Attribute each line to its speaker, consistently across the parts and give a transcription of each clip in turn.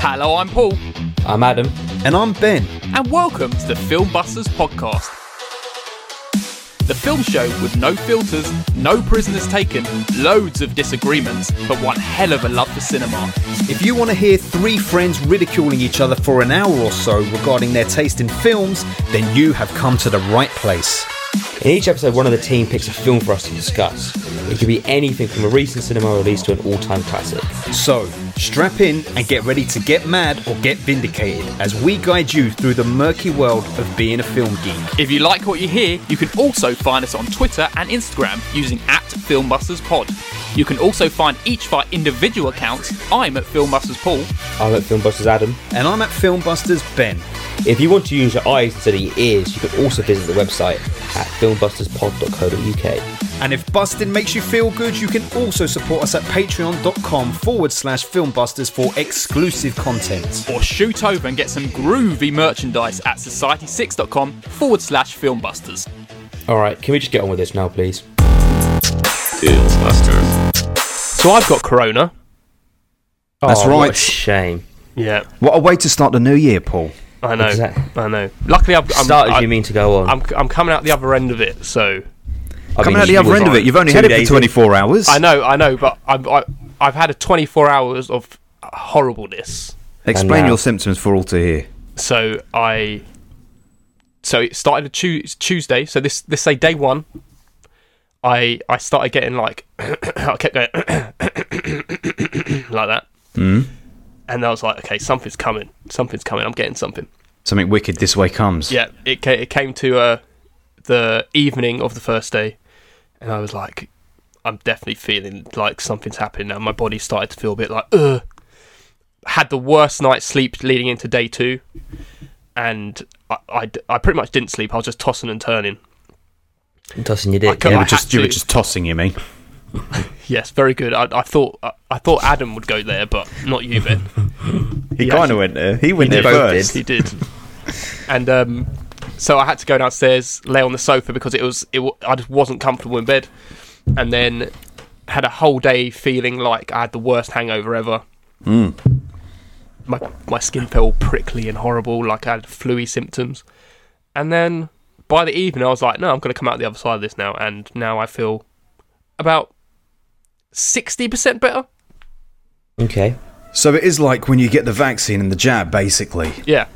Speaker 1: Hello, I'm Paul,
Speaker 2: I'm Adam.
Speaker 3: And I'm Ben.
Speaker 1: and welcome to the Film Busters podcast. The film show with no filters, no prisoners taken, loads of disagreements, but one hell of a love for cinema.
Speaker 3: If you want to hear three friends ridiculing each other for an hour or so regarding their taste in films, then you have come to the right place.
Speaker 2: In each episode, one of the team picks a film for us to discuss. It could be anything from a recent cinema release to an all time classic.
Speaker 3: So, strap in and get ready to get mad or get vindicated as we guide you through the murky world of being a film geek.
Speaker 1: If you like what you hear, you can also find us on Twitter and Instagram using at FilmbustersPod. You can also find each of our individual accounts. I'm at FilmBusters Paul.
Speaker 2: I'm at Filmbusters Adam.
Speaker 3: And I'm at Filmbusters Ben.
Speaker 2: If you want to use your eyes instead of your ears, you can also visit the website at filmbusterspod.co.uk.
Speaker 3: And if busting makes you feel good, you can also support us at patreon.com forward slash filmbusters for exclusive content.
Speaker 1: or shoot over and get some groovy merchandise at society6.com forward slash filmbusters.
Speaker 2: Alright, can we just get on with this now, please?
Speaker 1: So I've got Corona.
Speaker 3: That's
Speaker 2: Oh, What a
Speaker 3: right.
Speaker 2: shame.
Speaker 4: Yeah,
Speaker 3: What a way to start the new year, Paul.
Speaker 4: I know.
Speaker 2: Exact-
Speaker 4: I know. Luckily, I've, I'm,
Speaker 2: Started
Speaker 4: I,
Speaker 2: you mean to go on?
Speaker 4: I'm, I'm coming out the other end of it, so
Speaker 2: I mean,
Speaker 3: Coming out the
Speaker 2: you
Speaker 3: other
Speaker 2: was
Speaker 3: end of
Speaker 2: on
Speaker 3: it, you've only
Speaker 2: two
Speaker 3: had it for
Speaker 2: days
Speaker 3: 24 hours.
Speaker 4: I know, I know. But I'm, I, I've had a 24 hours of horribleness.
Speaker 3: Explain
Speaker 4: uh,
Speaker 2: now-
Speaker 3: your symptoms for all to hear.
Speaker 4: So I, so it started a tu- Tuesday. So this, this say day one. I, I started getting like, I kept going like that, and I was like, okay, something's coming, something's coming. I'm getting something.
Speaker 3: Something wicked this way comes.
Speaker 4: Yeah, it ca- it came to uh, the evening of the first day, and I was like, I'm definitely feeling like something's happening now. My body started to feel a bit like, ugh. Had the worst night's sleep leading into day two, and I, I d- I pretty much didn't sleep. I was just tossing and turning.
Speaker 2: in- Tossing your
Speaker 4: I
Speaker 2: dick.
Speaker 4: cou-
Speaker 3: You
Speaker 4: I
Speaker 3: were
Speaker 4: had
Speaker 3: just you were
Speaker 4: to-
Speaker 3: just tossing, you mean?
Speaker 4: Yes, very good. I, I thought I, I thought Adam would go there, but not you, Ben.
Speaker 3: He
Speaker 4: Yeah. kinda
Speaker 3: went there. He went
Speaker 2: They there both first.
Speaker 4: He did. and um, so I had to go downstairs, lay on the sofa because it was it. wa- I just wasn't comfortable in bed, and then had a whole day feeling like I had the worst hangover ever. My my skin felt prickly and horrible, like I had fluey symptoms. And then by the evening, I was like, no, I'm going to come out the other side of this now. And now I feel about sixty percent better.
Speaker 2: Okay.
Speaker 5: So it is like when you get the vaccine and the jab, basically.
Speaker 4: Yeah,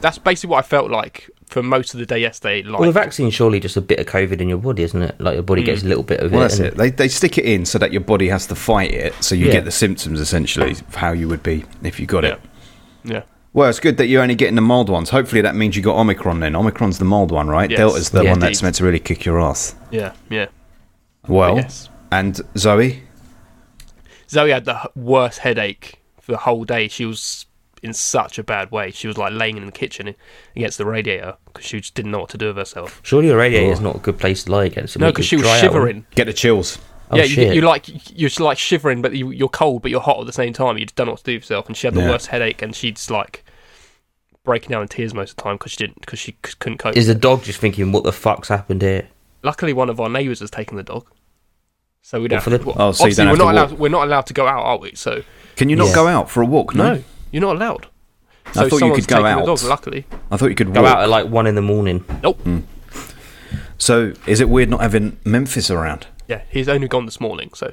Speaker 4: that's basically what I felt like for most of the day yesterday. Like
Speaker 2: Well, the vaccine's surely just a bit of COVID in your body, isn't it? Like your body gets
Speaker 3: Mm.
Speaker 2: a little bit of
Speaker 5: Well,
Speaker 2: it.
Speaker 5: that's
Speaker 2: and-
Speaker 5: it. They, they stick it in so that your body has to fight it, so you
Speaker 2: Yeah.
Speaker 5: get the symptoms essentially of how you would be if you got it.
Speaker 4: yeah.
Speaker 5: Well, it's good that you're only getting the mild ones. Hopefully, that means you got Omicron then. Omicron's the mild one, right?
Speaker 4: Yes.
Speaker 5: Delta's the
Speaker 2: Yeah,
Speaker 5: one
Speaker 4: indeed.
Speaker 5: that's meant to really kick your ass.
Speaker 4: Yeah, yeah.
Speaker 5: Well,
Speaker 4: Yes.
Speaker 5: and Zoe?
Speaker 4: Zoe had the h- worst headache for the whole day. She was in such a bad way. She was like laying in the kitchen i- against the radiator because she just didn't know what to do with herself.
Speaker 2: Surely the radiator
Speaker 3: Oh.
Speaker 2: is not a good place to lie against. It
Speaker 4: No,
Speaker 2: make
Speaker 4: because
Speaker 2: you
Speaker 4: she was
Speaker 2: dry out.
Speaker 4: shivering.
Speaker 5: Get the chills.
Speaker 2: Oh,
Speaker 4: yeah, you,
Speaker 2: shit.
Speaker 4: you like you're just, like shivering, but you, you're cold, but you're hot at the same time. You just don't know what to do with yourself, and she had the
Speaker 5: Yeah.
Speaker 4: worst headache, and she's like breaking down in tears most of the time because she didn't because she c- couldn't cope.
Speaker 2: Is the dog just thinking, what the fuck's happened here?
Speaker 4: Luckily, one of our neighbours has taken the dog, so we
Speaker 2: What,
Speaker 4: don't.
Speaker 2: for
Speaker 4: have
Speaker 2: the-
Speaker 4: to-
Speaker 5: Oh, so you
Speaker 4: obviously
Speaker 5: don't have
Speaker 4: we're
Speaker 5: to
Speaker 4: not allowed.
Speaker 5: walk.
Speaker 4: We're not allowed to go out, are we? So
Speaker 5: Can you not
Speaker 2: Yeah.
Speaker 5: go out for a walk? No.
Speaker 4: no, you're not allowed.
Speaker 5: I thought you
Speaker 4: someone's
Speaker 5: could go
Speaker 4: taking
Speaker 5: out. Hmm.
Speaker 4: The dog, luckily,
Speaker 5: I thought you could
Speaker 2: Go
Speaker 5: walk.
Speaker 2: out at like one in the morning.
Speaker 4: nope.
Speaker 5: So is it weird not having Memphis around?
Speaker 4: Yeah, he's only gone this morning, so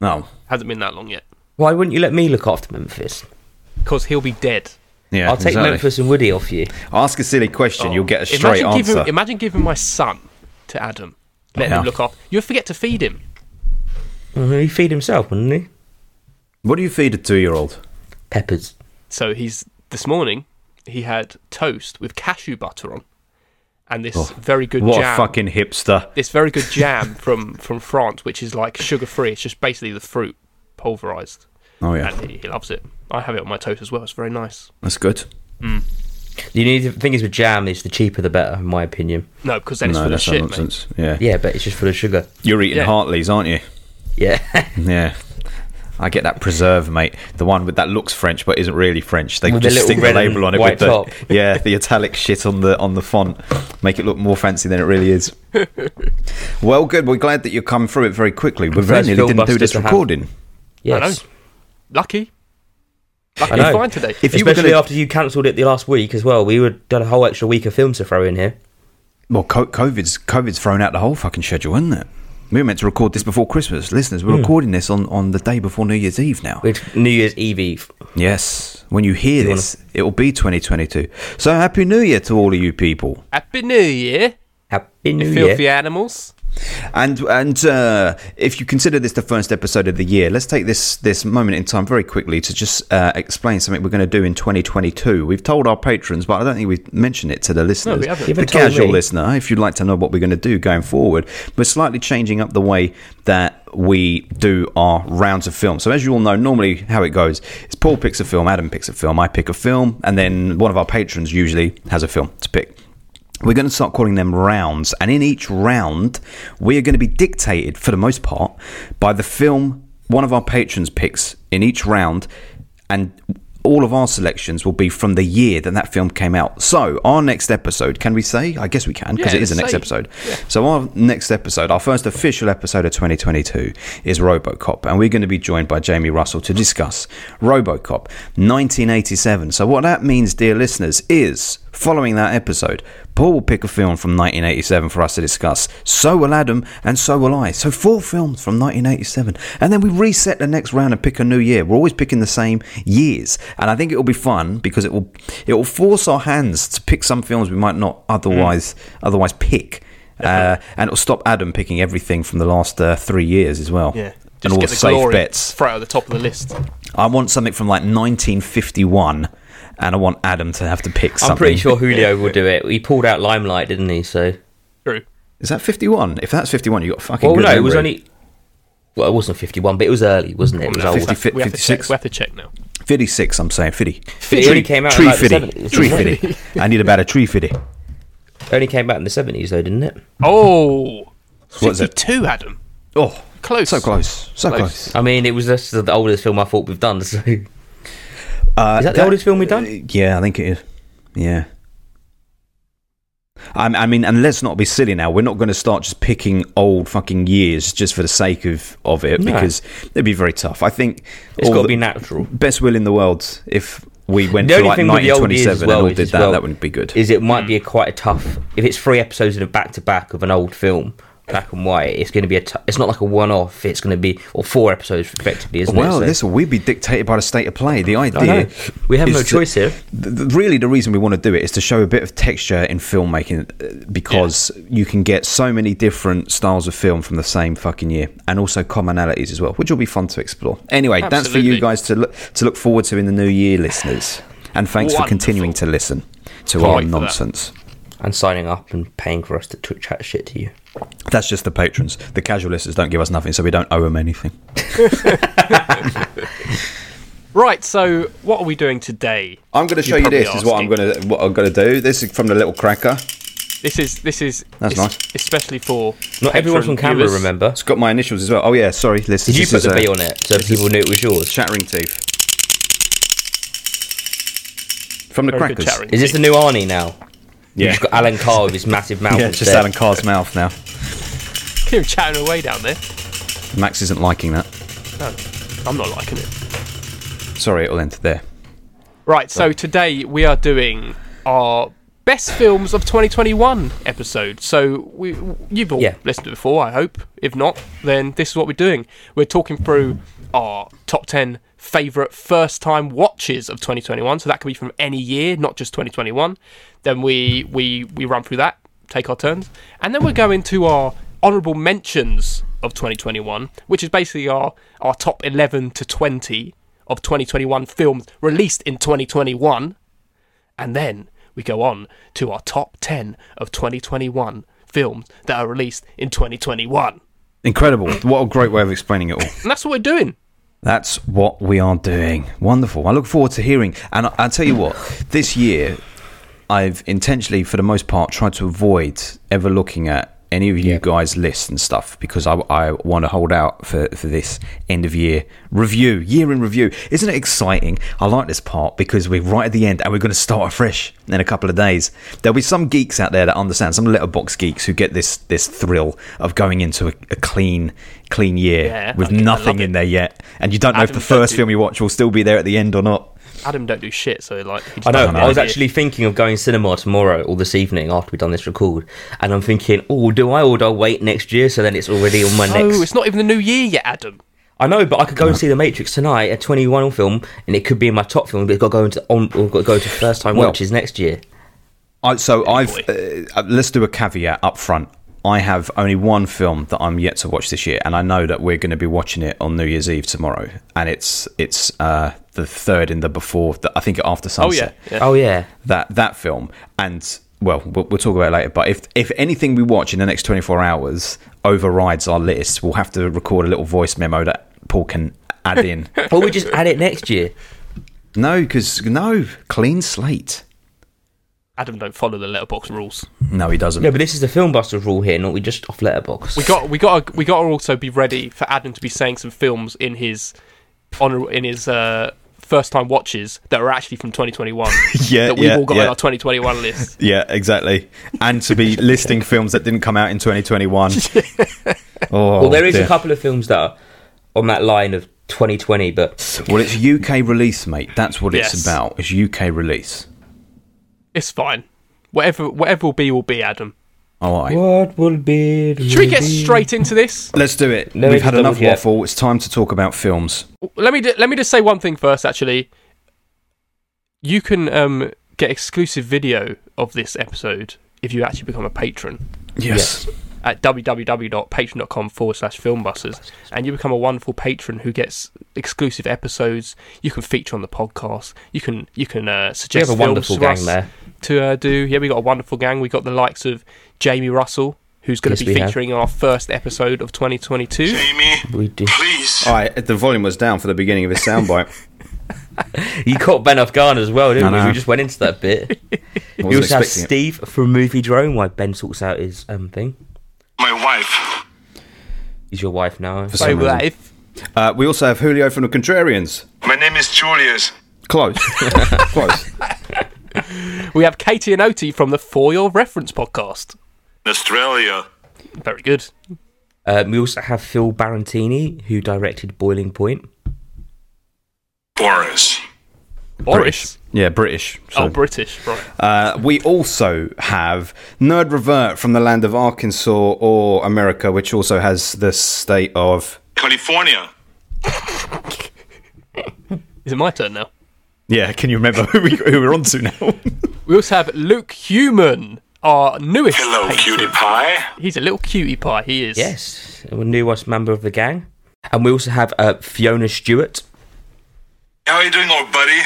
Speaker 5: No.
Speaker 4: hasn't been that long yet.
Speaker 2: Why wouldn't you let me look after Memphis?
Speaker 4: Because he'll be dead.
Speaker 5: Yeah,
Speaker 2: I'll take
Speaker 5: exactly.
Speaker 2: Memphis and Woody off you.
Speaker 5: Ask a silly question, you'll get a straight
Speaker 4: Oh, imagine
Speaker 5: answer.
Speaker 4: Giving, imagine giving my son to Adam, let
Speaker 5: Yeah.
Speaker 4: him look after. You forget to feed him.
Speaker 2: Well, He'd Mm-hmm, feed himself, wouldn't he?
Speaker 5: What do you feed a two-year-old?
Speaker 2: Peppers.
Speaker 4: So he's this morning. He had toast with cashew butter on, and this very good
Speaker 5: Oh, What
Speaker 4: jam.
Speaker 5: a fucking hipster.
Speaker 4: this very good jam from from France, which is like sugar free. It's just basically the fruit pulverized,
Speaker 5: Oh yeah,
Speaker 4: and he, he loves it. I have it on my toast as well. It's very nice.
Speaker 5: that's good.
Speaker 2: You need the thing is with jam is the cheaper the better, in my opinion.
Speaker 4: No, because then it's
Speaker 5: no,
Speaker 4: full of
Speaker 5: that's
Speaker 4: shit, mate.
Speaker 5: nonsense. Yeah.
Speaker 2: Yeah, but it's just full of sugar.
Speaker 5: you're eating
Speaker 4: Yeah.
Speaker 5: Hartley's, aren't you?
Speaker 2: Yeah.
Speaker 5: Yeah. I get that preserve, mate. The one with that looks French but isn't really French. They
Speaker 2: With the
Speaker 5: just
Speaker 2: little
Speaker 5: stick the
Speaker 2: red and
Speaker 5: label on it
Speaker 2: white
Speaker 5: with the
Speaker 2: top.
Speaker 5: yeah the italic shit on the on the font, make it look more fancy than it really is. well, good. We're glad that you come through it very quickly. We very
Speaker 2: First
Speaker 5: nearly didn't do
Speaker 2: filmbuster
Speaker 5: this
Speaker 2: to have.
Speaker 5: recording.
Speaker 2: yes.
Speaker 4: Lucky. Lucky
Speaker 2: I know.
Speaker 4: you're fine today.
Speaker 5: If you were
Speaker 2: Especially
Speaker 5: gonna-
Speaker 2: after you cancelled it the last week as well. We would done a whole extra week of films to throw in here.
Speaker 5: Well, co- COVID's COVID's thrown out the whole fucking schedule, isn't it? We were meant to record this before Christmas, listeners.
Speaker 2: Hmm.
Speaker 5: We're recording this on, on the day before New Year's Eve now.
Speaker 2: With New Year's Eve Eve.
Speaker 5: Yes, when you hear
Speaker 2: you
Speaker 5: this, it will be 2022. So happy New Year to all of you people,
Speaker 4: Happy New Year,
Speaker 2: Happy New
Speaker 4: you filthy
Speaker 2: Year.
Speaker 4: animals.
Speaker 5: and and uh, if you consider this the first episode of the year, let's take this this moment in time very quickly to just uh, explain something we're going to do in 2022. We've told our patrons, but I don't think we've mentioned it to the listeners.
Speaker 4: we haven't.
Speaker 2: You
Speaker 5: The
Speaker 2: haven't told
Speaker 5: casual
Speaker 2: me.
Speaker 5: listener, if you'd like to know what we're going to do going forward, we're slightly changing up the way that we do our rounds of film. So, as you all know, normally how it goes is Paul picks a film, Adam picks a film, I pick a film, and then one of our patrons usually has a film to pick. We're going to start calling them rounds, and in each round, we are going to be dictated, for the most part, by the film one of our patrons picks in each round, and all of our selections will be from the year that that film came out. So our next episode, can we say? I guess we can because
Speaker 4: Yeah,
Speaker 5: it is the next
Speaker 4: say-
Speaker 5: episode. So our next episode, our first official episode of 2022 is RoboCop, and we're going to be joined by Jamie Russell to discuss RoboCop 1987. So what that means, dear listeners, is following that episode, Paul will pick a film from 1987 for us to discuss. So will Adam, and so will I. So four films from 1987, and then we reset the next round and pick a new year. We're always picking the same years, and I think it will be fun because it will it will force our hands to pick some films we might not otherwise otherwise pick, uh, and it'll stop Adam picking everything from the last uh, three years as well.
Speaker 4: Yeah.
Speaker 5: and all the safe bets.
Speaker 4: Throw out the top of the list.
Speaker 5: I want something from like 1951, and I want Adam to have to pick something.
Speaker 2: I'm pretty sure Julio will do it. He pulled out Limelight, didn't he? So
Speaker 4: True.
Speaker 5: Is that 51? If that's 51, you got a fucking.
Speaker 2: well,
Speaker 5: good
Speaker 2: no, it was
Speaker 5: memory.
Speaker 2: only. Well, it wasn't 51, but it was early, wasn't it? It was
Speaker 4: Well,
Speaker 2: old.
Speaker 4: we have to-
Speaker 5: 50,
Speaker 4: we have to check-
Speaker 5: 56.
Speaker 4: we have to check now.
Speaker 5: 56, I'm saying, 50.
Speaker 2: It only came out in
Speaker 5: tree
Speaker 2: like the
Speaker 5: fitty.
Speaker 2: 70s,
Speaker 5: Tree
Speaker 2: wasn't it?
Speaker 5: fitty. I need about a tree fitty.
Speaker 2: It only came out in the 70s, though, didn't it?
Speaker 4: Oh,
Speaker 5: What's it?
Speaker 4: 62, Adam.
Speaker 5: Oh,
Speaker 4: Close.
Speaker 5: So close. So
Speaker 4: Close.
Speaker 5: close.
Speaker 2: I mean, it was just the oldest film I thought we've done. So
Speaker 5: Uh,
Speaker 2: Is that the oldest film we've done?
Speaker 5: uh, yeah, I think it is. Yeah. I, I mean, and let's not be silly now. We're not going to start just picking old fucking years just for the sake of, of it
Speaker 2: No.
Speaker 5: because it'd be very tough. I think
Speaker 2: it's
Speaker 5: all
Speaker 2: got to
Speaker 5: the
Speaker 2: be natural.
Speaker 5: best will in the world if we went
Speaker 2: The
Speaker 5: to
Speaker 2: only
Speaker 5: like
Speaker 2: thing with the old years
Speaker 5: 1927
Speaker 2: as well
Speaker 5: and all
Speaker 2: is
Speaker 5: did
Speaker 2: as
Speaker 5: that,
Speaker 2: well-
Speaker 5: that wouldn't be good.
Speaker 2: Is it might be a quite a tough if it's three episodes in a back to back of an old film, black and white. It's going to be a. T- it's not like a one off. It's going to be or four episodes effectively, isn't
Speaker 5: Well,
Speaker 2: it? So-
Speaker 5: this will we be dictated by the state of play. The
Speaker 2: I know.
Speaker 5: idea,
Speaker 2: We have
Speaker 5: is
Speaker 2: no
Speaker 5: to-
Speaker 2: choice here.
Speaker 5: th- th- really, the reason we want to do it is to show a bit of texture in filmmaking uh, because you can get so many different styles of film from the same fucking year, and also commonalities as well, which will be fun to explore. Anyway, that's for you
Speaker 4: Absolutely.
Speaker 5: guys to look to look forward to in the new year, listeners. And thanks for continuing to listen to
Speaker 4: Can't
Speaker 5: our
Speaker 4: wait for that.
Speaker 5: nonsense.
Speaker 2: And signing up and paying for us to t- chat shit to you.
Speaker 5: That's just the patrons. The casual listeners don't give us nothing, so we don't owe them anything.
Speaker 4: Right, so what are we doing today?
Speaker 5: I'm going to show you
Speaker 4: probably
Speaker 5: this. Is what I'm
Speaker 4: asking.
Speaker 5: going to what I'm going to do. This is from the little cracker.
Speaker 4: This is this is
Speaker 5: That's
Speaker 4: it's-
Speaker 5: nice.
Speaker 4: especially for
Speaker 2: Not everyone's on
Speaker 4: patron
Speaker 2: camera,
Speaker 4: viewers.
Speaker 2: remember?
Speaker 5: It's got my initials as well. Oh yeah, sorry. Listen,
Speaker 2: Did you
Speaker 5: this
Speaker 2: put
Speaker 5: is,
Speaker 2: the
Speaker 5: uh,
Speaker 2: B on it so people knew it was yours?
Speaker 5: Chattering teeth. From the
Speaker 4: Very good
Speaker 5: crackers.
Speaker 4: chattering.
Speaker 2: Is this the new Arnie now?
Speaker 5: Yeah.
Speaker 2: You've got Alan Carr with his massive mouth.
Speaker 5: yeah, just
Speaker 2: instead.
Speaker 5: Alan Carr's mouth now.
Speaker 4: You're chatting away down there.
Speaker 5: Max isn't liking that.
Speaker 4: No, I'm not liking it.
Speaker 5: Sorry, it'll end there.
Speaker 4: Right, so today we are doing our best films of 2021 episode. So we you've all
Speaker 2: Yeah.
Speaker 4: listened to it before, I hope. If not, then this is what we're doing. We're talking through our top 10 favorite first time watches of 2021. So that can be from any year, not just 2021. Then we we we run through that, take our turns, and then we go into our honorable mentions of 2021, which is basically our our top 11 to 20 of 2021 films released in 2021. And then we go on to our top 10 of 2021 films that are released in 2021.
Speaker 5: Incredible. What a great way of explaining it all.
Speaker 4: And that's what we're doing.
Speaker 5: That's what we are doing. Wonderful. I look forward to hearing. And I- I'll tell you what, this year, I've intentionally, for the most part, tried to avoid ever looking at any of you guys' lists and stuff because I, I want to hold out for, for this end of year review, year in review. Isn't it exciting? I like this part because we're right at the end and we're going to start afresh in a couple of days. There'll be some geeks out there that understand, some letterbox geeks who get this this thrill of going into a, a clean, clean year
Speaker 4: Yeah,
Speaker 5: with
Speaker 4: I get- I love
Speaker 5: nothing
Speaker 4: it.
Speaker 5: in there yet, and you don't know if
Speaker 4: Adam
Speaker 5: the first
Speaker 4: Duncan.
Speaker 5: film you watch will still be there at the end or not.
Speaker 4: Adam don't do shit, so like. he just
Speaker 2: I know.
Speaker 4: doesn't
Speaker 2: I was
Speaker 4: idea.
Speaker 2: actually thinking of going cinema tomorrow or this evening after we've done this record, and I'm thinking, oh, do I or do I wait next year? So then it's already on my
Speaker 4: No,
Speaker 2: next.
Speaker 4: it's not even the new year yet, Adam.
Speaker 2: I know, but I could go and see The Matrix tonight, a 21 film, and it could be in my top film, but it's got to go into on, or got to go to first time
Speaker 5: Well-
Speaker 2: watches next year.
Speaker 5: I, so I've uh, let's do a caveat up front. I have only one film that I'm yet to watch this year, and I know that we're going to be watching it on New Year's Eve tomorrow, and it's it's uh, the third in the before. The, I think after
Speaker 4: Oh
Speaker 5: sunset.
Speaker 4: yeah, yeah.
Speaker 2: Oh yeah,
Speaker 5: that that film and well, we'll we'll talk about it later but if if anything we watch in the next 24 hours overrides our list we'll have to record a little voice memo that paul can add in
Speaker 2: or we just add it next year.
Speaker 5: no because no clean slate
Speaker 4: Adam don't follow the letterbox rules.
Speaker 5: no he doesn't
Speaker 2: Yeah, but this is the film buster rule here, not we just off letterbox.
Speaker 4: We got we got we got to also be ready for Adam to be saying some films in his honor in his uh, first time watches that are actually from 2021
Speaker 5: Yeah,
Speaker 4: that we've
Speaker 5: yeah,
Speaker 4: all got
Speaker 5: yeah.
Speaker 4: on our 2021 list.
Speaker 5: yeah exactly and to be listing films that didn't come out in 2021 oh
Speaker 2: well, there is
Speaker 5: dear.
Speaker 2: a couple of films that are on that line of 2020, but
Speaker 5: well it's uk release mate that's what
Speaker 4: Yes.
Speaker 5: it's about it's uk release
Speaker 4: It's fine. Whatever whatever will be will be, Adam.
Speaker 5: all right
Speaker 2: what will be?
Speaker 4: Should we get straight into this?
Speaker 5: let's do it
Speaker 2: Let me
Speaker 5: we've had
Speaker 2: just
Speaker 5: enough
Speaker 2: double check.
Speaker 5: waffle it's time to talk about films
Speaker 4: Let me ju- let me just say one thing first. Actually, you can um, get exclusive video of this episode if you actually become a patron.
Speaker 2: Yes.
Speaker 4: at www.patreon.com forward slash filmbusters and you become a wonderful patron who gets exclusive episodes you can feature on the podcast you can you can uh,
Speaker 2: We
Speaker 4: suggest
Speaker 2: have a
Speaker 4: films
Speaker 2: wonderful
Speaker 4: to
Speaker 2: gang
Speaker 4: us
Speaker 2: there.
Speaker 4: to uh, do yeah we got a wonderful gang we got the likes of jamie russell who's going
Speaker 2: Yes,
Speaker 4: to be
Speaker 2: we have.
Speaker 4: featuring in our first episode of 2022
Speaker 6: Amy,
Speaker 2: We do.
Speaker 6: please.
Speaker 5: All right, the volume was down for the beginning of his soundbite.
Speaker 2: You caught Ben off guard as well, didn't
Speaker 5: I
Speaker 2: we?
Speaker 5: know.
Speaker 2: We just went into that bit.
Speaker 5: I
Speaker 2: we
Speaker 5: wasn't
Speaker 2: also have
Speaker 5: expecting it.
Speaker 2: Steve from Movie Drone, why Ben sorts out his um thing.
Speaker 6: My wife.
Speaker 2: He's your wife now.
Speaker 5: For
Speaker 4: so
Speaker 5: some
Speaker 4: that
Speaker 5: reason.
Speaker 4: if
Speaker 5: Uh, we also have Julio from the Contrarians.
Speaker 6: My name is Julius.
Speaker 5: Close, close.
Speaker 4: we have katie and oti from the for your reference podcast
Speaker 6: Australia.
Speaker 4: very good
Speaker 2: Uh, we also have Phil Barantini, who directed Boiling Point.
Speaker 6: Boris.
Speaker 4: boris
Speaker 5: Yeah, British. so-
Speaker 4: oh british right
Speaker 5: uh, we also have Nerd Revert from the land of Arkansas or America, which also has the state of
Speaker 6: California.
Speaker 4: is it my turn now
Speaker 5: yeah. Can you remember who, we, who we're on to now?
Speaker 4: we also have luke human our newest
Speaker 6: Hello,
Speaker 4: patron.
Speaker 6: cutie pie.
Speaker 4: He's a little cutie pie. He is.
Speaker 2: Yes, a newest member of the gang. And we also have uh, Fiona Stewart.
Speaker 6: How are you doing, old buddy?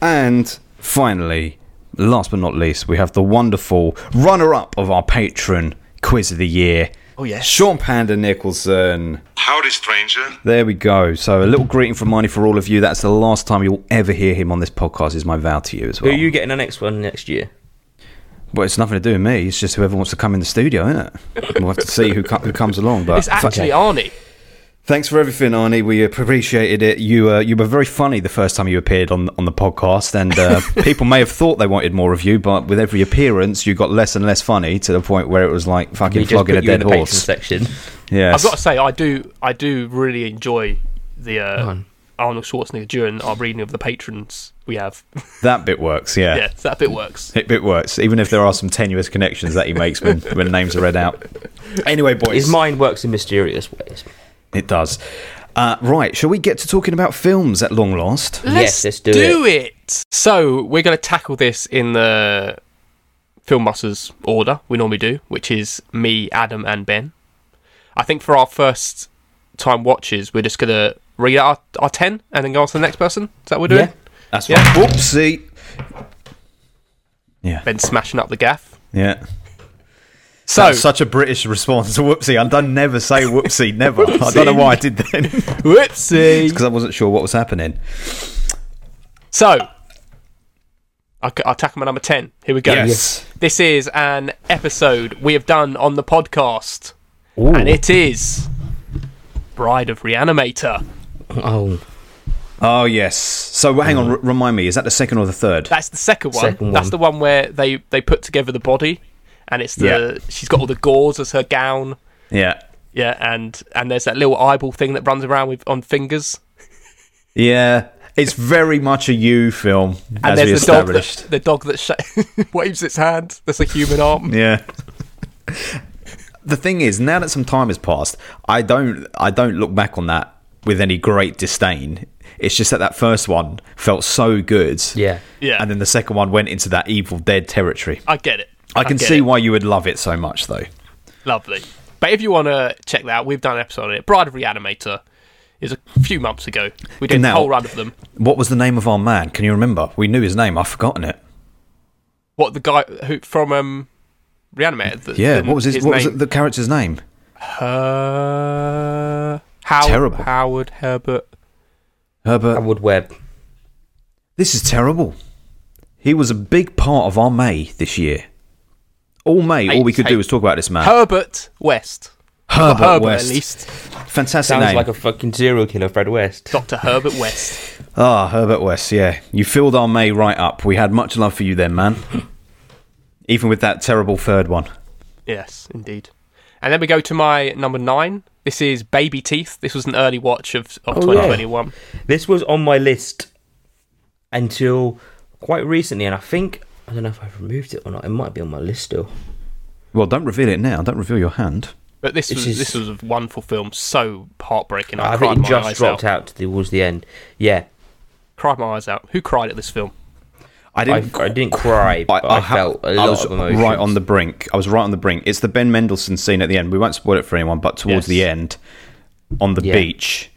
Speaker 5: and finally, last but not least, we have the wonderful runner-up of our patron quiz of the year.
Speaker 4: Oh yes.
Speaker 5: Sean Panda Nicholson.
Speaker 6: Howdy, stranger.
Speaker 5: There we go. So a little greeting from Marnie for all of you. That's the last time you'll ever hear him on this podcast. Is my vow to you as
Speaker 2: Who
Speaker 5: well.
Speaker 2: are you getting the next one next year?
Speaker 5: Well, it's nothing to do with me. It's just whoever wants to come in the studio, isn't it? We'll have to see who, co- who comes along. But
Speaker 4: It's actually Arnie.
Speaker 5: thanks for everything, Arnie. We appreciated it. You uh, you were very funny the first time you appeared on on the podcast, and uh, people may have thought they wanted more of you, but with every appearance, you got less and less funny to the point where it was like fucking
Speaker 2: We just
Speaker 5: flogging
Speaker 2: put
Speaker 5: a
Speaker 2: you in
Speaker 5: dead
Speaker 2: the patron
Speaker 5: horse.
Speaker 2: section.
Speaker 5: Yeah,
Speaker 4: I've got to say, I do, I do really enjoy the uh, Arnold Schwarzenegger during our reading of the patrons we have.
Speaker 5: that bit works.
Speaker 4: yeah, so that bit works.
Speaker 5: It, it works, even if there are some tenuous connections that he makes when, when names are read out. Anyway, boys,
Speaker 2: His mind works in mysterious ways.
Speaker 5: it does. Uh, right, shall we get to talking about films at long last?
Speaker 4: Mm.
Speaker 2: Yes, let's do
Speaker 4: it. So we're going to tackle this in the film busters order we normally do, which is me, Adam, and Ben. I think for our first time watches, we're just going to read out our, our ten and then go on to the next person. Is that what we're doing?
Speaker 2: Yeah.
Speaker 5: That's
Speaker 4: Yeah.
Speaker 5: right. Whoopsie. Yeah,
Speaker 4: Ben smashing up the gaff.
Speaker 5: yeah.
Speaker 4: So
Speaker 5: That's such a British response to whoopsie. I don't never say whoopsie, never. I don't know why I did that
Speaker 4: Whoopsie.
Speaker 5: because I wasn't sure what was happening.
Speaker 4: So, I'll, I'll tackle my number 10. Here we go.
Speaker 5: Yes.
Speaker 4: This is an episode we have done on the podcast, and it is Bride of Reanimator.
Speaker 2: Oh,
Speaker 5: Oh yes. So hang
Speaker 4: Mm.
Speaker 5: on, r- remind me. Is that the second or the third?
Speaker 4: That's the second one.
Speaker 2: Second
Speaker 4: That's
Speaker 2: one.
Speaker 4: the one where they, they put together the body, and it's the she's got all the gauze as her gown.
Speaker 5: Yeah.
Speaker 4: Yeah, and, and there's that little eyeball thing that runs around with on fingers.
Speaker 5: Yeah. It's very much a you film,
Speaker 4: And
Speaker 5: as we
Speaker 4: there's the dog,
Speaker 5: established.
Speaker 4: that, the dog that sha- waves its hand. That's a human arm.
Speaker 5: Yeah. the thing is, now that some time has passed, I don't I don't look back on that with any great disdain. It's just that that first one felt so good.
Speaker 2: Yeah.
Speaker 4: Yeah.
Speaker 5: And then the second one went into that Evil Dead territory.
Speaker 4: I get it.
Speaker 5: I can
Speaker 4: get
Speaker 5: see
Speaker 4: it.
Speaker 5: why you would love it so much, though.
Speaker 4: Lovely. But if you want to check that out, we've done an episode on it. Bride of Reanimator is a few months ago. We did
Speaker 5: Genau.
Speaker 4: a whole run of them.
Speaker 5: What was the name of our man? Can you remember? We knew his name. I've forgotten it.
Speaker 4: What the guy who from um, Reanimator? The,
Speaker 5: Yeah.
Speaker 4: the-
Speaker 5: what was his, What
Speaker 4: name?
Speaker 5: was the character's name?
Speaker 4: Uh, Howard,
Speaker 5: Terrible.
Speaker 4: Howard Herbert.
Speaker 5: Herbert.
Speaker 2: Howard Webb.
Speaker 5: This is terrible. He was a big part of our May this year. All May, all we could do was talk about this man.
Speaker 4: Herbert West.
Speaker 5: Herbert,
Speaker 4: Herbert,
Speaker 5: West.
Speaker 4: at least.
Speaker 5: Fantastic
Speaker 2: Sounds
Speaker 5: name.
Speaker 2: like a fucking serial killer, Fred West.
Speaker 4: Dr. Herbert West.
Speaker 5: Ah, Herbert West, yeah. You filled our May right up. We had much love for you then, man. Even with that terrible third one.
Speaker 4: Yes, indeed. And then we go to my number nine. This is Baby Teeth. This was an early watch of, of
Speaker 2: Oh, yeah.
Speaker 4: 2021.
Speaker 2: This was on my list until quite recently, and I think I don't know if I've removed it or not. It might be on my list still.
Speaker 5: Well, don't reveal it now. Don't reveal your hand.
Speaker 4: But this
Speaker 2: This
Speaker 4: was
Speaker 2: is-
Speaker 4: this was a wonderful film, so heartbreaking. I,
Speaker 2: I
Speaker 4: cried
Speaker 2: think
Speaker 4: my
Speaker 2: it just
Speaker 4: eyes
Speaker 2: dropped
Speaker 4: out.
Speaker 2: out towards the end. Yeah,
Speaker 4: Cried my eyes out. Who cried at this film?
Speaker 5: I
Speaker 2: I, I didn't cry, but I,
Speaker 5: ha-
Speaker 2: felt a
Speaker 5: I
Speaker 2: lot
Speaker 5: was
Speaker 2: of emotions.
Speaker 5: right on the brink. I was right on the brink. It's the Ben Mendelsohn scene at the end. We won't spoil it for anyone, but towards
Speaker 4: Yes.
Speaker 5: the end, on the
Speaker 2: Yeah.
Speaker 5: beach,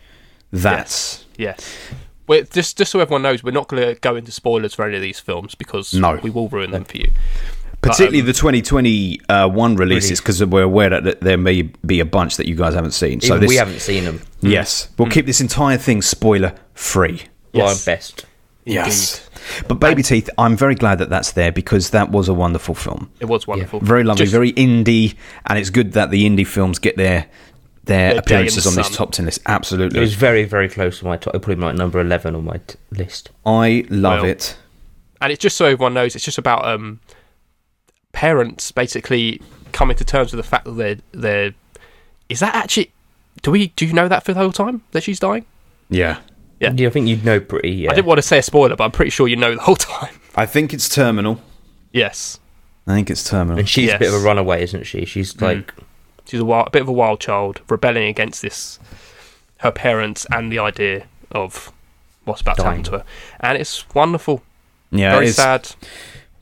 Speaker 5: that's
Speaker 4: Yes. Well, just just so everyone knows, we're not going to go into spoilers for any of these films because
Speaker 5: No.
Speaker 4: we will ruin them for you.
Speaker 5: particularly
Speaker 2: um,
Speaker 5: the uh, 2021 releases because we're aware that there may be a bunch that you guys haven't seen. So
Speaker 2: Even
Speaker 5: this,
Speaker 2: we haven't seen them.
Speaker 5: yes, we'll keep this entire thing spoiler free.
Speaker 4: Yes.
Speaker 2: Our best.
Speaker 5: Yes. But Baby Teeth, I'm very glad that that's there because that was a wonderful film.
Speaker 4: It was wonderful.
Speaker 5: Very lovely,
Speaker 4: Just-
Speaker 5: very indie, and it's good that the indie films get their their
Speaker 4: day in
Speaker 5: appearances
Speaker 4: the
Speaker 5: on this
Speaker 4: sun.
Speaker 5: top ten list.
Speaker 2: It was
Speaker 5: Absolutely.
Speaker 2: very, very close to my top. Probably like number eleven on my t- list.
Speaker 5: I love
Speaker 4: Well-
Speaker 5: it.
Speaker 4: and it's just so everyone knows, it's just about um, parents basically coming to terms with the fact that they're they're. Is that actually? Do we do you know that for the whole time that she's dying?
Speaker 5: Yeah.
Speaker 4: Yeah.
Speaker 2: Yeah, I think you'd know pretty. Yeah.
Speaker 4: I didn't want to say a spoiler, but I'm pretty sure you know the whole time.
Speaker 5: I think it's terminal.
Speaker 4: Yes,
Speaker 5: I think it's terminal.
Speaker 2: and she's a bit of a
Speaker 4: Yes.
Speaker 2: runaway, isn't she? She's like,
Speaker 4: she's a, wild, a bit of a wild child, rebelling against this, her parents and the idea of what's about
Speaker 2: Dying.
Speaker 4: to happen to her, and it's wonderful.
Speaker 5: Yeah,
Speaker 4: Very
Speaker 5: it's
Speaker 4: sad.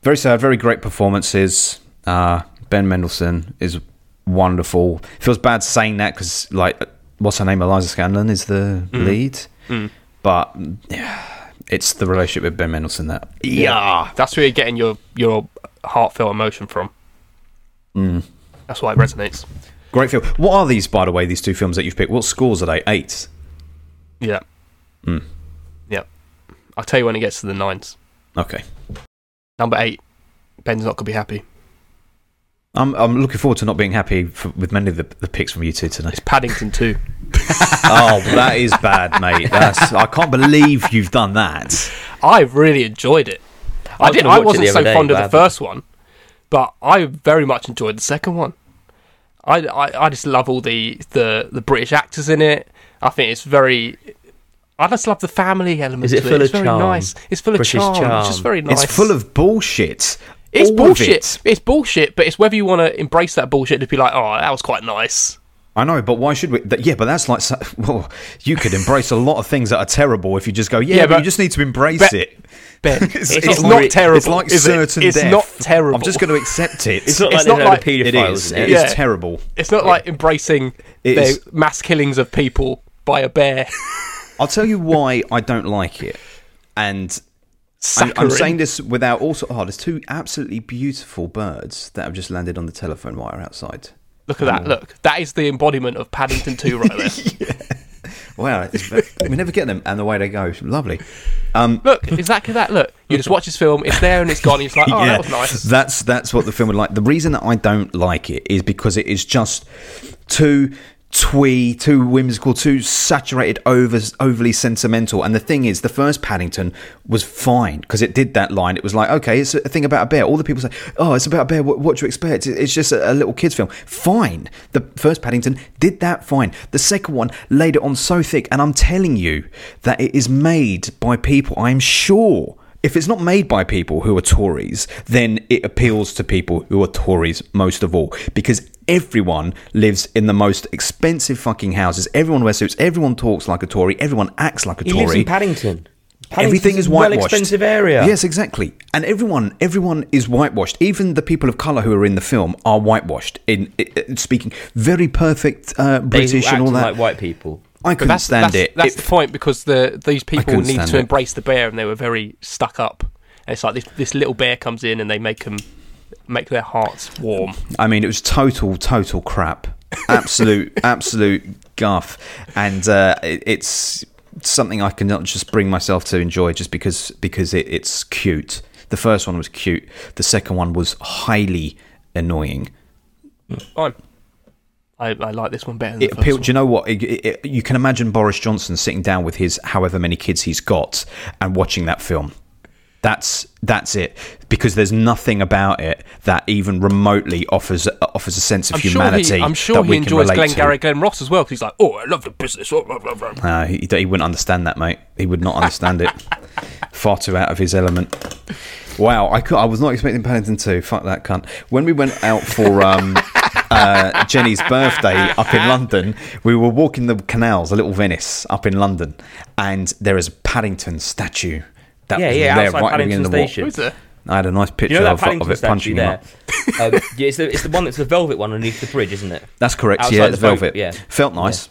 Speaker 5: very sad, very great performances. Uh, ben Mendelsohn is wonderful. Feels bad saying that because, like, what's her name? Eliza Scanlon is the
Speaker 4: Mm.
Speaker 5: lead. But yeah, it's the relationship with Ben Mendelsohn that.
Speaker 4: Yeah, that's where you're getting your your heartfelt emotion from. That's why it resonates.
Speaker 5: Great film. What are these, by the way, these two films that you've picked? What scores are they? Eight.
Speaker 4: Yeah. Yeah. I'll tell you when it gets to the nines.
Speaker 5: Okay.
Speaker 4: Number eight. Ben's not gonna be happy.
Speaker 5: I'm, I'm looking forward to not being happy for, with many of the, the picks from you two
Speaker 4: It's
Speaker 5: tonight.
Speaker 4: Paddington Two.
Speaker 5: oh, that is bad, mate. That's, I can't believe you've done that.
Speaker 4: I really enjoyed it. I,
Speaker 2: was
Speaker 4: did.
Speaker 2: gonna watch
Speaker 4: I
Speaker 2: it
Speaker 4: wasn't
Speaker 2: the
Speaker 4: so
Speaker 2: other day,
Speaker 4: fond of
Speaker 2: but I
Speaker 4: the
Speaker 2: haven't.
Speaker 4: first one, but I very much enjoyed the second one. I, I, I just love all the, the, the British actors in it. I think it's very. I just love the family element.
Speaker 2: Is it
Speaker 4: to
Speaker 2: full of
Speaker 4: It's very
Speaker 2: charm?
Speaker 4: nice. It's full of
Speaker 2: British
Speaker 4: charm.
Speaker 2: charm.
Speaker 4: It's just very nice.
Speaker 5: It's full of bullshit. All
Speaker 4: It's
Speaker 5: of
Speaker 4: bullshit.
Speaker 5: it.
Speaker 4: It's bullshit. But it's whether you want to embrace that bullshit to be like, oh, that was quite nice.
Speaker 5: I know, but why should we? That, yeah, but that's like, so- well, you could embrace a lot of things that are terrible if you just go, yeah,
Speaker 4: Yeah,
Speaker 5: but, you
Speaker 4: but-
Speaker 5: just need to embrace
Speaker 4: but-
Speaker 5: it.
Speaker 4: Ben,
Speaker 5: It's,
Speaker 4: it's,
Speaker 5: it's
Speaker 4: not,
Speaker 5: like-
Speaker 4: terrible.
Speaker 5: It's like
Speaker 4: is it?
Speaker 5: certain
Speaker 4: It's
Speaker 5: death.
Speaker 4: not terrible.
Speaker 5: I'm just going to accept it.
Speaker 2: it's not
Speaker 4: It's
Speaker 2: like there's
Speaker 4: not
Speaker 2: a load
Speaker 4: like-
Speaker 2: of paedophiles.
Speaker 5: it is.
Speaker 2: in
Speaker 5: It
Speaker 2: it.
Speaker 5: is
Speaker 4: Yeah.
Speaker 5: terrible.
Speaker 4: It's not like embracing
Speaker 5: It
Speaker 4: the
Speaker 5: is-
Speaker 4: mass killings of people by a bear.
Speaker 5: I'll tell you why I don't like it. And I'm, I'm
Speaker 4: Saccharin.
Speaker 5: saying this without also. Oh, there's two absolutely beautiful birds that have just landed on the telephone wire outside.
Speaker 4: Look at that.
Speaker 5: Oh.
Speaker 4: Look, that is the embodiment of Paddington 2 right there.
Speaker 5: Wow, it's ve- we never get them, and away they go. Lovely.
Speaker 4: look, exactly that. Look, you just watch this film, it's there and it's gone. And it's like, oh, that was nice.
Speaker 5: That's that's what the film would like. The reason that I don't like it is because it is just too twee, too whimsical, too saturated, over, overly sentimental. And the thing is, the first Paddington was fine because it did that line. It was like, okay, it's a thing about a bear. All the people say, oh, it's about a bear. What, what do you expect? It- It's just a, a little kids film. Fine. The first Paddington did that fine. The second one laid it on so thick, and I'm telling you that it is made by people. I'm sure. If it's not made by people who are Tories, then it appeals to people who are Tories most of all because everyone lives in the most expensive fucking houses. Everyone wears suits. Everyone talks like a Tory. Everyone acts like a
Speaker 2: He
Speaker 5: Tory.
Speaker 2: lives in Paddington.
Speaker 5: Everything
Speaker 2: Paddington's
Speaker 5: is
Speaker 2: a well
Speaker 5: whitewashed.
Speaker 2: expensive area.
Speaker 5: Yes, exactly. And everyone, everyone is whitewashed. Even the people of color who are in the film are whitewashed. In, i i- speaking very perfect uh,
Speaker 2: They
Speaker 5: British
Speaker 2: act
Speaker 5: and all that.
Speaker 2: like white people.
Speaker 5: I
Speaker 4: But
Speaker 5: couldn't stand
Speaker 4: that's,
Speaker 5: it.
Speaker 4: That's
Speaker 5: It-
Speaker 4: the point because the these people
Speaker 5: couldn't
Speaker 4: need
Speaker 5: stand
Speaker 4: to
Speaker 5: it.
Speaker 4: embrace the bear, and they were very stuck up. And it's like this this little bear comes in, and they make them make their hearts warm.
Speaker 5: I mean, it was total, total crap. Absolute, absolute guff. And uh, it, it's something I cannot just bring myself to enjoy just because because it, it's cute. The first one was cute. The second one was highly annoying.
Speaker 4: Fine. I, I like this one better. Than
Speaker 5: It
Speaker 4: the first
Speaker 5: appealed.
Speaker 4: one.
Speaker 5: Do you know what? It, it, it- you can imagine Boris Johnson sitting down with his however many kids he's got and watching that film. That's that's it because there's nothing about it that even remotely offers offers a sense of
Speaker 4: I'm
Speaker 5: humanity.
Speaker 4: sure he, I'm sure
Speaker 5: that
Speaker 4: he
Speaker 5: we can
Speaker 4: enjoys
Speaker 5: relate
Speaker 4: Glenn
Speaker 5: to.
Speaker 4: Gary Glenn Ross as well because he's like, oh, I love your business. Oh, blah, blah, blah.
Speaker 5: Uh, he, he wouldn't understand that, mate. He would not understand it. Far too out of his element. Wow, I, cou- I was not expecting Paddington 2. Fuck that cunt. When we went out for um, uh, Jenny's birthday up in London, we were walking the canals, a little Venice up in London, and there is a Paddington statue. That
Speaker 2: Yeah,
Speaker 5: was
Speaker 2: yeah,
Speaker 5: there
Speaker 2: outside
Speaker 5: right at the
Speaker 2: Paddington
Speaker 5: end of the walk.
Speaker 2: Station.
Speaker 4: Who's there?
Speaker 5: I had a nice picture
Speaker 2: You know that
Speaker 5: of, of
Speaker 2: Paddington
Speaker 5: it
Speaker 2: statue
Speaker 5: punching him
Speaker 2: there?
Speaker 5: up.
Speaker 2: um, yeah, it's, the, it's the one that's the velvet one underneath the bridge, isn't it?
Speaker 5: That's correct.
Speaker 2: Outside
Speaker 5: yeah,
Speaker 2: the
Speaker 5: it's
Speaker 2: boat,
Speaker 5: velvet.
Speaker 2: yeah.
Speaker 5: Felt nice.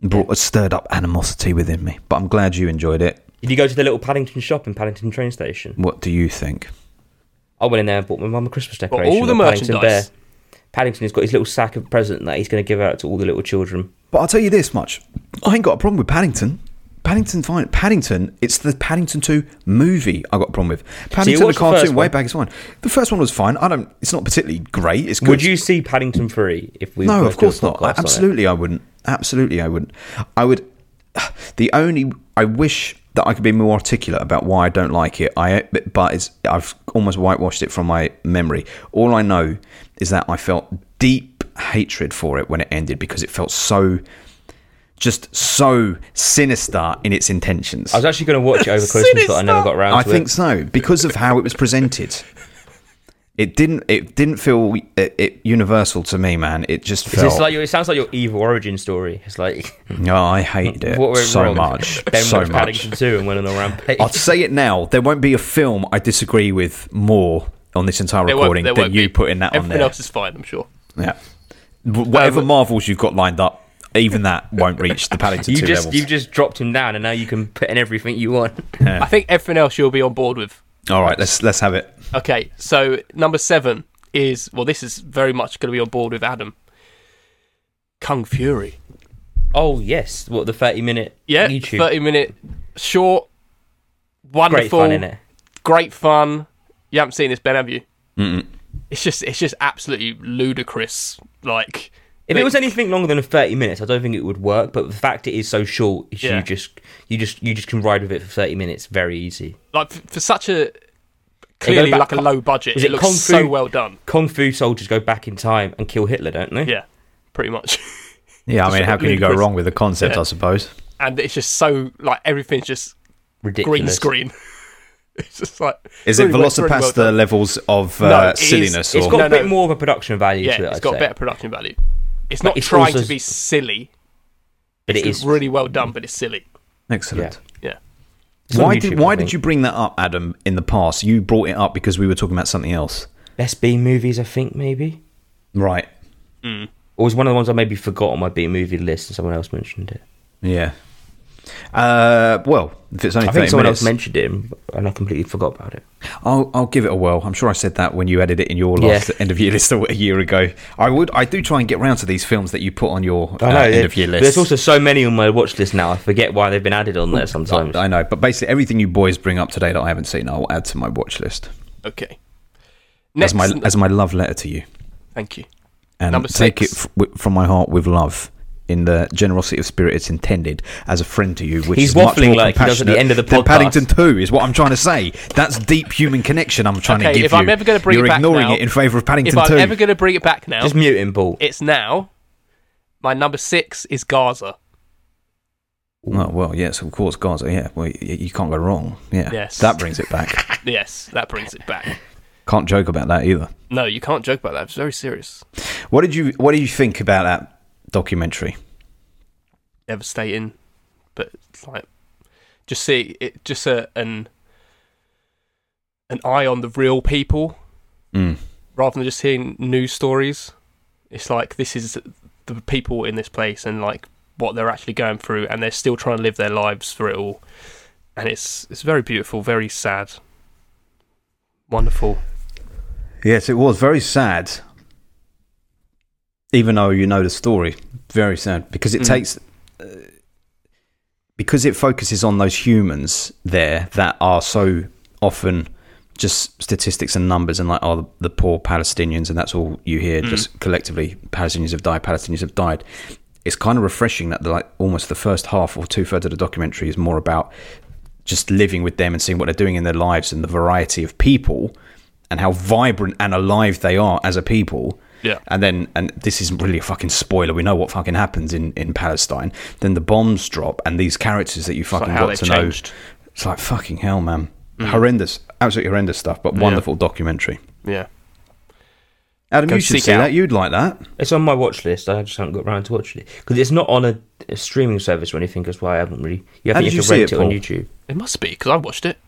Speaker 5: Brought a stirred up animosity within me, but I'm glad you enjoyed it.
Speaker 2: Did you go to the little Paddington shop in Paddington train station?
Speaker 5: What do you think?
Speaker 2: I went in there and bought my mum a Christmas decoration.
Speaker 4: all the
Speaker 2: of Paddington
Speaker 4: merchandise.
Speaker 2: Bear. Paddington has got his little sack of present that he's going to give out to all the little children.
Speaker 5: But I'll tell you this much: I ain't got a problem with Paddington. Paddington, fine. Paddington, it's the Paddington Two movie. I got a problem with Paddington the
Speaker 2: watched the first
Speaker 5: cartoon. way
Speaker 2: one?
Speaker 5: back is fine. The first one was fine. I don't. It's not particularly great. It's good.
Speaker 2: Would you see Paddington three if we?
Speaker 5: No,
Speaker 2: were
Speaker 5: of
Speaker 2: to do a
Speaker 5: course not.
Speaker 2: podcast on it?
Speaker 5: Absolutely, I wouldn't. Absolutely, I wouldn't. I would. The only I wish that I could be more articulate about why I don't like it. I but it's, I've almost whitewashed it from my memory. All I know is that I felt deep hatred for it when it ended because it felt so, just so sinister in its intentions.
Speaker 2: I was actually going to watch it over Christmas, but I never got around
Speaker 5: I
Speaker 2: to
Speaker 5: think
Speaker 2: it.
Speaker 5: so because of how it was presented. It didn't. It didn't feel it, it universal to me, man. It just
Speaker 2: It's
Speaker 5: felt.
Speaker 2: just like your, it sounds like your evil origin story. It's like
Speaker 5: No, I hated it
Speaker 2: what went
Speaker 5: so
Speaker 2: wrong?
Speaker 5: much.
Speaker 2: Then
Speaker 5: so
Speaker 2: watched
Speaker 5: much.
Speaker 2: Paddington two and went on a rampage.
Speaker 5: I'll say it now. There won't be a film I disagree with more on this entire
Speaker 4: There won't-
Speaker 5: recording
Speaker 4: there
Speaker 5: than
Speaker 4: won't
Speaker 5: you
Speaker 4: be.
Speaker 5: putting that
Speaker 4: Everything
Speaker 5: on there.
Speaker 4: else is fine, I'm sure.
Speaker 5: yeah. W- Whatever
Speaker 4: Um,
Speaker 5: marvels you've got lined up, even that won't reach the Paddington
Speaker 2: you
Speaker 5: 2
Speaker 2: just
Speaker 5: levels.
Speaker 2: you just dropped him down, and now you can put in everything you want.
Speaker 4: I think everything else you'll be on board with.
Speaker 5: All right, let's let's have it.
Speaker 4: Okay, so number seven is well, this is very much going to be on board with Adam. Kung Fury.
Speaker 2: Oh yes, what the thirty minute
Speaker 4: Yeah,
Speaker 2: YouTube?
Speaker 4: thirty minute short,
Speaker 2: Great
Speaker 4: wonderful,
Speaker 2: fun in it.
Speaker 4: great fun. You haven't seen this, Ben, have you?
Speaker 5: Mm-mm.
Speaker 4: It's just it's just absolutely ludicrous. Like
Speaker 2: If
Speaker 4: Like-
Speaker 2: it was anything longer than thirty minutes, I don't think it would work. But the fact it is so short, is
Speaker 4: Yeah.
Speaker 2: you just you just you just can ride with it for thirty minutes, very easy.
Speaker 4: like f- for such a clearly
Speaker 2: back-
Speaker 4: like a low budget,
Speaker 2: is
Speaker 4: it,
Speaker 2: it
Speaker 4: looks
Speaker 2: Kung Fu-
Speaker 4: so well done.
Speaker 2: Kung Fu soldiers go back in time and kill Hitler, don't they?
Speaker 4: Yeah, pretty much.
Speaker 5: Yeah, I mean, how can you go
Speaker 4: ludicrous.
Speaker 5: wrong with the concept?
Speaker 4: Yeah.
Speaker 5: I suppose.
Speaker 4: And it's just so like everything's just
Speaker 2: ridiculous.
Speaker 4: green screen. it's just like
Speaker 5: Is it
Speaker 4: really well- really well
Speaker 5: Velocipasta
Speaker 4: done.
Speaker 5: levels of uh,
Speaker 4: No, it is-
Speaker 5: silliness?
Speaker 2: It's
Speaker 5: or
Speaker 2: got
Speaker 4: No,
Speaker 2: a bit
Speaker 4: no.
Speaker 2: more of a production value
Speaker 4: Yeah,
Speaker 2: to it.
Speaker 4: it's
Speaker 2: I'd
Speaker 4: got
Speaker 2: say.
Speaker 4: better production value. It's not
Speaker 2: it's
Speaker 4: trying
Speaker 2: also-
Speaker 4: to be silly.
Speaker 2: but it
Speaker 4: It's
Speaker 2: is
Speaker 4: really well done, but it's silly.
Speaker 5: excellent.
Speaker 4: Yeah.
Speaker 2: It's on
Speaker 5: Why
Speaker 2: YouTube,
Speaker 5: did
Speaker 2: I
Speaker 5: Why
Speaker 2: think.
Speaker 5: did you bring that up, Adam? In the past, you brought it up because we were talking about something else,
Speaker 2: best B movies? I think maybe
Speaker 5: right?
Speaker 2: or was one of the ones I maybe forgot on my B movie list, and someone else mentioned it.
Speaker 5: Yeah. Uh, well, if it's only
Speaker 2: I
Speaker 5: 30
Speaker 2: think someone
Speaker 5: minutes,
Speaker 2: else mentioned it, and I completely forgot about it.
Speaker 5: I'll, I'll give it a whirl. I'm sure I said that when you added it in your last
Speaker 2: Yeah.
Speaker 5: end of year list a, a year ago. I would, I do try and get round to these films that you put on your uh, end
Speaker 2: yeah.
Speaker 5: of year
Speaker 2: But
Speaker 5: list.
Speaker 2: There's also so many on my watch list now. I forget why they've been added on there sometimes.
Speaker 5: I know, but basically everything you boys bring up today that I haven't seen, I'll add to my watch list
Speaker 4: Okay.
Speaker 5: as
Speaker 4: Next,
Speaker 5: my as my love letter to you.
Speaker 4: thank you.
Speaker 5: and
Speaker 4: Number
Speaker 5: take
Speaker 4: six.
Speaker 5: it f- wi- from my heart with love. In the generosity of spirit it's intended as a friend to you, which
Speaker 2: He's
Speaker 5: is much
Speaker 2: waffling
Speaker 5: more
Speaker 2: like he does at the
Speaker 5: compassionate
Speaker 2: end of the
Speaker 5: than
Speaker 2: podcast.
Speaker 5: Paddington Two is what I'm trying to say. That's deep human connection. I'm trying
Speaker 4: Okay,
Speaker 5: to give
Speaker 4: if
Speaker 5: you.
Speaker 4: I'm ever going to bring
Speaker 5: You're
Speaker 4: it back
Speaker 5: ignoring
Speaker 4: now-
Speaker 5: it in favour of Paddington
Speaker 4: If I'm
Speaker 5: Two.
Speaker 4: ever going to bring it back now,
Speaker 2: Just mute him, Paul.
Speaker 4: it's now. My number six is Gaza.
Speaker 5: Oh, well, yes, of course, Gaza. Yeah, well, y- y- you can't go wrong. Yeah,
Speaker 4: Yes.
Speaker 5: that brings it back.
Speaker 4: Yes, that brings it back.
Speaker 5: can't joke about that either.
Speaker 4: No, you can't joke about that. It's very serious.
Speaker 5: What did you What do you think about that documentary?
Speaker 4: Devastating, but it's like just see it just a, an an eye on the real people
Speaker 5: Mm.
Speaker 4: rather than just hearing news stories. It's like this is the people in this place and like what they're actually going through, and they're still trying to live their lives for it all. And it's it's very beautiful, very sad, wonderful.
Speaker 5: Yes, it was very sad. Even though you know the story, very sad because it
Speaker 4: Mm.
Speaker 5: takes uh, because it focuses on those humans there that are so often just statistics and numbers and like oh the, the poor Palestinians and that's all you
Speaker 4: Mm.
Speaker 5: hear just collectively Palestinians have died Palestinians have died. It's kind of refreshing that the, like almost the first half or two thirds of the documentary is more about just living with them and seeing what they're doing in their lives and the variety of people and how vibrant and alive they are as a people.
Speaker 4: Yeah.
Speaker 5: And then, and this isn't really a fucking spoiler. We know what fucking happens in, in Palestine. Then the bombs drop, and these characters that you
Speaker 4: like
Speaker 5: fucking
Speaker 4: how
Speaker 5: got
Speaker 4: they've
Speaker 5: to know.
Speaker 4: changed. Mm.
Speaker 5: It's like fucking hell, man. Horrendous, absolutely horrendous stuff, but wonderful documentary.
Speaker 4: Yeah.
Speaker 5: Adam,
Speaker 4: Go
Speaker 5: you should
Speaker 4: seek
Speaker 5: see
Speaker 4: out.
Speaker 5: that. You'd like that.
Speaker 2: It's on my watch list. I just haven't got round to watching it because it's not on a, a streaming service or anything. That's why I haven't really. You
Speaker 5: How
Speaker 2: have, you have
Speaker 5: did you
Speaker 2: to
Speaker 5: see
Speaker 2: rent
Speaker 5: it,
Speaker 2: it, on
Speaker 5: Paul?
Speaker 2: YouTube.
Speaker 4: It must be because I watched it.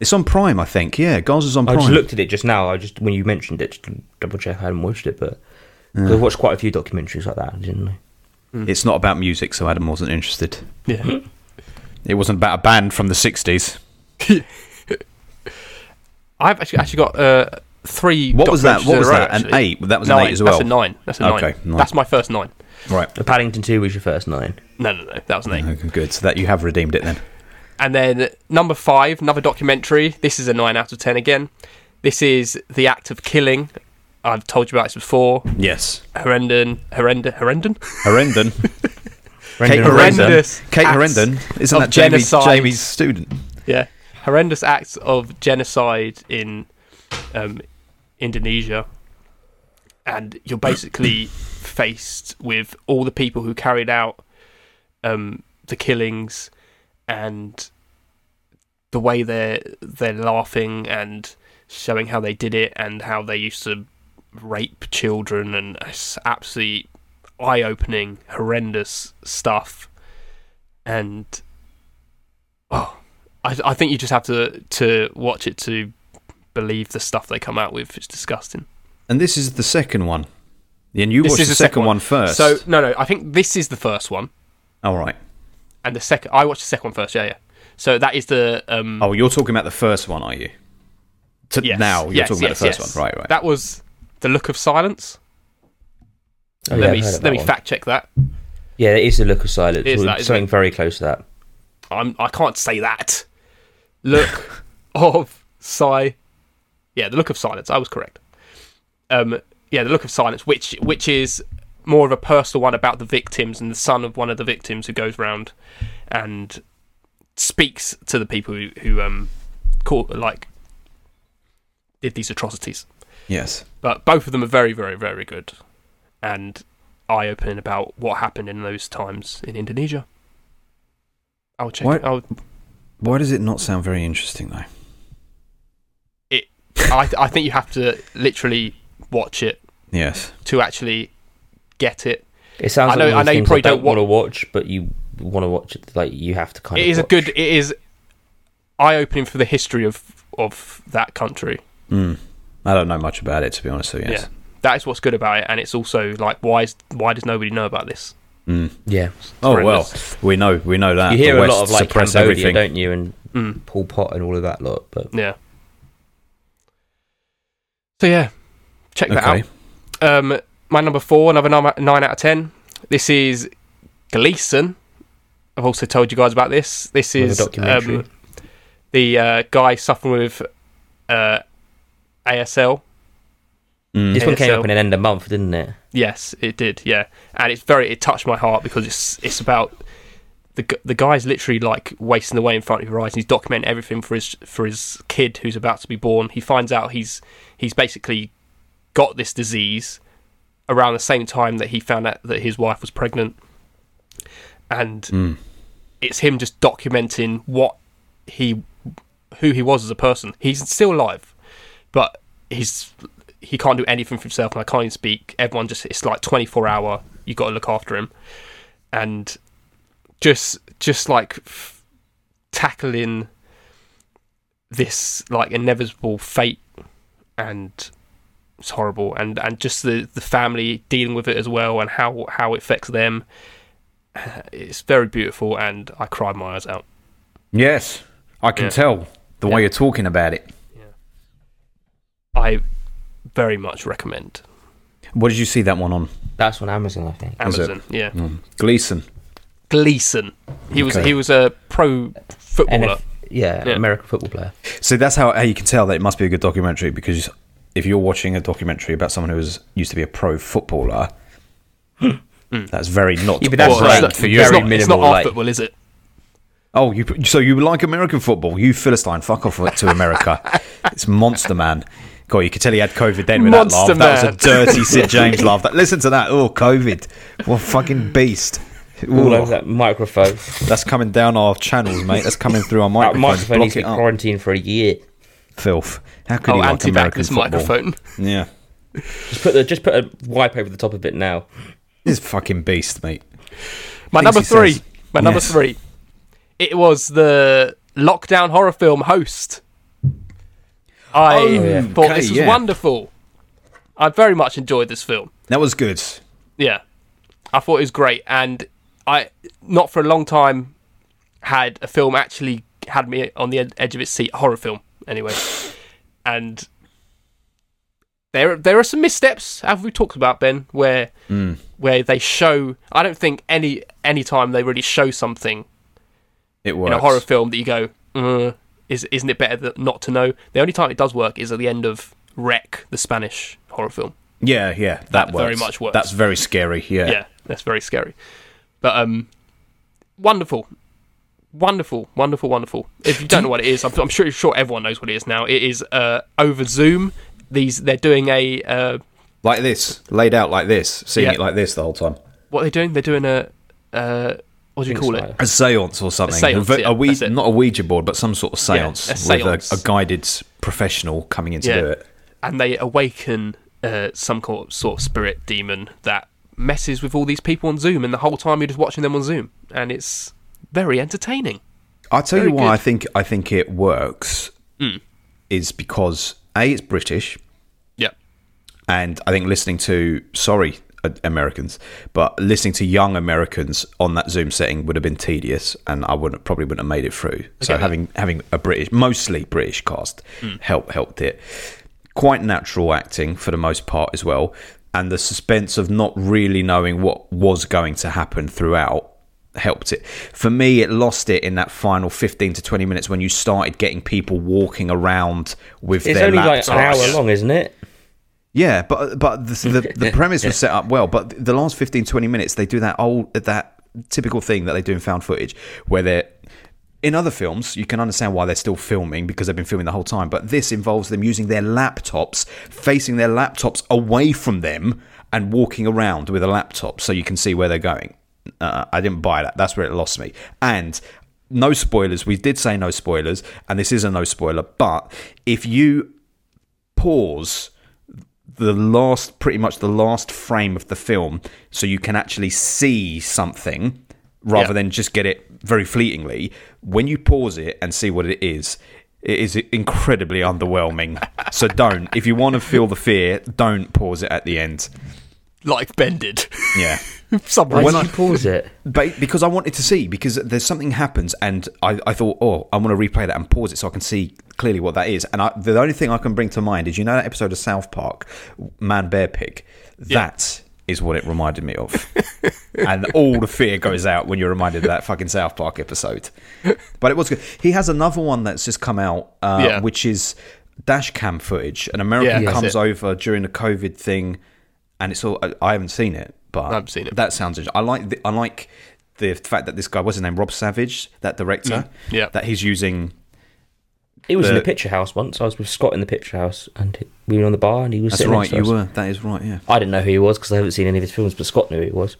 Speaker 5: It's on Prime, I think. Yeah, Gaza's on
Speaker 2: I
Speaker 5: Prime.
Speaker 2: just looked at it just now. I just when you mentioned it, just to double check I hadn't watched it, but 'cause I watched quite a few documentaries like that, didn't I?
Speaker 4: Mm.
Speaker 5: It's not about music, so Adam wasn't interested.
Speaker 4: Yeah.
Speaker 5: It wasn't about a band from the '60s.
Speaker 4: I've actually actually got uh, three.
Speaker 5: What was that?
Speaker 4: documentaries
Speaker 5: What
Speaker 4: in a
Speaker 5: was
Speaker 4: row,
Speaker 5: that? An
Speaker 4: actually.
Speaker 5: eight? That was an
Speaker 4: nine.
Speaker 5: eight as well.
Speaker 4: That's a nine. That's a
Speaker 5: Okay,
Speaker 4: nine.
Speaker 5: nine.
Speaker 4: That's my first nine.
Speaker 5: Right.
Speaker 2: The Paddington Two was your first nine.
Speaker 4: No, no, no. That was an eight.
Speaker 5: Okay, good. So that you have redeemed it then.
Speaker 4: And then number five, another documentary. This is a nine out of ten again. This is the act of killing. I've told you about this before.
Speaker 5: Yes.
Speaker 4: Horrendon, horrendon, horrendon.
Speaker 5: Horrendon.
Speaker 2: Brendan Fraser.
Speaker 5: Kate
Speaker 4: Horrendous
Speaker 5: Horrendon. Kate
Speaker 4: acts
Speaker 5: Horrendon. Isn't
Speaker 4: of
Speaker 5: that Jamie's,
Speaker 4: genocide.
Speaker 5: Jamie's student?
Speaker 4: yeah, horrendous acts of genocide in um, Indonesia, and you're basically faced with all the people who carried out um, the killings and the way they're they're laughing and showing how they did it and how they used to rape children and it's absolutely eye-opening, horrendous stuff, and oh, I, I think you just have to to watch it to believe the stuff they come out with. It's disgusting.
Speaker 5: And this is the second one. And you
Speaker 4: This
Speaker 5: watched
Speaker 4: is
Speaker 5: the
Speaker 4: the
Speaker 5: second
Speaker 4: second
Speaker 5: one first.
Speaker 4: So no, no, I think this is the first one,
Speaker 5: all right.
Speaker 4: and the second I watched the second one first. Yeah, yeah. So that is the um.
Speaker 5: Oh, you're talking about the first one, are you? To
Speaker 4: yes,
Speaker 5: now, you're
Speaker 4: yes,
Speaker 5: talking about the
Speaker 4: yes,
Speaker 5: first
Speaker 4: yes.
Speaker 5: one, right? Right.
Speaker 4: That was the look of silence.
Speaker 2: Oh, yeah,
Speaker 4: let
Speaker 2: I've
Speaker 4: me
Speaker 2: heard
Speaker 4: let
Speaker 2: of that
Speaker 4: me
Speaker 2: one.
Speaker 4: fact check that.
Speaker 2: Yeah, it is a look of silence.
Speaker 4: It is
Speaker 2: or
Speaker 4: that, isn't
Speaker 2: something very close to that.
Speaker 4: I'm I can't say that. Look of si. Yeah, the look of silence. I was correct. Um, yeah, the look of silence, which which is more of a personal one about the victims and the son of one of the victims who goes round and speaks to the people who, who um call like did these atrocities.
Speaker 5: yes.
Speaker 4: But both of them are very very very good and eye opening about what happened in those times in Indonesia. I'll check.
Speaker 5: What-
Speaker 4: I'll
Speaker 5: Why does it not sound very interesting, though?
Speaker 4: I, th- I think you have to literally watch it
Speaker 5: Yes.
Speaker 4: to actually get it.
Speaker 2: It sounds.
Speaker 4: I know-
Speaker 2: Like one
Speaker 4: I
Speaker 2: of
Speaker 4: know
Speaker 2: those
Speaker 4: you
Speaker 2: things
Speaker 4: probably don't
Speaker 2: don't want to watch, but you want to watch it. Like you have to kind
Speaker 4: It
Speaker 2: of.
Speaker 4: is a
Speaker 2: watch.
Speaker 4: good. It is eye opening for the history of of that country.
Speaker 5: Mm. I don't know much about it, to be honest with you.
Speaker 4: Yeah,
Speaker 5: Yes.
Speaker 4: that is what's good about it, and it's also like why is why does nobody know about this?
Speaker 5: Mm.
Speaker 2: Yeah,
Speaker 5: Oh well,
Speaker 4: horrendous.
Speaker 5: we know we know that
Speaker 2: you hear
Speaker 5: the
Speaker 2: a
Speaker 5: West
Speaker 2: lot of like
Speaker 5: suppress
Speaker 2: Cambodia,
Speaker 5: everything.
Speaker 2: don't you, and
Speaker 4: Mm,
Speaker 2: Paul Pot and all of that lot. But
Speaker 4: yeah. So yeah, check that out.
Speaker 5: Okay.
Speaker 4: Um, my number four, another num- nine out of ten. This is Gleason. I've also told you guys about this. This
Speaker 2: Another
Speaker 4: is
Speaker 2: documentary.
Speaker 4: um, the uh, guy suffering with uh, ASL,
Speaker 2: This one came
Speaker 4: ASL.
Speaker 2: up in an end of month, didn't it?
Speaker 4: Yes, it did. Yeah, and it's very it touched my heart because it's it's about the gu- the guy's literally like wasting away in front of your eyes. and He's documenting everything for his for his kid who's about to be born. He finds out he's he's basically got this disease around the same time that he found out that his wife was pregnant, and
Speaker 5: Hmm.
Speaker 4: it's him just documenting what he who he was as a person. He's still alive, but he's he can't do anything for himself, and I can't even speak. Everyone just it's like twenty four hour. You got to look after him, and just just like f- tackling this like inevitable fate, and it's horrible, and and just the the family dealing with it as well, and how how it affects them. It's very beautiful, and I cried my eyes out.
Speaker 5: Yes, I can
Speaker 4: Yeah.
Speaker 5: tell the
Speaker 4: Yeah.
Speaker 5: way you're talking about it.
Speaker 4: I very much recommend
Speaker 5: What did you see that one on?
Speaker 2: That's on Amazon, I think.
Speaker 5: Is it?
Speaker 4: Amazon. Yeah,
Speaker 5: Gleason.
Speaker 4: Gleason. He was
Speaker 5: Okay.
Speaker 4: he was a pro footballer.
Speaker 2: NF yeah,
Speaker 4: Yeah.
Speaker 2: American football player.
Speaker 5: So that's how, how you can tell that it must be a good documentary because if you're watching a documentary about someone who was used to be a pro footballer, that's very not.
Speaker 2: Yeah, but that's
Speaker 5: all
Speaker 2: like
Speaker 5: that for you.
Speaker 4: it's
Speaker 2: very
Speaker 4: not, it's
Speaker 2: minimal.
Speaker 4: not our
Speaker 2: like,
Speaker 4: football, is it?
Speaker 5: Oh, you so you like American football? You philistine, fuck off to America! it's Monster Man. God, you could tell he had COVID then with
Speaker 4: Monster
Speaker 5: that laugh.
Speaker 4: Man.
Speaker 5: That was a dirty Sid James laugh. That, listen to that. Oh, COVID! What a fucking beast!
Speaker 2: all
Speaker 5: Ooh,
Speaker 2: over that microphone.
Speaker 5: that's coming down our channels, mate. That's coming through our
Speaker 2: that
Speaker 5: microphones.
Speaker 2: microphone needs
Speaker 5: Block
Speaker 2: to
Speaker 5: it
Speaker 2: be
Speaker 5: up.
Speaker 2: quarantined for a year.
Speaker 5: Filth. How could
Speaker 4: Oh,
Speaker 5: you like
Speaker 4: anti back
Speaker 5: American
Speaker 4: this
Speaker 5: football?
Speaker 4: microphone.
Speaker 5: Yeah,
Speaker 2: Just put the just put a wipe over the top of it now.
Speaker 5: this fucking beast, mate.
Speaker 4: My
Speaker 5: Things
Speaker 4: number
Speaker 5: he
Speaker 4: three.
Speaker 5: says.
Speaker 4: My number
Speaker 5: Yes.
Speaker 4: three. It was the lockdown horror film host. I thought
Speaker 5: okay,
Speaker 4: this was
Speaker 5: Oh, yeah.
Speaker 4: wonderful. I very much enjoyed this film.
Speaker 5: That was good.
Speaker 4: Yeah, I thought it was great, and I not for a long time had a film actually had me on the ed- edge of its seat. A horror film, anyway, and there there are some missteps. Have we talked about Ben where where they show? I don't think any any time they really show something
Speaker 5: It works.
Speaker 4: in a horror film that you go, uh, is isn't it better that not to know? The only time it does work is at the end of Wreck, the Spanish horror film.
Speaker 5: Yeah, yeah, that,
Speaker 4: That
Speaker 5: works.
Speaker 4: very much works.
Speaker 5: That's very scary. Yeah.
Speaker 4: yeah, that's very scary. But um, wonderful, wonderful, wonderful, wonderful. If you don't know what it is, I'm, I'm sure sure everyone knows what it is now. It is uh over Zoom. These they're doing a uh,
Speaker 5: Like this, laid out like this, seeing
Speaker 4: Yeah.
Speaker 5: it like this the whole time.
Speaker 4: what are they doing? They're doing a uh, what do you call it?
Speaker 5: A séance or something.
Speaker 4: A séance,
Speaker 5: ve-
Speaker 4: yeah,
Speaker 5: we-
Speaker 4: that's it.
Speaker 5: not a Ouija board, but some sort of séance
Speaker 4: a
Speaker 5: with
Speaker 4: séance.
Speaker 5: a, a guided professional coming in to
Speaker 4: Yeah.
Speaker 5: do it.
Speaker 4: And they awaken uh, some co- sort of spirit demon that messes with all these people on Zoom, and the whole time you're just watching them on Zoom, and it's very entertaining.
Speaker 5: I'll tell
Speaker 4: Very
Speaker 5: you why
Speaker 4: good. Hmm.
Speaker 5: I think I think it works is because a it's British,
Speaker 4: Yeah,
Speaker 5: and I think listening to sorry uh, Americans, but listening to young Americans on that Zoom setting would have been tedious, and I wouldn't probably wouldn't have made it through. so having having a British, mostly British cast,
Speaker 2: Hmm.
Speaker 5: helped helped it. Quite natural acting for the most part as well, and the suspense of not really knowing what was going to happen throughout helped it. For me, it lost it in that final 15 to 20 minutes when you started getting people walking around with
Speaker 2: It's
Speaker 5: their
Speaker 2: only like
Speaker 5: laptops.
Speaker 2: an hour long, isn't it?
Speaker 5: Yeah, but but the the, the premise was set up well, but the last 15 20 minutes they do that old that typical thing that they do in found footage where they're in other films you can understand why they're still filming because they've been filming the whole time, but this involves them using their laptops, facing their laptops away from them and walking around with a laptop so you can see where they're going. Uh, I didn't buy that. That's where it lost me. And no spoilers. We did say no spoilers, and this is a no spoiler. But if you pause the last pretty much the last frame of the film so you can actually see something rather
Speaker 4: Yeah.
Speaker 5: than just get it very fleetingly when you pause it and see what it is it is incredibly underwhelming so don't if you want to feel the fear don't pause it at the end
Speaker 4: like Ben did.
Speaker 5: yeah
Speaker 4: Someone
Speaker 2: Why
Speaker 5: When
Speaker 2: did
Speaker 5: I-
Speaker 2: you pause it?
Speaker 5: but because I wanted to see, because there's something happens, and I, I thought, oh, I want to replay that and pause it so I can see clearly what that is. And I, the only thing I can bring to mind is you know that episode of South Park, Man Bear Pig. That is what it reminded me of, and all the fear goes out when you're reminded of that fucking South Park episode. But it was good. He has another one that's just come out, uh,
Speaker 4: Yeah.
Speaker 5: which is dash cam footage. An American
Speaker 4: Yeah, that's
Speaker 5: comes
Speaker 4: it.
Speaker 5: over during the COVID thing, and it's all. I- I haven't seen it, but
Speaker 4: I haven't seen it.
Speaker 5: That sounds. int- I like. The, I like the fact that this guy what's his name Rob Savage, that director.
Speaker 4: Mm, Yeah.
Speaker 5: that he's using.
Speaker 2: He was in
Speaker 5: The-
Speaker 2: the picture house once. I was with Scott in the picture house, and he- we were on the bar, and he was.
Speaker 5: That's
Speaker 2: sitting
Speaker 5: right.
Speaker 2: next to
Speaker 5: You
Speaker 2: us.
Speaker 5: were. That is right. Yeah.
Speaker 2: I didn't know who he was because I haven't seen any of his films, but Scott knew who he was.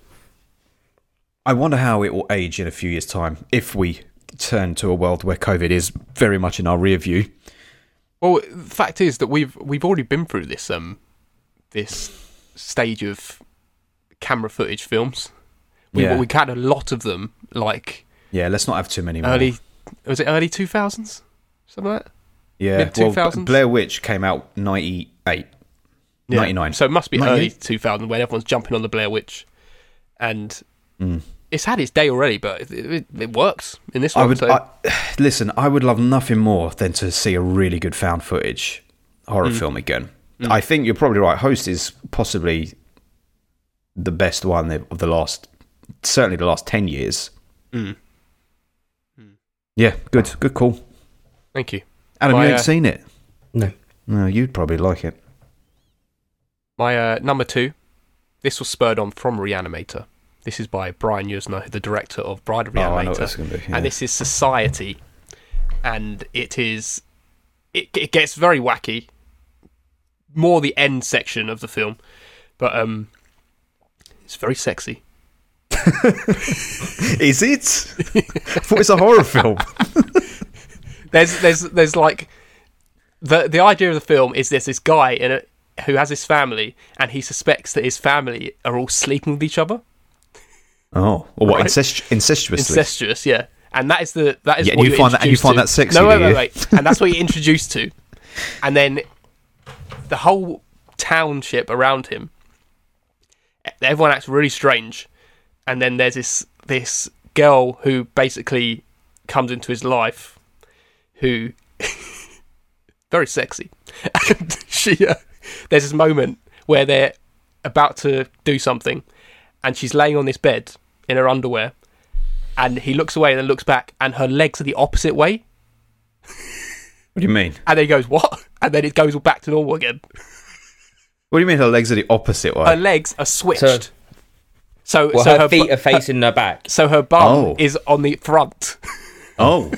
Speaker 5: I wonder how it will age in a few years' time if we turn to a world where COVID is very much in our rear view.
Speaker 4: Well, the fact is that we've we've already been through this um this stage of camera footage films. We
Speaker 5: Yeah.
Speaker 4: we had a lot of them, like
Speaker 5: Yeah, let's not have too many more.
Speaker 4: early was it early two thousands, something like that.
Speaker 5: yeah,
Speaker 4: mid-
Speaker 5: well,
Speaker 4: 2000s?
Speaker 5: Blair Witch came out ninety eight. 99.
Speaker 4: So it must be early
Speaker 5: 98?
Speaker 4: two thousand when everyone's jumping on the Blair Witch, and it's had its day already, but it, it, it works in this one.
Speaker 5: Mm. I would
Speaker 4: so
Speaker 5: I, listen. I would love nothing more than to see a really good found footage horror
Speaker 4: Mm.
Speaker 5: film again. I think you're probably right. Host is possibly the best one of the last, certainly the last ten years.
Speaker 4: Mm.
Speaker 5: Mm. Yeah, good, good call.
Speaker 4: thank you.
Speaker 5: Adam,
Speaker 4: My,
Speaker 5: you
Speaker 4: uh,
Speaker 5: ain't seen it.
Speaker 2: No.
Speaker 5: No, you'd probably like it.
Speaker 4: My uh, number two. This was spurred on from Reanimator. This is by Brian Usner, the director of Bride of
Speaker 5: Oh, I know
Speaker 4: Reanimator.
Speaker 5: what this is gonna be, yeah.
Speaker 4: And this is Society, and it is it, it gets very wacky. More the end section of the film, but um, it's very sexy.
Speaker 5: Is it? I thought it's a horror film.
Speaker 4: there's there's there's like the the idea of the film is there's this guy in it who has his family and he suspects that his family are all sleeping with each other
Speaker 5: Oh, or what?
Speaker 4: Right.
Speaker 5: Incest- incestuously.
Speaker 4: incestuous yeah and that is the that is
Speaker 5: Yeah, and
Speaker 4: what
Speaker 5: you
Speaker 4: you're
Speaker 5: find that- and you
Speaker 4: introduced
Speaker 5: find
Speaker 4: to.
Speaker 5: that sexy,
Speaker 4: no
Speaker 5: do
Speaker 4: wait wait
Speaker 5: you?
Speaker 4: wait and that's what you're introduced to and then the whole township around him everyone acts really strange and then there's this this girl who basically comes into his life who very sexy and she uh, there's this moment where they're about to do something and she's laying on this bed in her underwear and he looks away and then looks back and her legs are the opposite way
Speaker 5: What do you mean?
Speaker 4: and then he goes what and then it goes all back to normal again
Speaker 5: What do you mean her legs are the opposite
Speaker 4: her
Speaker 5: way?
Speaker 4: legs are switched
Speaker 2: So-
Speaker 4: so so,
Speaker 2: Well, her,
Speaker 4: her, bu-
Speaker 2: feet are facing her back.
Speaker 4: so her bum
Speaker 5: Oh.
Speaker 4: is on the front
Speaker 5: Oh,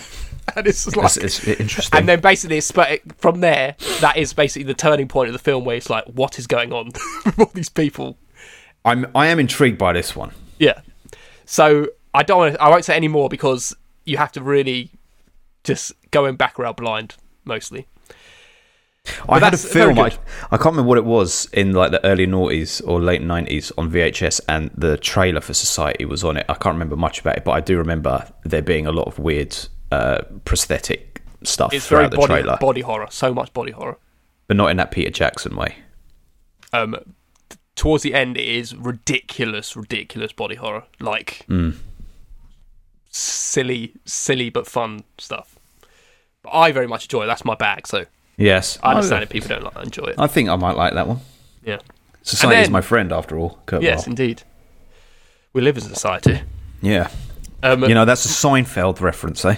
Speaker 4: and it's just like
Speaker 5: that's, it's interesting.
Speaker 4: and then basically it's sp- from there that is basically the turning point of the film where it's like what is going on with all these people
Speaker 5: I'm I am intrigued by this one.
Speaker 4: Yeah. So I don't. Wanna, I won't say any more because you have to really just go in background blind mostly.
Speaker 5: I had a
Speaker 4: that's very
Speaker 5: film. I,
Speaker 4: good.
Speaker 5: I can't remember what it was in like the early noughties or late nineties on VHS, and the trailer for Society was on it. I can't remember much about it, but I do remember there being a lot of weird uh, prosthetic stuff
Speaker 4: It's very
Speaker 5: throughout the
Speaker 4: body
Speaker 5: trailer,
Speaker 4: body horror. So much body horror.
Speaker 5: but not in that Peter Jackson way.
Speaker 4: Um, t- towards the end, it is ridiculous, ridiculous body horror. Like
Speaker 5: Hmm.
Speaker 4: silly, silly but fun stuff. But I very much enjoy. it. That's my bag. So
Speaker 5: Yes,
Speaker 4: I understand if people don't like, enjoy it.
Speaker 5: I think I might like that one.
Speaker 4: yeah.
Speaker 5: Society is
Speaker 4: then-
Speaker 5: my friend after all. Kurt
Speaker 4: Yes,
Speaker 5: Weill.
Speaker 4: indeed. We live as a society.
Speaker 5: yeah.
Speaker 4: Um,
Speaker 5: You know that's a Seinfeld reference, eh?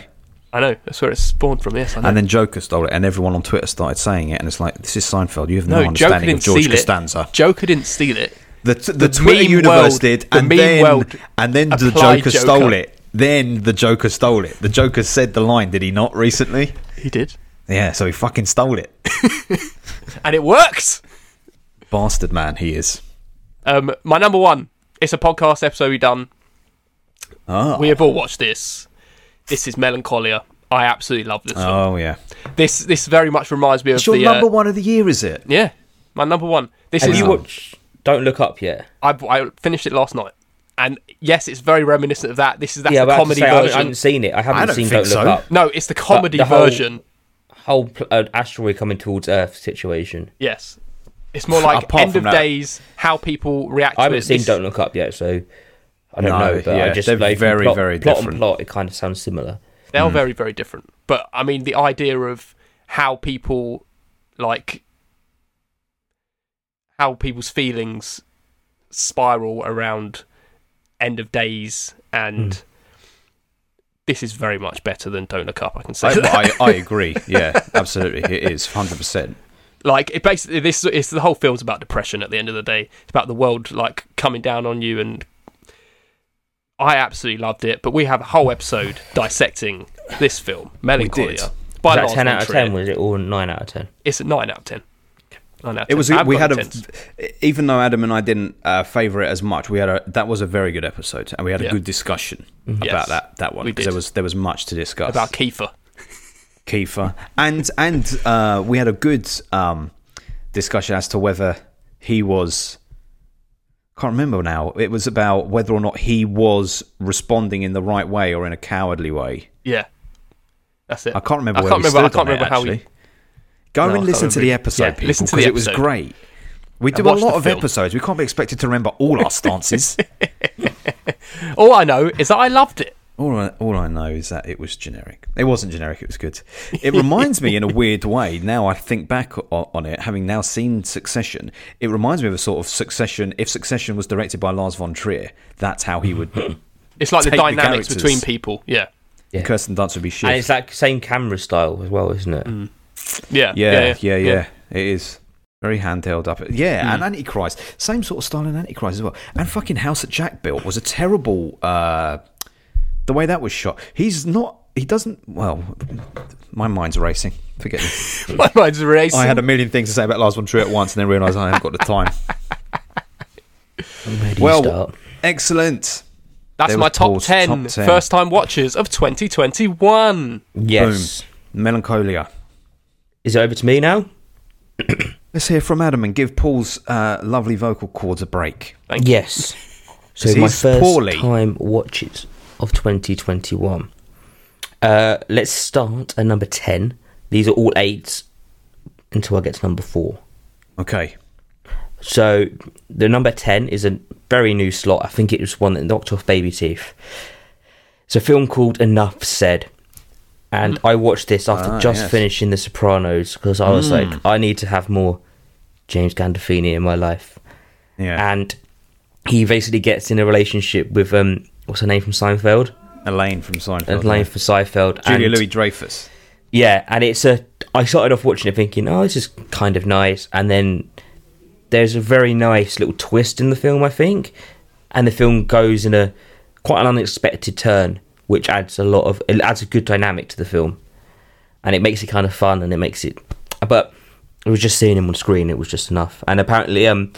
Speaker 4: I know. That's where it's spawned from. Yes, I know.
Speaker 5: And then Joker stole it, and everyone on Twitter started saying it, and it's like this is Seinfeld. You have no,
Speaker 4: No, Joker
Speaker 5: understanding
Speaker 4: didn't
Speaker 5: of George
Speaker 4: steal
Speaker 5: Costanza.
Speaker 4: it. Joker didn't steal it.
Speaker 5: The, t- the,
Speaker 4: The
Speaker 5: Twitter
Speaker 4: meme
Speaker 5: universe
Speaker 4: world-
Speaker 5: did,
Speaker 4: the
Speaker 5: and
Speaker 4: meme
Speaker 5: then
Speaker 4: world
Speaker 5: and then the
Speaker 4: applied
Speaker 5: Joker,
Speaker 4: Joker.
Speaker 5: stole it. Then the Joker stole it. The Joker said the line, did he not? Recently,
Speaker 4: He did,
Speaker 5: yeah. So he fucking stole it.
Speaker 4: and it worked.
Speaker 5: Bastard man, he is.
Speaker 4: Um, my number one. It's a podcast episode we've done.
Speaker 5: Oh,
Speaker 4: We have all watched this. This is Melancholia. I absolutely love this. film.
Speaker 5: oh yeah.
Speaker 4: This this very much reminds me of
Speaker 5: It's your
Speaker 4: the uh,
Speaker 5: number one of the year, is it?
Speaker 4: Yeah, my number one. This
Speaker 2: Have
Speaker 4: is
Speaker 2: you
Speaker 5: Wow.
Speaker 2: watched Don't Look Up yet?
Speaker 4: I, I finished it last night, and yes, it's very reminiscent of that. This is that's
Speaker 2: yeah,
Speaker 4: the
Speaker 2: about to
Speaker 4: comedy
Speaker 2: say, I, haven't, I
Speaker 4: version.
Speaker 2: haven't seen it. I haven't
Speaker 5: I don't
Speaker 2: seen
Speaker 5: think
Speaker 2: Don't Look
Speaker 5: so.
Speaker 2: Up.
Speaker 4: no, it's the comedy
Speaker 2: the whole-
Speaker 4: version.
Speaker 2: Whole pl- uh, asteroid coming towards Earth situation.
Speaker 4: Yes, it's more like
Speaker 5: Apart
Speaker 4: end
Speaker 5: from
Speaker 4: of
Speaker 5: that-
Speaker 4: days. How people react.
Speaker 2: I
Speaker 4: to
Speaker 2: haven't
Speaker 4: it.
Speaker 2: seen
Speaker 4: This-
Speaker 2: Don't Look Up yet, so I don't
Speaker 5: No,
Speaker 2: know. But
Speaker 5: yeah,
Speaker 2: I just
Speaker 5: they're
Speaker 2: know from
Speaker 5: very,
Speaker 2: plot,
Speaker 5: very
Speaker 2: plot
Speaker 5: different.
Speaker 2: and plot. It kind of sounds similar.
Speaker 4: They are very, very different. But I mean, the idea of how people like how people's feelings
Speaker 2: Hmm.
Speaker 4: spiral around end of days and this is very much better than Don't Look Up. I can say that.
Speaker 5: I, I, I agree. Yeah, absolutely. It is 100%.
Speaker 4: like it basically this it's the whole film's about depression at the end of the day it's about the world like coming down on you and i absolutely loved it but we have a whole episode dissecting this film melancholia by
Speaker 2: Was that
Speaker 4: Lars
Speaker 2: 10 out of
Speaker 4: von
Speaker 2: 10?
Speaker 4: Trier.
Speaker 2: Was it all 9 out of 10?
Speaker 4: it's a 9 out of 10 9 out of 10
Speaker 5: It was.
Speaker 4: I
Speaker 5: We
Speaker 4: haven't
Speaker 5: had
Speaker 4: got
Speaker 5: a,
Speaker 4: any 10s.
Speaker 5: even though Adam and I didn't uh, favour it as much, we had a that was a very good episode, and we had a
Speaker 4: Yeah.
Speaker 5: good discussion
Speaker 4: Yes,
Speaker 5: about that that one
Speaker 4: we
Speaker 5: because
Speaker 4: did.
Speaker 5: there was there was much to discuss
Speaker 4: about kiefer
Speaker 5: Kiefer, and and uh, we had a good um, discussion as to whether he was. Can't remember now. It was about whether or not he was responding in the right way or in a cowardly way.
Speaker 4: yeah that's it
Speaker 5: I can't remember.
Speaker 4: i
Speaker 5: where
Speaker 4: can't
Speaker 5: we
Speaker 4: remember i
Speaker 5: stood on
Speaker 4: can't remember
Speaker 5: it,
Speaker 4: how we
Speaker 5: actually. Go
Speaker 4: No, I
Speaker 5: and
Speaker 4: can't
Speaker 5: listen to
Speaker 4: remember.
Speaker 5: the episode,
Speaker 4: Yeah,
Speaker 5: people,
Speaker 4: listen to the
Speaker 5: because it was
Speaker 4: episode.
Speaker 5: great. We do a
Speaker 4: watch
Speaker 5: lot
Speaker 4: the
Speaker 5: of
Speaker 4: film.
Speaker 5: episodes. We can't be expected to remember all our stances.
Speaker 4: all i know is that i loved it
Speaker 5: all, I, all I know is that it was generic. It wasn't generic. It was good. It reminds me, in a weird way, now I think back o- on it, having now seen Succession. It reminds me of a sort of Succession. If Succession was directed by Lars von Trier, that's how he would.
Speaker 4: it's like the
Speaker 5: Take the
Speaker 4: dynamics
Speaker 5: characters.
Speaker 4: between people yeah
Speaker 2: Yeah.
Speaker 5: Kirsten Dunst would be shit.
Speaker 2: And it's that same camera style as well, isn't it?
Speaker 5: Mm.
Speaker 4: yeah
Speaker 5: Yeah, yeah, yeah. It is very handheld up. Yeah,
Speaker 2: Hmm.
Speaker 5: and Antichrist, same sort of style in Antichrist as well. And fucking House that Jack built was a terrible. Uh, the way that was shot, he's not. He doesn't. Well, my mind's racing. Forget it.
Speaker 4: my mind's racing
Speaker 5: I had a million things to say about Lars von Trier at once, and then realised I haven't got the time.
Speaker 2: Where do you
Speaker 5: well,
Speaker 2: start?
Speaker 5: excellent.
Speaker 4: that's
Speaker 5: there
Speaker 4: my
Speaker 5: was
Speaker 4: top
Speaker 5: Paul's
Speaker 4: 10
Speaker 5: top 10.
Speaker 4: first time watchers of 2021
Speaker 2: Yes.
Speaker 5: Boom. Melancholia.
Speaker 2: Is it over to me now?
Speaker 5: Let's hear from Adam and give Paul's uh, lovely vocal cords a break.
Speaker 2: Yes. So
Speaker 5: Because
Speaker 2: my
Speaker 5: he's
Speaker 2: first
Speaker 5: poorly.
Speaker 2: time watches of 2021. Uh, let's start at number 10. These are all eights until I get to number 4.
Speaker 5: Okay.
Speaker 2: So the number 10 is a very new slot. I think it was one that knocked off Baby Teeth. It's a film called Enough Said. And I watched this after
Speaker 5: Ah,
Speaker 2: just
Speaker 5: yes.
Speaker 2: finishing The Sopranos because I was like, I need to have more James Gandolfini in my life.
Speaker 5: Yeah.
Speaker 2: And he basically gets in a relationship with, um, what's her name from Seinfeld?
Speaker 5: Elaine from Seinfeld.
Speaker 2: And Lane for Seinfeld.
Speaker 5: Julia
Speaker 2: and-
Speaker 5: Louis Dreyfus.
Speaker 2: yeah, and it's a. I started off watching it thinking, oh, this is kind of nice, and then there's a very nice little twist in the film, I think, and the film goes in a quite an unexpected turn, which adds a lot of it adds a good dynamic to the film, and it makes it kind of fun, and it makes it. But it was just seeing him on screen; it was just enough. And apparently, um,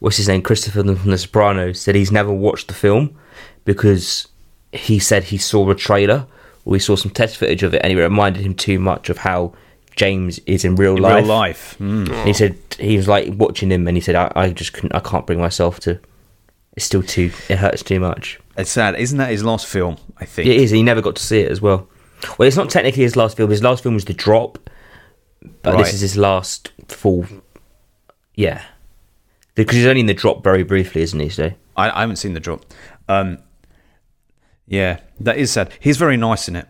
Speaker 2: what's his name, Christopher from The Sopranos, said he's never watched the film because he said he saw a trailer or he saw some test footage of it, and it reminded him too much of how James is in real life.
Speaker 5: Real life. Mm.
Speaker 2: He said he was like watching him, and he said, "I, I just couldn't, I can't bring myself to. It's still too. It hurts too much.
Speaker 5: It's sad, isn't that his last film? I think.
Speaker 2: It is. and He never got to see it as well. Well, it's not technically his last film. His last film was The Drop, but
Speaker 5: Right.
Speaker 2: this is his last full. Yeah, because he's only in The Drop very briefly, isn't he? So
Speaker 5: I, I haven't seen the drop. Um, yeah, that is sad. He's very nice in it,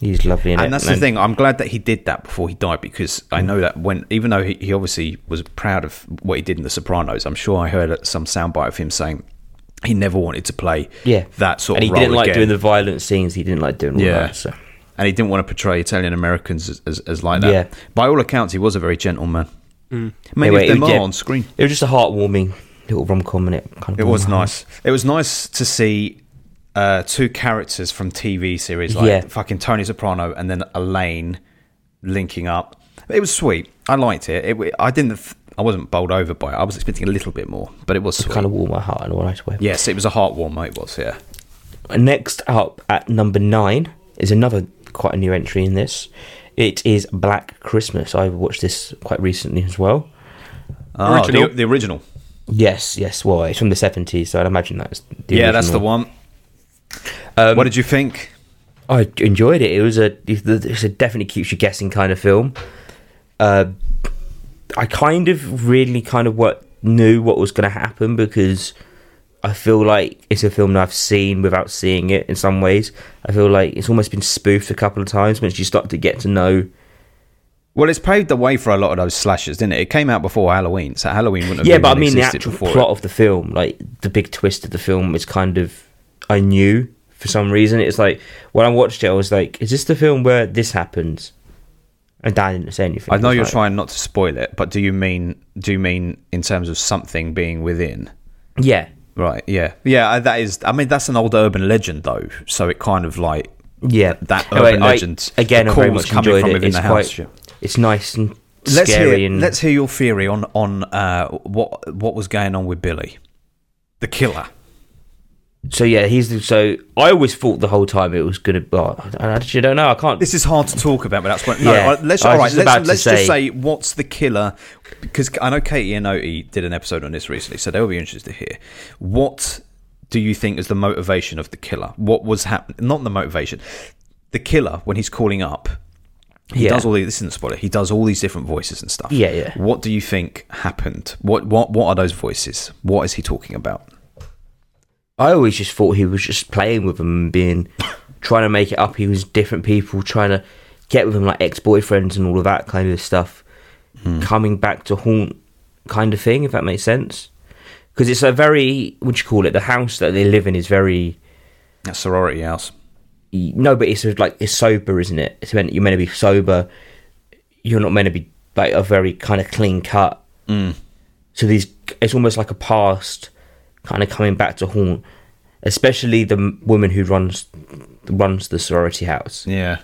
Speaker 2: he's lovely, in it.
Speaker 5: and that's the thing. I'm glad that he did that before he died because I know that when, even though he, he obviously was proud of what he did in The Sopranos, I'm sure I heard some soundbite of him saying he never wanted to play
Speaker 2: Yeah,
Speaker 5: that sort
Speaker 2: and
Speaker 5: of
Speaker 2: he
Speaker 5: role
Speaker 2: didn't like
Speaker 5: again.
Speaker 2: doing the violent scenes. He didn't like doing all
Speaker 5: Yeah.
Speaker 2: that. So
Speaker 5: and he didn't want to portray Italian Americans as, as, as like that.
Speaker 2: Yeah.
Speaker 5: By all accounts, he was a very gentle man. Many
Speaker 2: Anyway,
Speaker 5: of them
Speaker 2: it-
Speaker 5: are
Speaker 2: yeah.
Speaker 5: on screen.
Speaker 2: it was just a heartwarming little rom com, and it kind of
Speaker 5: It was
Speaker 2: warmed my heart.
Speaker 5: nice. It was nice to see uh, two characters from TV series like
Speaker 2: Yeah.
Speaker 5: fucking Tony Soprano and then Elaine linking up. It was sweet. I liked it. it w- I didn't. Th- I wasn't bowled over by it. I was expecting a little bit more, but it was sweet.
Speaker 2: Kind of warmed my heart in a nice way.
Speaker 5: yes, it was a heartwarmer. It was. Yeah.
Speaker 2: Next up at number nine is another quite a new entry in this. It is Black Christmas. I watched this quite recently as well.
Speaker 5: Ah, the-
Speaker 4: Original.
Speaker 5: The, original.
Speaker 2: Yes, yes. Well, it's from the seventies, so I'd imagine that's the
Speaker 5: yeah, that's the
Speaker 2: original. Um,
Speaker 5: one. what did you think?
Speaker 2: I enjoyed it. It was a it's a definitely keeps you guessing kind of film. Uh, I kind of really kind of what knew what was going to happen because I feel like it's a film that I've seen without seeing it in some ways. I feel like it's almost been spoofed a couple of times once you start to get to know
Speaker 5: Well, it's paved the way for a lot of those slashers, didn't it? It came out before Halloween, so Halloween wouldn't have
Speaker 2: yeah,
Speaker 5: even
Speaker 2: but I mean the
Speaker 5: existed
Speaker 2: actual
Speaker 5: before
Speaker 2: plot of the film, like the big twist of the film, is kind of I knew for some reason. It's like when I watched it, I was like, "Is this the film where this happens?" And Dan didn't say anything.
Speaker 5: I know
Speaker 2: It's
Speaker 5: you're
Speaker 2: like-
Speaker 5: trying not to spoil it, but do you mean do you mean in terms of something being within?
Speaker 2: Yeah,
Speaker 5: Right. Yeah. Yeah. I- That is. I mean, that's an old urban legend, though. So it kind of like
Speaker 2: yeah.
Speaker 5: that
Speaker 2: Anyway,
Speaker 5: urban
Speaker 2: I-
Speaker 5: legend.
Speaker 2: again,
Speaker 5: the
Speaker 2: I very
Speaker 5: calls
Speaker 2: much
Speaker 5: coming
Speaker 2: enjoyed
Speaker 5: from
Speaker 2: it.
Speaker 5: within
Speaker 2: It's
Speaker 5: the
Speaker 2: quite,
Speaker 5: house. yeah.
Speaker 2: it's nice and
Speaker 5: Let's
Speaker 2: scary
Speaker 5: hear.
Speaker 2: and
Speaker 5: Let's hear your theory on on uh, what what was going on with Billy, the killer.
Speaker 2: So yeah, he's the, so I always thought the whole time it was gonna. Well, I I actually don't know. I can't.
Speaker 5: This is hard to talk about, but that's what. No,
Speaker 2: Yeah,
Speaker 5: all right, let's
Speaker 2: I was
Speaker 5: all right.
Speaker 2: just
Speaker 5: Let's,
Speaker 2: about to
Speaker 5: let's just
Speaker 2: say-
Speaker 5: say what's the killer, because I know Katie and Otie did an episode on this recently, so they'll be interested to hear. What do you think is the motivation of the killer? What was happening? Not the motivation. The killer when he's calling up, he
Speaker 2: yeah.
Speaker 5: does all these. This isn't a spoiler. He does all these different voices and stuff.
Speaker 2: Yeah, yeah.
Speaker 5: What do you think happened? What what what are those voices? What is he talking about?
Speaker 2: I always just thought he was just playing with them and being trying to make it up. He was different people trying to get with him, like ex boyfriends and all of that kind of stuff, coming back to haunt kind of thing. If that makes sense, because it's a very what do you call it? The house that they live in is very
Speaker 5: That sorority house.
Speaker 2: no, but it's sort of like it's sober, isn't it? It's meant you're meant to be sober. You're not meant to be like a very kind of clean cut. Mm. So these, it's almost like a past kind of coming back to haunt, especially the m- woman who runs runs the sorority house.
Speaker 5: Yeah.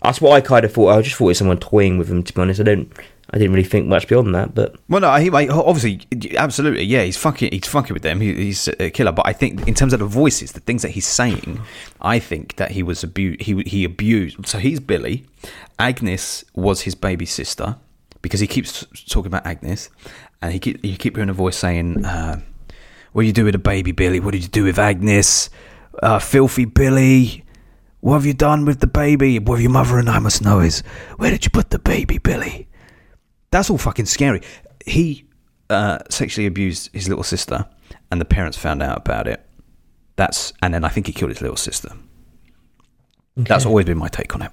Speaker 2: That's what I kind of thought. I just thought it was someone toying with him. To be honest, I don't, I didn't really think much beyond that. But
Speaker 5: Well, no, he, he- obviously, absolutely, yeah, he's fucking, he's fucking with them. He, he's a killer, but I think in terms of the voices, the things that he's saying, I think that he was abused. He he abused. So he's Billy. Agnes was his baby sister because he keeps talking about Agnes, and he keep you keep hearing a voice saying, uh, "What do you do with a baby, Billy? What did you do with Agnes? Uh, filthy Billy." What have you done with the baby? What your mother and I must know is where did you put the baby, Billy? That's all fucking scary. He uh, sexually abused his little sister, and the parents found out about it. That's and then I think he killed his little sister. That's always been my take on it.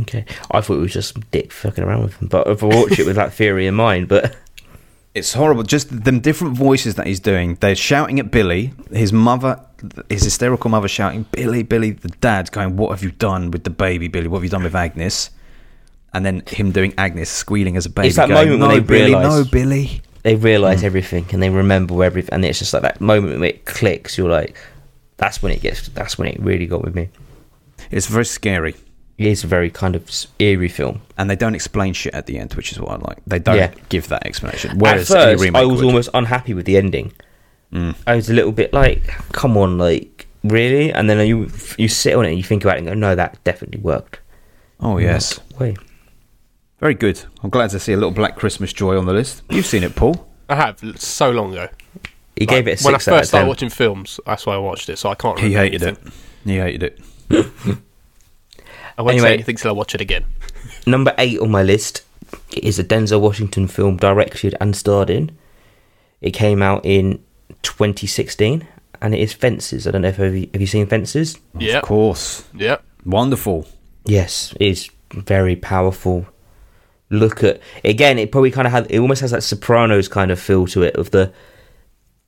Speaker 2: okay, I thought it was just some dick fucking around with him. But if I watch it with that theory in mind, but
Speaker 5: It's horrible. Just them different voices that he's doing. They're shouting at Billy. His mother, his hysterical mother, shouting, "Billy, Billy!" The dad going, "What have you done with the baby, Billy? What have you done with Agnes?" And then him doing Agnes squealing as a baby.
Speaker 2: It's that
Speaker 5: going,
Speaker 2: moment when
Speaker 5: "No,
Speaker 2: they
Speaker 5: Billy,
Speaker 2: realise-
Speaker 5: no, Billy.
Speaker 2: they realize everything and they remember everything and it's just like that moment when it clicks you're like that's when it gets that's when it really got with me
Speaker 5: It's very scary.
Speaker 2: it's a very kind of s- eerie film
Speaker 5: and they don't explain shit at the end, which is what I like. They don't
Speaker 2: Yeah.
Speaker 5: give that explanation. Whereas
Speaker 2: at
Speaker 5: any
Speaker 2: first
Speaker 5: remake
Speaker 2: i was
Speaker 5: would.
Speaker 2: almost unhappy with the ending
Speaker 4: Mm.
Speaker 2: i was a little bit like come on like really and then you you sit on it and you think about it and go no that definitely worked
Speaker 5: oh
Speaker 4: Mm.
Speaker 5: yes,
Speaker 2: way
Speaker 5: very good. I'm glad to see a little Black Christmas joy on the list. You've seen it, Paul.
Speaker 4: I have l- so long ago.
Speaker 2: he gave it a
Speaker 4: when I
Speaker 2: six out
Speaker 4: first
Speaker 2: of
Speaker 4: started
Speaker 2: ten
Speaker 4: watching films, that's why I watched it. So I can't.
Speaker 5: He
Speaker 4: remember
Speaker 5: hated it.
Speaker 4: anything.
Speaker 5: He hated it.
Speaker 4: I won't
Speaker 2: Anyway.
Speaker 4: say anything till I watch it again.
Speaker 2: Number eight on my list is a Denzel Washington film directed and starred in. It came out in 2016, and it is Fences. I don't know if have you, have you seen Fences?
Speaker 4: Yeah,
Speaker 5: Of course,
Speaker 4: yeah.
Speaker 5: wonderful.
Speaker 2: Yes, it is very powerful. Look at again. It probably kind of had. It almost has that Sopranos kind of feel to it of the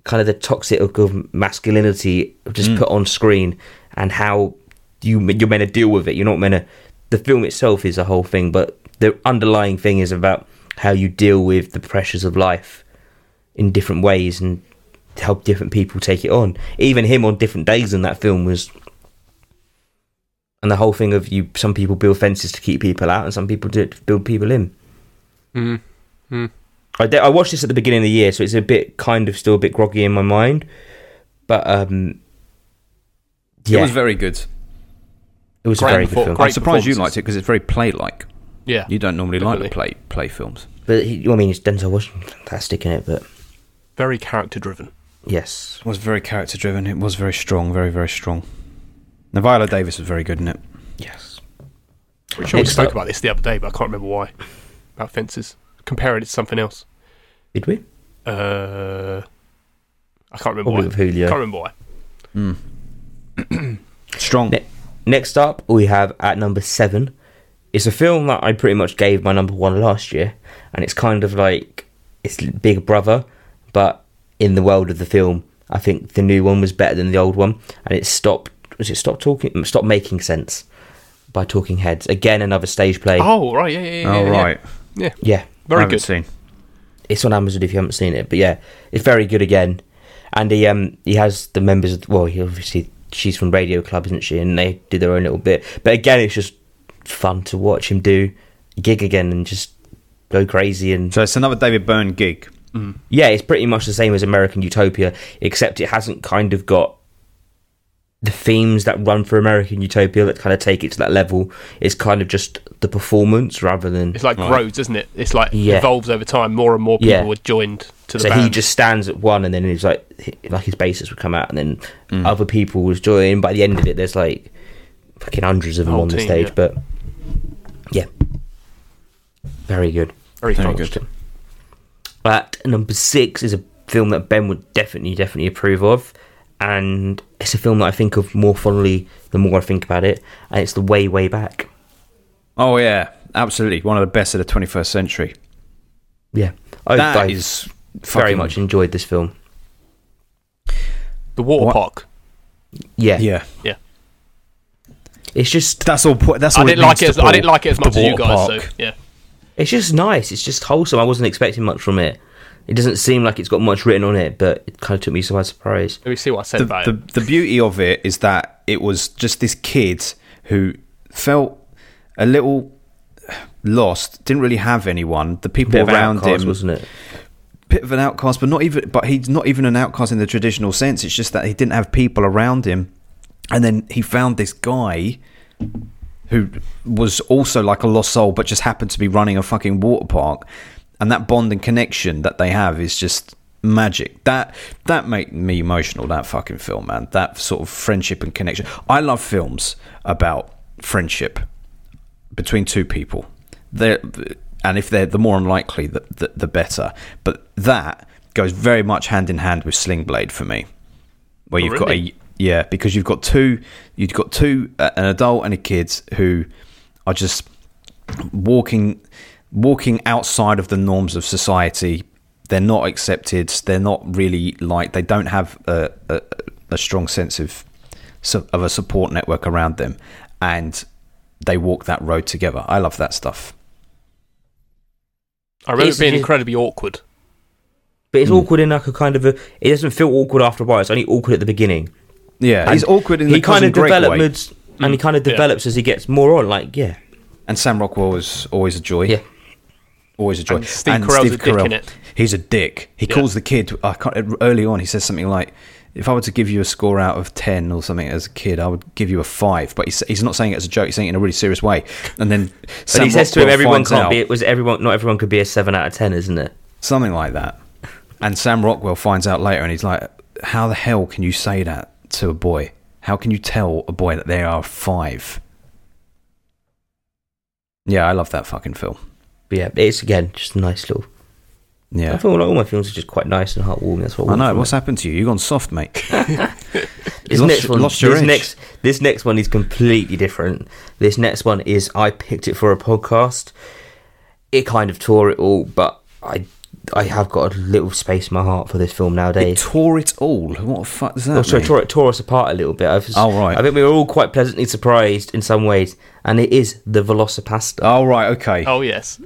Speaker 2: kind of the toxic of masculinity just put on screen and how you you're meant to deal with it. You're not meant to. The film itself is a whole thing, but the underlying thing is about how you deal with the pressures of life in different ways and help different people take it on. Even him on different days in that film was and the whole thing of you some people build fences to keep people out and some people do it to build people in
Speaker 4: Mm.
Speaker 2: I, did- I watched this at the beginning of the year so it's a bit kind of still a bit groggy in my mind but um yeah
Speaker 5: It was very good.
Speaker 2: a
Speaker 4: great
Speaker 2: very good
Speaker 4: before-
Speaker 2: film
Speaker 4: great-
Speaker 5: I'm surprised you
Speaker 4: performances.
Speaker 5: liked it because it's very play-like.
Speaker 4: Yeah,
Speaker 5: You don't normally like the
Speaker 4: Definitely.
Speaker 5: play play films.
Speaker 2: but he, I mean it's Denzel Washington fantastic in it but
Speaker 4: very character driven.
Speaker 2: yes
Speaker 5: It was very character-driven. It was very strong. Very very strong. Now, Viola Davis was very good in it.
Speaker 2: yes
Speaker 4: We sure we
Speaker 2: It's
Speaker 4: spoke
Speaker 2: like-
Speaker 4: about this the other day, but I can't remember why. About fences, comparing it to something else.
Speaker 2: did we
Speaker 4: Uh, I can't
Speaker 2: Probably
Speaker 4: remember why.
Speaker 2: with Julio.
Speaker 4: Can't remember why.
Speaker 5: Strong.
Speaker 2: Ne- next up we have at number seven it's a film that I pretty much gave my number one last year and it's kind of like it's Big Brother but in the world of the film I think the new one was better than the old one and it stopped was it stop talking stop making sense by Talking Heads again another stage play.
Speaker 4: Oh right, yeah, yeah, yeah.
Speaker 5: oh
Speaker 4: yeah,
Speaker 5: right,
Speaker 4: yeah, yeah.
Speaker 2: Yeah,
Speaker 5: I
Speaker 4: very
Speaker 5: haven't
Speaker 4: good.
Speaker 5: seen.
Speaker 2: it's on Amazon if you haven't seen it. But yeah, it's very good again. And he um he has the members. Of, well, he obviously she's from Radio Club, isn't she? And they did their own little bit. But again, it's just fun to watch him do a gig again and just go crazy and
Speaker 5: So it's another David Byrne gig.
Speaker 2: yeah, it's pretty much the same as American Utopia, except it hasn't kind of got the themes that run for American Utopia that kind of take it to that level. It's kind of just the performance rather than.
Speaker 4: It's like roads, isn't it? It's like
Speaker 2: Yeah.
Speaker 4: evolves over time. More and more people
Speaker 2: Yeah.
Speaker 4: were joined to the
Speaker 2: So
Speaker 4: band.
Speaker 2: he just stands at one, and then he's like, like his bassist would come out, and then
Speaker 4: Mm.
Speaker 2: other people would join. By the end of it, there's like fucking hundreds of them
Speaker 4: Whole
Speaker 2: on the
Speaker 4: team,
Speaker 2: stage.
Speaker 4: yeah.
Speaker 2: But yeah, very good.
Speaker 4: very,
Speaker 5: Very
Speaker 4: constant.
Speaker 5: good.
Speaker 2: But number six is a film that Ben would definitely, definitely approve of. And it's a film that I think of more fondly the more I think about it. And it's The Way, Way Back.
Speaker 5: Oh yeah, absolutely. One of the best of the 21st century.
Speaker 2: Yeah. I,
Speaker 5: That
Speaker 2: I
Speaker 5: is
Speaker 2: very
Speaker 5: fucking-
Speaker 2: much enjoyed this film.
Speaker 4: The water
Speaker 5: What?
Speaker 4: park.
Speaker 2: Yeah.
Speaker 5: Yeah,
Speaker 4: Yeah,
Speaker 2: It's just
Speaker 5: that's all. po- That's all.
Speaker 4: I didn't like it. As, I didn't like it as
Speaker 5: the
Speaker 4: much as you
Speaker 5: water
Speaker 4: guys. So
Speaker 5: park.
Speaker 4: yeah,
Speaker 2: it's just nice. It's just wholesome. I wasn't expecting much from it. It doesn't seem like it's got much written on it, but it kind of took me by surprise.
Speaker 4: let me see what I said
Speaker 5: the,
Speaker 4: about
Speaker 5: the,
Speaker 4: it.
Speaker 5: the beauty of it is that it was just this kid who felt a little lost, didn't really have anyone. The people
Speaker 2: Bit of
Speaker 5: around
Speaker 2: Outcast,
Speaker 5: him
Speaker 2: wasn't it?
Speaker 5: bit of an outcast, but not even. But he's not even an outcast in the traditional sense. It's just that he didn't have people around him, and then he found this guy who was also like a lost soul, but just happened to be running a fucking water park. And that bond and connection that they have is just magic. That that made me emotional. That fucking film, man. That sort of friendship and connection. I love films about friendship between two people. They're, and if they're the more unlikely, the, the, the better. But that goes very much hand in hand with Sling Blade for me, where you've got a
Speaker 4: Really?
Speaker 5: yeah, because you've got two, you've got two, uh, an adult and a kid who are just walking walking outside of the norms of society. They're not accepted. They're not really like they don't have a, a, a strong sense of su- of a support network around them, and they walk that road together. I love that stuff.
Speaker 4: I remember
Speaker 2: It's-
Speaker 4: it being
Speaker 2: it's-
Speaker 4: incredibly awkward.
Speaker 2: But
Speaker 5: Hmm.
Speaker 2: it's awkward in like a kind of a. It doesn't feel awkward after a while. It's only awkward at the beginning.
Speaker 5: Yeah, he's
Speaker 2: And
Speaker 5: awkward in
Speaker 2: he
Speaker 5: the
Speaker 2: kind of
Speaker 5: way,
Speaker 2: develops, and he kind of
Speaker 4: Yeah.
Speaker 2: develops as he gets more on. Like, yeah,
Speaker 5: and Sam Rockwell was always a joy.
Speaker 2: yeah,
Speaker 5: always a joy.
Speaker 4: And Steve Carell's a dick in it.
Speaker 5: he's a dick. He
Speaker 4: Yeah.
Speaker 5: calls the kid. I can't, early on, he says something like, "If I were to give you a score out of ten or something as a kid, I would give you a five. But he's, he's not saying it as a joke. He's saying it in a really serious way. And then
Speaker 2: But
Speaker 5: Sam
Speaker 2: he says to him,
Speaker 5: Rockwell
Speaker 2: "Everyone
Speaker 5: finds
Speaker 2: can't
Speaker 5: out-
Speaker 2: be. It was everyone. Not everyone could be a seven out of ten, isn't it?
Speaker 5: something like that." And Sam Rockwell finds out later, and he's like, "How the hell can you say that to a boy? How can you tell a boy that they are a five? Yeah, I love that fucking film.
Speaker 2: But yeah, it's again just a nice little. I
Speaker 5: Yeah.
Speaker 2: feel like all my films are just quite nice and heartwarming. That's what
Speaker 5: I know.
Speaker 2: want
Speaker 5: What's
Speaker 2: from
Speaker 5: happened to you? You've gone soft, mate.
Speaker 2: it. This
Speaker 5: lost
Speaker 2: next
Speaker 5: your-
Speaker 2: one,
Speaker 5: lost your
Speaker 2: this
Speaker 5: edge.
Speaker 2: next, this next one is completely different. This next one is I picked it for a podcast. It kind of tore it all, but I, I have got a little space in my heart for this film
Speaker 5: It
Speaker 2: nowadays.
Speaker 5: tore it all. What the fuck does that
Speaker 2: Oh, sorry,
Speaker 5: mean?
Speaker 2: tore, it- tore us apart a little bit. I was,
Speaker 5: Oh, right.
Speaker 2: I think we were all quite pleasantly surprised in some ways, and it is the Velocipasta.
Speaker 5: Oh right, okay.
Speaker 4: Oh yes,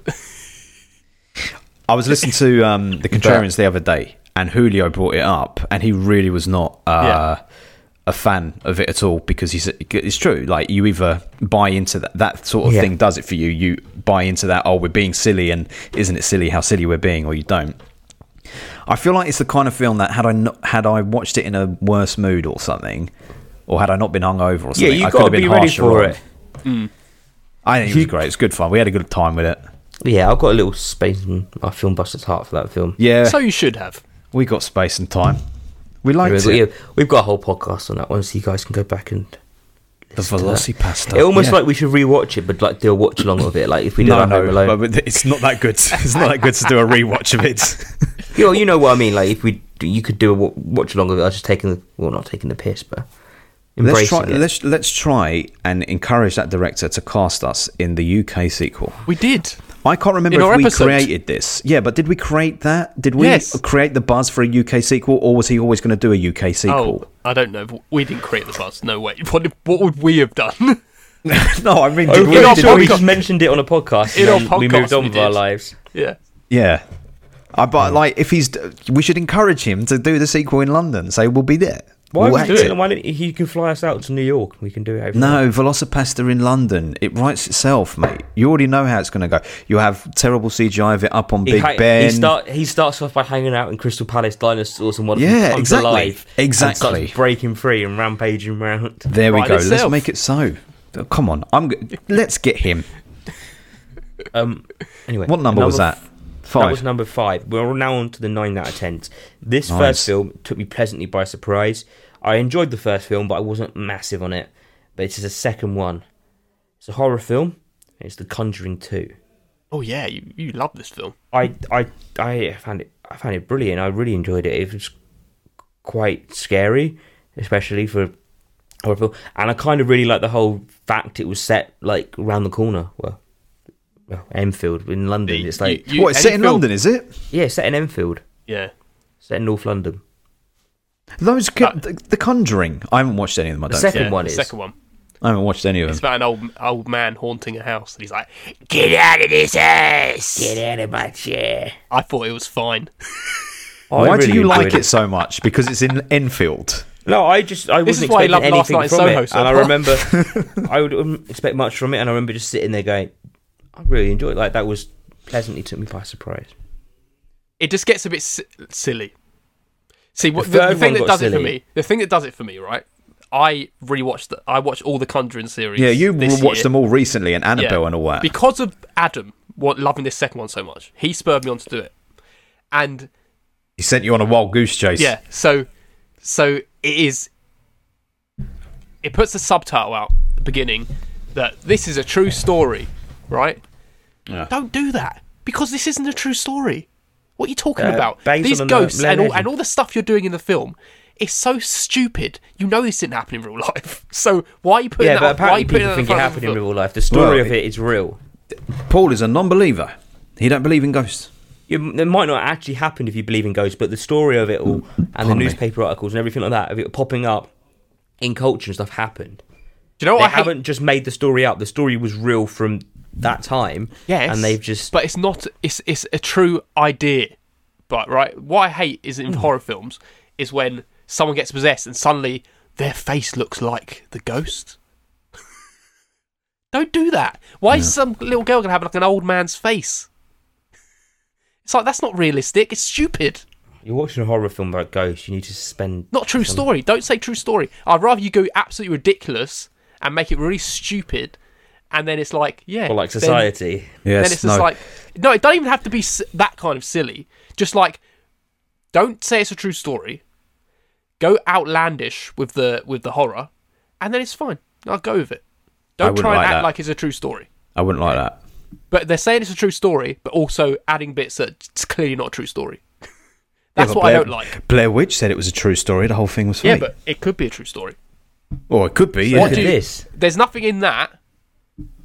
Speaker 5: I was listening to um, the Contrarians the other day, and Julio brought it up, and he really was not uh, a fan of it at all because he's it's true. Like you either buy into that that sort of
Speaker 2: Yeah.
Speaker 5: thing does it for you. You buy into that. Oh, we're being silly, and isn't it silly how silly we're being, or you don't. I feel like it's the kind of film that had I not had I watched it in a worse mood or something, or had I not been hungover or something,
Speaker 2: you
Speaker 5: I could
Speaker 2: gotta
Speaker 5: have been
Speaker 2: be ready
Speaker 5: harsher
Speaker 2: for
Speaker 5: on.
Speaker 2: it.
Speaker 5: I think it was great. It's good fun. We had a good time with it.
Speaker 2: Yeah, I've got a little space in my film buster's heart for that film.
Speaker 5: Yeah,
Speaker 4: so you should have.
Speaker 5: we got space and time. We liked
Speaker 2: We've
Speaker 5: it.
Speaker 2: got, yeah, we've got a whole podcast on that one, so you guys can go back and.
Speaker 5: The Velocipasta.
Speaker 2: It almost
Speaker 5: Yeah.
Speaker 2: like we should rewatch it, but like do a watch along of it, like if we did
Speaker 5: no,
Speaker 2: our Home Alone.
Speaker 5: no, but it's not that good. It's not that good to do a rewatch of it.
Speaker 2: you, know, you know what I mean? Like if we, you could do a wa- watch along of it. I was just taking the, well, not taking the piss, but embracing
Speaker 5: Let's try.
Speaker 2: it.
Speaker 5: Let's let's try and encourage that director to cast us in the UK sequel.
Speaker 4: We did.
Speaker 5: I can't remember
Speaker 4: In
Speaker 5: if
Speaker 4: our
Speaker 5: we
Speaker 4: episode.
Speaker 5: created this. Yeah, but did we create that? Did we
Speaker 4: Yes.
Speaker 5: create the buzz for a UK sequel, or was he always going to do a UK sequel?
Speaker 4: Oh, I don't know. We didn't create the buzz. No way. What, what would we have done?
Speaker 5: no, I mean,
Speaker 2: Oh,
Speaker 5: did we,
Speaker 2: we,
Speaker 4: our
Speaker 5: did
Speaker 2: just- we
Speaker 5: we-
Speaker 4: podcast-
Speaker 2: just mentioned it on a podcast.
Speaker 4: In
Speaker 2: and
Speaker 4: our
Speaker 2: we
Speaker 4: podcast
Speaker 2: moved on
Speaker 4: we
Speaker 2: with our
Speaker 4: did.
Speaker 2: lives.
Speaker 4: yeah.
Speaker 5: Yeah. I, but like, if he's, we should encourage him to do the sequel in London. Say we'll be there.
Speaker 2: Why
Speaker 5: We'll
Speaker 2: would
Speaker 5: act
Speaker 2: we do it? Why don't you can fly us out to New York? and We can do it. Over
Speaker 5: No, Velocipasta in London. It writes itself, mate. You already know how it's going to go. You have terrible CGI of it up on
Speaker 2: there.
Speaker 5: Big
Speaker 2: he, ha-
Speaker 5: Ben.
Speaker 2: He, start, he starts off by hanging out in Crystal Palace dinosaurs and one of them
Speaker 5: Yeah,
Speaker 2: comes
Speaker 5: exactly.
Speaker 2: alive and
Speaker 5: Exactly.
Speaker 2: starts breaking free and rampaging round.
Speaker 5: there we
Speaker 4: Right
Speaker 5: go. Let's
Speaker 4: itself.
Speaker 5: make it so. Oh, Come on, I'm. G- Let's get him.
Speaker 2: Um. Anyway,
Speaker 5: What number was that? Five.
Speaker 2: That was number five. We're now on to the nine out of ten. This
Speaker 5: Nice.
Speaker 2: first film took me pleasantly by surprise. I enjoyed the first film, but I wasn't massive on it. But it's the second one. It's a horror film. and It's The Conjuring Two.
Speaker 4: Oh, yeah. You, you love this film.
Speaker 2: I I I found it I found it brilliant. I really enjoyed it. It was quite scary, especially for horror film. And I kind of really like the whole fact it was set like round the corner. Well, well Enfield in London. It's like
Speaker 4: You-
Speaker 5: what? It's
Speaker 4: any
Speaker 5: set in
Speaker 4: film-
Speaker 5: London, is it?
Speaker 2: yeah, set in Enfield,
Speaker 4: Yeah.
Speaker 2: set in North London.
Speaker 5: Those co-
Speaker 4: Uh,
Speaker 5: the, the Conjuring. I haven't watched any of them. I
Speaker 2: The
Speaker 5: don't.
Speaker 2: second
Speaker 4: yeah,
Speaker 2: one
Speaker 4: the
Speaker 2: is Um,
Speaker 4: second one.
Speaker 5: I haven't watched any of
Speaker 4: It's
Speaker 5: them.
Speaker 4: about an old old man haunting a house, and he's like,
Speaker 2: get out of this house. Get out of my chair.
Speaker 4: "I thought it was fine."
Speaker 5: Why
Speaker 2: I
Speaker 5: do
Speaker 2: really
Speaker 5: you like
Speaker 2: enjoyed
Speaker 5: it so much? Because it's in Enfield.
Speaker 2: No, I just I
Speaker 4: This
Speaker 2: wasn't
Speaker 4: is why I
Speaker 2: expecting
Speaker 4: loved Last
Speaker 2: anything
Speaker 4: Night in
Speaker 2: from
Speaker 4: Soho
Speaker 2: it,
Speaker 4: so
Speaker 2: and I
Speaker 4: much.
Speaker 2: remember I would, wouldn't expect much from it, and I remember just sitting there going, "I really enjoyed it. like that was pleasantly took me by surprise."
Speaker 4: It just gets a bit si- silly. See, what,
Speaker 2: The
Speaker 4: the, the
Speaker 2: third one
Speaker 4: thing that
Speaker 2: got
Speaker 4: does it for
Speaker 2: silly.
Speaker 4: me, the thing that does it for me, right? I rewatched. The, I watched all the Conjuring series.
Speaker 5: Yeah, you
Speaker 4: this
Speaker 5: watched
Speaker 4: year.
Speaker 5: them all recently, and Annabelle and all that.
Speaker 4: Because of Adam, what loving this second one so much, he spurred me on to do it. And
Speaker 5: he sent you on a wild goose chase.
Speaker 4: yeah, so so it is. It puts the subtitle out at the beginning that this is a true story, right? Don't do that because this isn't a true story. What are you talking
Speaker 2: Uh,
Speaker 4: about?
Speaker 2: based
Speaker 4: These
Speaker 2: on the
Speaker 4: ghosts and all,
Speaker 2: legend.
Speaker 4: and all the stuff you're doing in the film is so stupid. You know this didn't happen in real life. So why are you putting
Speaker 2: yeah,
Speaker 4: that?
Speaker 2: but
Speaker 4: up- why are
Speaker 2: apparently
Speaker 4: you putting
Speaker 2: people
Speaker 4: that
Speaker 2: think it
Speaker 4: front of the
Speaker 2: happened in
Speaker 4: film?
Speaker 2: real life. The story
Speaker 5: Well,
Speaker 2: of it is real.
Speaker 5: Paul is a non-believer. He don't believe in ghosts.
Speaker 2: It, it might not actually happen if you believe in ghosts, but the story of it all and the
Speaker 5: me.
Speaker 2: newspaper articles and everything like that of it popping up in culture and stuff happened.
Speaker 4: Do you know
Speaker 2: They
Speaker 4: what I hate?
Speaker 2: haven't just made the story up. The story was real from that time.
Speaker 4: Yes,
Speaker 2: and they've just
Speaker 4: But it's not. It's it's a true idea. But right, what I hate is
Speaker 2: Mm.
Speaker 4: in horror films is when someone gets possessed and suddenly their face looks like the ghost. Don't do that. Why is some little girl gonna have like an old man's face? It's like that's not realistic. It's stupid.
Speaker 2: you're watching a horror film about ghosts. You need to spend
Speaker 4: Not true
Speaker 2: some-
Speaker 4: story. Don't say true story. I'd rather you go absolutely ridiculous and make it really stupid, and then it's like yeah,
Speaker 2: Or like
Speaker 4: then-
Speaker 2: society.
Speaker 5: Yes,
Speaker 4: then it's just
Speaker 5: no.
Speaker 4: like no it don't even have to be s- that kind of silly just like don't say it's a true story go outlandish with the with the horror and then it's fine i'll go with it don't
Speaker 5: wouldn't
Speaker 4: try and
Speaker 5: like
Speaker 4: act
Speaker 5: that.
Speaker 4: like it's a true story
Speaker 5: I wouldn't like that.
Speaker 4: but they're saying it's a true story but also adding bits that's clearly not a true story that's
Speaker 5: Yeah, but
Speaker 4: what i
Speaker 5: Blair-
Speaker 4: don't like
Speaker 5: Blair Witch said it was a true story. The whole thing was fake.
Speaker 4: yeah but it could be a true story
Speaker 5: or it could be. Yeah.
Speaker 2: Look
Speaker 4: do
Speaker 2: at
Speaker 4: you-
Speaker 2: this.
Speaker 4: there's nothing in that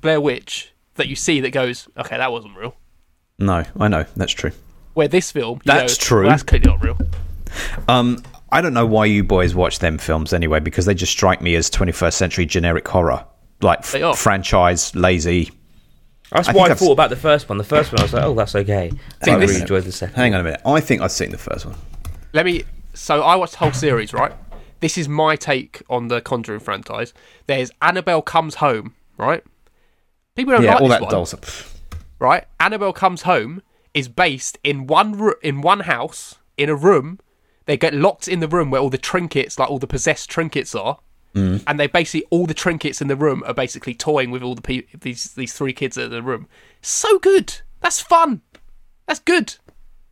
Speaker 4: blair witch that you see that goes okay that wasn't real
Speaker 5: No, I know that's true.
Speaker 4: where this film you
Speaker 5: That's
Speaker 4: go,
Speaker 5: true.
Speaker 4: well, that's clearly not real
Speaker 5: Um, I don't know why you boys watch them films anyway, because they just strike me as 21st century generic horror, like f-
Speaker 4: They are.
Speaker 5: franchise lazy.
Speaker 2: That's why
Speaker 5: I think
Speaker 2: I
Speaker 5: I've
Speaker 2: thought
Speaker 5: s-
Speaker 2: about the first one. The first one, I was like, oh, that's okay. And I
Speaker 5: Hang on a
Speaker 2: really
Speaker 5: minute.
Speaker 2: enjoyed the second.
Speaker 5: Hang on a minute. I think I've seen the first one.
Speaker 4: Let me. So I watched the whole series, right? This is my take on the Conjuring franchise. There's Annabelle comes home, right? People don't
Speaker 5: yeah,
Speaker 4: like
Speaker 5: all
Speaker 4: this
Speaker 5: that
Speaker 4: one,
Speaker 5: dolls. pff.
Speaker 4: right? Annabelle comes home is based in one ro- in one house in a room. They get locked in the room where all the trinkets, like all the possessed trinkets, are,
Speaker 5: Mm.
Speaker 4: and they basically all the trinkets in the room are basically toying with all the pe- these these three kids that are in the room. So good. That's fun. That's good.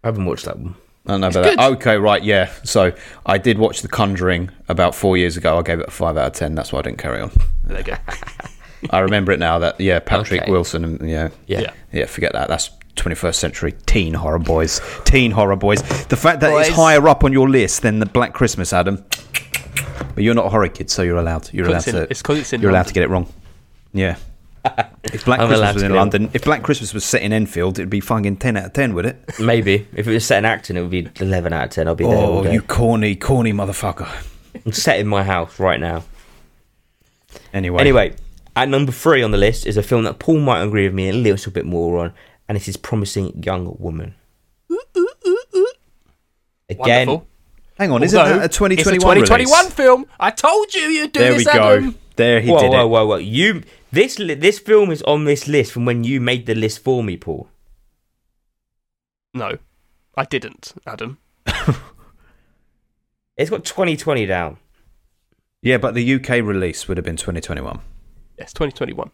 Speaker 2: I haven't watched that one.
Speaker 5: I don't know about
Speaker 4: good.
Speaker 5: that. Okay, right, yeah. So I did watch The Conjuring about four years ago. I gave it a five out of ten. That's why I didn't carry on.
Speaker 4: There you go.
Speaker 5: I remember it now. That yeah, Patrick
Speaker 2: Okay.
Speaker 5: Wilson. And, yeah,
Speaker 2: Yeah.
Speaker 5: yeah. Forget that. That's 21st century teen horror boys. Teen horror boys. The fact that
Speaker 4: Boys.
Speaker 5: it's higher up on your list than the Black Christmas, Adam. But you're not a horror kid, so you're allowed. You're allowed
Speaker 4: It's
Speaker 5: to.
Speaker 4: in- it's 'cause it's in
Speaker 5: You're allowed to
Speaker 4: London.
Speaker 5: get it wrong. Yeah. If Black
Speaker 2: I'm allowed
Speaker 5: Christmas was
Speaker 2: to
Speaker 5: in
Speaker 2: be wrong.
Speaker 5: London, if Black Christmas was set in Enfield, it'd be fucking ten out of ten, would it?
Speaker 2: Maybe if it was set in Acton, it would be eleven out of ten. I'll be there. all
Speaker 5: Oh,
Speaker 2: day.
Speaker 5: you corny, corny motherfucker.
Speaker 2: I'm set in my house right now.
Speaker 5: Anyway,
Speaker 2: Anyway, at number three on the list is a film that Paul might agree with me a little bit more on, and it is Promising Young Woman. Again,
Speaker 4: Wonderful.
Speaker 5: hang on, isn't
Speaker 4: Although,
Speaker 5: that a
Speaker 4: it's a
Speaker 5: 2021
Speaker 4: 2021
Speaker 5: release?
Speaker 4: film. I told you you'd do
Speaker 5: There we
Speaker 4: this,
Speaker 5: go.
Speaker 4: Adam.
Speaker 5: There he
Speaker 2: whoa,
Speaker 5: did
Speaker 2: whoa,
Speaker 5: it.
Speaker 2: whoa, whoa! You this li- this film is on this list from when you made the list for me, Paul.
Speaker 4: No, I didn't, Adam.
Speaker 2: It's got 2020 down.
Speaker 5: Yeah, but the UK release would have been 2021.
Speaker 4: Yes, 2021.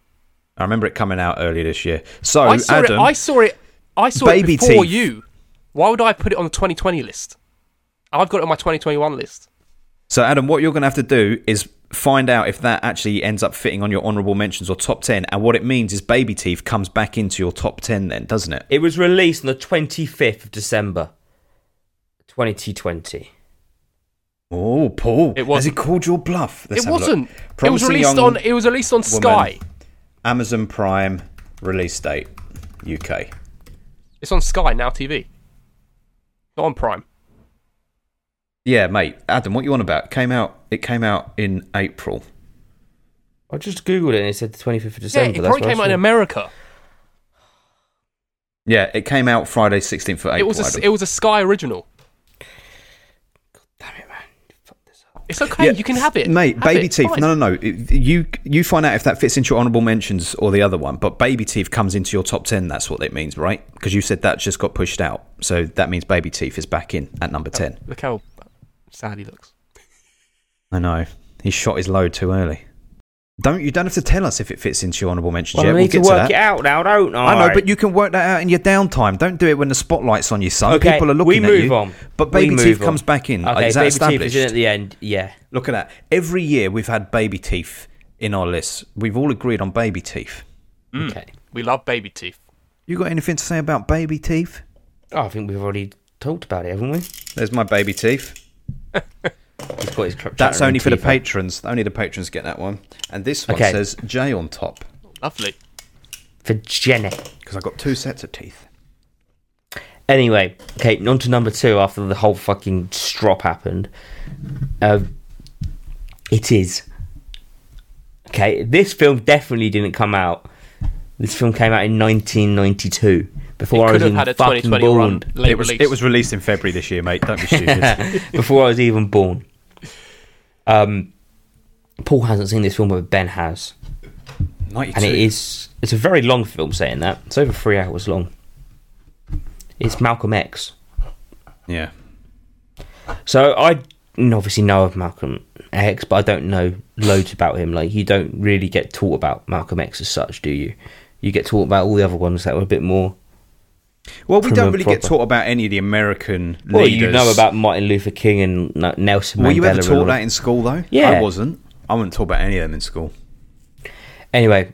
Speaker 5: I remember it coming out earlier this year. So,
Speaker 4: I saw
Speaker 5: Adam,
Speaker 4: it. I saw it. I saw
Speaker 5: Baby
Speaker 4: it before
Speaker 5: teeth.
Speaker 4: you. Why would I put it on the 2020 list? I've got it on my 2021 list.
Speaker 5: so Adam, what you're going to have to do is find out if that actually ends up fitting on your honourable mentions or top 10. And what it means is Baby Teeth comes back into your top 10 then, doesn't it?
Speaker 2: It was released on the 25th of December, 2020.
Speaker 5: Oh, Paul.
Speaker 4: It was-
Speaker 5: Has he called your bluff? Let's
Speaker 4: it
Speaker 5: have a look.
Speaker 4: wasn't. It was
Speaker 5: Promising
Speaker 4: released
Speaker 5: Young
Speaker 4: on. It was released on
Speaker 5: Woman.
Speaker 4: Sky.
Speaker 5: Amazon Prime release date, UK.
Speaker 4: It's on Sky now TV. Not on Prime.
Speaker 5: Yeah, mate. Adam, what you on about? Came out. It came out in April.
Speaker 2: I just googled it and it said the 25th of December.
Speaker 4: yeah, it
Speaker 2: That's
Speaker 4: probably
Speaker 2: what I
Speaker 4: came out in
Speaker 2: saw.
Speaker 4: America.
Speaker 5: Yeah, it came out Friday, sixteenth of April.
Speaker 4: It was a,
Speaker 5: Adam.
Speaker 4: it was a Sky original.
Speaker 2: Damn it, man. You fucked this up.
Speaker 4: It's okay.
Speaker 5: Yeah,
Speaker 4: You can have it,
Speaker 5: mate.
Speaker 4: Have
Speaker 5: Baby
Speaker 4: it,
Speaker 5: Teeth.
Speaker 4: fine.
Speaker 5: No, no, no. It- You you find out if that fits into your honourable mentions or the other one. But Baby Teeth comes into your top ten. That's what it means, right? Because you said that just got pushed out, so that means Baby Teeth is back in at number ten.
Speaker 4: Look how sad he looks.
Speaker 5: I know he shot his load too early. Don't you don't have to tell us if it fits into your honourable mentions
Speaker 2: Well,
Speaker 5: yet.
Speaker 2: I
Speaker 5: We'll
Speaker 2: need
Speaker 5: get
Speaker 2: to
Speaker 5: to
Speaker 2: work
Speaker 5: that.
Speaker 2: it out now, don't I?
Speaker 5: I know, but you can work that out in your downtime. Don't do it when the spotlight's on you, son.
Speaker 2: Okay,
Speaker 5: People are looking
Speaker 2: we
Speaker 5: at
Speaker 2: move
Speaker 5: you.
Speaker 2: on.
Speaker 5: But
Speaker 2: We
Speaker 5: Baby
Speaker 2: move
Speaker 5: Teeth
Speaker 2: on.
Speaker 5: comes back in.
Speaker 2: Okay,
Speaker 5: is that
Speaker 2: Baby
Speaker 5: established?
Speaker 2: Teeth is in at the end. Yeah.
Speaker 5: Look at that. Every year we've had baby teeth in our lists. We've all agreed on baby teeth.
Speaker 2: Okay.
Speaker 4: We love Baby Teeth.
Speaker 5: You got anything to say about baby teeth?
Speaker 2: Oh, I think we've already talked about it, haven't we? He's
Speaker 5: There's my baby teeth.
Speaker 2: got his cr-
Speaker 5: That's
Speaker 2: chattering
Speaker 5: only for the
Speaker 2: teeth out.
Speaker 5: patrons. Only the patrons get that one. And this one
Speaker 2: Okay.
Speaker 5: says J on top
Speaker 4: Lovely.
Speaker 2: For Jenny.
Speaker 5: because I've got two sets of teeth.
Speaker 2: Anyway, okay, on to number two after the whole fucking strop happened. Um, it is. Okay, this film definitely didn't come out. This film came out in 1992. Before I
Speaker 4: Could
Speaker 2: was
Speaker 4: have
Speaker 2: even
Speaker 4: had a
Speaker 2: fucking
Speaker 4: 2020
Speaker 2: born.
Speaker 4: run. Late
Speaker 5: it was
Speaker 4: release.
Speaker 5: it was released in February this year, mate. Don't be stupid.
Speaker 2: before I was even born. Um, Paul hasn't seen this film, but Ben has, and
Speaker 5: 92.
Speaker 2: it is it's a very long film. Saying that, it's over three hours long. It's Malcolm X.
Speaker 5: Yeah.
Speaker 2: So I n- obviously know of Malcolm X, but I don't know loads about him. Like you don't really get taught about Malcolm X as such, do you? You get taught about all the other ones that were a bit more.
Speaker 5: Well, we
Speaker 2: Proper-
Speaker 5: don't really get
Speaker 2: proper.
Speaker 5: taught about any of the American
Speaker 2: Well,
Speaker 5: leaders.
Speaker 2: you know about Martin Luther King and N- Nelson Mandela.
Speaker 5: Were you ever
Speaker 2: and all
Speaker 5: taught
Speaker 2: that.
Speaker 5: that in school though?
Speaker 2: Yeah.
Speaker 5: I wasn't. I wasn't taught about any of them in school.
Speaker 2: Anyway,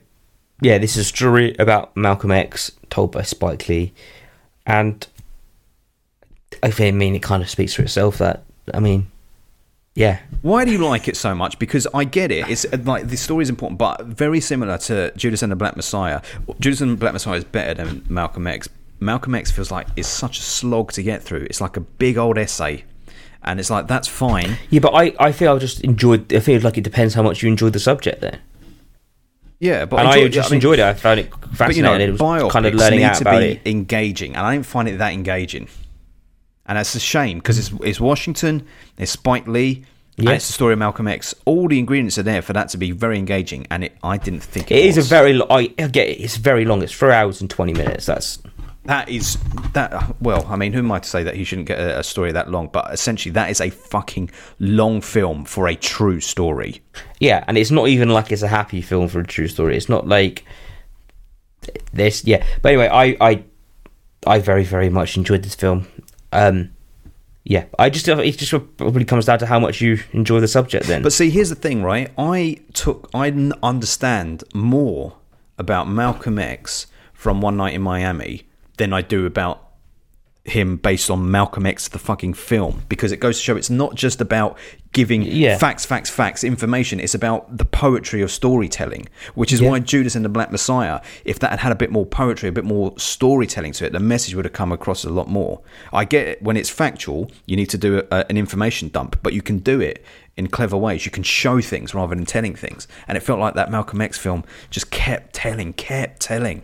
Speaker 2: yeah, this is a story about Malcolm X told by Spike Lee, and I think- I mean it kind of speaks for itself. That I mean, yeah,
Speaker 5: Why do you like it so much? Because I get it. It's uh, like the story is important, but very similar to Judas and the Black Messiah. Judas and the Black Messiah is better than Malcolm X. Malcolm X feels like it's such a slog to get through. It's like a big old essay, and it's like that's fine.
Speaker 2: yeah, but I I feel I just enjoyed. I feel like it depends how much you enjoyed the subject there.
Speaker 5: Yeah, but
Speaker 2: and I
Speaker 5: enjoy-
Speaker 2: just
Speaker 5: mean-
Speaker 2: enjoyed it. I found it
Speaker 5: But you know,
Speaker 2: fascinating. it was kind of
Speaker 5: biopics
Speaker 2: learning
Speaker 5: need
Speaker 2: out
Speaker 5: to
Speaker 2: about
Speaker 5: be
Speaker 2: it.
Speaker 5: engaging, and I didn't find it that engaging. And that's a shame because it's, it's Washington, it's Spike Lee,
Speaker 2: Yeah.
Speaker 5: and it's the story of Malcolm X. All the ingredients are there for that to be very engaging, and it, I didn't think it,
Speaker 2: It is a
Speaker 5: was.
Speaker 2: very. lo- I, I get it. It's very long. It's three hours and twenty minutes. That's
Speaker 5: That is that. Well, I mean, who am I to say that he shouldn't get a, a story that long? But essentially, that is a fucking long film for a true story.
Speaker 2: Yeah, and it's not even like it's a happy film for a true story. It's not like this. Yeah, but anyway, I I I very very much enjoyed this film. Um, yeah, I just it just probably comes down to how much you enjoy the subject. Then,
Speaker 5: But see, here's the thing, right? I took, I n- understand more about Malcolm X from One Night in Miami than I do about him based on Malcolm X the fucking film because it goes to show it's not just about giving
Speaker 2: Yeah.
Speaker 5: facts, facts, facts, information. It's about the poetry of storytelling, which is why Judas and the Black Messiah, if that had had a bit more poetry, a bit more storytelling to it, the message would have come across a lot more. I get it when it's factual, you need to do a, a- an information dump, but you can do it in clever ways. You can show things rather than telling things. And it felt like that Malcolm X film just kept telling, kept telling.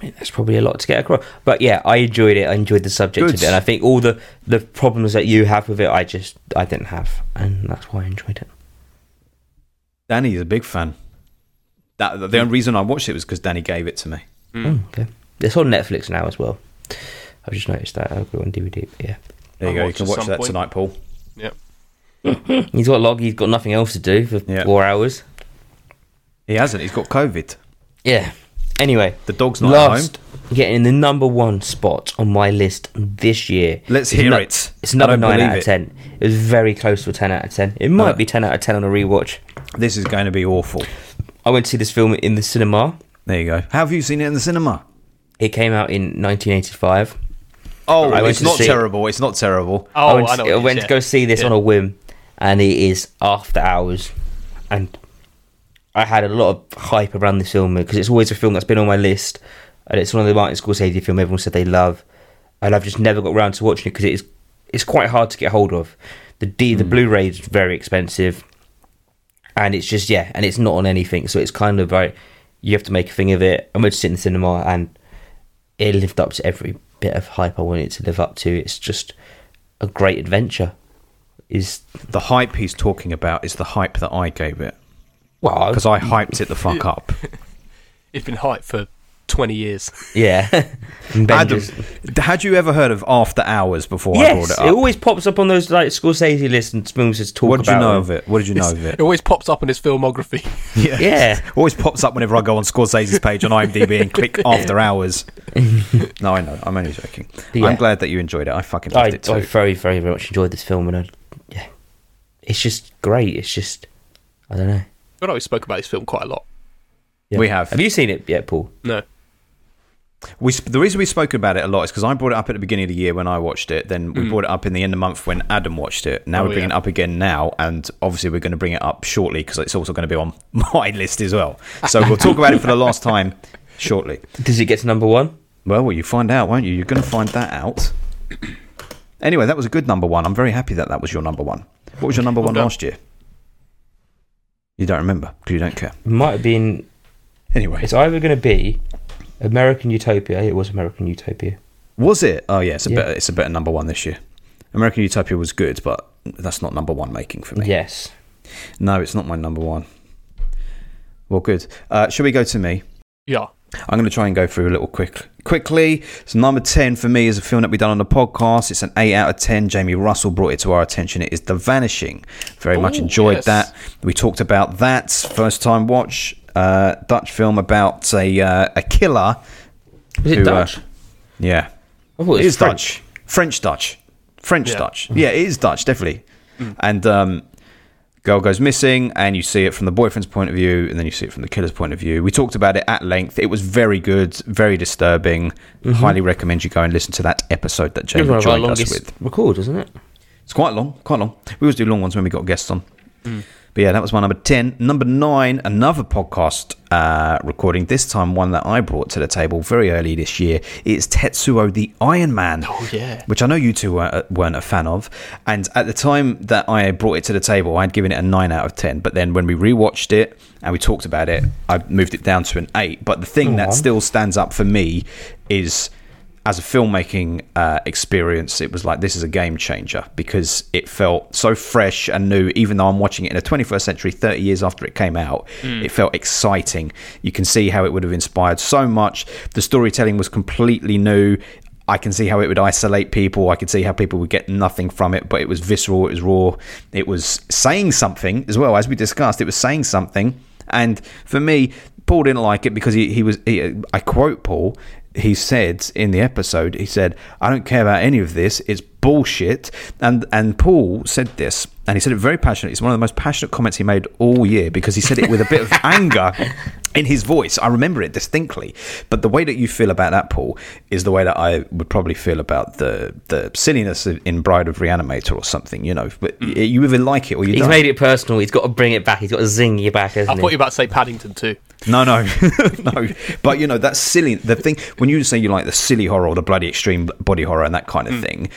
Speaker 2: That's probably a lot to get across. But yeah, I enjoyed it. I enjoyed the subject
Speaker 5: Good.
Speaker 2: of it, and I think all the the problems that you have with it, I just I didn't have, and that's why I enjoyed it.
Speaker 5: Danny is a big fan. That the only reason I watched it was because Danny gave it to me.
Speaker 2: Mm, okay, it's on Netflix now as well. I've just noticed that. I've got it on DVD. But yeah,
Speaker 5: There you
Speaker 4: I'll
Speaker 5: go. You can
Speaker 4: watch at
Speaker 5: watch
Speaker 4: some
Speaker 5: that
Speaker 4: point.
Speaker 5: tonight, Paul.
Speaker 4: Yep.
Speaker 2: he's got log. He's got nothing else to do for
Speaker 5: Yeah.
Speaker 2: four hours.
Speaker 5: He hasn't. He's got COVID.
Speaker 2: Yeah. Anyway,
Speaker 5: The dog's not at
Speaker 2: last, getting in the number one spot on my list this year.
Speaker 5: Let's
Speaker 2: It's
Speaker 5: hear
Speaker 2: no-
Speaker 5: it.
Speaker 2: It's
Speaker 5: I
Speaker 2: another
Speaker 5: don't
Speaker 2: nine
Speaker 5: believe
Speaker 2: out of
Speaker 5: it. Uh.
Speaker 2: ten. It was very close to a ten out of ten. It might be ten out of ten on a rewatch.
Speaker 5: This is going to be awful.
Speaker 2: I went to see this film in the cinema.
Speaker 5: There you go. Have you seen it in the cinema?
Speaker 2: It came out in 1985.
Speaker 5: Oh,
Speaker 2: I went
Speaker 5: it's
Speaker 2: to
Speaker 5: not
Speaker 2: see it.
Speaker 5: terrible. It's not terrible.
Speaker 4: Oh,
Speaker 2: I
Speaker 4: I,
Speaker 2: went, to,
Speaker 4: know.
Speaker 2: I
Speaker 4: what it
Speaker 2: went
Speaker 4: is,
Speaker 2: to go
Speaker 4: yeah.
Speaker 2: see this
Speaker 4: Yeah.
Speaker 2: on a whim, and it is after hours. And I had a lot of hype around this film because it's always a film that's been on my list, and it's one of the Martin Scorsese film everyone said they love, and I've just never got around to watching it because it is it's quite hard to get hold of. The D,
Speaker 4: Hmm.
Speaker 2: the Blu-ray is very expensive, and it's just yeah, and it's not on anything, so it's kind of like you have to make a thing of it. I'm going to sit in the cinema and it lived up to every bit of hype I wanted it to live up to. It's just a great adventure. Is
Speaker 5: The hype he's talking about is the hype that I gave it
Speaker 2: well, I
Speaker 5: because I hyped it the fuck up.
Speaker 4: It's been hyped for 20 years.
Speaker 2: yeah. And Ben
Speaker 5: Adam,
Speaker 2: just-
Speaker 5: had you ever heard of After Hours before I brought
Speaker 2: yes,
Speaker 5: it
Speaker 2: it,
Speaker 5: up?
Speaker 2: always pops up on those like Scorsese lists and films just talk
Speaker 5: what did you
Speaker 2: about.
Speaker 5: know of
Speaker 2: them.
Speaker 5: it? What did you know of
Speaker 4: It
Speaker 5: it?
Speaker 4: always pops up on his filmography.
Speaker 5: Yeah.
Speaker 2: Yeah.
Speaker 5: always pops up whenever I go on Scorsese's page on IMDb and click After Hours. no, I know. I'm only joking.
Speaker 2: Yeah.
Speaker 5: I'm glad that you enjoyed it. I fucking loved
Speaker 2: I,
Speaker 5: it too.
Speaker 2: I very, very, very much enjoyed this film, and I, yeah, it's just great. It's just, I don't know.
Speaker 4: I know we spoke about this film quite a lot.
Speaker 2: Yeah.
Speaker 5: We have.
Speaker 2: Have you seen it yet, Paul?
Speaker 4: No.
Speaker 5: We sp- the reason we spoke about it a lot is because I brought it up at the beginning of the year when I watched it. Then we brought it up in the end of the month when Adam watched it. Now
Speaker 4: Mm. Oh,
Speaker 5: we're bringing
Speaker 4: yeah.
Speaker 5: it up again now, and obviously we're going to bring it up shortly because it's also going to be on my list as well. So we'll talk about it for the last time shortly.
Speaker 2: Does it get to number one?
Speaker 5: Well, well, you find out, won't you? You're going to find that out. Anyway, that was a good number one. I'm very happy that that was your number one. What was your number one
Speaker 4: done.
Speaker 5: last year? You don't remember because you don't care.
Speaker 2: It might have been.
Speaker 5: Anyway,
Speaker 2: It's either going to be American Utopia. It was American Utopia.
Speaker 5: Was it? Oh yeah, it's a
Speaker 2: Yeah.
Speaker 5: better it's a better number one this year. American Utopia was good, but that's not number one making for me.
Speaker 2: Yes.
Speaker 5: No, it's not my number one. Well, good. Uh, shall we go to me?
Speaker 4: Yeah.
Speaker 5: I'm going to try and go through a little quick quickly. So number ten for me is a film that we done on the podcast. It's an eight out of ten. Jamie Russell brought it to our attention. It is The Vanishing. Very much
Speaker 4: Ooh,
Speaker 5: enjoyed
Speaker 4: yes.
Speaker 5: that. We talked about that first time watch. Uh, Dutch film about a uh, a killer.
Speaker 2: Was it
Speaker 5: who, uh,
Speaker 2: Dutch?
Speaker 5: yeah,
Speaker 2: I thought
Speaker 5: it
Speaker 2: it was
Speaker 5: is
Speaker 2: French.
Speaker 5: Dutch. French Dutch. French
Speaker 4: Yeah.
Speaker 5: Dutch. Yeah, it is Dutch, definitely. And um, girl goes missing, and you see it from the boyfriend's point of view, and then you see it from the killer's point of view. We talked about it at length. It was very good, very disturbing. Highly recommend you go and listen to that episode that
Speaker 2: It was
Speaker 5: Jamie
Speaker 2: one of our
Speaker 5: joined us with.
Speaker 2: longest record, isn't it?
Speaker 5: It's quite long, quite long. We always do long ones when we got guests on. But yeah, that was my number 10. Number 9, another podcast uh, recording, this time one that I brought to the table very early this year. It's Tetsuo the Iron Man.
Speaker 4: Oh, yeah.
Speaker 5: Which I know you two weren't, weren't a fan of. And at the time that I brought it to the table, I'd given it a 9 out of 10. But then when we rewatched it and we talked about it, I moved it down to an 8. But the thing that still stands up for me is as a filmmaking uh, experience, it was like this is a game changer because it felt so fresh and new. Even though I'm watching it in the 21st century, 30 years after it came out, it felt exciting. You can see how it would have inspired so much. The storytelling was completely new. I can see how it would isolate people. I could see how people would get nothing from it, but it was visceral, it was raw, it was saying something as well. As we discussed, it was saying something. And for me, Paul didn't like it because he, he was, he, I quote Paul, he said in the episode, he said, "I don't care about any of this. It's bullshit." And and Paul said this, and he said it very passionately. It's one of the most passionate comments he made all year because he said it with a bit of anger in his voice. I remember it distinctly. But the way that you feel about that, Paul, is the way that I would probably feel about the the silliness in Bride of Reanimator or something. You know, but you either like it or you
Speaker 2: Mm. He's
Speaker 5: don't.
Speaker 2: made it personal. He's got to bring it back. He's got to zing you back, hasn't
Speaker 4: I thought
Speaker 2: he?
Speaker 4: you were about to say Paddington too.
Speaker 5: No, no, no. But you know that's silly. The thing when you say you like the silly horror or the bloody extreme body horror and that kind of thing.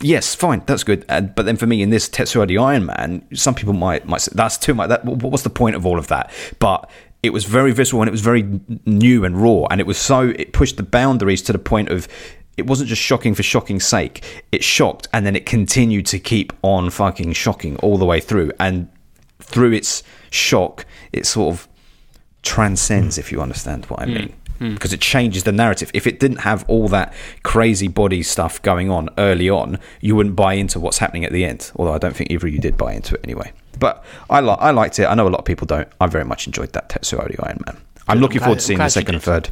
Speaker 5: Yes, fine, that's good. And, but then for me, in this Tetsuo the Iron Man, some people might might say that's too much. That wh- what's the point of all of that? But it was very visceral and it was very n- new and raw, and it was so it pushed the boundaries to the point of. It wasn't just shocking for shocking's sake. It shocked, and then it continued to keep on fucking shocking all the way through. And through its shock, it sort of
Speaker 4: Mm.
Speaker 5: transcends, if you understand what I mean. Because it changes the narrative. If it didn't have all that crazy body stuff going on early on, you wouldn't buy into what's happening at the end. Although I don't think either of you did buy into it anyway. But I, li- I liked it. I know a lot of people don't. I very much enjoyed that Tetsuo the Iron Man. I'm looking
Speaker 4: glad-
Speaker 5: forward
Speaker 4: I'm
Speaker 5: to seeing
Speaker 4: glad
Speaker 5: the
Speaker 4: you
Speaker 5: second
Speaker 4: did.
Speaker 5: and third.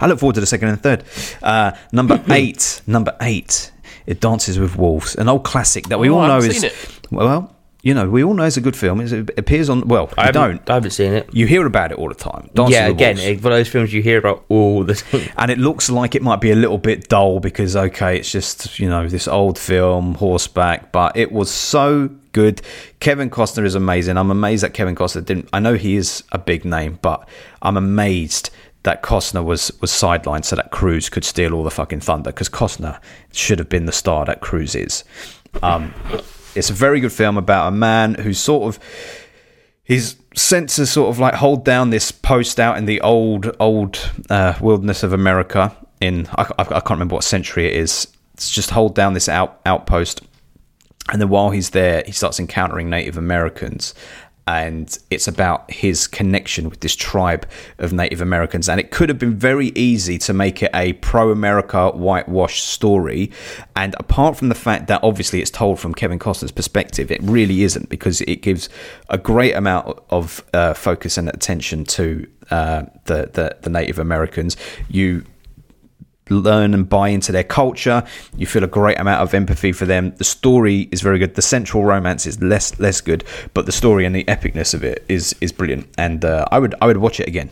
Speaker 5: I look forward to the second and third. Uh, number eight, number eight, it dances with wolves, an old classic that we
Speaker 4: Oh,
Speaker 5: all
Speaker 4: I
Speaker 5: know
Speaker 4: haven't
Speaker 5: is
Speaker 4: seen it.
Speaker 5: well, you know, we all know it's a good film. It's- It appears on well, I don't.
Speaker 2: I haven't seen it.
Speaker 5: You hear about it all the time. Dance
Speaker 2: yeah,
Speaker 5: with the
Speaker 2: again,
Speaker 5: Wolves.
Speaker 2: it's one of those films you hear about all the time.
Speaker 5: and it looks like it might be a little bit dull because okay, it's just you know this old film horseback, but it was so good. Kevin Costner is amazing. I'm amazed that Kevin Costner didn't. I know he is a big name, but I'm amazed that Costner was was sidelined so that Cruz could steal all the fucking thunder because Costner should have been the star that Cruz is. Um, it's a very good film about a man who sort of his senses sort of like hold down this post out in the old old uh, wilderness of America. In I, I I can't remember what century it is. It's just hold down this out outpost, and then while he's there, he starts encountering Native Americans. And it's about his connection with this tribe of Native Americans. And it could have been very easy to make it a pro America whitewash story. And apart from the fact that obviously it's told from Kevin Costner's perspective, it really isn't because it gives a great amount of uh, focus and attention to uh, the, the, the Native Americans. You learn and buy into their culture. You feel a great amount of empathy for them. The story is very good. The central romance is less less good, but the story and the epicness of it is is brilliant. And uh, I would I would watch it again.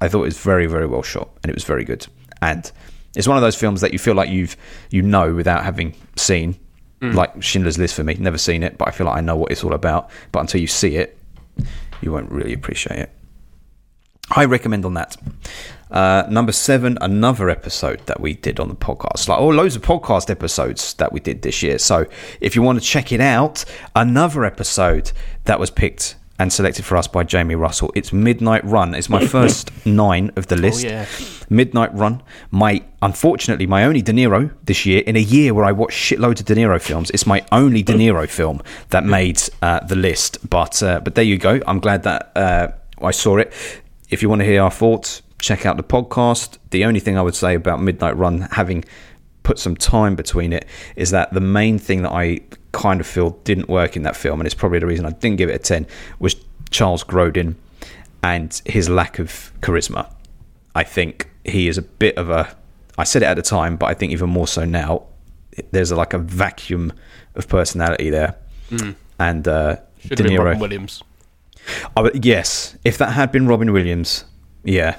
Speaker 5: I thought it was very very well shot and it was very good. And it's one of those films that you feel like you've you know without having seen. Like Schindler's List for me, never seen it, but I feel like I know what it's all about. But until you see it, you won't really appreciate it. I recommend on that. Uh, number seven, another episode that we did on the podcast. Like, oh, loads of podcast episodes that we did this year. So if you want to check it out, another episode that was picked and selected for us by Jamie Russell. It's Midnight Run. It's my first nine of the list.
Speaker 4: yeah.
Speaker 5: Midnight Run. My unfortunately my only De Niro this year in a year where I watched shitloads of De Niro films. It's my only De Niro film that made uh, the list. But uh, but there you go. I'm glad that uh, I saw it. If you want to hear our thoughts, check out the podcast. The only thing I would say about Midnight Run having put some time between it is that the main thing that I kind of feel didn't work in that film and it's probably the reason I didn't give it a 10 was Charles Grodin and his lack of charisma. I think he is a bit of a. I said it at the time, but I think even more so now. There's like a vacuum of personality there, and uh,
Speaker 4: Mm. Should
Speaker 5: De
Speaker 4: have been
Speaker 5: Niro.
Speaker 4: Robin Williams.
Speaker 5: I would- yes, if that had been Robin Williams, yeah.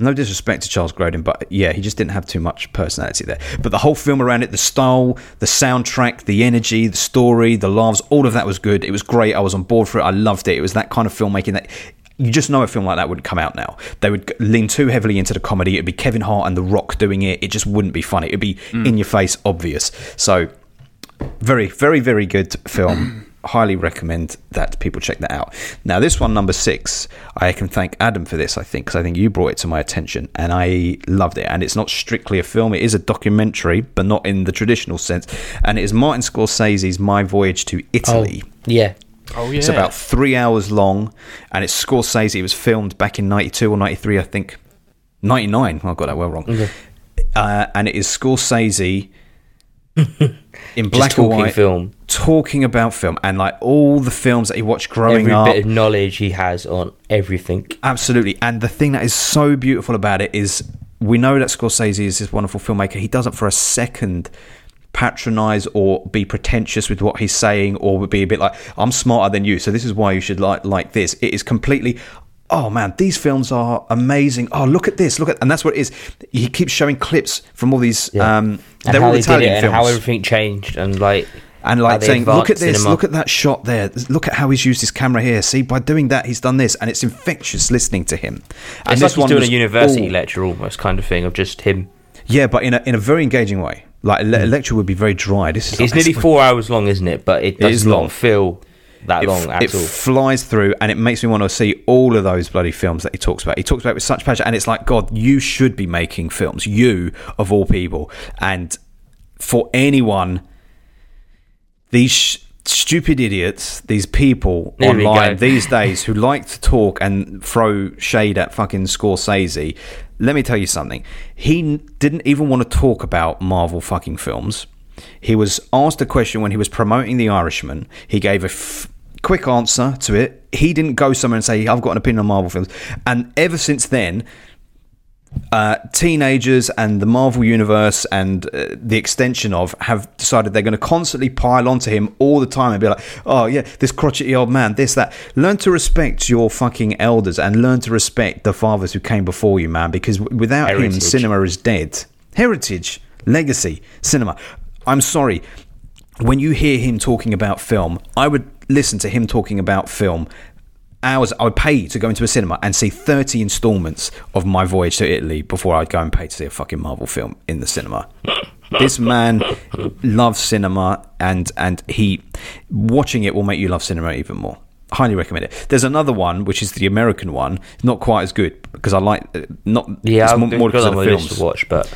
Speaker 5: No disrespect to Charles Grodin, but yeah, he just didn't have too much personality there. But the whole film around it, the style, the soundtrack, the energy, the story, the laughs, all of that was good. It was great. I was on board for it. I loved it. It was that kind of filmmaking that you just know a film like that would come out now. They would g- lean too heavily into the comedy. It'd be Kevin Hart and The Rock doing it. It just wouldn't be funny. It'd be in your face, obvious. So very, very, very good film. Highly recommend that people check that out. Now, this one, number six, I can thank Adam for this, I think, because I think you brought it to my attention and I loved it. And it's not strictly a film, it is a documentary, but not in the traditional sense. And it is Martin Scorsese's My Voyage to Italy.
Speaker 2: Oh, yeah.
Speaker 4: Oh yeah.
Speaker 5: It's about three hours long, and it's Scorsese. It was filmed back in '92 or '93, I think. '99. I got that well wrong. Uh, and it is Scorsese in black and
Speaker 2: talking
Speaker 5: white
Speaker 2: film.
Speaker 5: talking about film and like all the films that he watched growing
Speaker 2: Every
Speaker 5: up.
Speaker 2: bit of knowledge he has on everything.
Speaker 5: Absolutely. And the thing that is so beautiful about it is we know that Scorsese is this wonderful filmmaker. He doesn't for a second patronize or be pretentious with what he's saying or would be a bit like I'm smarter than you, so this is why you should like like this. It is completely oh man, these films are amazing. Oh, look at this. Look at and that's what it is. He keeps showing clips from all these
Speaker 2: Yeah.
Speaker 5: um
Speaker 2: And
Speaker 5: they're
Speaker 2: how
Speaker 5: all
Speaker 2: they did
Speaker 5: Italian
Speaker 2: it and
Speaker 5: films
Speaker 2: how everything changed and like
Speaker 5: and
Speaker 2: how
Speaker 5: like
Speaker 2: they
Speaker 5: saying, "Look at
Speaker 2: advanced
Speaker 5: this!
Speaker 2: cinema.
Speaker 5: Look at that shot there! Look at how he's used his camera here! See, by doing that, he's done this!" And it's infectious listening to him.
Speaker 2: it's
Speaker 5: And
Speaker 2: like he's doing a
Speaker 5: was
Speaker 2: university
Speaker 5: all-
Speaker 2: lecture almost kind of thing of just him.
Speaker 5: yeah, but in a in a very engaging way. Like a le- a lecture would be very dry. This is
Speaker 2: Hmm. It's
Speaker 5: like-
Speaker 2: nearly four hours long, isn't it? But it does
Speaker 5: is
Speaker 2: not
Speaker 5: long.
Speaker 2: feel that
Speaker 5: It,
Speaker 2: long
Speaker 5: f-
Speaker 2: at
Speaker 5: it
Speaker 2: all.
Speaker 5: flies through, and it makes me want to see all of those bloody films that he talks about. He talks about it with such passion, and it's like, God, you should be making films, you of all people, and for anyone these sh- stupid idiots, these people
Speaker 2: There we
Speaker 5: online
Speaker 2: go.
Speaker 5: these days who like to talk and throw shade at fucking Scorsese. Let me tell you something. He n- didn't even want to talk about Marvel fucking films. He was asked a question when he was promoting The Irishman. He gave a f- quick answer to it. He didn't go somewhere and say, I've got an opinion on Marvel films. And ever since then, uh, teenagers and the Marvel universe and uh, the extension of have decided they're going to constantly pile onto him all the time and be like, oh yeah, this crotchety old man, this that. Learn to respect your fucking elders and learn to respect the fathers who came before you, man. Because w- without him,
Speaker 2: Heritage.
Speaker 5: cinema is dead. Heritage, legacy, cinema. I'm sorry. When you hear him talking about film, I would listen to him talking about film hours I would pay to go into a cinema and see 30 installments of my voyage to Italy before I'd go and pay to see a fucking Marvel film in the cinema. this man loves cinema and and he watching it will make you love cinema even more. Highly recommend it. There's another one which is the American one. It's not quite as good because I like uh, not
Speaker 2: Yeah,
Speaker 5: it's
Speaker 2: I've
Speaker 5: more, more
Speaker 2: got
Speaker 5: because
Speaker 2: that
Speaker 5: of
Speaker 2: on
Speaker 5: the
Speaker 2: my list
Speaker 5: films.
Speaker 2: to watch, but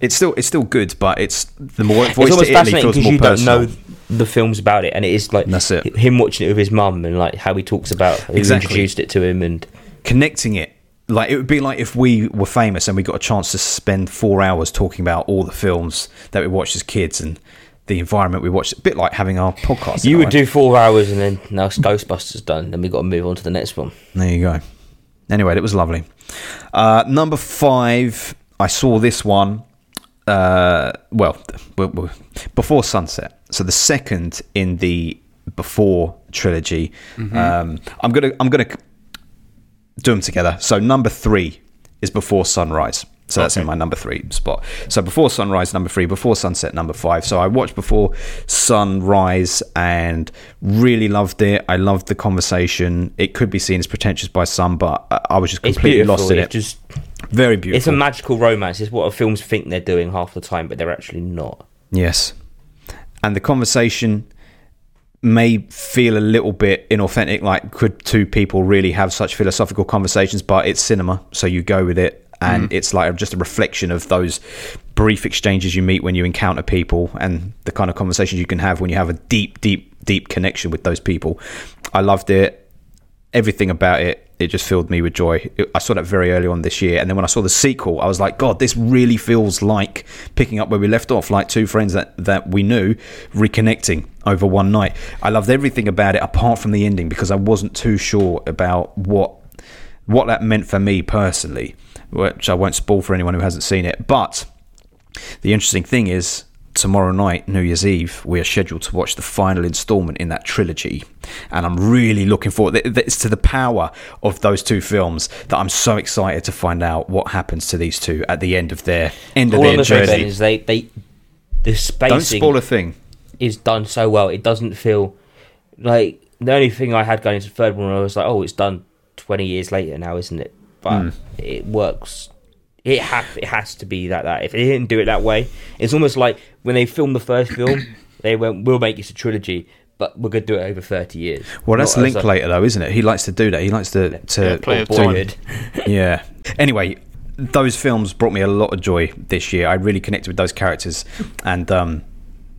Speaker 5: It's still it's still good, but it's the more
Speaker 2: it's
Speaker 5: voyage
Speaker 2: almost
Speaker 5: to Italy
Speaker 2: fascinating
Speaker 5: feels
Speaker 2: because
Speaker 5: more
Speaker 2: you
Speaker 5: personal.
Speaker 2: don't know the films about it, and it is like
Speaker 5: That's it.
Speaker 2: him watching it with his mum and like how he talks about who
Speaker 5: Exactly.
Speaker 2: introduced it to him and
Speaker 5: connecting it like it would be like if we were famous and we got a chance to spend four hours talking about all the films that we watched as kids and the environment we watched a bit like having our podcast in
Speaker 2: You
Speaker 5: a
Speaker 2: would
Speaker 5: way.
Speaker 2: do four hours and then now it's Ghostbusters done. Then we got to move on to the next one.
Speaker 5: there you go anyway that was lovely uh, number five i saw this one uh, well th- w- w- before sunset so the second in the before trilogy
Speaker 2: Mm-hmm.
Speaker 5: um, i'm gonna i'm gonna c- do them together. So number three is before sunrise. So that's in my number three spot. So before sunrise, number three. Before sunset, number five. So I watched before sunrise and really loved it. I loved the conversation. It could be seen as pretentious by some, but I, I was just
Speaker 2: It's
Speaker 5: completely
Speaker 2: beautiful.
Speaker 5: lost in
Speaker 2: it's
Speaker 5: it.
Speaker 2: just
Speaker 5: Very beautiful.
Speaker 2: it's a magical romance. It's what films think they're doing half the time, but they're actually not.
Speaker 5: Yes. And the conversation may feel a little bit inauthentic. Like, could two people really have such philosophical conversations? But it's cinema, so you go with it. And it's like just a reflection of those brief exchanges you meet when you encounter people and the kind of conversations you can have when you have a deep, deep, deep connection with those people. I loved it everything about it it just filled me with joy It- i saw that very early on this year and then when i saw the sequel i was like god this really feels like picking up where we left off like two friends that that we knew reconnecting over one night i loved everything about it apart from the ending because i wasn't too sure about what what that meant for me personally which i won't spoil for anyone who hasn't seen it but the interesting thing is, tomorrow night, New Year's Eve, we are scheduled to watch the final installment in that trilogy. And I'm really looking forward. th- th- It's to the power of those two films that I'm so excited to find out what happens to these two at the end of their end of
Speaker 2: All I'm
Speaker 5: their
Speaker 2: gonna say Ben,
Speaker 5: journey.
Speaker 2: is they they the
Speaker 5: Don't
Speaker 2: spacing
Speaker 5: spoil a thing.
Speaker 2: is done so well. It doesn't feel like the only thing I had going into the third one I was like, oh, it's done twenty years later now, isn't it? But it works. It ha- it has to be that that if they didn't do it that way, it's almost like when they filmed the first film, they went, "We'll make it a trilogy, but we're gonna do it over thirty years."
Speaker 5: Well, that's
Speaker 2: Not as a-
Speaker 5: Linklater, though, isn't it? He likes to do that. He likes to to
Speaker 4: Yeah, play with
Speaker 5: time.
Speaker 2: Boyd.
Speaker 5: yeah. Anyway, those films brought me a lot of joy this year. I really connected with those characters, and um,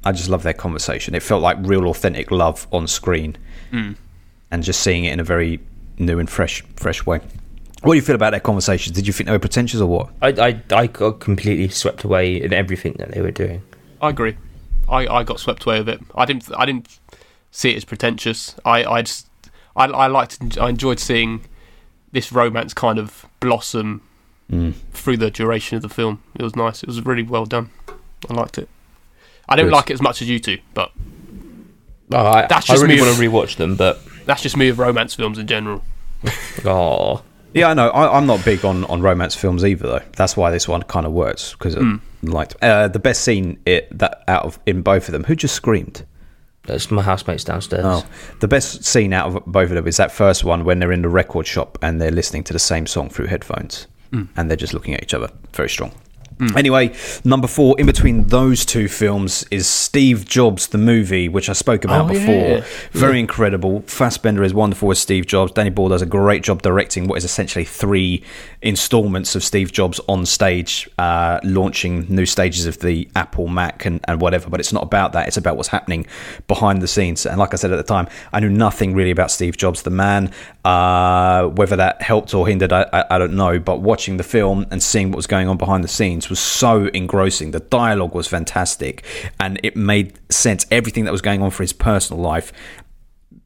Speaker 5: I just love their conversation. It felt like real, authentic love on screen, and just seeing it in a very new and fresh, fresh way. What do you feel about their conversations? Did you think they were pretentious or what?
Speaker 2: I, I I got completely swept away in everything that they were doing.
Speaker 4: I agree. I, I got swept away with it. I didn't I didn't see it as pretentious. I I just I I liked I enjoyed seeing this romance kind of blossom through the duration of the film. It was nice. It was really well done. I liked it. I don't
Speaker 5: Good.
Speaker 4: like it as much as you two, but
Speaker 2: Oh, I,
Speaker 4: That's
Speaker 2: I
Speaker 4: just
Speaker 2: really
Speaker 4: me.
Speaker 2: want to rewatch them, but
Speaker 4: that's just me with romance films in general.
Speaker 2: oh,
Speaker 5: Yeah, I know. I, I'm not big on, on romance films either, though. That's why this one kind of works because I liked uh, the best scene it, that out of in both of them. Who just screamed?
Speaker 2: that's my housemates downstairs.
Speaker 5: Oh, the best scene out of both of them is that first one when they're in the record shop and they're listening to the same song through headphones
Speaker 4: Hmm.
Speaker 5: and they're just looking at each other. Very strong. Anyway, number four in between those two films is Steve Jobs the movie, which I spoke about
Speaker 4: Oh,
Speaker 5: before.
Speaker 4: yeah.
Speaker 5: Very incredible. Fassbender is wonderful as Steve Jobs. Danny Boyle does a great job directing what is essentially three installments of Steve Jobs on stage, uh, launching new stages of the Apple Mac and, and whatever. But it's not about that. It's about what's happening behind the scenes. And like I said at the time, I knew nothing really about Steve Jobs, the man. Uh, whether that helped or hindered, I, I, I don't know. But watching the film and seeing what was going on behind the scenes was so engrossing. The dialogue was fantastic, and it made sense. Everything that was going on for his personal life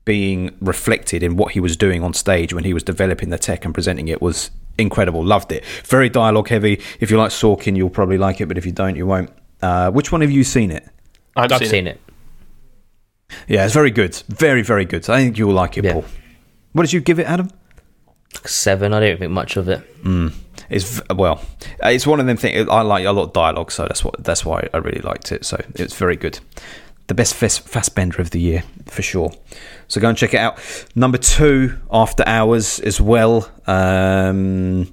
Speaker 5: being reflected in what he was doing on stage when he was developing the tech and presenting it was incredible. Loved it. Very dialogue heavy. If you like Sorkin, you'll probably like it, but if you don't, you won't. Uh, which one have you seen it?
Speaker 4: I haven't
Speaker 2: I've seen it.
Speaker 5: Yeah, it's very good. Very, very good. I think you'll like it,
Speaker 2: Yeah.
Speaker 5: Paul. What did you give it, Adam?
Speaker 2: Seven. I don't think much of it.
Speaker 5: It's v- well, it's one of them things. I like a lot of dialogue, so that's what that's why I really liked it. So it's very good. The best fast Fassbender of the year for sure. So go and check it out. Number two, After Hours as well. Um,
Speaker 2: I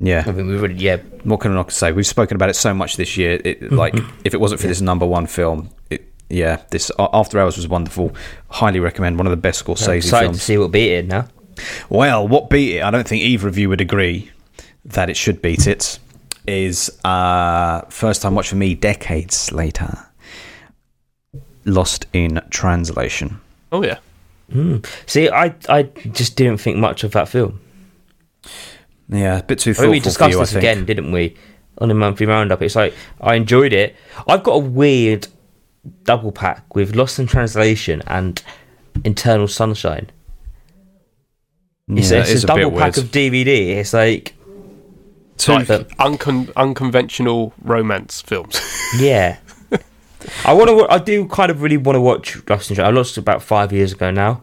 Speaker 5: yeah,
Speaker 2: think we really, yeah,
Speaker 5: what can I not say? We've spoken about it so much this year. It, like, if it wasn't for this number one film, it, yeah, this A- After Hours was wonderful. Highly recommend. One of the best
Speaker 2: I'm
Speaker 5: Scorsese
Speaker 2: excited to
Speaker 5: films.
Speaker 2: see what beat it now.
Speaker 5: Well, what beat it? I don't think either of you would agree that it should beat it. Is uh, first time watch for me decades later. Lost in translation.
Speaker 4: Oh yeah,
Speaker 2: See, I I just didn't think much of that film.
Speaker 5: Yeah, a bit too
Speaker 2: I
Speaker 5: thoughtful
Speaker 2: mean, we discussed
Speaker 5: for you,
Speaker 2: this
Speaker 5: I think.
Speaker 2: again, didn't we? On a monthly roundup, it's like I enjoyed it. I've got a weird double pack with Lost in Translation and Internal Sunshine. It's,
Speaker 5: Yeah,
Speaker 2: it's
Speaker 5: it is
Speaker 2: a
Speaker 5: a bit
Speaker 2: double pack
Speaker 5: weird.
Speaker 2: of DVD. It's like,
Speaker 4: it's like
Speaker 2: But-
Speaker 4: uncon- unconventional romance films.
Speaker 2: yeah. I want to. I do kind of really want to watch Lost in Translation. I watched it about five years ago now.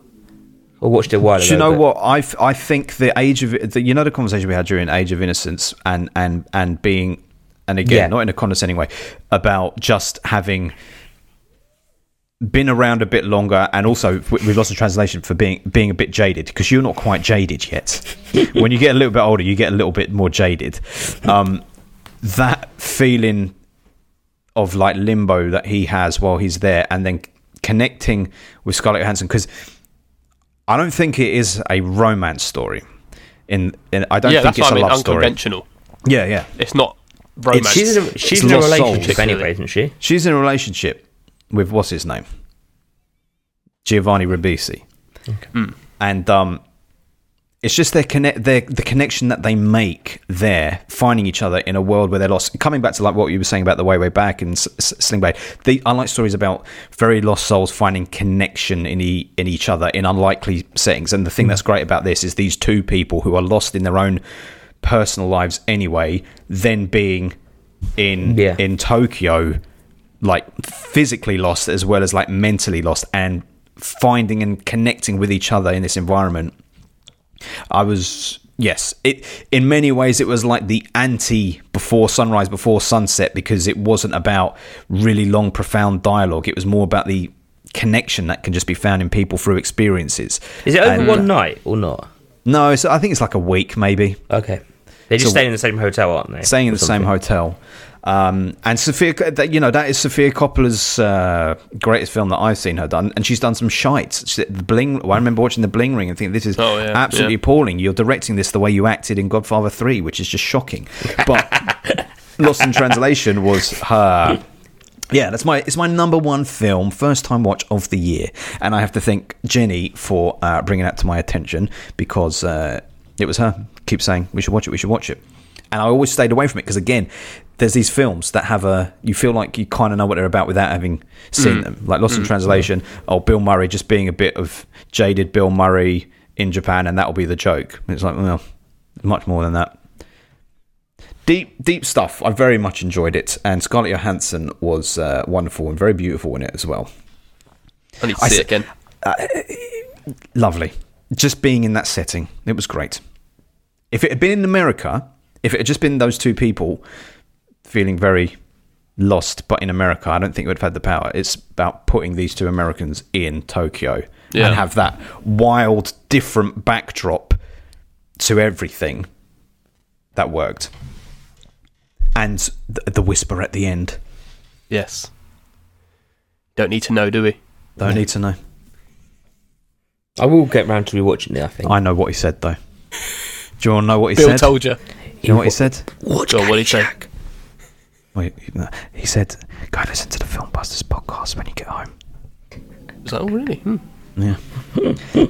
Speaker 2: I watched it a while ago.
Speaker 5: Do you know
Speaker 2: but-
Speaker 5: what? I, f- I think the age of the, you know the conversation we had during Age of Innocence and and and being and again
Speaker 2: Yeah.
Speaker 5: not in a condescending way about just having been around a bit longer and also we- we've lost the translation for being being a bit jaded because you're not quite jaded yet. when you get a little bit older, you get a little bit more jaded. Um, that feeling of like limbo that he has while he's there, and then connecting with Scarlett Johansson because I don't think it is a romance story. In, in I don't
Speaker 4: yeah,
Speaker 5: think
Speaker 4: that's
Speaker 5: it's
Speaker 4: what
Speaker 5: a
Speaker 4: I mean.
Speaker 5: love story.
Speaker 4: Unconventional.
Speaker 5: Yeah, yeah.
Speaker 4: It's not romance.
Speaker 2: She's in a, she's
Speaker 5: It's
Speaker 2: in a
Speaker 5: Lost Souls.
Speaker 2: relationship anyway, isn't she?
Speaker 5: She's in a relationship with what's his name, Giovanni Ribisi,
Speaker 4: Hmm.
Speaker 5: and um, it's just their connect, their the connection that they make there, finding each other in a world where they're lost. Coming back to like what you were saying about the way way back and S- S- Sling the I like stories about very lost souls finding connection in e- in each other in unlikely settings. And the thing that's great about this is these two people who are lost in their own personal lives anyway, then being in
Speaker 2: Yeah.
Speaker 5: in Tokyo, like physically lost as well as like mentally lost, and finding and connecting with each other in this environment. I was yes. It in many ways it was like the anti before sunrise, before sunset because it wasn't about really long, profound dialogue. It was more about the connection that can just be found in people through experiences.
Speaker 2: Is it over
Speaker 5: And-
Speaker 2: one night or not?
Speaker 5: No, it's, I think it's like a week maybe.
Speaker 2: Okay. They just
Speaker 5: So-
Speaker 2: stay in the same hotel, aren't they?
Speaker 5: staying in
Speaker 2: Or
Speaker 5: the same
Speaker 2: something.
Speaker 5: hotel. Um, and Sophia, that, you know, that is Sophia Coppola's uh, greatest film that I've seen her done, and she's done some shites. She- The Bling. well, I remember watching The Bling Ring and thinking this is
Speaker 4: Oh, yeah,
Speaker 5: absolutely
Speaker 4: yeah.
Speaker 5: appalling. You're directing this the way you acted in Godfather Three, which is just shocking. But Lost in Translation was her. Yeah, that's my it's my number one film, first time watch of the year, and I have to thank Jenny for uh, bringing that to my attention because uh, it was her. Keep saying we should watch it, we should watch it, and I always stayed away from it because again, there's these films that have a you feel like you kind of know what they're about without having seen them, like Lost in Translation. Oh, Bill Murray just being a bit of jaded Bill Murray in Japan, and that'll be the joke. It's like well, much more than that. deep, deep stuff. I very much enjoyed it, and Scarlett Johansson was uh, wonderful and very beautiful in it as well.
Speaker 4: I need to
Speaker 5: I
Speaker 4: see
Speaker 5: see-
Speaker 4: it again.
Speaker 5: Lovely. Just being in that setting, it was great. If it had been in America, if it had just been those two people feeling very lost, but in America, I don't think it would have had the power. It's about putting these two Americans in Tokyo
Speaker 4: Yeah.
Speaker 5: and have that wild, different backdrop to everything that worked. And th- the whisper at the end.
Speaker 4: Yes. Don't need to know, do we?
Speaker 5: Don't need to know.
Speaker 2: I will get round to rewatching it. I think.
Speaker 5: I know what he said, though. Do you want to know what he
Speaker 4: Bill
Speaker 5: said?
Speaker 4: told you.
Speaker 5: you know what he said?
Speaker 2: Watch
Speaker 4: Go on, what do you say?
Speaker 2: Caddyshack.
Speaker 5: Wait, no. he said, go listen to the Film Busters podcast when you get home.
Speaker 4: It's like, oh, really? Hmm.
Speaker 5: Yeah.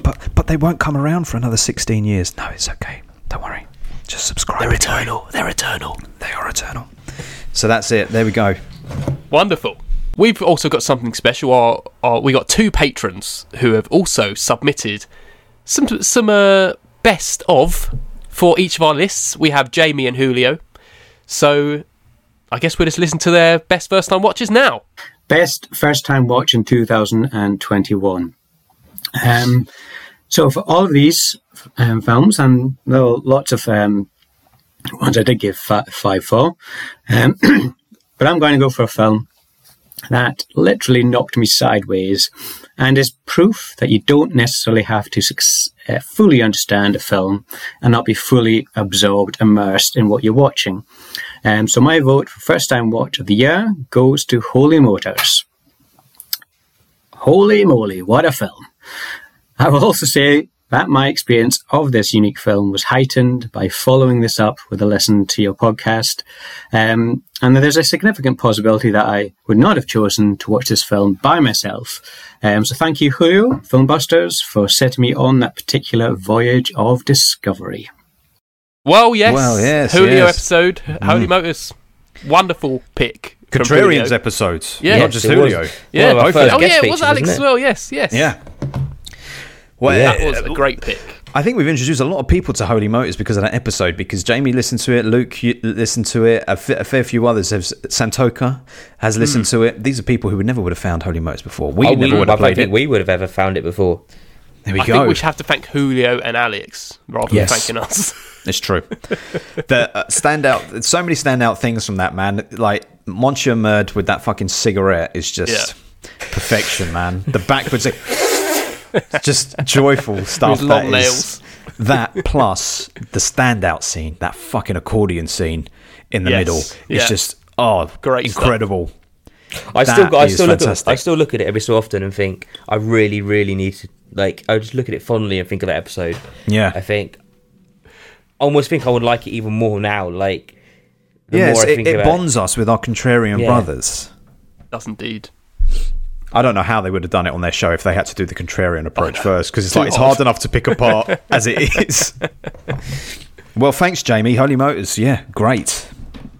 Speaker 5: but but they won't come around for another 16 years. No, it's okay. Don't worry. Just subscribe. They're eternal. They're eternal. They are eternal. So that's it. There we go.
Speaker 4: Wonderful. We've also got something special. Our, our, we got two patrons who have also submitted some some uh, best of for each of our lists. We have Jamie and Julio. So I guess we'll just listen to their best first time watches now.
Speaker 7: Best first time watch in 2021. Um, so, for all of these um, films, and there were lots of um, ones I did give fi- five for, um, but I'm going to go for a film that literally knocked me sideways and is proof that you don't necessarily have to suc- uh, fully understand a film and not be fully absorbed, immersed in what you're watching. Um, so my vote for first time watch of the year goes to Holy Motors. Holy moly, what a film! I will also say that my experience of this unique film was heightened by following this up with a listen to your podcast, um, and that there's a significant possibility that I would not have chosen to watch this film by myself. Um, so thank you, Julio Filmbusters, for setting me on that particular voyage of discovery.
Speaker 4: Well, yes.
Speaker 5: Well, yes,
Speaker 4: Julio
Speaker 5: yes. Mm.
Speaker 4: episode. Holy Motors. Wonderful pick. from
Speaker 5: Contrarians
Speaker 4: Julio.
Speaker 5: episodes.
Speaker 4: Yeah.
Speaker 5: Not just
Speaker 2: Yes, it was.
Speaker 5: Julio.
Speaker 4: Yeah.
Speaker 2: Well, our
Speaker 5: both of
Speaker 2: first
Speaker 4: oh,
Speaker 2: guest
Speaker 4: yeah, it was
Speaker 2: feature,
Speaker 4: Alex
Speaker 2: wasn't
Speaker 4: as well. Yes, yes.
Speaker 5: Yeah. Well,
Speaker 2: Yeah.
Speaker 4: That was a great pick.
Speaker 5: I think we've introduced a lot of people to Holy Motors because of that episode. Because Jamie listened to it, Luke you listened to it, a f- a fair few others. Have, Santoka has listened
Speaker 4: Hmm.
Speaker 5: to it. These are people who would never would have found Holy Motors before. We
Speaker 2: Oh,
Speaker 5: never
Speaker 2: we-
Speaker 5: would
Speaker 2: I don't
Speaker 5: have played
Speaker 2: think
Speaker 5: it.
Speaker 2: we would have ever found it before.
Speaker 5: there we
Speaker 4: I
Speaker 5: go.
Speaker 4: think we should have to thank Julio and Alex rather than
Speaker 5: Yes.
Speaker 4: thanking us.
Speaker 5: It's true. the uh, standout, so many standout things from that man. Like Monsieur Murd with that fucking cigarette is just perfection, man. The backwards, just joyful stuff.
Speaker 4: With long
Speaker 5: that is-
Speaker 4: nails.
Speaker 5: that plus the standout scene, that fucking accordion scene in the
Speaker 4: Yes.
Speaker 5: middle.
Speaker 4: Yeah.
Speaker 5: It's just oh,
Speaker 4: Great stuff.
Speaker 5: incredible.
Speaker 2: I still,
Speaker 5: That
Speaker 2: got, I
Speaker 5: is
Speaker 2: still look, at,
Speaker 5: fantastic.
Speaker 2: I still look at it every so often and think I really, really need to like. I just look at it fondly and think of that episode.
Speaker 5: Yeah.
Speaker 2: I think almost think I would like it even more now. Like, the
Speaker 5: Yes,
Speaker 2: more I
Speaker 5: it,
Speaker 2: think
Speaker 5: it
Speaker 2: about
Speaker 5: bonds us with our contrarian
Speaker 2: Yeah.
Speaker 5: brothers.
Speaker 4: Does indeed.
Speaker 5: I don't know how they would have done it on their show if they had to do the contrarian approach first, because it's like it's
Speaker 4: hard.
Speaker 5: hard enough to pick apart as it is. well, thanks, Jamie. Holy Motors, yeah, great.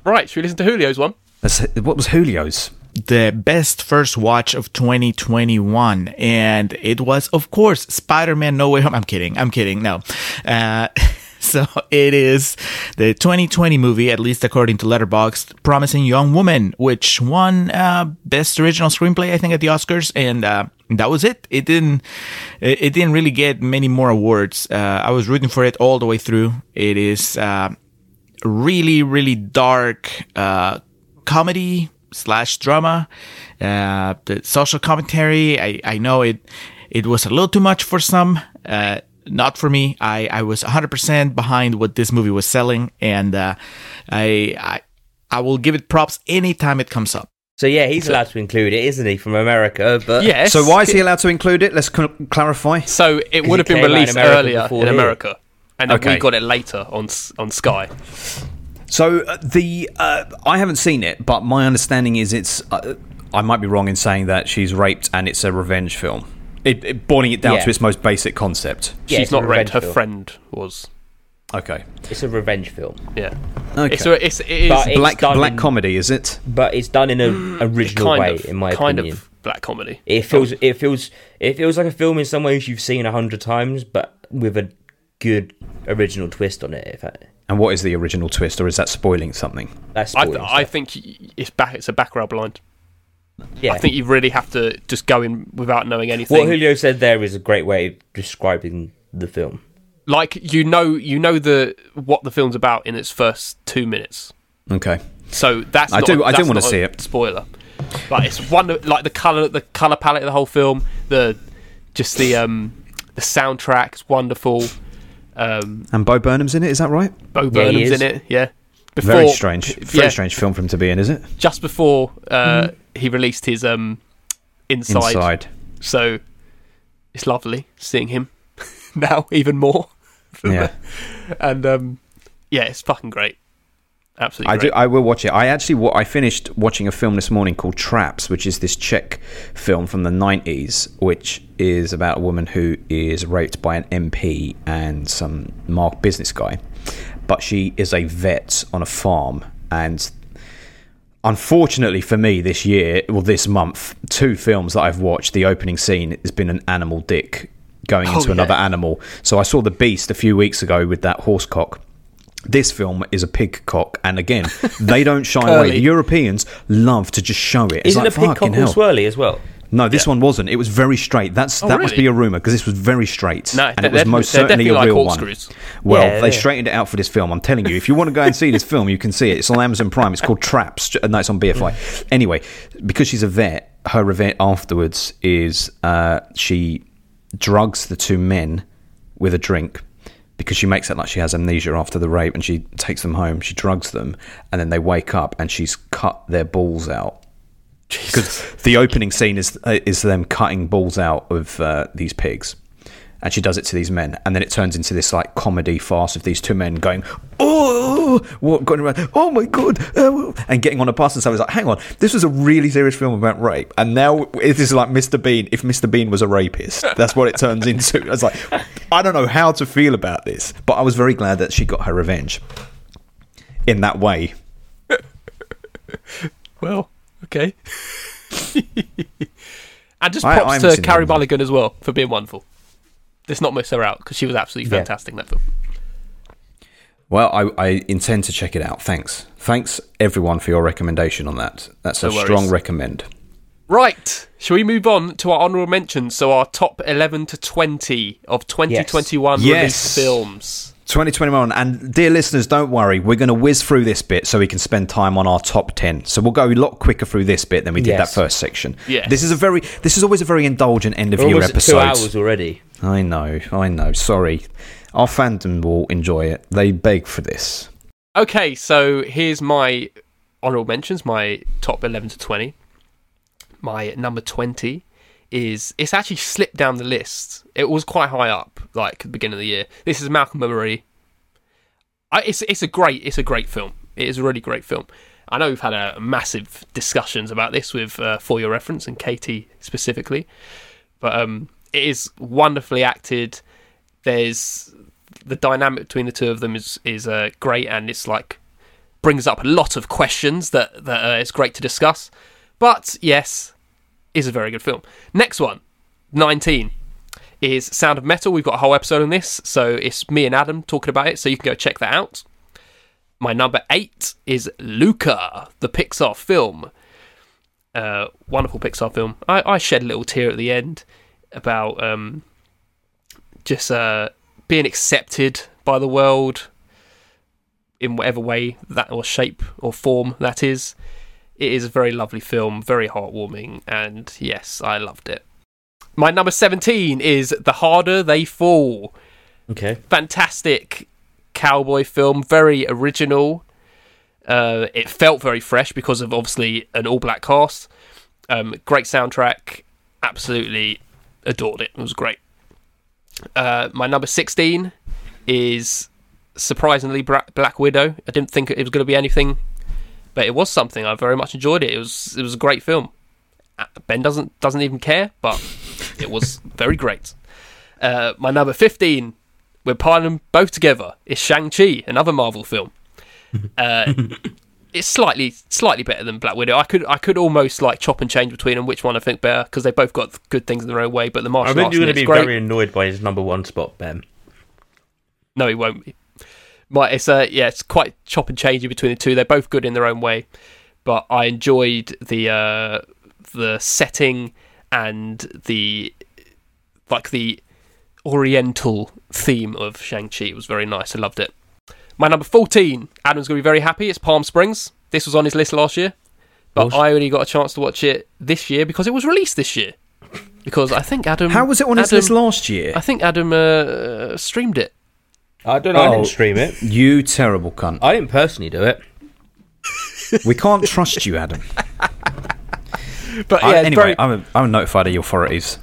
Speaker 4: Right, should we listen to Julio's one?
Speaker 5: That's, what was Julio's?
Speaker 8: the best first watch of 2021 and it was of course spider-man no way home i'm kidding i'm kidding no uh, so it is the 2020 movie at least according to letterboxd promising young woman which won uh, best original screenplay i think at the oscars and uh, that was it it didn't it it didn't really get many more awards uh, i was rooting for it all the way through it is uh, really really dark uh, comedy slash drama uh, the social commentary I, I know it it was a little too much for some uh, not for me I, I was 100% behind what this movie was selling and uh, I, I I will give it props anytime it comes up
Speaker 2: So yeah, he's allowed to include it, isn't he, from America? But
Speaker 4: Yes.
Speaker 5: So why is he allowed to include it? Let's cl- clarify.
Speaker 4: So it would have
Speaker 2: it
Speaker 4: been
Speaker 2: came out in
Speaker 4: released
Speaker 2: America
Speaker 4: earlier
Speaker 2: before
Speaker 4: in
Speaker 2: here.
Speaker 4: America, and then we
Speaker 5: Okay.
Speaker 4: got it later on S- on Sky.
Speaker 5: So uh, the uh, I haven't seen it, but my understanding is it's. Uh, I might be wrong in saying that she's raped and it's a revenge film. It, it boiling it down
Speaker 2: Yeah.
Speaker 5: to its most basic concept.
Speaker 2: Yeah,
Speaker 4: She's
Speaker 2: it's a
Speaker 4: not
Speaker 2: revenge
Speaker 4: raped; her
Speaker 2: film.
Speaker 4: friend was.
Speaker 5: Okay.
Speaker 2: It's a revenge film,
Speaker 4: Yeah.
Speaker 5: Okay.
Speaker 4: It's, a- it's, it is
Speaker 2: But it-
Speaker 5: black
Speaker 2: done
Speaker 5: black
Speaker 2: in-
Speaker 5: comedy, is it?
Speaker 2: but it's done in an original
Speaker 4: kind
Speaker 2: way,
Speaker 4: of
Speaker 2: in my
Speaker 4: kind
Speaker 2: opinion.
Speaker 4: of black comedy.
Speaker 2: It
Speaker 1: Oh.
Speaker 2: feels, it feels, it feels like a film in some ways you've seen a hundred times, but with a good original twist on it. If I,
Speaker 5: And what is the original twist, or is that spoiling something?
Speaker 2: That's
Speaker 1: I,
Speaker 2: spoiling
Speaker 1: th- I
Speaker 2: stuff.
Speaker 1: think y- it's back. It's a back row blind.
Speaker 2: yeah.
Speaker 1: I think you really have to just go in without knowing anything.
Speaker 2: what Julio said there is a great way of describing the film.
Speaker 1: like you know, you know the what the film's about in its first two minutes.
Speaker 5: Okay.
Speaker 1: So that's
Speaker 5: I
Speaker 1: not
Speaker 5: do-
Speaker 1: A,
Speaker 5: I do
Speaker 1: that's
Speaker 5: wanna
Speaker 1: not a
Speaker 5: see it.
Speaker 1: Spoiler, but it's one of- like the color, the color palette of the whole film, the just the um the soundtrack is wonderful. Um,
Speaker 5: And Bo Burnham's in it, is that right?
Speaker 1: Bo
Speaker 2: Yeah, he
Speaker 1: Burnham's
Speaker 2: is.
Speaker 1: in it, yeah. Before,
Speaker 5: Very strange. Very
Speaker 1: yeah,
Speaker 5: strange film for him to be in, is it?
Speaker 1: Just before uh, he released his um, inside,
Speaker 5: Inside.
Speaker 1: so it's lovely seeing him now even more.
Speaker 5: Yeah.
Speaker 1: and um, yeah, it's fucking great. Absolutely,
Speaker 5: I do.
Speaker 1: great.
Speaker 5: I will watch it. I actually, wa- I finished watching a film this morning called Traps, which is this Czech film from the '90s, which is about a woman who is raped by an MP and some mark business guy, but she is a vet on a farm, and unfortunately for me, this year, well, this month, two films that I've watched, the opening scene has been an animal dick going into
Speaker 1: yeah.
Speaker 5: another animal. So I saw The Beast a few weeks ago with that horse cock. This film is a pig cock, and again, they don't shy away. The Europeans love to just show it. It's
Speaker 2: Isn't
Speaker 5: like,
Speaker 2: a peacock all
Speaker 5: fucking hell.
Speaker 2: swirly as well?
Speaker 5: No, this one wasn't. It was very straight. That's that must
Speaker 1: Oh, really?
Speaker 5: be a rumor because this was very straight,
Speaker 1: No,
Speaker 5: and
Speaker 1: they're
Speaker 5: it was
Speaker 1: definitely-
Speaker 5: most
Speaker 1: they're
Speaker 5: certainly
Speaker 1: definitely
Speaker 5: a
Speaker 1: like
Speaker 5: real one.
Speaker 1: corkscrews.
Speaker 5: Well,
Speaker 2: Yeah,
Speaker 5: they
Speaker 2: yeah.
Speaker 5: straightened it out for this film. I'm telling you, if you want to go and see this film, you can see it. It's on Amazon Prime. It's called Traps. J- No, it's on
Speaker 1: Mm.
Speaker 5: BFI. Anyway, because she's a vet, her event afterwards is uh, she drugs the two men with a drink. Because she makes it like she has amnesia after the rape, and she takes them home. She drugs them, and then they wake up, and she's cut their balls out because the opening scene is uh, is them cutting balls out of uh, these pigs, and she does it to these men, and then it turns into this like comedy farce of these two men going, oh, what going around, oh my god, uh, and getting on a bus, and so I was like, hang on, this was a really serious film about rape, and now this is like Mr. Bean. If Mr. Bean was a rapist, that's what it turns into. I was like, I don't know how to feel about this, but I was very glad that she got her revenge in that way.
Speaker 1: Well, okay. and just
Speaker 5: I-
Speaker 1: props
Speaker 5: I'm
Speaker 1: to
Speaker 5: seeing
Speaker 1: Carrie
Speaker 5: them.
Speaker 1: Mulligan as well for being wonderful. Let's not miss her out because she was absolutely
Speaker 5: Yeah.
Speaker 1: fantastic in that film.
Speaker 5: Well, I, I intend to check it out. Thanks. Thanks, everyone, for your recommendation on that. That's a
Speaker 1: No worries.
Speaker 5: strong recommend.
Speaker 1: Right, shall we move on to our honourable mentions? So our top eleven to twenty of twenty twenty one released
Speaker 5: Yes.
Speaker 1: films.
Speaker 5: 2021. And dear listeners, don't worry. We're going to whiz through this bit so we can spend time on our top 10. So we'll go a lot quicker through this bit than we did
Speaker 2: Yes.
Speaker 5: that first section.
Speaker 1: Yes.
Speaker 5: This is a very, this is always a very indulgent end of
Speaker 2: We're
Speaker 5: year
Speaker 2: almost at two
Speaker 5: episode.
Speaker 2: hours already.
Speaker 5: I know. I know. Sorry. Our fandom will enjoy it. They beg for this.
Speaker 1: Okay, so here's my honourable mentions, my top eleven to twenty. My number twenty is it's actually slipped down the list. It was quite high up, like at the beginning of the year. This is Malcolm Murray, I, it's it's a great it's a great film. It is a really great film. I know we've had uh massive discussions about this with uh, for your reference and Katie specifically, but um, it is wonderfully acted. There's the dynamic between the two of them is is uh, great, and it's like brings up a lot of questions that that uh, it's great to discuss. But yes, is a very good film. Next one, 19 is Sound of Metal. We've got a whole episode on this, so it's me and Adam talking about it, so you can go check that out. My number eight is Luca, the Pixar film. Uh, wonderful Pixar film. I, I shed a little tear at the end about um, just uh, being accepted by the world in whatever way that or shape or form that is. It is a very lovely film, very heartwarming, and yes, I loved it. My number 17 is The Harder They Fall.
Speaker 2: Okay.
Speaker 1: Fantastic cowboy film, very original. Uh, it felt very fresh because of obviously an all black cast. Um, great soundtrack, absolutely adored it. It was great. Uh, my number 16 is surprisingly Bra- Black Widow. I didn't think it was going to be anything, but it was something. I very much enjoyed it. It was it was a great film. Uh, Ben doesn't doesn't even care, but it was very great. Uh, my number 15, we're piling them both together, is Shang-Chi, another Marvel film. Uh, it's slightly slightly better than Black Widow. I could I could almost like chop and change between them, which one I think better, because they both got good things in their own way, but the
Speaker 2: I
Speaker 1: martial
Speaker 2: think
Speaker 1: arts
Speaker 2: you're
Speaker 1: in
Speaker 2: going to
Speaker 1: it's
Speaker 2: be
Speaker 1: great.
Speaker 2: very annoyed by his number one spot, Ben.
Speaker 1: No, he won't be. Right, it's uh, yeah, it's quite chop and changey between the two. They're both good in their own way, but I enjoyed the uh, the setting and the like the Oriental theme of Shang Chi. It was very nice. I loved it. My number fourteen, Adam's gonna be very happy. It's Palm Springs. This was on his list last year, but I only got a chance to watch it this year because it was released this year. Because I think Adam,
Speaker 5: How was it on his
Speaker 1: Adam-
Speaker 5: list last year?
Speaker 1: I think Adam uh, streamed it.
Speaker 2: I don't know. I
Speaker 5: Oh.
Speaker 2: didn't stream it.
Speaker 5: You terrible cunt.
Speaker 2: I didn't personally do it.
Speaker 5: We can't trust you, Adam.
Speaker 1: But yeah,
Speaker 5: I,
Speaker 1: it's
Speaker 5: anyway,
Speaker 1: very-
Speaker 5: I'm, a, I'm notified of the authorities.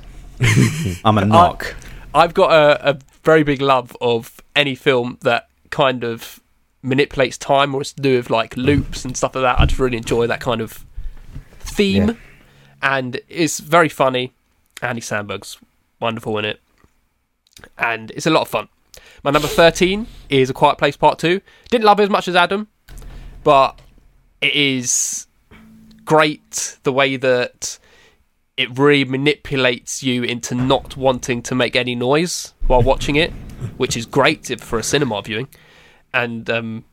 Speaker 5: I'm a knock.
Speaker 1: I've got a, a very big love of any film that kind of manipulates time or it's to do with like loops and stuff like that. I just really enjoy that kind of theme,
Speaker 5: Yeah.
Speaker 1: and it's very funny. Andy Sandberg's wonderful in it, and it's a lot of fun. My number thirteen is A Quiet Place Part Two. Didn't love it as much as Adam, but it is great the way that it really manipulates you into not wanting to make any noise while watching it, which is great if- for a cinema viewing. And um,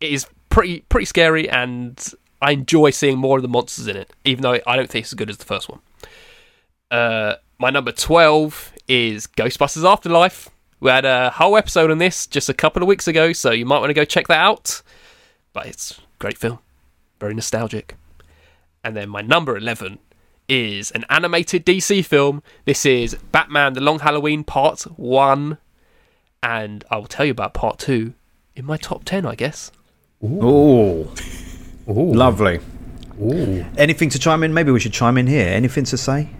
Speaker 1: it is pretty pretty scary, and I enjoy seeing more of the monsters in it, even though I don't think it's as good as the first one. Uh, my number twelve is Ghostbusters Afterlife. We had a whole episode on this just a couple of weeks ago, so you might want to go check that out. But it's a great film, very nostalgic. And then my number eleven is an animated DC film. This is Batman The Long Halloween Part 1. And I will tell you about Part 2 in my top 10, I guess.
Speaker 5: Ooh. Lovely. Anything to chime in? Maybe we should chime in here. Anything to say?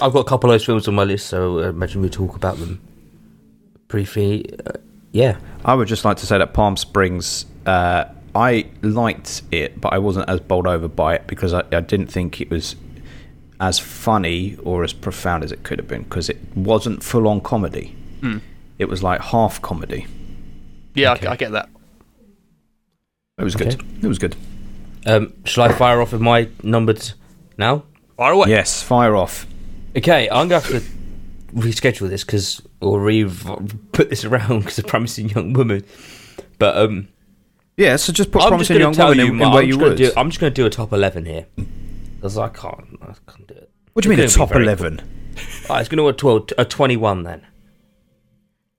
Speaker 2: I've got a couple of those films on my list, so I imagine we'll talk about them briefly. Uh, yeah.
Speaker 5: I would just like to say that Palm Springs, uh, I liked it, but I wasn't as bowled over by it because I, I didn't think it was as funny or as profound as it could have been because it wasn't full on comedy.
Speaker 1: Hmm.
Speaker 5: It was like half comedy.
Speaker 1: Yeah, I, I get that.
Speaker 5: It was good. It was good.
Speaker 2: Um, shall I fire off with my numbers now?
Speaker 1: Fire away.
Speaker 5: Yes, fire off.
Speaker 2: Okay, I'm going to have to reschedule this because or re put this around because of promising young woman. But um,
Speaker 5: Yeah, so just put
Speaker 2: I'm just
Speaker 5: promising
Speaker 2: going
Speaker 5: young
Speaker 2: to tell
Speaker 5: woman
Speaker 2: you,
Speaker 5: in,
Speaker 2: my-
Speaker 5: in where
Speaker 2: I'm,
Speaker 5: you
Speaker 2: just gonna
Speaker 5: would.
Speaker 2: do, I'm just going to do a top eleven here because I can't. I can't do it.
Speaker 5: what do you mean a
Speaker 2: It's gonna be
Speaker 5: top
Speaker 2: very-
Speaker 5: eleven?
Speaker 2: Ah, it's going to a twelve, a twenty-one then.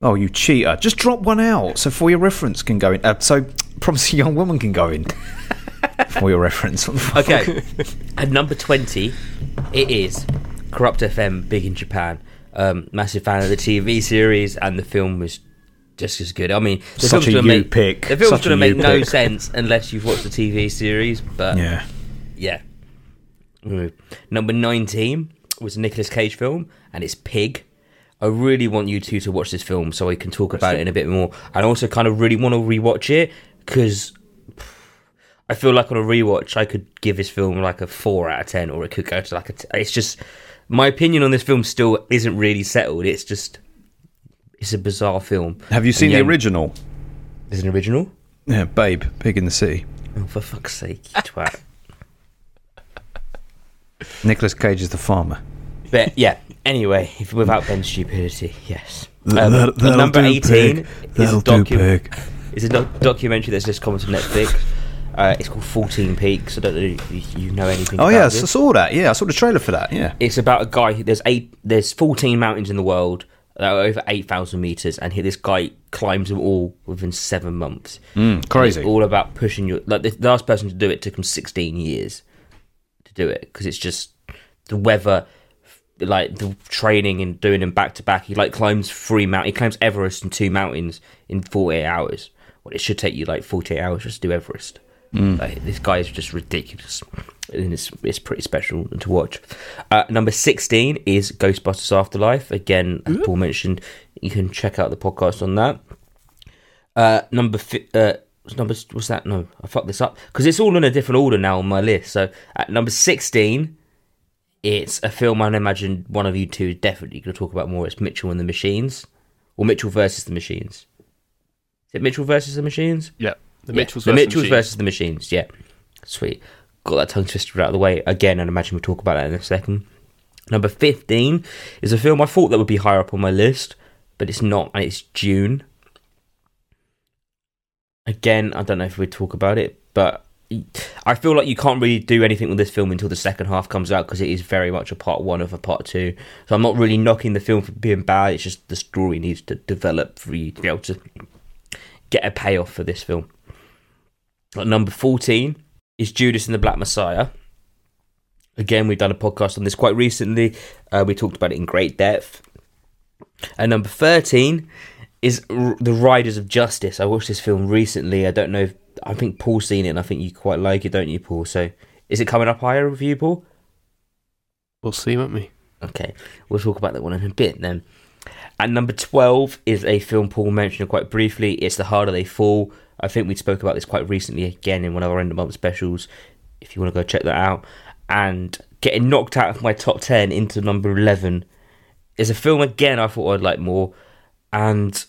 Speaker 5: Oh, you cheater! Just drop one out so for your reference can go in. Uh, so promising young woman can go in for your reference.
Speaker 2: Okay. At number 20, it is Corrupt FM, big in Japan. Um, massive fan of the TV series, and the film was just as good. I mean, the
Speaker 5: Such
Speaker 2: film's
Speaker 5: a
Speaker 2: gonna
Speaker 5: you
Speaker 2: make,
Speaker 5: pick.
Speaker 2: The film's
Speaker 5: Such a
Speaker 2: going to make
Speaker 5: you
Speaker 2: no
Speaker 5: pick.
Speaker 2: sense unless you've watched the TV series, but yeah.
Speaker 5: Yeah.
Speaker 2: Mm. Number 19 was a Nicolas Cage film, and it's Pig. I really want you two to watch this film so I can talk about it in a bit more. I also kind of really want to rewatch it because I feel like on a rewatch, I could give this film like a four out of ten, or it could go to like a. T- it's just my opinion on this film still isn't really settled. It's just it's a bizarre film.
Speaker 5: Have you seen
Speaker 2: yeah.
Speaker 5: the original?
Speaker 2: Is it an original?
Speaker 5: Yeah, Babe, Pig in the City.
Speaker 2: Oh, for fuck's sake, you twat!
Speaker 5: Nicholas Cage is the farmer.
Speaker 2: But yeah. Anyway, if, without Ben's stupidity, yes. Um, but number eighteen is a, docu- is a doc- documentary that's just come to Netflix. Uh, it's called Fourteen Peaks. I don't know if you know anything.
Speaker 5: Oh
Speaker 2: about
Speaker 5: yeah, I
Speaker 2: this.
Speaker 5: saw that. Yeah, I saw the trailer for that. Yeah.
Speaker 2: it's about a guy. There's eight. There's 14 mountains in the world that are over 8,000 meters, and here this guy climbs them all within seven months.
Speaker 5: crazy.
Speaker 2: It's all about pushing your. Like the last person to do it took him 16 years to do it because it's just the weather, like the training and doing them back to back. He like climbs three mount. He climbs Everest and two mountains in 48 hours. Well, it should take you like 48 hours just to do Everest. Like, this guy is just ridiculous, and it's it's pretty special to watch. Uh, number sixteen is Ghostbusters Afterlife. Again, as Paul mentioned, you can check out the podcast on that. Uh, number fi- uh, number what's that? No, I fucked this up because it's all in a different order now on my list. So at number sixteen, it's a film I imagine one of you two is definitely going to talk about more. It's Mitchell and the Machines, or Mitchell versus the Machines. Is it Mitchell versus the Machines?
Speaker 1: Yeah. The
Speaker 2: Yeah,
Speaker 1: Mitchells,
Speaker 2: the
Speaker 1: versus
Speaker 2: Mitchells versus the Machines. Yeah, sweet. Got that tongue twister out of the way again, and imagine we'll talk about that in a second. Number fifteen is a film I thought that would be higher up on my list, but it's not, and it's June. Again, I don't know if we talk about it, but I feel like you can't really do anything with this film until the second half comes out because it is very much a part one of a part two. So I'm not really knocking the film for being bad. It's just the story needs to develop for you to be able to get a payoff for this film. At number 14 is Judas and the Black Messiah. Again, we've done a podcast on this quite recently. Uh, we talked about it in great depth. And number 13 is R- The Riders of Justice. I watched this film recently. I don't know if. I think Paul's seen it and I think you quite like it, don't you, Paul? So is it coming up higher with you, Paul?
Speaker 4: We'll see, won't we?
Speaker 2: Okay, we'll talk about that one in a bit then. At number 12 is a film Paul mentioned quite briefly. It's The Harder They Fall. I think we spoke about this quite recently again in one of our end of month specials. If you want to go check that out. And getting knocked out of my top 10 into number 11 is a film again I thought I'd like more. And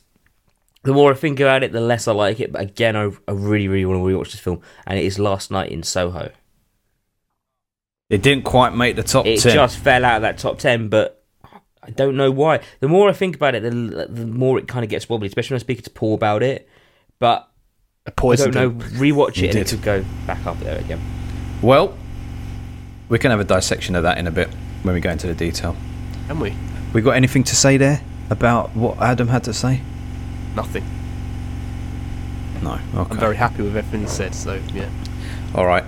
Speaker 2: the more I think about it, the less I like it. But again, I, I really, really want to rewatch this film. And it is Last Night in Soho.
Speaker 5: It didn't quite make the top
Speaker 2: it
Speaker 5: 10.
Speaker 2: just fell out of that top 10 but i don't know why the more i think about it the, the more it kind of gets wobbly especially when i'm speaking to paul about it but i
Speaker 4: A poison.
Speaker 2: don't know rewatch
Speaker 5: You
Speaker 2: it and
Speaker 5: did.
Speaker 2: it could go back up there again
Speaker 5: Well, we can have a dissection of that in a bit when we go into the detail.
Speaker 4: Can we?
Speaker 5: We got anything to say there about what Adam had to say?
Speaker 4: Nothing.
Speaker 5: No.
Speaker 4: I'm
Speaker 5: Okay.
Speaker 4: very happy with everything he said, so yeah.
Speaker 5: All right.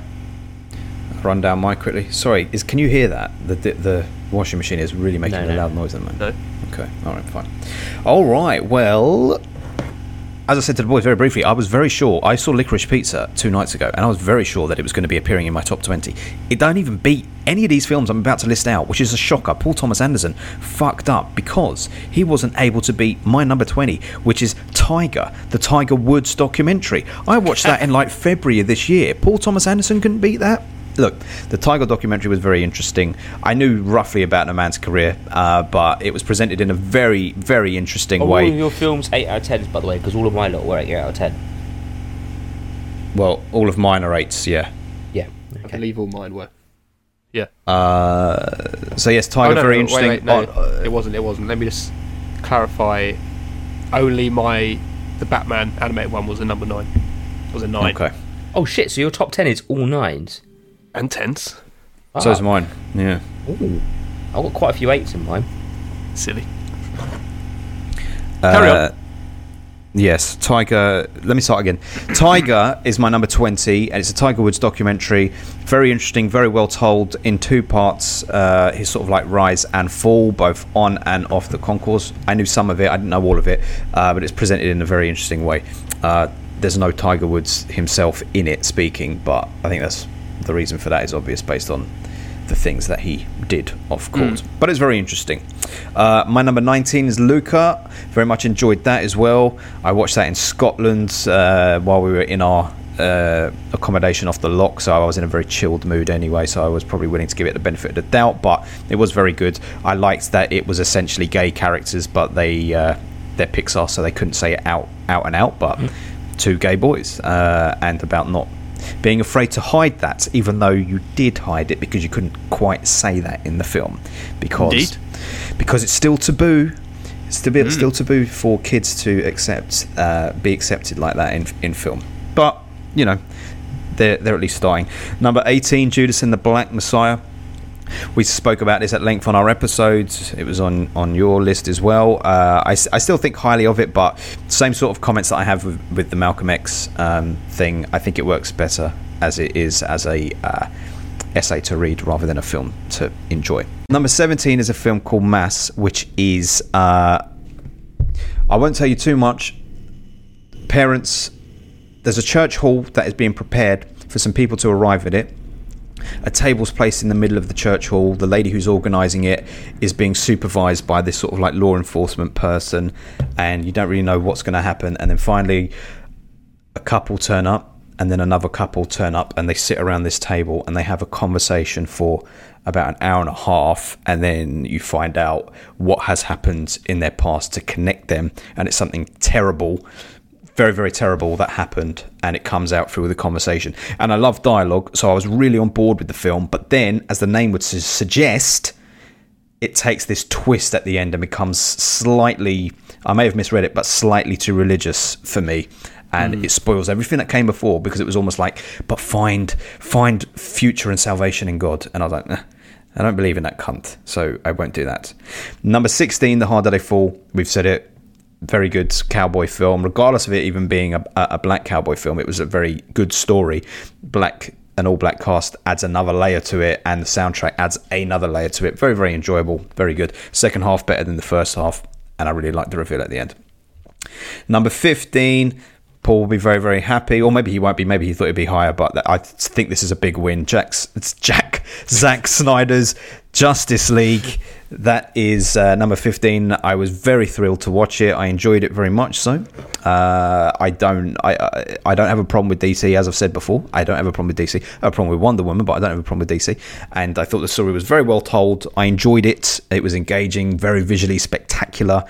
Speaker 5: Run down mine quickly. Sorry, is can you hear that? The the, the washing machine is really making
Speaker 2: No,
Speaker 5: a
Speaker 2: no.
Speaker 5: loud noise at the moment.
Speaker 4: No.
Speaker 5: Okay. All right. Fine. All right. Well, as I said to the boys very briefly, I was very sure. I saw Licorice Pizza two nights ago, and I was very sure that it was going to be appearing in my top 20. It don't even beat any of these films I'm about to list out, which is a shocker. Paul Thomas Anderson fucked up because he wasn't able to beat my number 20, which is Tiger, the Tiger Woods documentary. I watched that in like February of this year. Paul Thomas Anderson couldn't beat that look, the Tiger documentary was very interesting. I knew roughly about the man's career, uh, but it was presented in a very, very interesting
Speaker 2: all
Speaker 5: way.
Speaker 2: of your films 8 out of 10s by the way because all of my lot were 8 out of 10
Speaker 5: well, all of mine are eights, yeah.
Speaker 2: yeah
Speaker 4: I
Speaker 2: okay
Speaker 4: believe all mine were. Yeah.
Speaker 5: Uh, so yes, Tiger,
Speaker 4: Oh, no,
Speaker 5: very
Speaker 4: no, wait,
Speaker 5: interesting.
Speaker 4: wait, no,
Speaker 5: on- uh,
Speaker 4: it wasn't. It wasn't. Let me just clarify. Only my the Batman animated one was a number nine. It was a nine
Speaker 5: okay,
Speaker 2: oh shit so your top 10 is all 9s
Speaker 4: and tens.
Speaker 5: so is
Speaker 2: Ah,
Speaker 5: mine. Yeah.
Speaker 2: ooh. i've got quite a few 8s in mine
Speaker 4: Silly. Carry on.
Speaker 5: Uh, Yes, Tiger. Let me start again. Tiger is my number twenty, and it's a Tiger Woods documentary. Very interesting, very well told in two parts. Uh, his sort of like rise and fall, both on and off the concourse. I knew some of it, I didn't know all of it, uh, but it's presented in a very interesting way. Uh, there's no Tiger Woods himself in it speaking, but I think that's the reason for that is obvious based on the things that he did of course, But it's very interesting. Uh, my number 19 is Luca. Very much enjoyed that as well. I watched that in Scotland uh, while we were in our uh, accommodation off the lock, so I was in a very chilled mood anyway, so I was probably willing to give it the benefit of the doubt, but it was very good. I liked that it was essentially gay characters, but they. Uh, they're Pixar, so they couldn't say it out, out and out, but two gay boys, uh, and about not being afraid to hide that, even though you did hide it because you couldn't quite say that in the film, because
Speaker 4: Indeed.
Speaker 5: because it's still taboo. It's still, still taboo for kids to accept, uh, be accepted like that in in film. But you know, they're they're at least starting. Number eighteen, Judas and the Black Messiah. We spoke about this at length on our episodes. It was on, on your list as well. Uh, I, s- I still think highly of it, but same sort of comments that I have with, with the Malcolm X um, thing. I think it works better as it is as a uh, essay to read rather than a film to enjoy. Number 17 is a film called Mass, which is. Uh, I won't tell you too much. Parents. There's a church hall that is being prepared for some people to arrive at it a table's placed in the middle of the church hall. The lady who's organising it is being supervised by this sort of like law enforcement person, and you don't really know what's going to happen. And then finally, a couple turn up, and then another couple turn up, and they sit around this table and they have a conversation for about an hour and a half. And then you find out what has happened in their past to connect them, and it's something terrible very very terrible that happened and it comes out through the conversation and i love dialogue so i was really on board with the film but then as the name would su- suggest it takes this twist at the end and becomes slightly i may have misread it but slightly too religious for me and it spoils everything that came before because it was almost like, but find find future and salvation in God. And I was like, nah, I don't believe in that cunt, so I won't do that. Number sixteen, The Harder They Fall. We've said it. Very good cowboy film, regardless of it even being a, a a black cowboy film. It was a very good story. Black an all black cast adds another layer to it, and the soundtrack adds another layer to it. Very very enjoyable. Very good. Second half better than the first half, and I really liked the reveal at the end. Number 15, Paul will be very, very happy. Or maybe he won't be. Maybe he thought it'd be higher, but that- I think this is a big win. Jack's, it's Jack, Zack Snyder's Justice League. That is uh, number 15. I was very thrilled to watch it. I enjoyed it very much. So uh, I don't I, I I don't have a problem with DC, as I've said before. I don't have a problem with DC. I have a problem with Wonder Woman, but I don't have a problem with DC. And I thought the story was very well told. I enjoyed it. It was engaging, very visually spectacular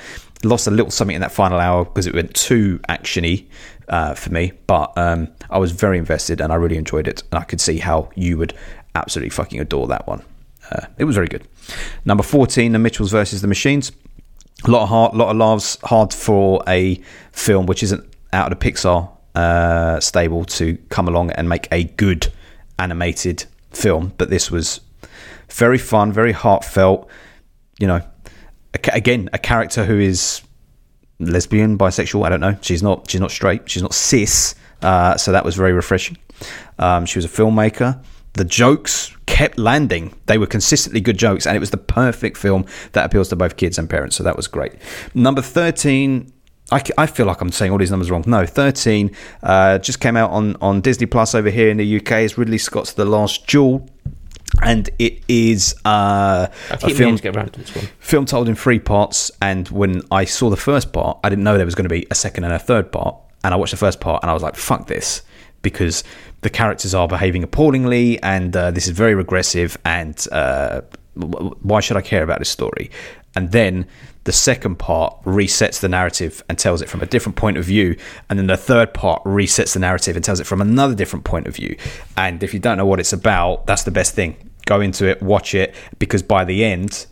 Speaker 5: lost a little something in that final hour because it went too actiony uh, for me. But um, I was very invested and I really enjoyed it, and I could see how you would absolutely fucking adore that one. Uh, it was very good. Number fourteen, The Mitchells versus the Machines. A lot of heart, lot of laughs. Hard for a film which isn't out of the Pixar uh, stable to come along and make a good animated film, but this was very fun, very heartfelt. You know, a ca- again, a character who is lesbian, bisexual. I don't know. She's not. She's not straight. She's not cis. Uh, so that was very refreshing. Um, she was a filmmaker. The jokes kept landing. They were consistently good jokes, and it was the perfect film that appeals to both kids and parents. So that was great. Number thirteen. I, c- I feel like I'm saying all these numbers wrong. No, 13 uh, just came out on, on Disney Plus over here in the UK. Is Ridley Scott's The Last Duel, and it is uh,
Speaker 2: I
Speaker 5: a
Speaker 2: keep meaning
Speaker 5: film
Speaker 2: to get around to this one.
Speaker 5: film told in three parts and when i saw the first part i didn't know there was going to be a second and a third part and i watched the first part and i was like fuck this because the characters are behaving appallingly and uh, this is very regressive and uh, w- w- why should i care about this story and then the second part resets the narrative and tells it from a different point of view and then the third part resets the narrative and tells it from another different point of view and if you don't know what it's about that's the best thing go into it watch it because by the end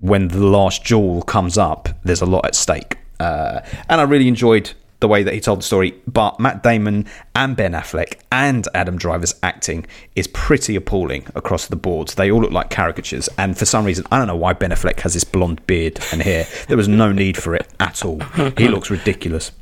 Speaker 5: when the last jewel comes up, there's a lot at stake. Uh, and I really enjoyed the way that he told the story. But Matt Damon and Ben Affleck and Adam Driver's acting is pretty appalling across the board. They all look like caricatures. And for some reason, I don't know why Ben Affleck has this blonde beard and hair. There was no need for it at all. He looks ridiculous.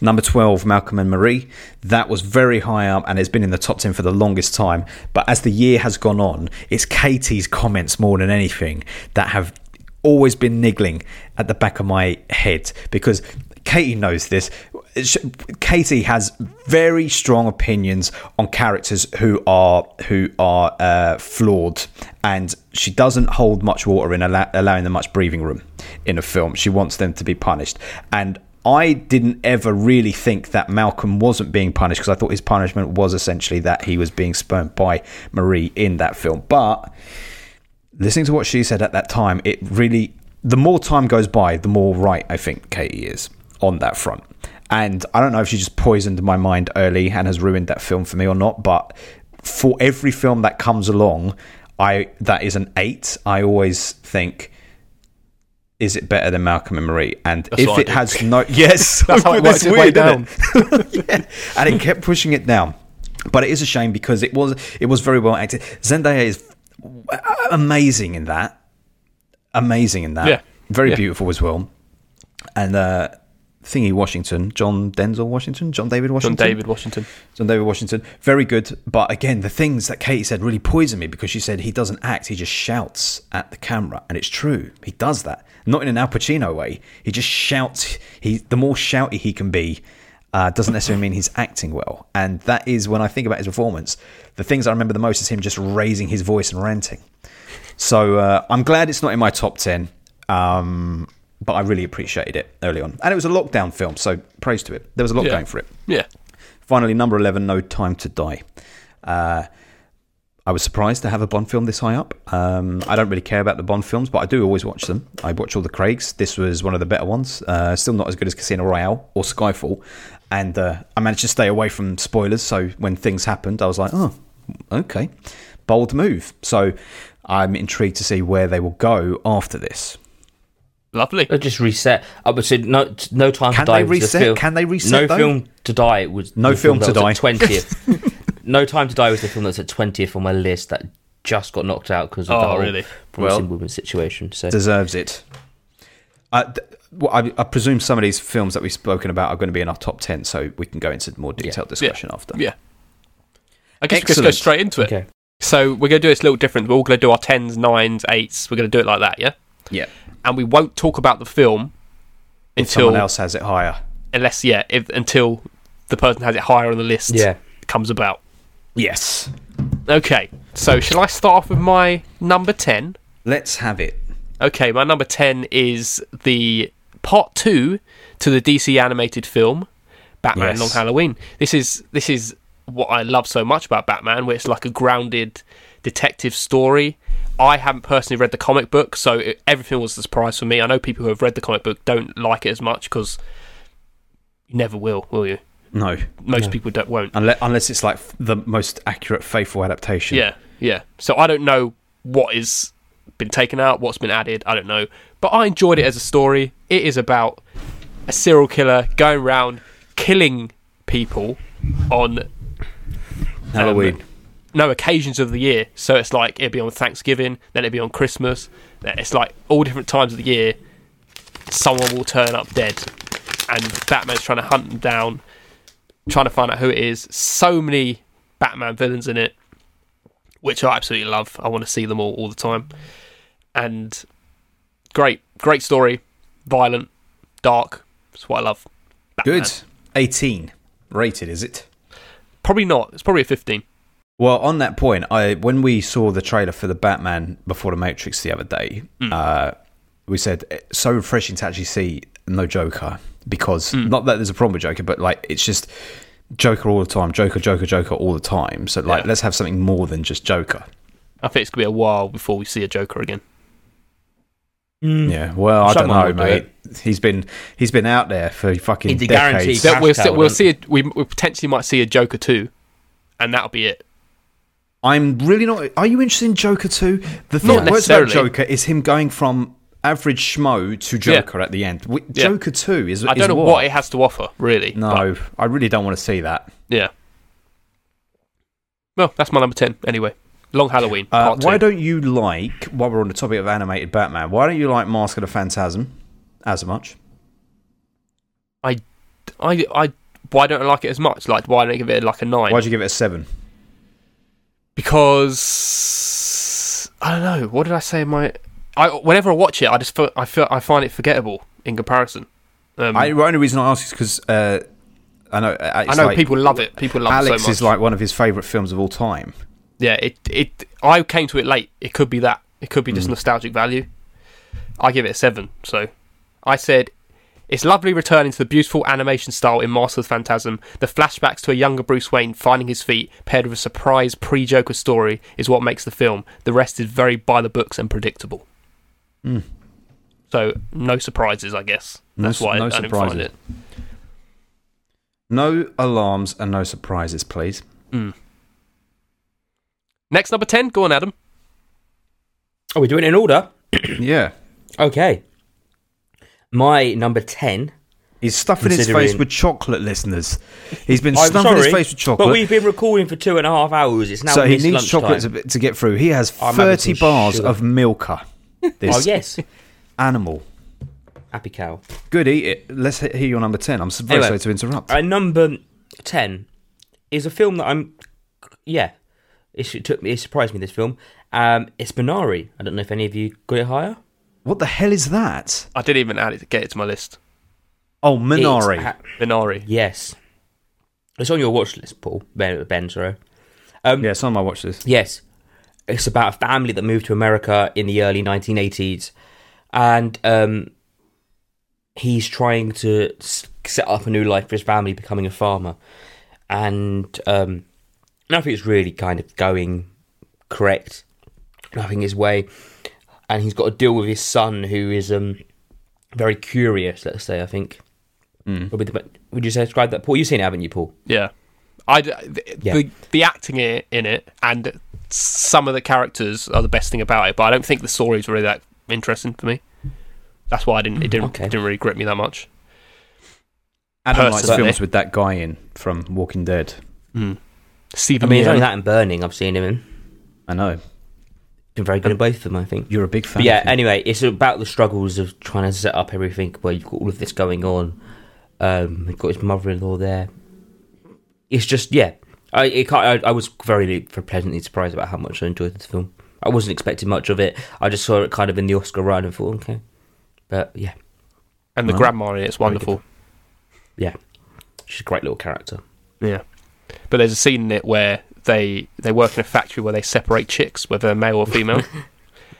Speaker 5: Number 12, Malcolm and Marie. That was very high up and it's been in the top 10 for the longest time. But as the year has gone on, it's Katie's comments more than anything that have always been niggling at the back of my head because Katie knows this. Sh- Katie has very strong opinions on characters who are who are uh, flawed, and she doesn't hold much water in allow- allowing them much breathing room in a film. She wants them to be punished, and I didn't ever really think that Malcolm wasn't being punished because I thought his punishment was essentially that he was being spurned by Marie in that film. But listening to what she said at that time, it really, the more time goes by, the more right I think Katie is on that front. And I don't know if she just poisoned my mind early and has ruined that film for me or not, but for every film that comes along, I that is an eight. I always think, is it better than Malcolm and Marie? And if
Speaker 4: what I
Speaker 5: it
Speaker 4: do.
Speaker 5: has no, yes,
Speaker 4: That's how it
Speaker 5: That's
Speaker 4: works its way
Speaker 5: weird, isn't it? Yeah. And it kept pushing it down. But it is a shame because it was it was very well acted. Zendaya is Uh, amazing in that. Amazing in that.
Speaker 4: Yeah.
Speaker 5: Very
Speaker 4: Yeah.
Speaker 5: beautiful as well. And uh Thingy Washington, John Denzel Washington, John David
Speaker 4: John
Speaker 5: Washington.
Speaker 4: David Washington.
Speaker 5: John David Washington, very good. But again, the things that Katie said really poisoned me because she said he doesn't act, he just shouts at the camera. And it's true, he does that. Not in an Al Pacino way. He just shouts. He The more shouty he can be uh, doesn't necessarily mean he's acting well. And that is when I think about his performance, the things I remember the most is him just raising his voice and ranting. So uh, I'm glad it's not in my top 10. Um, but I really appreciated it early on. And it was a lockdown film, so praise to it. There was a lot
Speaker 4: Yeah.
Speaker 5: going for it.
Speaker 4: Yeah.
Speaker 5: Finally, number 11, No Time to Die. Uh, I was surprised to have a Bond film this high up. Um, I don't really care about the Bond films, but I do always watch them. I watch all the Craigs. This was one of the better ones. Uh, still not as good as Casino Royale or Skyfall. And uh, I managed to stay away from spoilers, so when things happened, I was like, oh, okay. Bold move. So I'm intrigued to see where they will go after this.
Speaker 4: Lovely.
Speaker 2: They'll just reset. I would say no, no time
Speaker 5: Can
Speaker 2: to die.
Speaker 5: they
Speaker 2: was
Speaker 5: reset?
Speaker 2: The film.
Speaker 5: Can they reset,
Speaker 2: No
Speaker 5: though?
Speaker 2: film to die. It was
Speaker 5: No
Speaker 2: the
Speaker 5: Film to
Speaker 2: that was at
Speaker 5: Die.
Speaker 2: Twentieth. no time to die was the film that's at twentieth on my list that just got knocked out because of
Speaker 4: Oh,
Speaker 2: the whole
Speaker 4: really?
Speaker 2: Bruce
Speaker 5: Well,
Speaker 2: and women situation. So
Speaker 5: deserves it. I, th- well, I, I presume some of these films that we've spoken about are going to be in our top 10, so we can go into more detailed discussion after.
Speaker 4: Yeah. I guess we just go
Speaker 5: Excellent.
Speaker 4: straight into it.
Speaker 2: Okay.
Speaker 4: So we're going to do this a little different. We're all going to do our tens, nines, eights. We're going to do it like that, yeah?
Speaker 5: Yeah.
Speaker 4: And we won't talk about the film
Speaker 5: If
Speaker 4: until
Speaker 5: someone else has it higher.
Speaker 4: unless yeah, if, until the person has it higher on the list
Speaker 2: Yeah.
Speaker 4: comes about.
Speaker 5: Yes.
Speaker 4: Okay. So shall I start off with my number 10?
Speaker 5: Let's have it.
Speaker 4: Okay, my number 10 is the part 2 to the DC animated film Batman
Speaker 5: Yes.
Speaker 4: Long Halloween. This is this is what I love so much about Batman, where it's like a grounded detective story. I haven't personally read the comic book, so it, everything was a surprise for me. I know people who have read the comic book don't like it as much because you never will, will you?
Speaker 5: No.
Speaker 4: Most people don't won't.
Speaker 5: Unless, unless it's like f- the most accurate, faithful adaptation.
Speaker 4: Yeah, yeah. So I don't know what is been taken out, what's been added. I don't know, but I enjoyed it as a story. It is about a serial killer going around killing people on um,
Speaker 5: Halloween.
Speaker 4: no occasions of the year. So it's like it'd be on Thanksgiving, then it'd be on Christmas. then It's like all different times of the year. Someone will turn up dead, and Batman's trying to hunt them down, trying to find out who it is. So many Batman villains in it, which I absolutely love. I want to see them all all the time. And great, great story, violent, dark. That's what I love. Batman.
Speaker 5: Good. 18. Rated, is it?
Speaker 4: Probably not. It's probably a fifteen.
Speaker 5: Well, on that point, I when we saw the trailer for the Batman before the Matrix the other day,
Speaker 2: Hmm.
Speaker 5: uh, we said "It's so refreshing to actually see no Joker because
Speaker 2: Hmm.
Speaker 5: not that there's a problem with Joker, but like it's just Joker all the time, Joker, Joker, Joker all the time. So like,
Speaker 4: Yeah.
Speaker 5: let's have something more than just Joker.
Speaker 4: I think it's gonna be a while before we see a Joker again.
Speaker 5: Yeah. Well, I
Speaker 2: Someone
Speaker 5: don't
Speaker 2: will
Speaker 5: know,
Speaker 2: do
Speaker 5: mate. He's been he's been out there for fucking
Speaker 2: It's a guarantee.
Speaker 5: decades.
Speaker 4: that we'll
Speaker 2: Hashtag
Speaker 4: see, we'll
Speaker 2: wouldn't
Speaker 4: see a, we, we potentially might see a Joker two, and that'll be it.
Speaker 5: I'm really not. Are you interested in Joker 2? The thing
Speaker 4: Not
Speaker 5: that works about
Speaker 4: necessarily.
Speaker 5: Joker is him going from average schmo to Joker at the end. Wi-
Speaker 4: Yeah.
Speaker 5: Joker 2 is.
Speaker 4: I
Speaker 5: is
Speaker 4: don't know what? it has to offer, really. but,
Speaker 5: No, I really don't want to see that.
Speaker 4: yeah. Well, that's my number ten anyway. Long Halloween
Speaker 5: Uh,
Speaker 4: part two.
Speaker 5: why don't you like, while we're on the topic of animated Batman, why don't you like Mask of the Phantasm as much?
Speaker 4: I, I, I, why don't I like it as much? Like, why don't I give it like a nine?
Speaker 5: Why'd you give it a 7?
Speaker 4: because I don't know. What did I say? in My, I whenever I watch it, I just feel, I feel I find it forgettable in comparison. Um,
Speaker 5: I,
Speaker 4: I,
Speaker 5: the only reason I ask is because uh, I know, uh, it's
Speaker 4: know
Speaker 5: like-
Speaker 4: people love it. People love it
Speaker 5: Alex
Speaker 4: so much.
Speaker 5: is like one of his favourite films of all time.
Speaker 4: yeah, it it I came to it late. It could be that. It could be
Speaker 5: Hmm.
Speaker 4: just nostalgic value. I give it a seven. So I said it's lovely returning to the beautiful animation style in Master of the Phantasm. The flashbacks to a younger Bruce Wayne finding his feet, paired with a surprise pre-Joker story, is what makes the film. The rest is very by the books and predictable. So no surprises, I guess.
Speaker 5: Hmm. No
Speaker 4: That's
Speaker 5: su-
Speaker 4: why
Speaker 5: no
Speaker 4: I didn't
Speaker 5: surprises.
Speaker 4: find it.
Speaker 5: No alarms and no surprises, please.
Speaker 4: Next number ten. Go on, Adam.
Speaker 2: are we doing it in order?
Speaker 5: yeah.
Speaker 2: Okay. My number ten.
Speaker 5: He's stuffing his face
Speaker 2: Considering-
Speaker 5: with chocolate, listeners. He's been
Speaker 2: I'm
Speaker 5: stuffing his
Speaker 2: sorry,
Speaker 5: face with chocolate.
Speaker 2: But we've been recording for two and a half hours. It's now
Speaker 5: so he
Speaker 2: missed
Speaker 5: needs
Speaker 2: lunchtime.
Speaker 5: chocolate to, to get through. He has
Speaker 2: I'm having
Speaker 5: 30
Speaker 2: some
Speaker 5: bars
Speaker 2: sugar.
Speaker 5: of Milka. This
Speaker 2: Oh yes,
Speaker 5: animal.
Speaker 2: happy cow.
Speaker 5: Good, eat it. Let's he- hear your number 10. I'm very
Speaker 2: Anyway.
Speaker 5: sorry to interrupt.
Speaker 2: Uh, number ten is a film that I'm. Yeah, it, sh- took me. It surprised me. This film. Um, it's Minari. I don't know if any of you got it higher.
Speaker 5: what the hell is that?
Speaker 4: I didn't even add it. Get it to my list.
Speaker 5: Oh,
Speaker 2: It's
Speaker 5: Minari.
Speaker 2: ha-
Speaker 4: Minari.
Speaker 2: yes, it's on your watch list, Paul Ben. ben sorry. Um,
Speaker 5: yeah, it's on my watch list.
Speaker 2: Yes. It's about a family that moved to America in the early 1980s. And um, he's trying to s- set up a new life for his family, becoming a farmer. And um, nothing's really kind of going correct, nothing his way. And he's got to deal with his son, who is um, very curious, let's say, I think. Probably the, be- would you say describe that, Paul? You've seen it, haven't you, Paul?
Speaker 4: Yeah, I the,
Speaker 2: Yeah.
Speaker 4: the the acting i- in it and some of the characters are the best thing about it, but I don't think the story's really that interesting for me. That's why I didn't. It didn't
Speaker 2: okay.
Speaker 4: didn't really grip me that much.
Speaker 5: Adam likes
Speaker 4: Personally.
Speaker 5: films with that guy in from Walking Dead.
Speaker 2: I
Speaker 4: Stephen,
Speaker 2: mean, it's
Speaker 4: Yeun.
Speaker 2: only that and Burning I've seen him in.
Speaker 5: I know
Speaker 2: Been very good in both of them, I think.
Speaker 5: you're a big
Speaker 2: But
Speaker 5: fan.
Speaker 2: yeah,
Speaker 5: of him.
Speaker 2: anyway, it's about the struggles of trying to set up everything where you've got all of this going on. Um, you've got his mother-in-law there. It's just yeah, I it can't, I, I was very pleasantly surprised about how much I enjoyed this film. I wasn't expecting much of it. I just saw it kind of in the Oscar run and thought, okay, but yeah,
Speaker 4: and the
Speaker 5: Well,
Speaker 4: grandma in it's wonderful.
Speaker 2: yeah, she's a great little character.
Speaker 4: Yeah. But there's a scene in it where they they work in a factory where they separate chicks, whether they're male or female,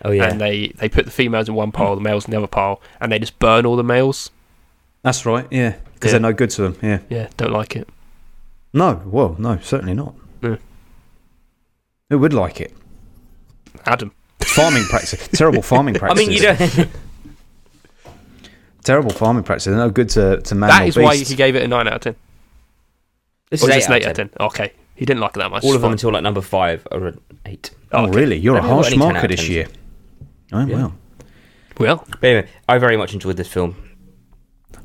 Speaker 2: Oh yeah,
Speaker 4: and uh, they they put the females in one pile, the males in the other pile, and they just burn all the males.
Speaker 5: that's right. Yeah, because
Speaker 4: Yeah.
Speaker 5: they're no good to them. Yeah.
Speaker 4: Yeah, don't like it.
Speaker 5: No. Well, no, certainly not.
Speaker 4: Yeah.
Speaker 5: Who would like it?
Speaker 4: Adam,
Speaker 5: Farming practice. Terrible farming
Speaker 2: I
Speaker 5: practice.
Speaker 2: mean you don't.
Speaker 5: Terrible farming practice. They're no good to, to man
Speaker 4: that
Speaker 5: or
Speaker 4: is why
Speaker 5: beast.
Speaker 4: he gave it a nine out of ten.
Speaker 2: this
Speaker 4: Or
Speaker 2: is eight
Speaker 4: is this
Speaker 2: out of
Speaker 4: eight out of
Speaker 2: 10.
Speaker 4: ten? Okay, he didn't like it that much.
Speaker 2: All of them
Speaker 4: Fine.
Speaker 2: until like number five are an eight.
Speaker 5: Oh,
Speaker 4: okay.
Speaker 5: really? You're a
Speaker 2: I've never got
Speaker 5: harsh
Speaker 2: any 10 out
Speaker 5: marker
Speaker 2: of
Speaker 5: this
Speaker 2: 10s.
Speaker 5: year. Oh,
Speaker 2: Yeah.
Speaker 5: wow.
Speaker 4: Well,
Speaker 2: But anyway, I very much enjoyed this film.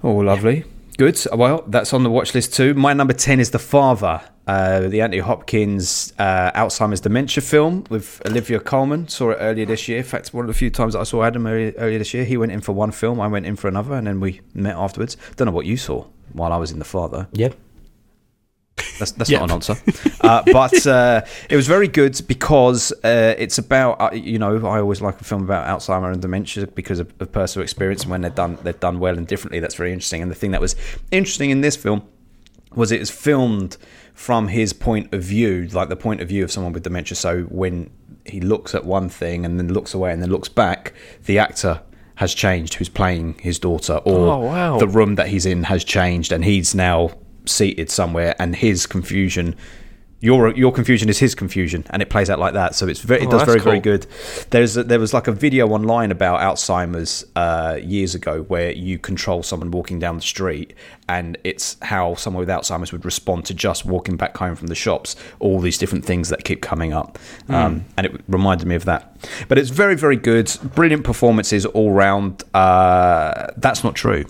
Speaker 5: Oh, lovely. Good. Well, that's on the watch list too. My number 10 is The Father, uh, the Anthony Hopkins uh, Alzheimer's dementia film with Olivia Colman. Saw it earlier this year. In fact, one of the few times that I saw Adam earlier, earlier this year, he went in for one film, I went in for another, and then we met afterwards. Don't know what you saw while I was in The Father.
Speaker 2: Yeah,
Speaker 5: That's, that's not an answer. Uh, but uh, it was very good because uh, it's about uh, you know I always like a film about Alzheimer and dementia because of, of personal experience and when they're done they're done well and differently. That's very interesting. And the thing that was interesting in this film was it was filmed from his point of view, like the point of view of someone with dementia. So when he looks at one thing and then looks away and then looks back, the actor has changed who's playing his daughter or
Speaker 4: Oh, wow.
Speaker 5: the room that he's in has changed and he's now seated somewhere and his confusion your your confusion is his confusion and it plays out like that so it's very it
Speaker 4: Oh,
Speaker 5: does
Speaker 4: that's
Speaker 5: very very
Speaker 4: cool.
Speaker 5: good there's a, there was like a video online about alzheimer's uh, years ago where you control someone walking down the street and it's how someone with alzheimer's would respond to just walking back home from the shops all these different things that keep coming up
Speaker 4: Hmm.
Speaker 5: um, and it reminded me of that but it's very very good brilliant performances all round uh, that's not true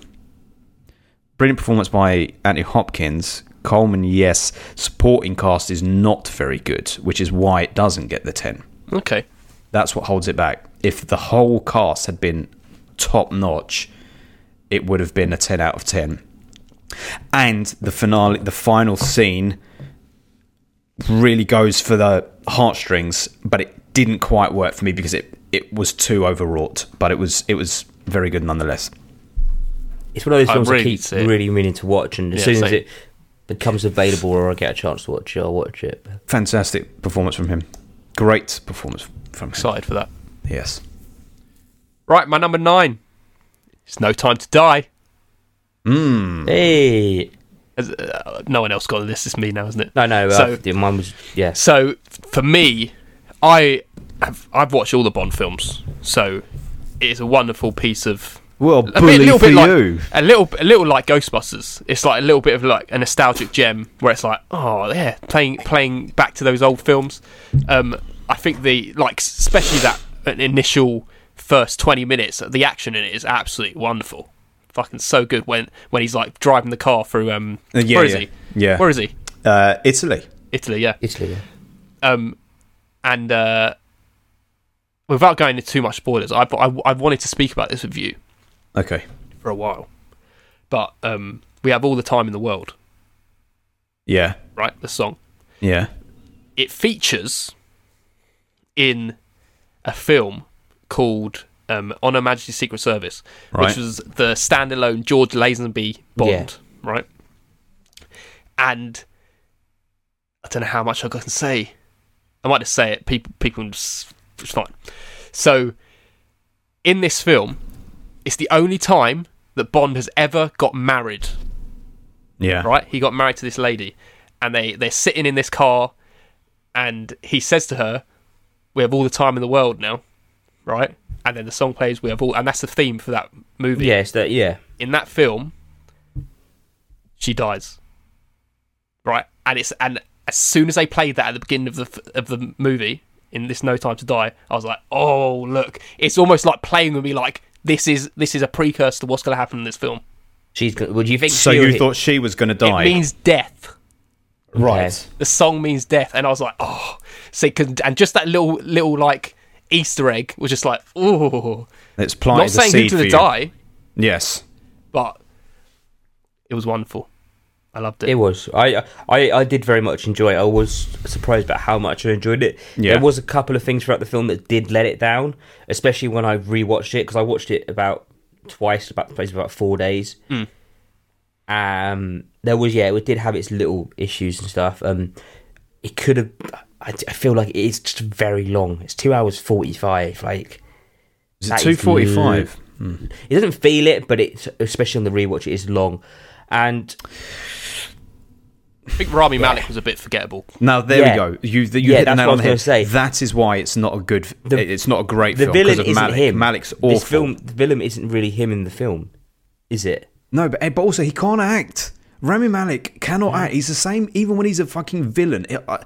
Speaker 5: brilliant performance by Anthony Hopkins. Coleman, yes. Supporting cast is not very good, which is why it doesn't get the 10.
Speaker 4: okay.
Speaker 5: That's what holds it back. If the whole cast had been top notch, it would have been a 10 out of 10. And the finale, the final scene really goes for the heartstrings, but it didn't quite work for me because it, it was too overwrought, but it was it was very good nonetheless.
Speaker 2: it's one of those
Speaker 4: I
Speaker 2: films I,
Speaker 4: really
Speaker 2: keep
Speaker 4: see it.
Speaker 2: really meaning to watch, and as
Speaker 4: Yeah,
Speaker 2: soon as
Speaker 4: same.
Speaker 2: it becomes available or I get a chance to watch it, I'll watch it. But
Speaker 5: Fantastic performance from him. Great performance from him.
Speaker 4: Excited for that.
Speaker 5: Yes.
Speaker 4: Right, my number nine. It's no time to die.
Speaker 2: Hey,
Speaker 4: As- uh, no one else got this. It's me now, isn't it?
Speaker 2: no, no,
Speaker 4: So-
Speaker 2: uh, mine was yeah.
Speaker 4: So f- for me, I have I've watched all the Bond films, so it is a wonderful piece of
Speaker 5: Well,
Speaker 4: a
Speaker 5: bully
Speaker 4: bit, little
Speaker 5: for
Speaker 4: bit like
Speaker 5: you.
Speaker 4: a little a little like Ghostbusters. It's like a little bit of like a nostalgic gem where it's like oh yeah, playing playing back to those old films. Um, I think the like especially that initial first twenty minutes, the action in it is absolutely wonderful. Fucking so good when when he's like driving the car through um
Speaker 5: Uh, yeah,
Speaker 4: where is
Speaker 5: yeah.
Speaker 4: he
Speaker 5: Yeah.
Speaker 4: where is he
Speaker 5: Uh, Italy.
Speaker 4: Italy yeah
Speaker 2: Italy, yeah.
Speaker 4: um, and uh, without going into too much spoilers, I've, I, I've wanted to speak about this with you
Speaker 5: Okay.
Speaker 4: for a while, but um, we have all the time in the world,
Speaker 5: Yeah.
Speaker 4: right? The song
Speaker 5: Yeah.
Speaker 4: it features in a film called um, On Her Majesty's Secret Service,
Speaker 5: Right.
Speaker 4: which was the standalone George Lazenby Bond,
Speaker 2: Yeah.
Speaker 4: right? And I don't know how much I can say. I might just say it. People, people, can just, it's fine. So, in this film, it's the only time that Bond has ever got married
Speaker 5: Yeah.
Speaker 4: right? He got married to this lady, and they they're sitting in this car, and he says to her, "We have all the time in the world now, right?" And then the song plays, "We have all," and that's the theme for that movie.
Speaker 2: Yeah, it's that. Yeah,
Speaker 4: In that film, she dies, right? And it's and as soon as they played that at the beginning of the f- of the movie in this No Time to Die, I was like, "Oh, look!" It's almost like playing with me, like this is this is a precursor to what's going to happen in this film.
Speaker 2: She's. Gonna, well, do you think?
Speaker 3: So
Speaker 2: she'll
Speaker 3: you
Speaker 2: hit-
Speaker 3: thought she was going to die,
Speaker 4: It means death.
Speaker 3: right?
Speaker 4: The song means death, and I was like, oh, see, 'cause- and just that little little like Easter egg was just like, oh, ooh,
Speaker 5: It's planted
Speaker 4: not
Speaker 5: the
Speaker 4: saying
Speaker 5: seed
Speaker 4: who's going to
Speaker 5: for you.
Speaker 4: die,
Speaker 5: Yes.
Speaker 4: but it was wonderful. I loved it.
Speaker 2: It was. I, I I did very much enjoy it. I was surprised about how much I enjoyed it.
Speaker 5: Yeah.
Speaker 2: There was a couple of things throughout the film that did let it down, especially when I rewatched it because I watched it about twice, about the space of about four days. Um, there was yeah, it did have its little issues and stuff. Um, it could have. I, I feel like it's just very long. It's two hours forty five. Like
Speaker 5: Is it
Speaker 2: That is
Speaker 5: two forty five?
Speaker 2: it doesn't feel it, but it's especially on the rewatch, it is long. And
Speaker 4: I think Rami Malik was a bit forgettable.
Speaker 5: Now there
Speaker 2: Yeah.
Speaker 5: we go. You th- you
Speaker 2: Yeah,
Speaker 5: hit the
Speaker 2: that's
Speaker 5: nail
Speaker 2: what
Speaker 5: on
Speaker 2: I
Speaker 5: the
Speaker 2: was
Speaker 5: head.
Speaker 2: gonna say.
Speaker 5: That is why it's not a good. f-
Speaker 2: The-
Speaker 5: it's not a great
Speaker 2: the
Speaker 5: film
Speaker 2: villain
Speaker 5: because of
Speaker 2: isn't
Speaker 5: Malik.
Speaker 2: him.
Speaker 5: Malik's awful.
Speaker 2: This film, the villain isn't really him in the film, is it?
Speaker 5: No, but eh, but also he can't act. Rami Malik cannot act. He's the same even when he's a fucking villain. It- I-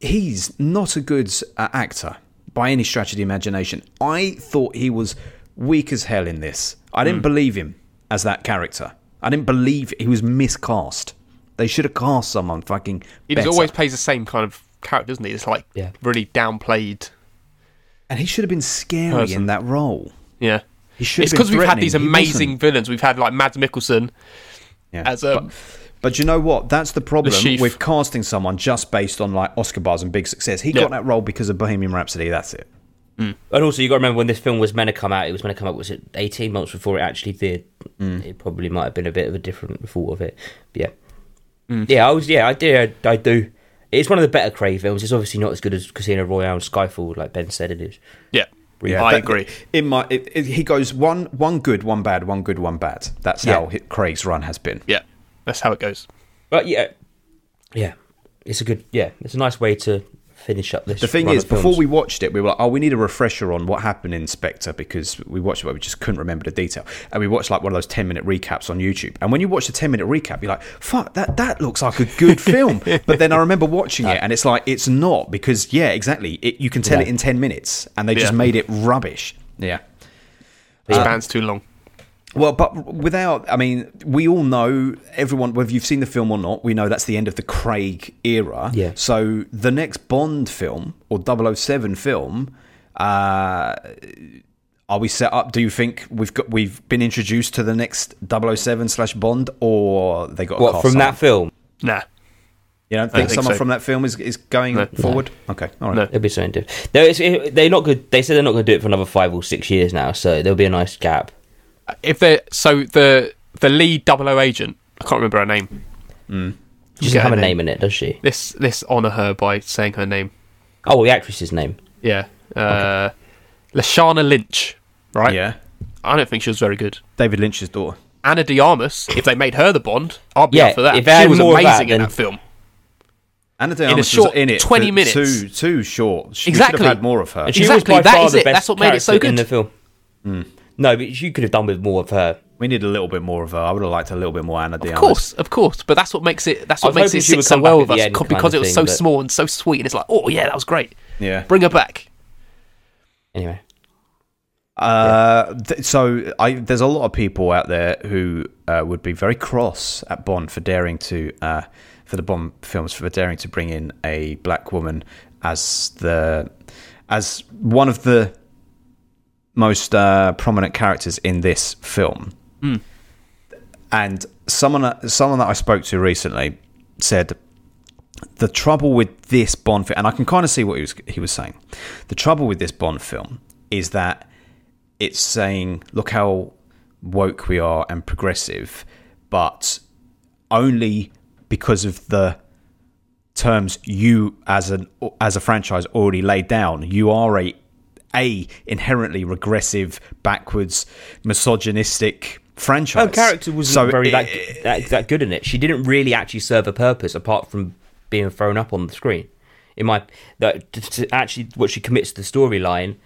Speaker 5: he's not a good uh, actor by any stretch of the imagination. I thought he was weak as hell in this. I
Speaker 4: Mm.
Speaker 5: didn't believe him as that character. I didn't believe he was miscast. They should have cast someone fucking.
Speaker 4: He just
Speaker 5: better.
Speaker 4: always plays the same kind of character, doesn't he? It's like
Speaker 2: Yeah.
Speaker 4: really downplayed.
Speaker 5: and he should have been scary
Speaker 4: Person.
Speaker 5: in that role.
Speaker 4: Yeah.
Speaker 5: He should
Speaker 4: It's
Speaker 5: have been
Speaker 4: because we've had
Speaker 5: threatening.
Speaker 4: these
Speaker 5: He wasn't.
Speaker 4: amazing villains. We've had like Mads Mikkelsen.
Speaker 5: Yeah.
Speaker 4: as um, a-
Speaker 5: but, but you know what? That's the problem
Speaker 4: The chief.
Speaker 5: with casting someone just based on like Oscar bars and big success. He
Speaker 4: Yeah.
Speaker 5: got that role because of Bohemian Rhapsody. That's it.
Speaker 2: And also, you got to remember when this film was meant to come out. It was meant to come out. Was it eighteen months before it actually did? It probably might have been a bit of a different thought of it. But yeah, yeah, I was. Yeah, I do. I, I do. It's one of the better Cray films. It's obviously not as good as Casino Royale and Skyfall, like Ben said it is.
Speaker 4: Yeah.
Speaker 5: Yeah,
Speaker 4: I
Speaker 5: that-
Speaker 4: agree.
Speaker 5: In my, it, it- he goes one, one good, one bad, one good, one bad. That's
Speaker 2: Yeah.
Speaker 5: how hi Craig's run has been.
Speaker 4: Yeah. That's how it goes.
Speaker 2: But yeah, yeah, it's a good. Yeah, it's a nice way to finish up this.
Speaker 5: The thing
Speaker 2: run
Speaker 5: is,
Speaker 2: of
Speaker 5: before
Speaker 2: films.
Speaker 5: we watched it, we were like, "Oh, we need a refresher on what happened in Spectre," because we watched it, but we just couldn't remember the detail. And we watched like one of those ten-minute recaps on YouTube. And when you watch the ten-minute recap, you're like, "Fuck, that that looks like a good film." But then I remember watching it, and it's like it's not because yeah, exactly. It, you can tell it in ten minutes, and they just
Speaker 4: Yeah.
Speaker 5: made it rubbish. Yeah.
Speaker 4: His band's too long.
Speaker 5: Well, but without, I mean, we all know everyone, whether you've seen the film or not, we know that's the end of the Craig era.
Speaker 2: Yeah.
Speaker 5: So the next Bond film or 007 film, uh, are we set up? Do you think we've got we've been introduced to the next 007 slash Bond, or they got a
Speaker 2: what
Speaker 5: cast
Speaker 2: from
Speaker 5: someone?
Speaker 2: that film?
Speaker 4: Nah.
Speaker 5: You don't think
Speaker 4: think
Speaker 5: someone
Speaker 4: so.
Speaker 5: from that film is is going
Speaker 4: No.
Speaker 5: forward? Okay, all right.
Speaker 4: No.
Speaker 2: It'll be something different. There is- it- They're not good. They said they're not going to do it for another five or six years now, so there'll be a nice gap.
Speaker 4: If they're so the the lead double O agent, I can't remember her name.
Speaker 5: Mm.
Speaker 2: She doesn't
Speaker 4: get
Speaker 2: have
Speaker 4: her
Speaker 2: a
Speaker 4: name.
Speaker 2: name in it, does she?
Speaker 4: This this honour her by saying her name.
Speaker 2: Oh, the actress's name.
Speaker 4: Yeah. Uh Lashana Lynch. Right?
Speaker 5: Yeah,
Speaker 4: I don't think she was very good.
Speaker 5: David Lynch's daughter.
Speaker 4: Anna De Armas, if they made her the Bond, I'll be
Speaker 2: Yeah,
Speaker 4: up for that.
Speaker 2: if they
Speaker 4: She
Speaker 2: had
Speaker 4: was
Speaker 2: more of
Speaker 4: amazing
Speaker 2: that,
Speaker 4: in
Speaker 2: then-
Speaker 4: that film.
Speaker 5: Anna De
Speaker 4: a
Speaker 5: Armas was
Speaker 4: short
Speaker 5: in it
Speaker 4: 20
Speaker 5: for
Speaker 4: minutes.
Speaker 5: Too too short. She should
Speaker 4: Exactly.
Speaker 5: have had more of her.
Speaker 2: And she
Speaker 4: Exactly,
Speaker 2: was by
Speaker 4: that
Speaker 2: far
Speaker 4: is
Speaker 2: the
Speaker 4: it,
Speaker 2: best
Speaker 4: that's what made it so
Speaker 2: character in
Speaker 4: good.
Speaker 2: the film. No, but you could have done with more of her.
Speaker 5: We need a little bit more of her. I would have liked a little bit more Anna.
Speaker 4: Of course, of course, but that's what makes it. That's
Speaker 2: I
Speaker 4: what
Speaker 2: was
Speaker 4: makes
Speaker 2: hoping
Speaker 4: it
Speaker 2: she would
Speaker 4: sit so
Speaker 2: come
Speaker 4: well
Speaker 2: back
Speaker 4: with
Speaker 2: at the
Speaker 4: us
Speaker 2: end
Speaker 4: co-
Speaker 2: kind of
Speaker 4: because it was
Speaker 2: thing,
Speaker 4: so
Speaker 2: but-
Speaker 4: small and so sweet, and it's like, oh yeah, that was great.
Speaker 5: Yeah.
Speaker 4: Bring her back.
Speaker 2: Anyway,
Speaker 5: Uh, th- so I, there's a lot of people out there who uh, would be very cross at Bond for daring to uh, for the Bond films for daring to bring in a black woman as the as one of the most uh, prominent characters in this film.
Speaker 4: Hmm.
Speaker 5: And someone someone that I spoke to recently said the trouble with this Bond film, and I can kind of see what he was he was saying. The trouble with this Bond film is that it's saying, look how woke we are and progressive, but only because of the terms you as an as a franchise already laid down. You are a a inherently regressive, backwards, misogynistic franchise.
Speaker 2: her Oh, character wasn't
Speaker 5: So
Speaker 2: very
Speaker 5: it-
Speaker 2: that, that that good in it. She didn't really actually serve a purpose apart from being thrown up on the screen. In my that to, to actually what she commits to the storyline,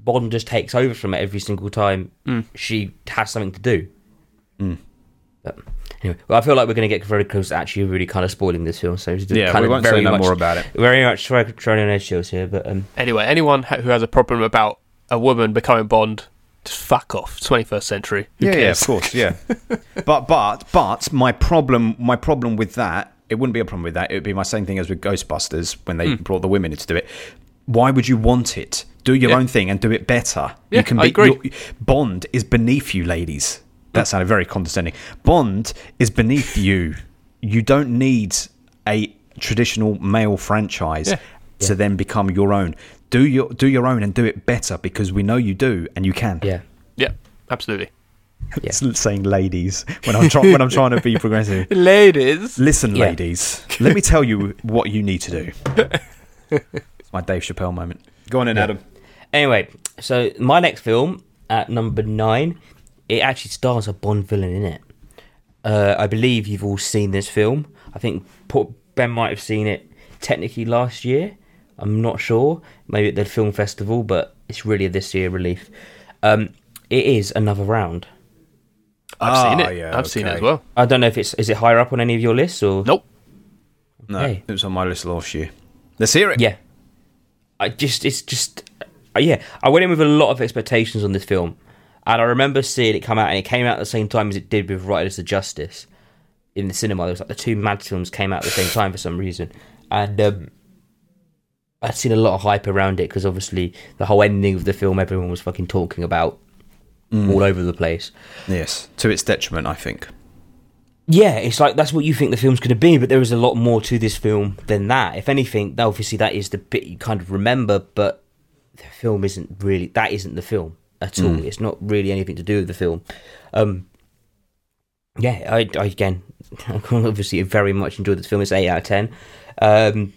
Speaker 2: Bond just takes over from it every single time
Speaker 5: Mm.
Speaker 2: she has something to do. But anyway, well, I feel like we're going to get very close to actually really kind of spoiling this film. So it's just
Speaker 5: Yeah,
Speaker 2: kind
Speaker 5: we
Speaker 2: of
Speaker 5: won't say
Speaker 2: very
Speaker 5: no
Speaker 2: much,
Speaker 5: more about it.
Speaker 2: Very much try- trying on eggshells here, but um,
Speaker 4: Anyway, anyone ha- who has a problem about a woman becoming Bond, Just fuck off. 21st century. Who
Speaker 5: yeah, yeah,
Speaker 4: cares?
Speaker 5: of course, yeah. but but but my problem my problem with that it wouldn't be a problem with that. It would be my same thing as with Ghostbusters when they
Speaker 4: Hmm.
Speaker 5: brought the women in to do it. Why would you want it? Do your
Speaker 4: Yeah.
Speaker 5: own thing and do it better.
Speaker 4: Yeah,
Speaker 5: you can be
Speaker 4: I agree.
Speaker 5: your- Bond is beneath you, ladies. That sounded very condescending. Bond is beneath you. You don't need a traditional male franchise
Speaker 4: Yeah.
Speaker 5: to then become your own. Do your do your own and do it better because we know you do and you can.
Speaker 2: Yeah.
Speaker 4: Yeah, absolutely.
Speaker 5: It's saying ladies when I'm trying when I'm trying to be progressive.
Speaker 4: Ladies.
Speaker 5: Listen,
Speaker 2: Yeah.
Speaker 5: ladies, let me tell you what you need to do. It's my Dave Chappelle moment. Go on in, Adam.
Speaker 2: Anyway, so my next film at number nine, it actually stars a Bond villain in it. Uh, I believe you've all seen this film. I think Paul- Ben might have seen it technically last year. I'm not sure. Maybe at the film festival, but it's really a this year relief. Um, it is another round.
Speaker 4: I've seen
Speaker 5: Ah,
Speaker 4: it.
Speaker 5: yeah,
Speaker 4: I've seen it
Speaker 5: okay.
Speaker 4: as well.
Speaker 2: I don't know if it's is it higher up on any of your lists or
Speaker 4: Nope.
Speaker 5: No,
Speaker 2: Hey.
Speaker 5: it was on my list last year. Let's hear it.
Speaker 2: Yeah, I just it's just uh, yeah. I went in with a lot of expectations on this film, and I remember seeing it come out, and it came out at the same time as it did with Riders of Justice in the cinema. It was like the two Mad films came out at the same time for some reason, and um, I'd seen a lot of hype around it because obviously the whole ending of the film, everyone was fucking talking about
Speaker 5: Mm.
Speaker 2: all over the place.
Speaker 5: Yes, to its detriment, I think.
Speaker 2: yeah, it's like that's what you think the film's going to be, but there is a lot more to this film than that. If anything, that- obviously that is the bit you kind of remember, but the film isn't really that isn't the film at all. It's not really anything to do with the film. Um, yeah, I, I again, obviously, very much enjoyed this film. It's eight out of ten. Um,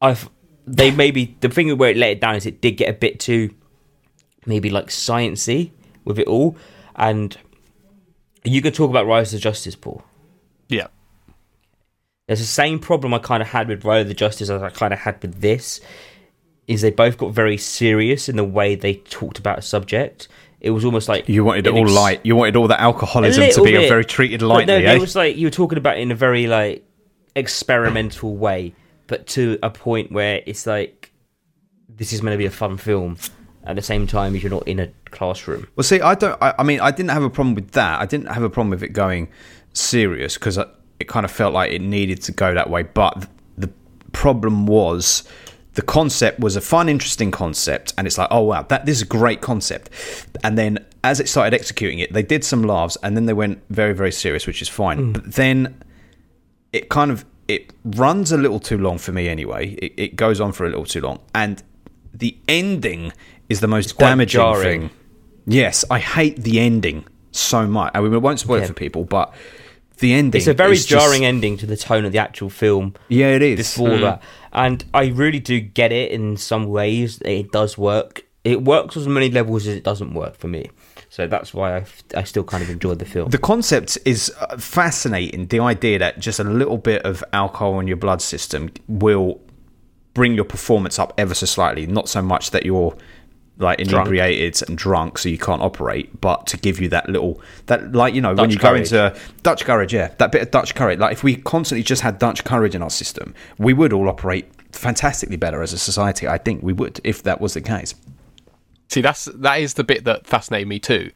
Speaker 2: I've they maybe the thing where it let it down is it did get a bit too maybe like sciency with it all, and you can talk about Rise of Justice, Paul.
Speaker 4: Yeah.
Speaker 2: There's the same problem I kind of had with Rise of the Justice as I kind of had with this. Is they both got very serious in the way they talked about a subject. It was almost like
Speaker 5: You wanted it
Speaker 2: an
Speaker 5: all
Speaker 2: ex-
Speaker 5: light. You wanted all that
Speaker 2: a
Speaker 5: alcoholism to
Speaker 2: little
Speaker 5: be
Speaker 2: bit.
Speaker 5: very treated
Speaker 2: But
Speaker 5: lightly,
Speaker 2: no,
Speaker 5: eh?
Speaker 2: It was like you were talking about it in a very like experimental way, but to a point where it's like this is meant to be a fun film. At the same time, as you're not in a classroom.
Speaker 5: Well, see, I don't. I, I mean, I didn't have a problem with that. I didn't have a problem with it going serious because it kind of felt like it needed to go that way. But th- the problem was the concept was a fun, interesting concept, and it's like, oh wow, that this is a great concept. And then as it started executing it, they did some laughs, and then they went very, very serious, which is
Speaker 2: Mm.
Speaker 5: fine. But then it kind of it runs a little too long for me anyway. It, it goes on for a little too long, and the ending is the most
Speaker 2: quite
Speaker 5: damaging
Speaker 2: jarring.
Speaker 5: thing. Yes, I hate the ending so much. I mean, we won't spoil
Speaker 2: Yeah.
Speaker 5: it for people, but the ending.
Speaker 2: It's a very
Speaker 5: is just-
Speaker 2: jarring ending to the tone of the actual film.
Speaker 5: Yeah, it is. Mm.
Speaker 2: before that.
Speaker 4: Hmm.
Speaker 2: And I really do get it in some ways. It does work. It works on as many levels as it doesn't work for me. So that's why I, I still kind of enjoyed the film.
Speaker 5: The concept is uh, fascinating. The idea that just a little bit of alcohol in your blood system will bring your performance up ever so slightly. Not so much that you're like inebriated and drunk, so you can't operate, but to give you that little that like you know when
Speaker 4: Dutch
Speaker 5: you
Speaker 4: courage.
Speaker 5: go into Dutch courage, yeah, that bit of Dutch courage. Like if we constantly just had Dutch courage in our system, we would all operate fantastically better as a society. I think we would if that was the case.
Speaker 4: See, that's that is the bit that fascinated me too.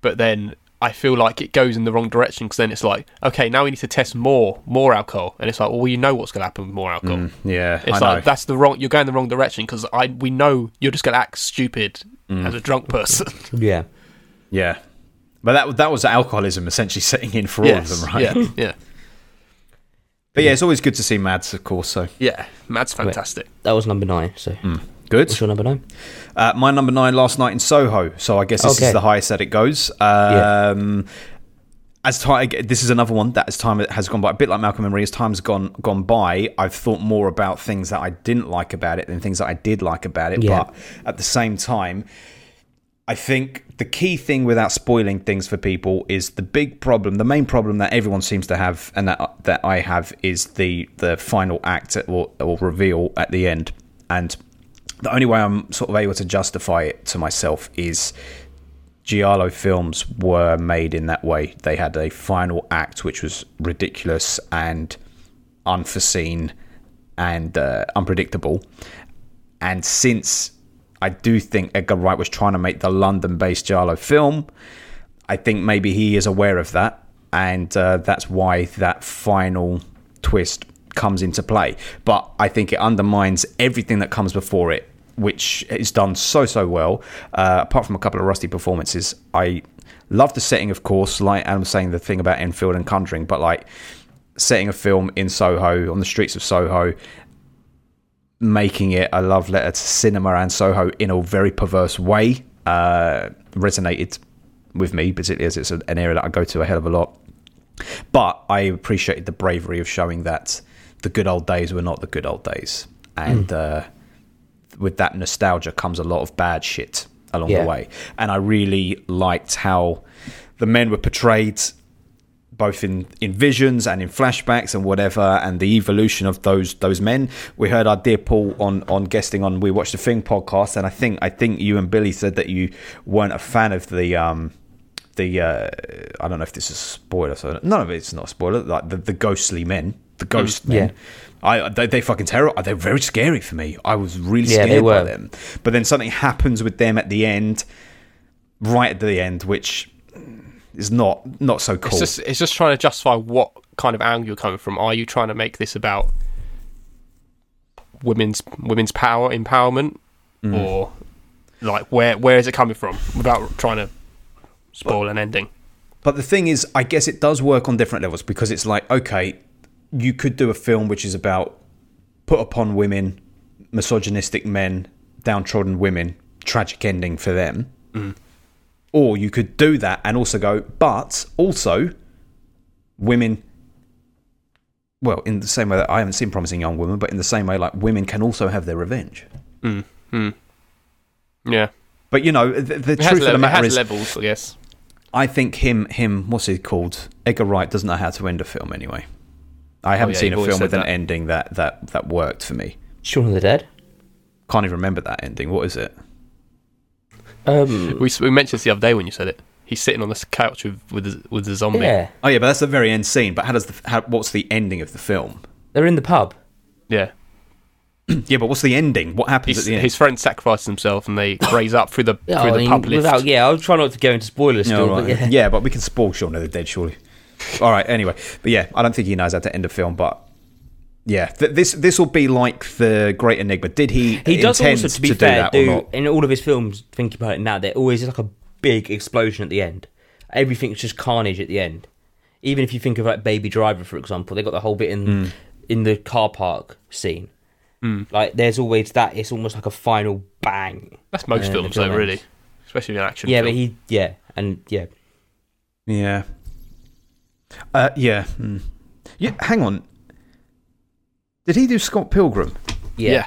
Speaker 4: But then I feel like it goes in the wrong direction because then it's like, okay, now we need to test more, more alcohol, and it's like, well, you know what's going to happen with more alcohol.
Speaker 5: Yeah,
Speaker 4: It's
Speaker 5: Mm, I know.
Speaker 4: like that's the wrong. You're going the wrong direction because I we know you're just going to act stupid
Speaker 5: Mm.
Speaker 4: as a drunk person.
Speaker 2: yeah.
Speaker 5: yeah. But that, that was alcoholism essentially setting in for all of them, right?
Speaker 4: Yeah, yeah,
Speaker 5: But yeah, it's always good to see Mads, of course. So
Speaker 4: yeah. Matt's fantastic.
Speaker 2: That was number nine. So
Speaker 4: Hmm.
Speaker 5: good.
Speaker 2: what's your number nine?
Speaker 5: Uh, my number nine last night in Soho. So I guess this
Speaker 2: Okay.
Speaker 5: is the highest that it goes.
Speaker 4: Uh,
Speaker 5: Um, As time, this is another one that as time has gone by, a bit like Malcolm and Marie, as time's gone gone by, I've thought more about things that I didn't like about it than things that I did like about it.
Speaker 2: Yeah.
Speaker 5: But at the same time, I think the key thing without spoiling things for people is the big problem, the main problem that everyone seems to have and that that I have is the the final act or, or reveal at the end. And the only way I'm sort of able to justify it to myself is Giallo films were made in that way. They had a final act which was ridiculous and unforeseen and uh, unpredictable. And since I do think Edgar Wright was trying to make the London based Jarlo film. I think maybe he is aware of that, and uh, that's why that final twist comes into play. But I think it undermines everything that comes before it, which is done so so well. Uh, apart from a couple of rusty performances, I love the setting, of course. Like Adam was saying, the thing about Enfield and Conjuring, but like setting a film in Soho on the streets of Soho making it a love letter to cinema and Soho in a very perverse way uh, resonated with me, particularly as it's an area that I go to a hell of a lot. But I appreciated the bravery of showing that the good old days were not the good old days. And uh, with that nostalgia comes a lot of bad shit along
Speaker 2: Yeah.
Speaker 5: the way. And I really liked how the men were portrayed both in, in visions and in flashbacks and whatever, and the evolution of those those men. We heard our dear Paul on on guesting on We Watch the Thing podcast, and I think I think you and Billy said that you weren't a fan of the um the uh, I don't know if this is a spoiler, so none of it's not a spoiler. Like the, the ghostly men, the
Speaker 2: Mm,
Speaker 5: ghost men. I they, they fucking terror. They're very scary for me. I was really
Speaker 2: Yeah,
Speaker 5: scared
Speaker 2: they
Speaker 5: by
Speaker 2: were.
Speaker 5: them. But then something happens with them at the end, right at the end, which is not not so cool.
Speaker 4: It's just it's just trying to justify what kind of angle you're coming from. Are you trying to make this about women's women's power empowerment,
Speaker 5: Mm.
Speaker 4: or like where where is it coming from? Without trying to spoil an ending.
Speaker 5: But the thing is, I guess it does work on different levels because it's like, okay, you could do a film which is about put upon women, misogynistic men, downtrodden women, tragic ending for them.
Speaker 4: Mm.
Speaker 5: Or you could do that and also go, but also women. Well, in the same way that I haven't seen Promising Young Woman, but in the same way, like women can also have their revenge.
Speaker 4: Yeah,
Speaker 5: But you know, the, the
Speaker 4: it has,
Speaker 5: truth of
Speaker 4: level,
Speaker 5: the
Speaker 4: it
Speaker 5: matter
Speaker 4: has
Speaker 5: is,
Speaker 4: levels, I guess.
Speaker 5: I think him him what's he called? Edgar Wright doesn't know how to end a film anyway. I
Speaker 2: Oh,
Speaker 5: haven't
Speaker 4: yeah,
Speaker 5: seen
Speaker 4: you've
Speaker 5: a
Speaker 4: always
Speaker 5: film
Speaker 4: said
Speaker 5: with an
Speaker 4: that.
Speaker 5: ending that that that worked for me.
Speaker 2: Shaun of the Dead.
Speaker 5: Can't even remember that ending. What is it?
Speaker 2: Um,
Speaker 4: We, s- we mentioned this the other day when you said it. He's sitting on this couch with with the, with the zombie.
Speaker 2: yeah,
Speaker 5: Oh yeah, but that's the very end scene. But how does the how, what's the ending of the film?
Speaker 2: they're in the pub.
Speaker 4: yeah.
Speaker 5: Yeah, but what's the ending? What happens
Speaker 4: His,
Speaker 5: at the end?
Speaker 4: his friend sacrifices himself, and they raise up through the
Speaker 2: Yeah,
Speaker 4: through
Speaker 2: I
Speaker 4: the
Speaker 2: mean,
Speaker 4: pub lift.
Speaker 2: without, yeah, I'll try not to go into spoilers
Speaker 5: Yeah,
Speaker 2: still,
Speaker 5: all
Speaker 2: but
Speaker 5: right.
Speaker 2: yeah.
Speaker 5: but we can spoil Shaun of the Dead, surely. All right, anyway. But yeah, I don't think he knows how to end a film, but yeah, th- this this will be like the Great Enigma. Did he?
Speaker 2: He does
Speaker 5: intend
Speaker 2: also, to be
Speaker 5: do
Speaker 2: fair,
Speaker 5: that or
Speaker 2: do,
Speaker 5: not?
Speaker 2: in all of his films, thinking about it now, there always is like a big explosion at the end. Everything's just carnage at the end. Even if you think of like Baby Driver, for example, they got the whole bit in
Speaker 5: Hmm.
Speaker 2: in the car park scene. Like, there's always that. It's almost like a final bang.
Speaker 4: That's most
Speaker 2: Yeah,
Speaker 4: films,
Speaker 2: the
Speaker 4: though,
Speaker 2: villains.
Speaker 4: really, especially in action.
Speaker 2: Yeah,
Speaker 4: film.
Speaker 2: but he, yeah, and yeah,
Speaker 5: Yeah. Uh, yeah. Hmm. yeah. Hang on. Did he do Scott Pilgrim?
Speaker 2: yeah,
Speaker 4: yeah.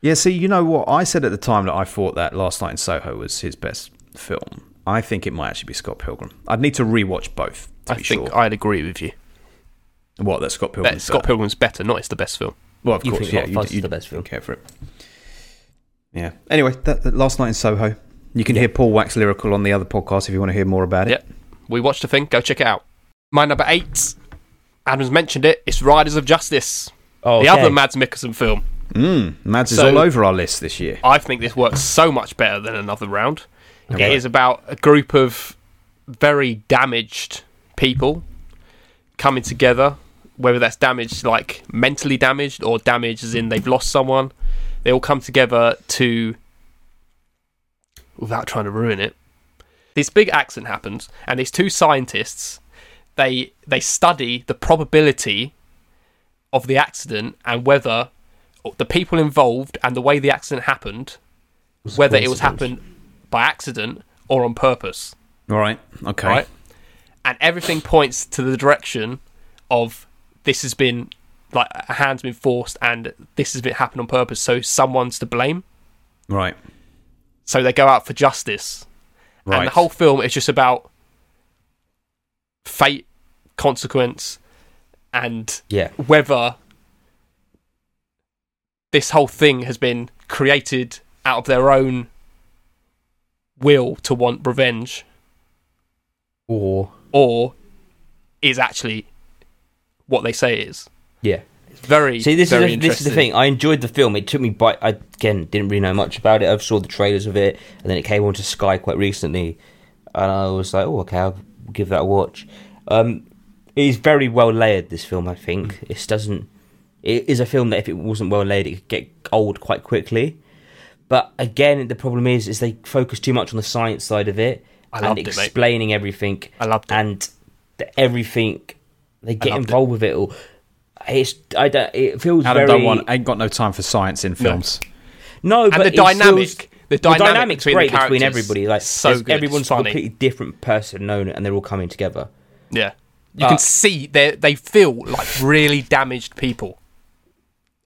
Speaker 5: Yeah. See, you know what I said at the time that I thought that Last Night in Soho was his best film. I think it might actually be Scott Pilgrim. I'd need to rewatch both to
Speaker 4: I
Speaker 5: be
Speaker 4: think
Speaker 5: sure.
Speaker 4: I'd agree with you.
Speaker 5: what that Scott Pilgrim?
Speaker 4: That Scott Pilgrim's better, not it's the best film.
Speaker 5: Well, of
Speaker 2: You
Speaker 5: course,
Speaker 2: think
Speaker 5: yeah.
Speaker 2: Hot
Speaker 5: you-
Speaker 2: Fuzz is
Speaker 5: you
Speaker 2: the best film.
Speaker 5: Don't care for it. Yeah. Anyway, that, that Last Night in Soho. You can hear Paul wax lyrical on the other podcast if you want to hear more about it.
Speaker 4: Yep. We watched the thing, go check it out. My number eight, Adam's mentioned it, it's Riders of Justice.
Speaker 2: Oh,
Speaker 4: The
Speaker 2: okay.
Speaker 4: other Mads Mikkelsen film.
Speaker 5: Mm, Mads
Speaker 4: So-
Speaker 5: is all over our list this year.
Speaker 4: I think this works so much better than another round.
Speaker 2: Okay.
Speaker 4: It is about a group of very damaged people coming together, whether that's damaged like mentally damaged or damaged as in they've lost someone. They all come together to without trying to ruin it. This big accident happens and these two scientists they they study the probability of the accident and whether the people involved and the way the accident happened, whether it
Speaker 2: coincidence.
Speaker 4: was happened by accident or on purpose,
Speaker 5: All right. Okay.
Speaker 4: right? And everything points to the direction of this has been like a hand's been forced and this has been happened on purpose, so someone's to blame.
Speaker 5: Right.
Speaker 4: So they go out for justice,
Speaker 5: Right.
Speaker 4: and the whole film is just about fate, consequence, and
Speaker 2: yeah.
Speaker 4: whether this whole thing has been created out of their own will to want revenge
Speaker 2: Or
Speaker 4: or is actually what they say it is.
Speaker 2: yeah,
Speaker 4: Very,
Speaker 2: See, this is
Speaker 4: very
Speaker 2: the, this is the
Speaker 4: interesting.
Speaker 2: thing. I enjoyed the film. It took me by. I again didn't really know much about it. I saw the trailers of it, and then it came onto Sky quite recently, and I was like, "Oh, okay, I'll give that a watch." Um, it's very well layered. This film, I think,
Speaker 4: Mm.
Speaker 2: it doesn't. It is a film that if it wasn't well layered, it could get old quite quickly. But again, the problem is, is they focus too much on the science side of it
Speaker 4: I
Speaker 2: and
Speaker 4: loved it, mate.
Speaker 2: explaining everything.
Speaker 4: I loved it.
Speaker 2: and the, everything they get
Speaker 4: loved it.
Speaker 2: involved with it all. It's I don't. It feels
Speaker 5: Adam
Speaker 2: very
Speaker 5: don't want, ain't got no time for science in films.
Speaker 2: no, but
Speaker 4: the
Speaker 2: it
Speaker 4: dynamic-
Speaker 2: feels-
Speaker 4: the dynamic
Speaker 2: dynamic's
Speaker 4: between the
Speaker 2: great between
Speaker 4: characters
Speaker 2: everybody. Like
Speaker 4: is so
Speaker 2: there's-
Speaker 4: good,
Speaker 2: everyone's
Speaker 4: it's funny.
Speaker 2: a completely different person known, and they're all coming together.
Speaker 4: Yeah, you can see they they feel like really damaged people.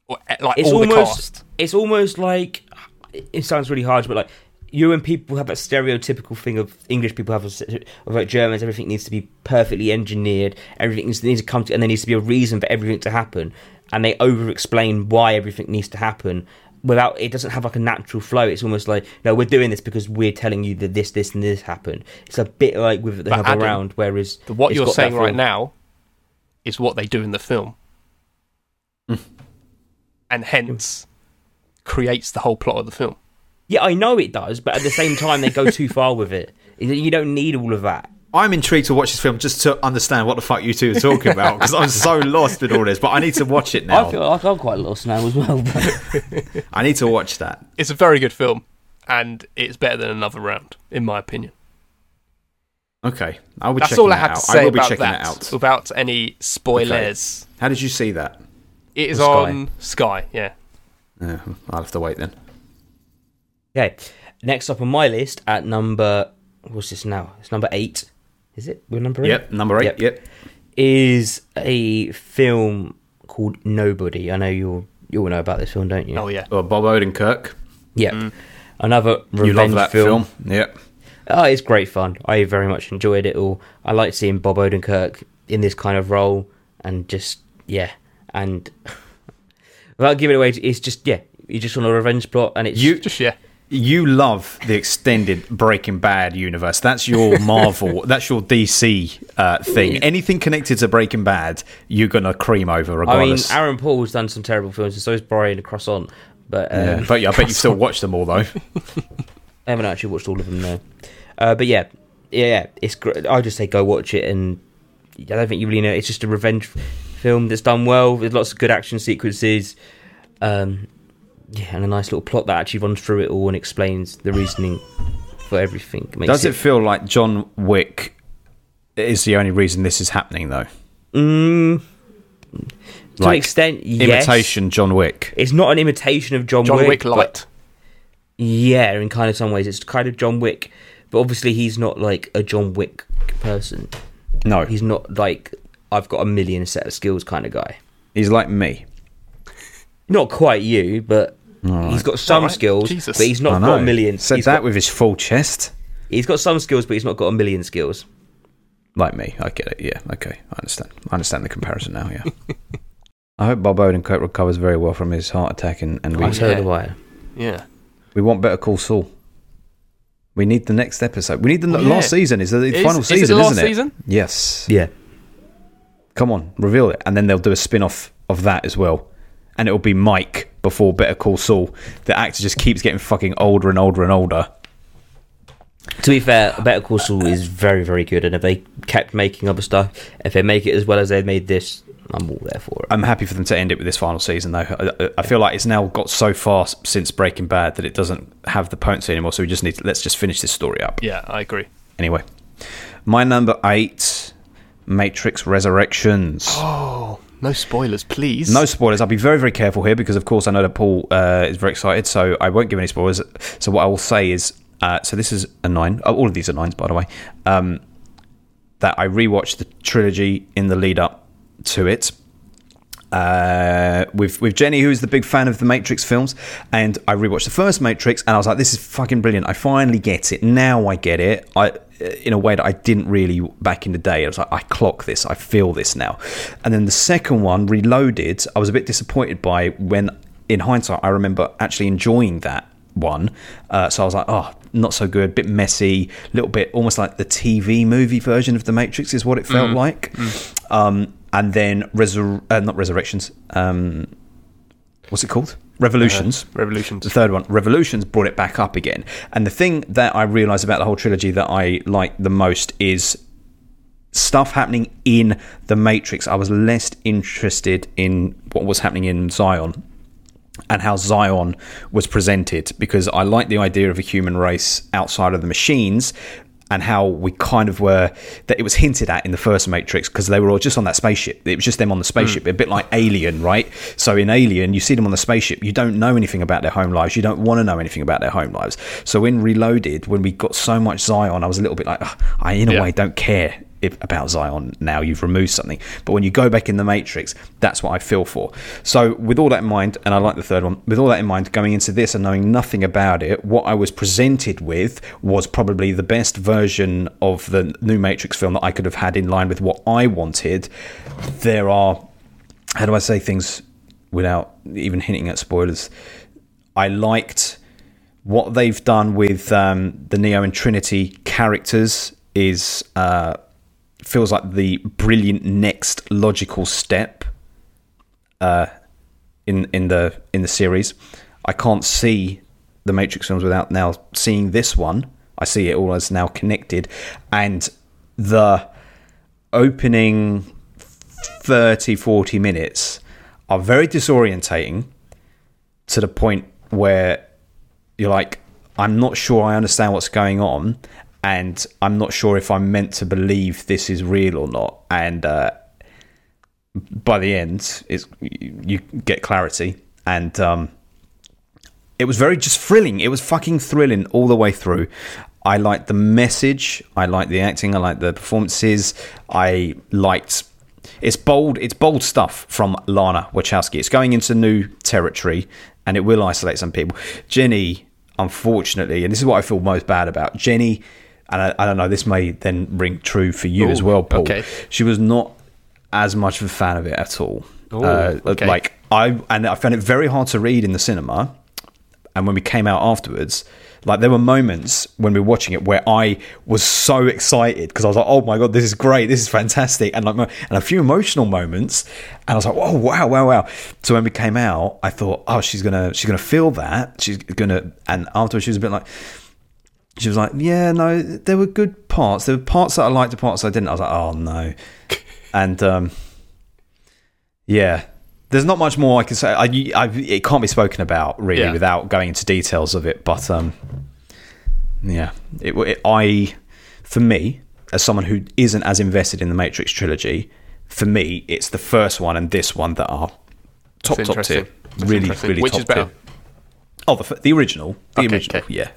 Speaker 4: Or, eh, Like
Speaker 2: It's
Speaker 4: all the
Speaker 2: almost.
Speaker 4: cast.
Speaker 2: It's almost like it sounds really harsh, but like you and people have that stereotypical thing of English people have a se- of like Germans. Everything needs to be perfectly engineered. Everything needs needs to come to, and there needs to be a reason for everything to happen. And they over-explain why everything needs to happen. Without it doesn't have like a natural flow. It's almost like no, we're doing this because we're telling you that this, this, and this happened. It's a bit like with the
Speaker 4: But
Speaker 2: other
Speaker 4: Adam,
Speaker 2: round, whereas
Speaker 4: The- What
Speaker 2: it's
Speaker 4: you're
Speaker 2: got that
Speaker 4: saying right
Speaker 2: feel.
Speaker 4: now is what they do in the film, and hence creates the whole plot of the film.
Speaker 2: Yeah, I know it does, but at the same time, they go too far with it. You don't need all of that.
Speaker 3: I'm intrigued to watch this film just to understand what the fuck you two are talking about because I'm so lost in all this. But I need to watch it now.
Speaker 2: I feel like I'm quite lost now as well. But
Speaker 3: I need to watch that.
Speaker 4: It's a very good film, and it's better than another round, in my opinion.
Speaker 3: Okay, I will.
Speaker 4: That's
Speaker 3: checking
Speaker 4: all I
Speaker 3: that
Speaker 4: have to
Speaker 3: out.
Speaker 4: say
Speaker 3: I will be
Speaker 4: about
Speaker 3: checking
Speaker 4: that.
Speaker 3: it out.
Speaker 4: Without any spoilers,
Speaker 3: How did you see that?
Speaker 4: it is
Speaker 3: Sky.
Speaker 4: on Sky. Yeah,
Speaker 3: Yeah, I'll have to wait then.
Speaker 2: okay, next up on my list at number what's this now? It's number eight. Is it? We're number eight.
Speaker 3: Yep, number eight. Yep.
Speaker 2: Yep. Is a film called Nobody. I know you all you all know about this film, don't you?
Speaker 4: oh yeah,
Speaker 3: Or Bob Odenkirk.
Speaker 2: Yep. Another revenge
Speaker 3: Mm. You love that film. Yep.
Speaker 2: Oh, it's great fun. I very much enjoyed it all. I like seeing Bob Odenkirk in this kind of role, and just yeah, and without giving it away, it's just yeah, you just want a revenge plot, and it's
Speaker 3: You
Speaker 4: just yeah.
Speaker 3: you love the extended Breaking Bad universe. That's your Marvel. that's your DC uh, thing. Anything connected to Breaking Bad, you're gonna cream over
Speaker 2: I mean,
Speaker 3: regardless.
Speaker 2: Aaron Paul's done some terrible films, and so is Brian Crossant, but um,
Speaker 3: yeah, but yeah, I bet you still watch them all though.
Speaker 2: I haven't actually watched all of them though. Uh, but yeah, yeah, yeah, it's great. I just say go watch it, and I don't think you really know. It's just a revenge f- film that's done well. There's lots of good action sequences, um, yeah, and a nice little plot that actually runs through it all and explains the reasoning for everything. Makes
Speaker 5: Does it feel like John Wick is the only reason this is happening, though?
Speaker 2: mm, to an
Speaker 5: like
Speaker 2: extent? Yes.
Speaker 5: Imitation John Wick.
Speaker 2: It's not an imitation of John,
Speaker 4: John Wick,
Speaker 2: but-
Speaker 4: Light.
Speaker 2: Yeah, in kind of some ways, it's kind of John Wick, but obviously he's not like a John Wick person.
Speaker 5: No,
Speaker 2: He's
Speaker 5: he's,
Speaker 2: not like I've got a million set of skills kind of guy.
Speaker 5: like me.
Speaker 2: Not quite you, but he's got some
Speaker 4: Alright,
Speaker 2: skills,
Speaker 4: Jesus.
Speaker 2: but he's
Speaker 5: I
Speaker 2: not
Speaker 5: know.
Speaker 2: got a million.
Speaker 5: Said
Speaker 2: he's
Speaker 5: that
Speaker 2: got-
Speaker 5: with his full chest,
Speaker 2: he's got some skills, but he's not got a million skills.
Speaker 5: like me. I get it. Yeah. Okay. I understand. I understand the comparison now. Yeah. I hope Bob Odenkirk recovers very well from his heart attack, and, and we,
Speaker 2: I so
Speaker 4: yeah.
Speaker 2: do I.
Speaker 4: Yeah,
Speaker 5: we want Better Call Saul. We need the next episode. We need the n-
Speaker 4: Oh, yeah.
Speaker 5: last season. Is the
Speaker 4: Is-
Speaker 5: final
Speaker 4: is it
Speaker 5: season?
Speaker 4: last
Speaker 5: isn't it?
Speaker 4: season?
Speaker 5: Yes.
Speaker 2: Yeah,
Speaker 5: Come on, reveal it. And then they'll do a spin off of that as well. And it'll be Mike before Better Call Saul. The actor just keeps getting fucking older and older and older.
Speaker 2: To be fair, Better Call Saul is very, very good, and if they kept making other stuff, if they make it as well as they made this, I'm all there for it.
Speaker 5: I'm happy for them to end it with this final season, though. I- I, I feel like it's now got so far s- since Breaking Bad that it doesn't have the potency anymore. So we just need to, let's just finish this story up.
Speaker 4: yeah, I agree.
Speaker 5: Anyway, my number eight Matrix Resurrections.
Speaker 4: No spoilers, please.
Speaker 5: No spoilers. I'll be very, very careful here because, of course, I know that Paul uh, is very excited, so I won't give any spoilers. So what I will say is, uh, so this is a nine. Oh, all of these are nines, by the way. Um, that I rewatched the trilogy in the lead up to it. Uh, with with Jenny, who is the big fan of the Matrix films, and I rewatched the first Matrix, and I was like, "This is fucking brilliant! I finally get it. Now I get it. I uh, in a way that I didn't really back in the day. I was like, I clock this. I feel this now. And then the second one, Reloaded, I was a bit disappointed by when, in hindsight, I remember actually enjoying that one. Uh, so I was like, oh, not so good, bit messy, little bit almost like the TV movie version of The Matrix is what it felt like. Um, and then resur- uh, not resurrections. Um, what's it called? Revolutions.
Speaker 4: Uh, Revolutions.
Speaker 5: The third one, Revolutions, brought it back up again. And the thing that I realised about the whole trilogy that I like the most is stuff happening in the Matrix. I was less interested in what was happening in Zion and how Zion was presented because I like the idea of a human race outside of the machines and how we kind of were that it was hinted at in the first Matrix because they were all just on that spaceship. It was just them on the spaceship, a bit like Alien, right? So in Alien, you see them on the spaceship. You don't know anything about their home lives. You don't want to know anything about their home lives. So in Reloaded, when we got so much Zion, I was a little bit like, "Ugh, I in a
Speaker 4: Yeah.
Speaker 5: way don't care if, about Zion now. You've removed something. But when you go back in the Matrix, that's what I feel for. So, with all that in mind, and I like the third one, with all that in mind, going into this and knowing nothing about it, what I was presented with was probably the best version of the new Matrix film that I could have had in line with what I wanted. There are, how do I say things without even hinting at spoilers? I liked what they've done with um, the Neo and Trinity characters is uh, feels like the brilliant next logical step uh, in in the in the series. I can't see the Matrix films without now seeing this one. I see it all as now connected, and the opening 30 40 minutes are very disorientating to the point where you're like, I'm not sure I understand what's going on, and I'm not sure if I'm meant to believe this is real or not. And uh, by the end, it's you you get clarity, and um, it was very just thrilling. It was fucking thrilling all the way through. I liked the message. I liked the acting. I liked the performances. I liked. It's bold. It's bold stuff from Lana Wachowski. It's going into new territory, and it will isolate some people. Jenny, unfortunately, and this is what I feel most bad about. Jenny, and I, I don't know. This may then ring true for you as well, Paul.
Speaker 4: okay.
Speaker 5: She was not as much of a fan of it at all. Uh,
Speaker 4: okay.
Speaker 5: Like I and I found it very hard to read in the cinema, and when we came out afterwards, like there were moments when we were watching it where I was so excited because I was like, "Oh my god, this is great! This is fantastic!" and like mo- and a few emotional moments, and I was like, "Oh wow, wow, wow!" So when we came out, I thought, "Oh, she's gonna she's gonna feel that she's gonna," and afterwards she was a bit like she was like, "Yeah, no, there were good parts. There were parts that I liked, the parts I didn't." I was like, "Oh no," and um, yeah, there's not much more I can say. I, I, it can't be spoken about really
Speaker 4: Yeah.
Speaker 5: without going into details of it. But um, yeah, it, it, I, for me, as someone who isn't as invested in the Matrix trilogy, for me, it's the first one and this one that are top
Speaker 4: That's
Speaker 5: top tier,
Speaker 4: interesting. That's
Speaker 5: really
Speaker 4: interesting.
Speaker 5: really
Speaker 4: Which
Speaker 5: top
Speaker 4: is better?
Speaker 5: tier. Oh, the, f- the original, the
Speaker 4: Okay,
Speaker 5: original,
Speaker 4: okay.
Speaker 5: yeah.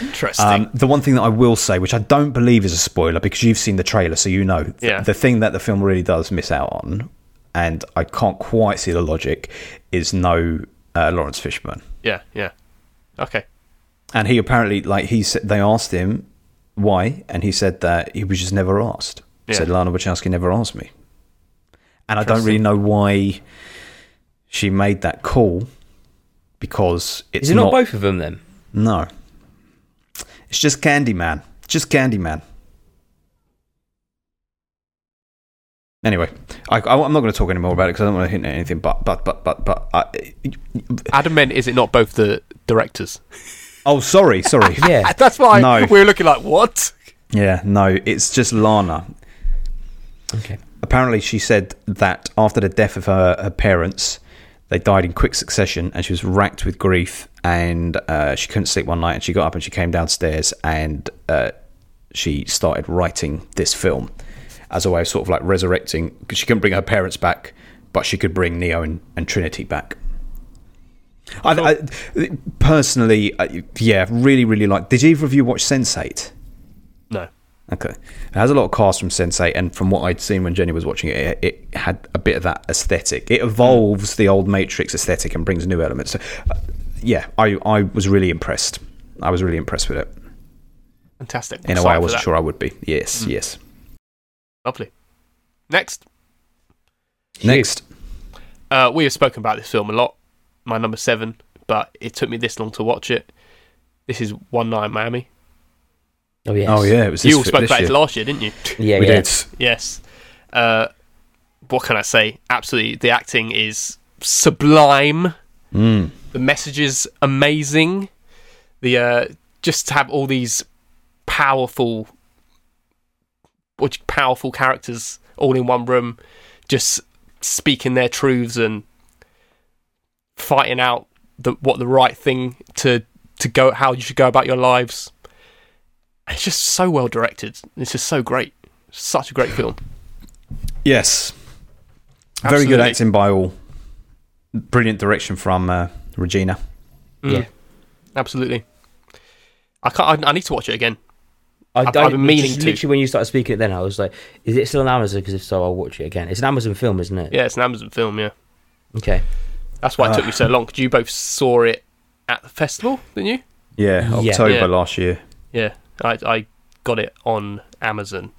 Speaker 4: Interesting.
Speaker 5: Um, the one thing that I will say, which I don't believe is a spoiler, because you've seen the trailer, so you know. th-
Speaker 4: Yeah.
Speaker 5: The thing that the film really does miss out on, and I can't quite see the logic, is no uh, Lawrence Fishburne,
Speaker 4: yeah, yeah. Okay.
Speaker 5: and he apparently like he said they asked him why, and he said that he was just never asked. He
Speaker 4: Yeah.
Speaker 5: Said Lana Wachowski never asked me, and I don't really know why she made that call, because it's
Speaker 2: Is it not, both of them then?
Speaker 5: no. It's just Candyman. Just Candyman. Anyway, I, I, am not going to talk any more about it because I don't want to hint at anything. But but but but but. I,
Speaker 4: Adam meant, is it not both the directors?
Speaker 5: oh, sorry, sorry.
Speaker 2: Yeah.
Speaker 4: That's why
Speaker 5: No.
Speaker 4: we were looking like, what?
Speaker 5: yeah, no, it's just Lana.
Speaker 2: okay.
Speaker 5: Apparently, she said that after the death of her, her parents, they died in quick succession, and she was racked with grief. And uh, she couldn't sleep one night, and she got up and she came downstairs, and uh, she started writing this film as a way of sort of like resurrecting. 'cause she couldn't bring her parents back, but she could bring Neo and, and Trinity back. I, I personally, I, yeah, really, really like. Did either of you watch Sense8?
Speaker 4: No.
Speaker 5: Okay. It has a lot of cast from Sensei, and from what I'd seen when Jenny was watching it, it, it had a bit of that aesthetic. It evolves the old Matrix aesthetic and brings new elements. So, uh, yeah, I, I was really impressed. I was really impressed with it.
Speaker 4: Fantastic.
Speaker 5: In a
Speaker 4: Excited
Speaker 5: way I
Speaker 4: for
Speaker 5: wasn't
Speaker 4: that. Mm.
Speaker 5: sure I would be. Yes, yes.
Speaker 4: Lovely. Next.
Speaker 5: Next.
Speaker 4: Uh, we have spoken about this film a lot. My number seven, but it took me this long to watch it. This is One Night in Miami.
Speaker 2: Oh yes.
Speaker 5: Oh, yeah, it was this
Speaker 4: you all
Speaker 5: fi-
Speaker 4: spoke
Speaker 5: this
Speaker 4: about
Speaker 5: year.
Speaker 4: it last year, didn't you?
Speaker 2: Yeah.
Speaker 5: We
Speaker 2: yeah.
Speaker 5: did.
Speaker 4: yes. Uh, what can I say? Absolutely, the acting is sublime. The message is amazing. The uh, just to have all these powerful, which powerful characters all in one room, just speaking their truths and fighting out the what the right thing to to go how you should go about your lives. It's just so well directed. It's just so great. Such a great film.
Speaker 5: Yes. Very good
Speaker 4: Absolutely.
Speaker 5: acting by all. Brilliant direction from uh, Regina.
Speaker 4: Yeah, absolutely. I can't. I, I need to watch it again.
Speaker 2: I,
Speaker 4: I've-
Speaker 2: I-
Speaker 4: I've been meaning
Speaker 2: just
Speaker 4: to.
Speaker 2: Literally, when you started speaking it, then I was like, "Is it still on Amazon? Because if so, I'll watch it again." It's an Amazon film, isn't it?
Speaker 4: Yeah, it's an Amazon film. Yeah,
Speaker 2: Okay.
Speaker 4: that's why it took me
Speaker 2: Ah.
Speaker 4: so long because you both saw it at the festival, didn't you?
Speaker 5: Yeah,
Speaker 2: Yeah.
Speaker 5: October
Speaker 4: Yeah.
Speaker 5: last year.
Speaker 4: Yeah, I I got it on Amazon.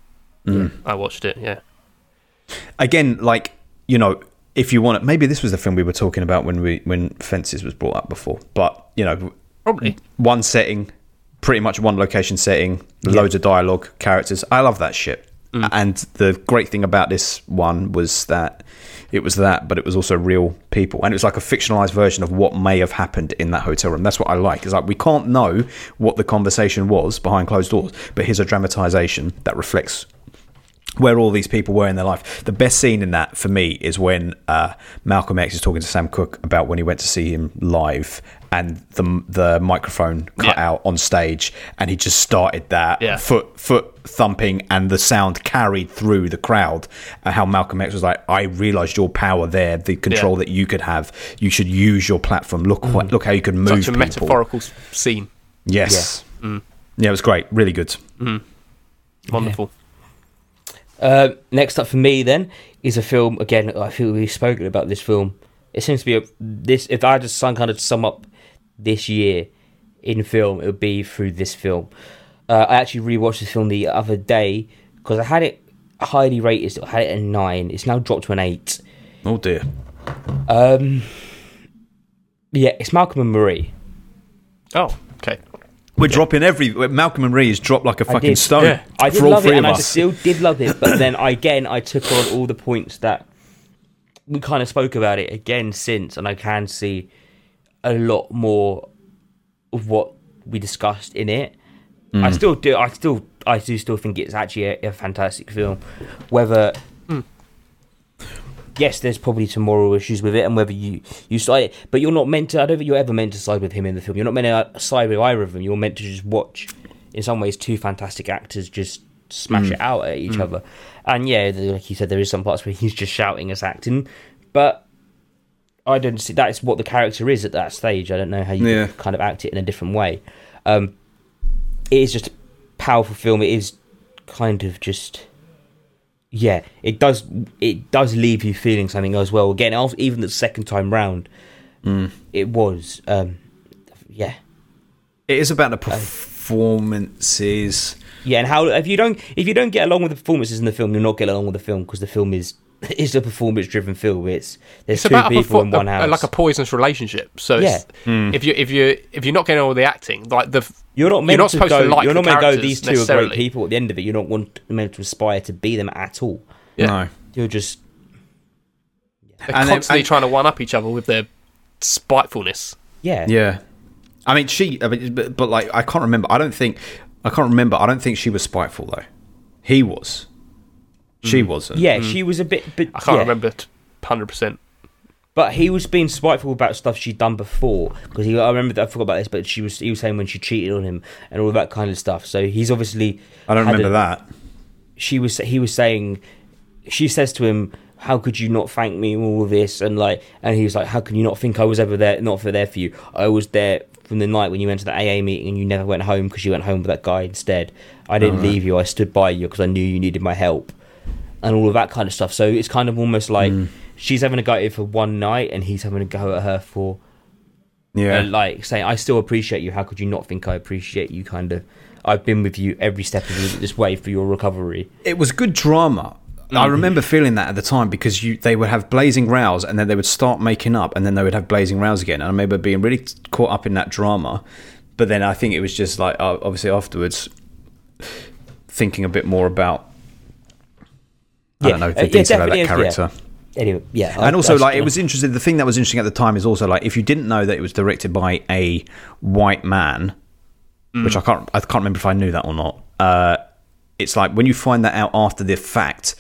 Speaker 2: Hmm.
Speaker 4: I watched it. Yeah,
Speaker 5: Again, like, you know, if you want it, maybe this was the film we were talking about when we when Fences was brought up before. But, you know,
Speaker 4: probably.
Speaker 5: one setting, pretty much one location setting, loads of dialogue, characters. I love that shit. And the great thing about this one was that it was that, but it was also real people, and it was like a fictionalized version of what may have happened in that hotel room. That's what I like. It's like we can't know what the conversation was behind closed doors, but here's a dramatization that reflects where all these people were in their life. The best scene in that for me is when uh, Malcolm X is talking to Sam Cooke about when he went to see him live and the the microphone cut
Speaker 4: Yeah.
Speaker 5: out on stage and he just started that
Speaker 4: Yeah.
Speaker 5: foot foot thumping and the sound carried through the crowd and how Malcolm X was like I realized your power there the control
Speaker 4: Yeah.
Speaker 5: that you could have you should use your platform look what, look how you can move
Speaker 4: Mm-hmm. Such a Mm.
Speaker 5: people.
Speaker 4: metaphorical s- scene.
Speaker 5: yes yeah. it was great really good
Speaker 4: Wonderful.
Speaker 2: Uh, next up for me then is a film. Again, I feel we've spoken about this film. It seems to be a, this. If I had to some kind of sum up this year in film, it would be through this film. Uh, I actually rewatched this film the other day because I had it highly rated. I had it a nine. It's now dropped to an eight.
Speaker 5: oh dear
Speaker 2: Yeah, it's Malcolm and Marie.
Speaker 4: Oh, okay.
Speaker 5: We're dropping every Malcolm and Reeves dropped like a
Speaker 2: I
Speaker 5: fucking
Speaker 2: did.
Speaker 5: stone
Speaker 4: Yeah.
Speaker 2: I did
Speaker 5: for all
Speaker 2: love
Speaker 5: three
Speaker 2: it,
Speaker 5: of
Speaker 2: and I
Speaker 5: us.
Speaker 2: still did love it. But then I- again, I took on all the points that we kind of spoke about it again since, and I can see a lot more of what we discussed in it. I
Speaker 5: Mm.
Speaker 2: still do. I still. I do still think it's actually a, a fantastic film. Whether yes, there's probably some moral issues with it, and whether you you side it, but you're not meant to. I don't think you're ever meant to side with him in the film. You're not meant to uh, side with either of them. You're meant to just watch, in some ways, two fantastic actors just smash it out at each other. And yeah, the- like you said, there is some parts where he's just shouting as acting, but I don't see that is what the character is at that stage. I don't know how you
Speaker 9: Yeah.
Speaker 2: could kind of act it in a different way. Um, it is just a powerful film. It is kind of just yeah, it does. It does leave you feeling something as well. Again, after, even the second time round,
Speaker 4: Mm.
Speaker 2: it was. Um, yeah,
Speaker 5: It is about the performances.
Speaker 2: yeah. And how if you don't if you don't get along with the performances in the film, you'll not get along with the film because the film is is a performance driven film. It's there's
Speaker 4: It's
Speaker 2: two
Speaker 4: about a
Speaker 2: people in
Speaker 4: perfo-
Speaker 2: one
Speaker 4: a-
Speaker 2: house. Hmm.
Speaker 4: a- like a poisonous relationship. So it's, if you if you if you're not getting all the acting, like the f-
Speaker 2: you're not meant to
Speaker 4: supposed
Speaker 2: go.
Speaker 4: to like
Speaker 2: you're
Speaker 4: the
Speaker 2: not meant to go.
Speaker 4: characters
Speaker 2: These two are great
Speaker 4: necessarily.
Speaker 2: people. At the end of it, you're not want, meant to aspire to be them at all.
Speaker 4: Yeah.
Speaker 5: No.
Speaker 2: You're just
Speaker 4: They're
Speaker 5: And then-
Speaker 4: constantly
Speaker 5: and-
Speaker 4: trying to one up each other with their spitefulness.
Speaker 2: yeah.
Speaker 5: Yeah. I mean, she, I mean, but, but like, I can't remember. I don't think, I can't remember. I don't think she was spiteful, though. He was. She wasn't.
Speaker 2: Yeah, she was a bit. But
Speaker 4: Mm. I can't
Speaker 2: yeah.
Speaker 4: remember hundred percent.
Speaker 2: But he was being spiteful about stuff she'd done before because he. I remember that I forgot about this, but she was. He was saying when she cheated on him and all that kind of stuff. So he's obviously.
Speaker 5: I don't
Speaker 2: had
Speaker 5: remember
Speaker 2: a-
Speaker 5: that.
Speaker 2: She was. He was saying. She says to him, "How could you not thank me and all of this?" And like, and he was like, "How can you not think I was ever there? Not for there for you. I was there from the night when you went to the AA meeting and you never went home because you went home with that guy instead. I didn't leave you. I stood by you because I knew you needed my help." and all of that kind of stuff. So it's kind of almost like she's having a go at it for one night, and he's having a go at her for
Speaker 5: Yeah.
Speaker 2: uh, like saying, "I still appreciate you. How could you not think I appreciate you?" Kind of, I've been with you every step of the- this way for your recovery.
Speaker 5: it was good drama. I
Speaker 2: Mm.
Speaker 5: remember feeling that at the time because you they would have blazing rows and then they would start making up and then they would have blazing rows again. And I remember being really t- caught up in that drama. But then I think it was just like uh, obviously afterwards thinking a bit more about I
Speaker 2: Yeah.
Speaker 5: don't know
Speaker 2: Uh,
Speaker 5: the
Speaker 2: yeah,
Speaker 5: detail
Speaker 2: definitely
Speaker 5: of that
Speaker 2: is, yeah.
Speaker 5: character.
Speaker 2: Anyway, yeah. I-
Speaker 5: and also
Speaker 2: I
Speaker 5: like it
Speaker 2: gonna-
Speaker 5: was interesting the thing that was interesting at the time is also like if you didn't know that it was directed by a white man
Speaker 2: Mm.
Speaker 5: which i can't i can't remember if i knew that or not uh it's like when you find that out after the fact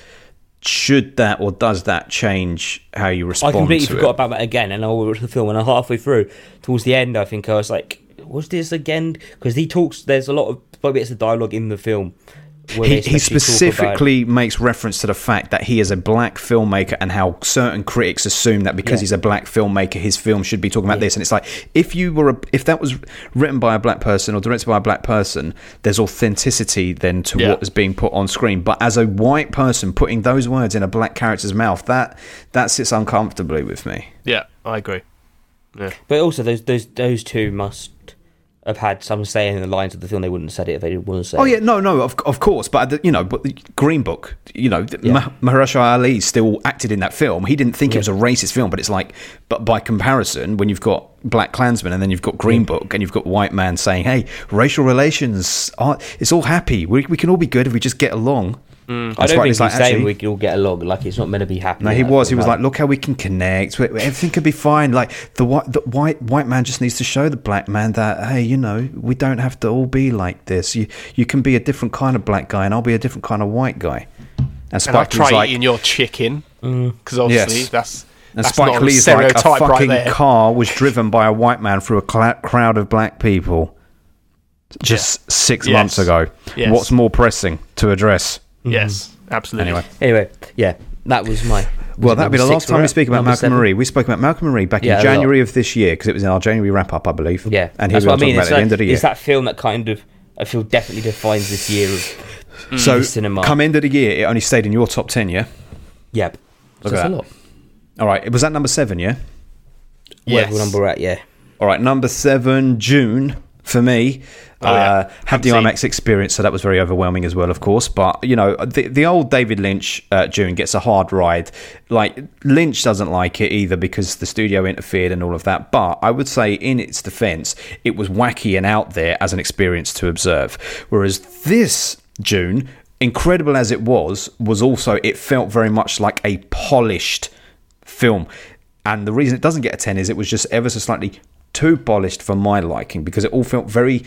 Speaker 5: should that or does that change how you
Speaker 2: I
Speaker 5: respond
Speaker 2: completely
Speaker 5: to
Speaker 2: forgot
Speaker 5: it?
Speaker 2: about that again, and I watched the film, and halfway through, towards the end, I think I was like, "Was this again?" Because he talks. There's a lot of like, bits of dialogue in the film. Where
Speaker 5: He,
Speaker 2: they
Speaker 5: he
Speaker 2: especially talk about-
Speaker 5: specifically makes reference to the fact that he is a black filmmaker and how certain critics assume that
Speaker 2: Yeah.
Speaker 5: because he's a black filmmaker his film should be talking about this and it's like if you were a, if that was written by a black person or directed by a black person there's authenticity then to
Speaker 4: Yeah.
Speaker 5: what is being put on screen but as a white person putting those words in a black character's mouth that that sits uncomfortably with me
Speaker 4: Yeah, I agree.
Speaker 2: But also, those those those two must have had some say in the lines of the film. They wouldn't have said it if they didn't want to say.
Speaker 5: Oh
Speaker 2: it.
Speaker 5: yeah, no, no, of, of course, but the, you know, but the Green Book, you know, Ma- Mahershala Ali still acted in that film. He didn't think it was a racist film, but it's like, but by comparison, when you've got Black Klansman and then you've got Green Book and you've got white man saying, "Hey, racial relations, are, it's all happy. We, we can all be good if we just get along."
Speaker 2: Mm. I don't
Speaker 5: why
Speaker 2: think
Speaker 5: it's
Speaker 2: he's
Speaker 5: like,
Speaker 2: saying
Speaker 5: actually-
Speaker 2: we can all get along. Like it's not meant to be happy.
Speaker 5: no,
Speaker 2: at
Speaker 5: he
Speaker 2: that
Speaker 5: was. He
Speaker 2: point,
Speaker 5: was like, "Look how we can connect. We- we- Everything could be fine. Like the white, the white white man just needs to show the black man that hey, you know, we don't have to all be like this. You you can be a different kind of black guy, and I'll be a different kind of white guy." And
Speaker 4: And I
Speaker 5: Spike
Speaker 4: try
Speaker 5: Lee's like,
Speaker 4: eating your chicken because obviously
Speaker 5: Yes.
Speaker 4: that's
Speaker 5: and
Speaker 4: that's
Speaker 5: Spike
Speaker 4: not a
Speaker 5: Lee's like, a
Speaker 4: stereotype right
Speaker 5: fucking
Speaker 4: there.
Speaker 5: car was driven by a white man through a cla crowd of black people just six
Speaker 4: Yes.
Speaker 5: months ago.
Speaker 4: Yes.
Speaker 5: What's more pressing to address?
Speaker 4: Mm. Yes, absolutely.
Speaker 5: Anyway.
Speaker 2: Anyway, yeah, that was my.
Speaker 5: Well, that'll be the
Speaker 2: number
Speaker 5: last
Speaker 2: six
Speaker 5: time
Speaker 2: we're
Speaker 5: we
Speaker 2: at?
Speaker 5: speak about
Speaker 2: Number
Speaker 5: Malcolm
Speaker 2: seven?
Speaker 5: Marie. We spoke about Malcolm Marie back
Speaker 2: Yeah, a
Speaker 5: in
Speaker 2: lot.
Speaker 5: January of this year because it was in our January wrap up, I believe.
Speaker 2: Yeah,
Speaker 5: and here
Speaker 2: that's
Speaker 5: we are
Speaker 2: what I mean. It's,
Speaker 5: talking about it at the
Speaker 2: like,
Speaker 5: end of the year.
Speaker 2: it's that film that kind of I feel definitely defines this year of
Speaker 5: so,
Speaker 2: cinema.
Speaker 5: come end of the year, it only stayed in your top ten. Yeah.
Speaker 2: yeah. So
Speaker 5: at
Speaker 2: that's a
Speaker 5: that.
Speaker 2: lot.
Speaker 5: All right. Was that number seven? Yeah.
Speaker 2: Whatever
Speaker 4: Yes.
Speaker 2: number we're at, yeah.
Speaker 5: All right. Number seven, June for me. uh, had the
Speaker 4: Haven't
Speaker 5: IMAX experience, so that was very overwhelming as well, of course. But you know, the the old David Lynch uh, June gets a hard ride. Like Lynch doesn't like it either because the studio interfered and all of that. But I would say, in its defence, it was wacky and out there as an experience to observe. Whereas this June, incredible as it was, was also it felt very much like a polished film. And the reason it doesn't get a 10 is it was just ever so slightly too polished for my liking because it all felt very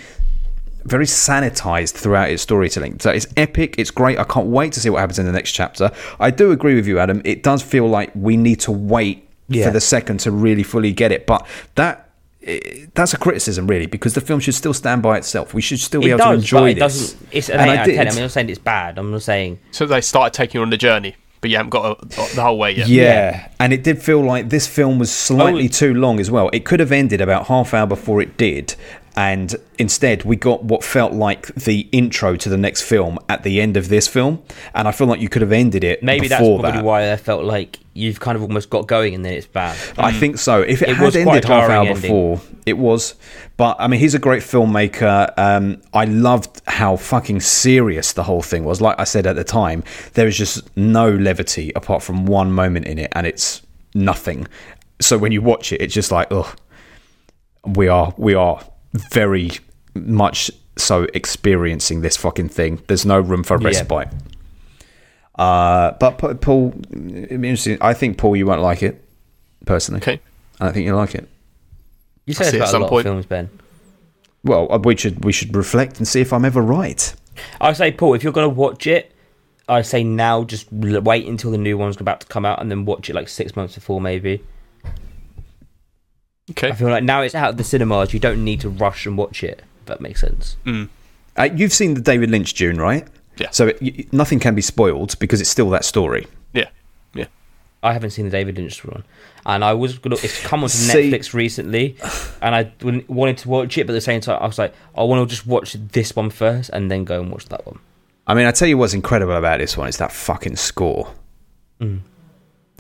Speaker 5: very sanitized throughout its storytelling. So it's epic, it's great. I can't wait to see what happens in the next chapter. I do agree with you, Adam. It does feel like we need to wait
Speaker 2: Yeah.
Speaker 5: for the second to really fully get it. But that eh, that's a criticism, really, because the film should still stand by itself. We should still be
Speaker 2: it
Speaker 5: able
Speaker 2: does,
Speaker 5: to enjoy
Speaker 2: but
Speaker 5: this.
Speaker 2: it doesn't. It's an
Speaker 5: And
Speaker 2: eight
Speaker 5: I
Speaker 2: out of ten.
Speaker 5: did.
Speaker 2: I mean, I'm not saying it's bad. I'm not saying
Speaker 4: So they started taking you on the journey, but you haven't got a, the whole way yet.
Speaker 5: Yeah. and it did feel like this film was slightly
Speaker 2: Oh.
Speaker 5: too long as well. It could have ended about half hour before it did, and instead we got what felt like the intro to the next film at the end of this film. And I feel like you could have ended it
Speaker 2: maybe that's
Speaker 5: before
Speaker 2: probably
Speaker 5: that.
Speaker 2: why I felt like you've kind of almost got going and then it's bad.
Speaker 5: I think so. If it,
Speaker 2: Hmm. It
Speaker 5: had
Speaker 2: was quite
Speaker 5: ended
Speaker 2: a
Speaker 5: half
Speaker 2: jarring
Speaker 5: hour
Speaker 2: ending.
Speaker 5: before, it was. But I mean, he's a great filmmaker. Um, I loved how fucking serious the whole thing was. Like I said at the time, there is just no levity apart from one moment in it, and it's nothing. So when you watch it, it's just like, ugh, we are we are very much so experiencing this fucking thing. There's no room for respite. Uh, but Pa- Paul, it'd be interesting. I think Paul, you won't like it personally.
Speaker 4: Okay.
Speaker 5: I don't think you like it.
Speaker 2: You said
Speaker 4: see
Speaker 2: that about
Speaker 4: at
Speaker 2: a
Speaker 4: some
Speaker 2: lot
Speaker 4: point.
Speaker 2: of films, Ben.
Speaker 5: Well, uh, we should we should reflect and see if I'm ever right.
Speaker 2: I say, Paul, if you're going to watch it, I say now just l- wait until the new one's about to come out and then watch it like six months before, maybe. I
Speaker 4: Okay.
Speaker 2: feel like now it's out of the cinemas, you don't need to rush and watch it. If that makes sense.
Speaker 5: Uh, you've seen the David Lynch Dune, right?
Speaker 4: Yeah.
Speaker 5: So it, y nothing can be spoiled because it's still that story.
Speaker 4: Yeah. Yeah.
Speaker 2: I haven't seen the David Lynch one, and I was gonna. It's come onto
Speaker 5: See-
Speaker 2: Netflix recently, and I wouldn't- wanted to watch it, but at the same time, I was like, I want to just watch this one first and then go and watch that one.
Speaker 5: I mean, I tell you what's incredible about this one is that fucking score. Mm.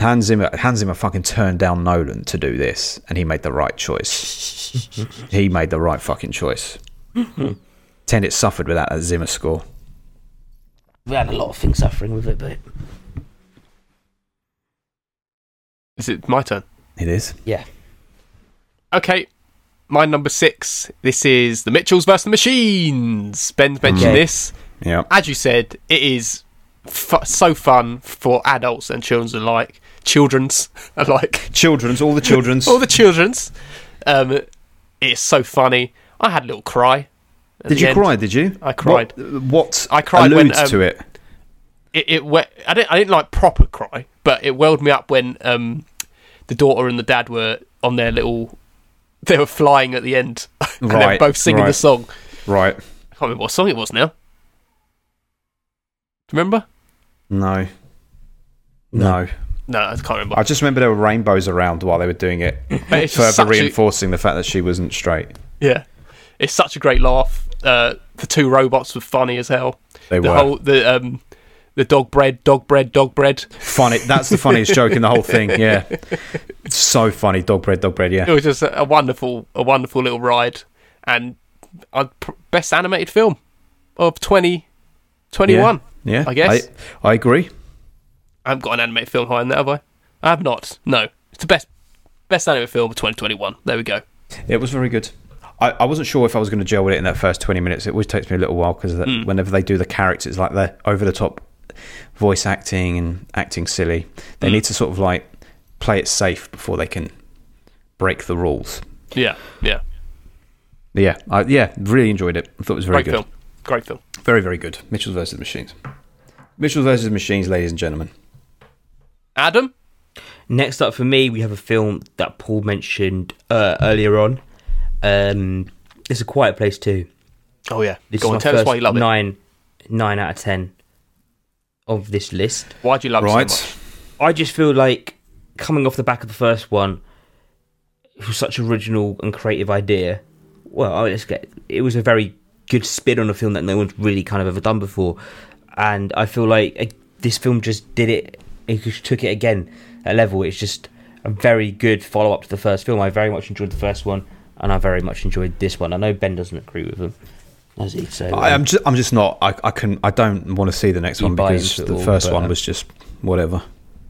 Speaker 5: Hans Zimmer, Hans Zimmer fucking turned down Nolan to do this, and he made the right choice. he made the right fucking choice. Tenet suffered without that Zimmer score.
Speaker 2: We had a lot of things suffering with it, but
Speaker 4: Is it my turn?
Speaker 5: It is.
Speaker 2: yeah,
Speaker 4: Okay. My number six. This is the Mitchells versus the Machines. Ben's mentioned
Speaker 2: Okay.
Speaker 4: this.
Speaker 5: Yeah.
Speaker 4: As you said, it is fu- so fun for adults and children alike. children's alike.
Speaker 5: Children's, all the children's.
Speaker 4: All the children's. Um, it's so funny. I had a little cry. at
Speaker 5: did
Speaker 4: the
Speaker 5: you
Speaker 4: end.
Speaker 5: cry? Did you?
Speaker 4: I cried.
Speaker 5: What? what
Speaker 4: I cried when,
Speaker 5: alludes
Speaker 4: um,
Speaker 5: to it.
Speaker 4: it, it we- I didn't I didn't like proper cry, but it welled me up when um, the daughter and the dad were on their little they were flying at the end and they were
Speaker 5: Right,
Speaker 4: both singing the
Speaker 5: right.
Speaker 4: song.
Speaker 5: Right.
Speaker 4: I can't remember what song it was now. Remember?
Speaker 5: No. No.
Speaker 4: No, I can't remember.
Speaker 5: I just remember there were rainbows around while they were doing it,
Speaker 4: But it's just
Speaker 5: further
Speaker 4: such a-
Speaker 5: reinforcing the fact that she wasn't straight.
Speaker 4: yeah, it's such a great laugh. Uh, the two robots were funny as hell.
Speaker 5: They
Speaker 4: the
Speaker 5: were.
Speaker 4: whole the um the dog bread, dog bread, dog bread.
Speaker 5: Funny. That's the funniest joke in the whole thing. Yeah. It's so funny. Dog bread, dog bread.
Speaker 4: It
Speaker 5: Yeah.
Speaker 4: was just a, a wonderful, a wonderful little ride, and a pr- best animated film of twenty twenty one.
Speaker 5: Yeah.
Speaker 4: I guess.
Speaker 5: I, I agree.
Speaker 4: I haven't got an animated film higher than that, have I? I have not. No, it's the best best animated film of twenty twenty one. There we go.
Speaker 5: It was very good. I, I wasn't sure if I was going to gel with it in that first 20 minutes. It always takes me a little while because
Speaker 2: Mm.
Speaker 5: whenever they do the characters, like the over the top voice acting and acting silly,
Speaker 2: Mm.
Speaker 5: they need to sort of like play it safe before they can break the rules.
Speaker 4: Yeah, yeah.
Speaker 5: But yeah, I, yeah, really enjoyed it. I thought it was very
Speaker 4: Great
Speaker 5: good.
Speaker 4: film. Great film.
Speaker 5: Very, very good. Mitchell versus the Machines. Mitchell versus the Machines, ladies and gentlemen.
Speaker 4: Adam.
Speaker 2: Next up for me, we have a film that Paul mentioned uh, earlier on. Um, it's a quiet place too.
Speaker 4: Oh yeah.
Speaker 2: This
Speaker 4: go
Speaker 2: is
Speaker 4: on,
Speaker 2: my
Speaker 4: tell us
Speaker 2: first
Speaker 4: why you love it.
Speaker 2: nine, nine out of ten of this list.
Speaker 4: Why do you love it
Speaker 5: Right.
Speaker 4: so much?
Speaker 2: I just feel like coming off the back of the first one, it was such original and creative idea. Well, I just get it was a very good spin on a film that no one's really kind of ever done before, and I feel like eh, this film just did it. It just took it again at level. It's just a very good follow up to the first film. I very much enjoyed the first one, and I very much enjoyed this one. I know Ben doesn't agree with them, as he said.
Speaker 5: I, I'm just, I'm just not. I, I can, I don't want to see the next
Speaker 2: You
Speaker 5: one
Speaker 2: buy
Speaker 5: because
Speaker 2: into it
Speaker 5: the
Speaker 2: all,
Speaker 5: first
Speaker 2: but,
Speaker 5: one
Speaker 2: um,
Speaker 5: was just whatever.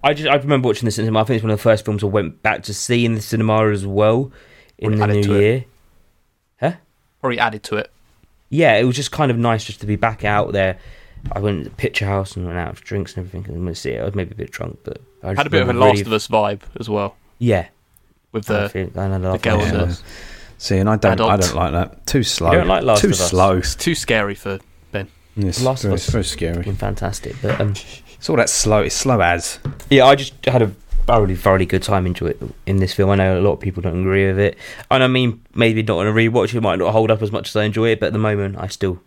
Speaker 2: I just I remember watching this in the cinema. I think it's one of the first films I went back to see in the cinema as well in
Speaker 4: Or
Speaker 2: the
Speaker 4: added
Speaker 2: new
Speaker 4: to it.
Speaker 2: year.
Speaker 4: Or he added to it.
Speaker 2: Yeah, it was just kind of nice just to be back out there. I went to the picture house and went out for drinks and everything, and went to see it. I was maybe a bit drunk, but I just
Speaker 4: Had a bit of a
Speaker 2: remember
Speaker 4: Last
Speaker 2: really-
Speaker 4: of Us vibe as well
Speaker 2: Yeah,
Speaker 4: with
Speaker 2: I
Speaker 4: the. uh,
Speaker 2: think, and I love
Speaker 4: girl
Speaker 2: Last of
Speaker 5: there.
Speaker 2: Us.
Speaker 5: See, and I don't, I
Speaker 4: Adult.
Speaker 5: don't like that. Too slow.
Speaker 2: don't like Last
Speaker 5: Too
Speaker 2: of Us?
Speaker 5: slow.
Speaker 4: It's too scary for Ben.
Speaker 5: Yes,
Speaker 2: Last of
Speaker 5: very-
Speaker 2: Us.
Speaker 5: Very scary.
Speaker 2: Been fantastic, but um,
Speaker 5: It's all that slow. It's slow as.
Speaker 2: yeah, I just had a thoroughly, thoroughly good time into it in this film. I know a lot of people don't agree with it, and I mean maybe not on a rewatch, it might not hold up as much as I enjoy it. But at the moment, I still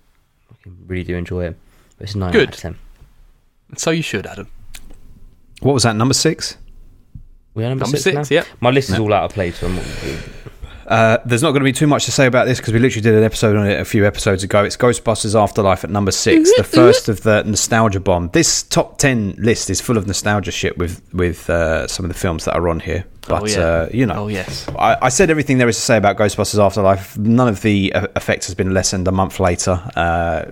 Speaker 2: fucking really do enjoy it. It's a nine
Speaker 4: Good.
Speaker 2: out of ten.
Speaker 4: So you should, Adam.
Speaker 5: What was that number six?
Speaker 2: We are number,
Speaker 4: Number
Speaker 2: six,
Speaker 4: six,
Speaker 2: now?
Speaker 4: yeah.
Speaker 2: My list is all out of place. Um, So I'm not
Speaker 5: Uh, there's not going to be too much to say about this because we literally did an episode on it a few episodes ago. It's Ghostbusters Afterlife at number six, the first of the nostalgia bomb. This top ten list is full of nostalgia shit with with uh, some of the films that are on here. But
Speaker 4: Oh, yeah.
Speaker 5: uh, you know,
Speaker 4: Oh, yes.
Speaker 5: I, I said everything there is to say about Ghostbusters Afterlife. None of the uh, effect has been lessened a month later. Uh,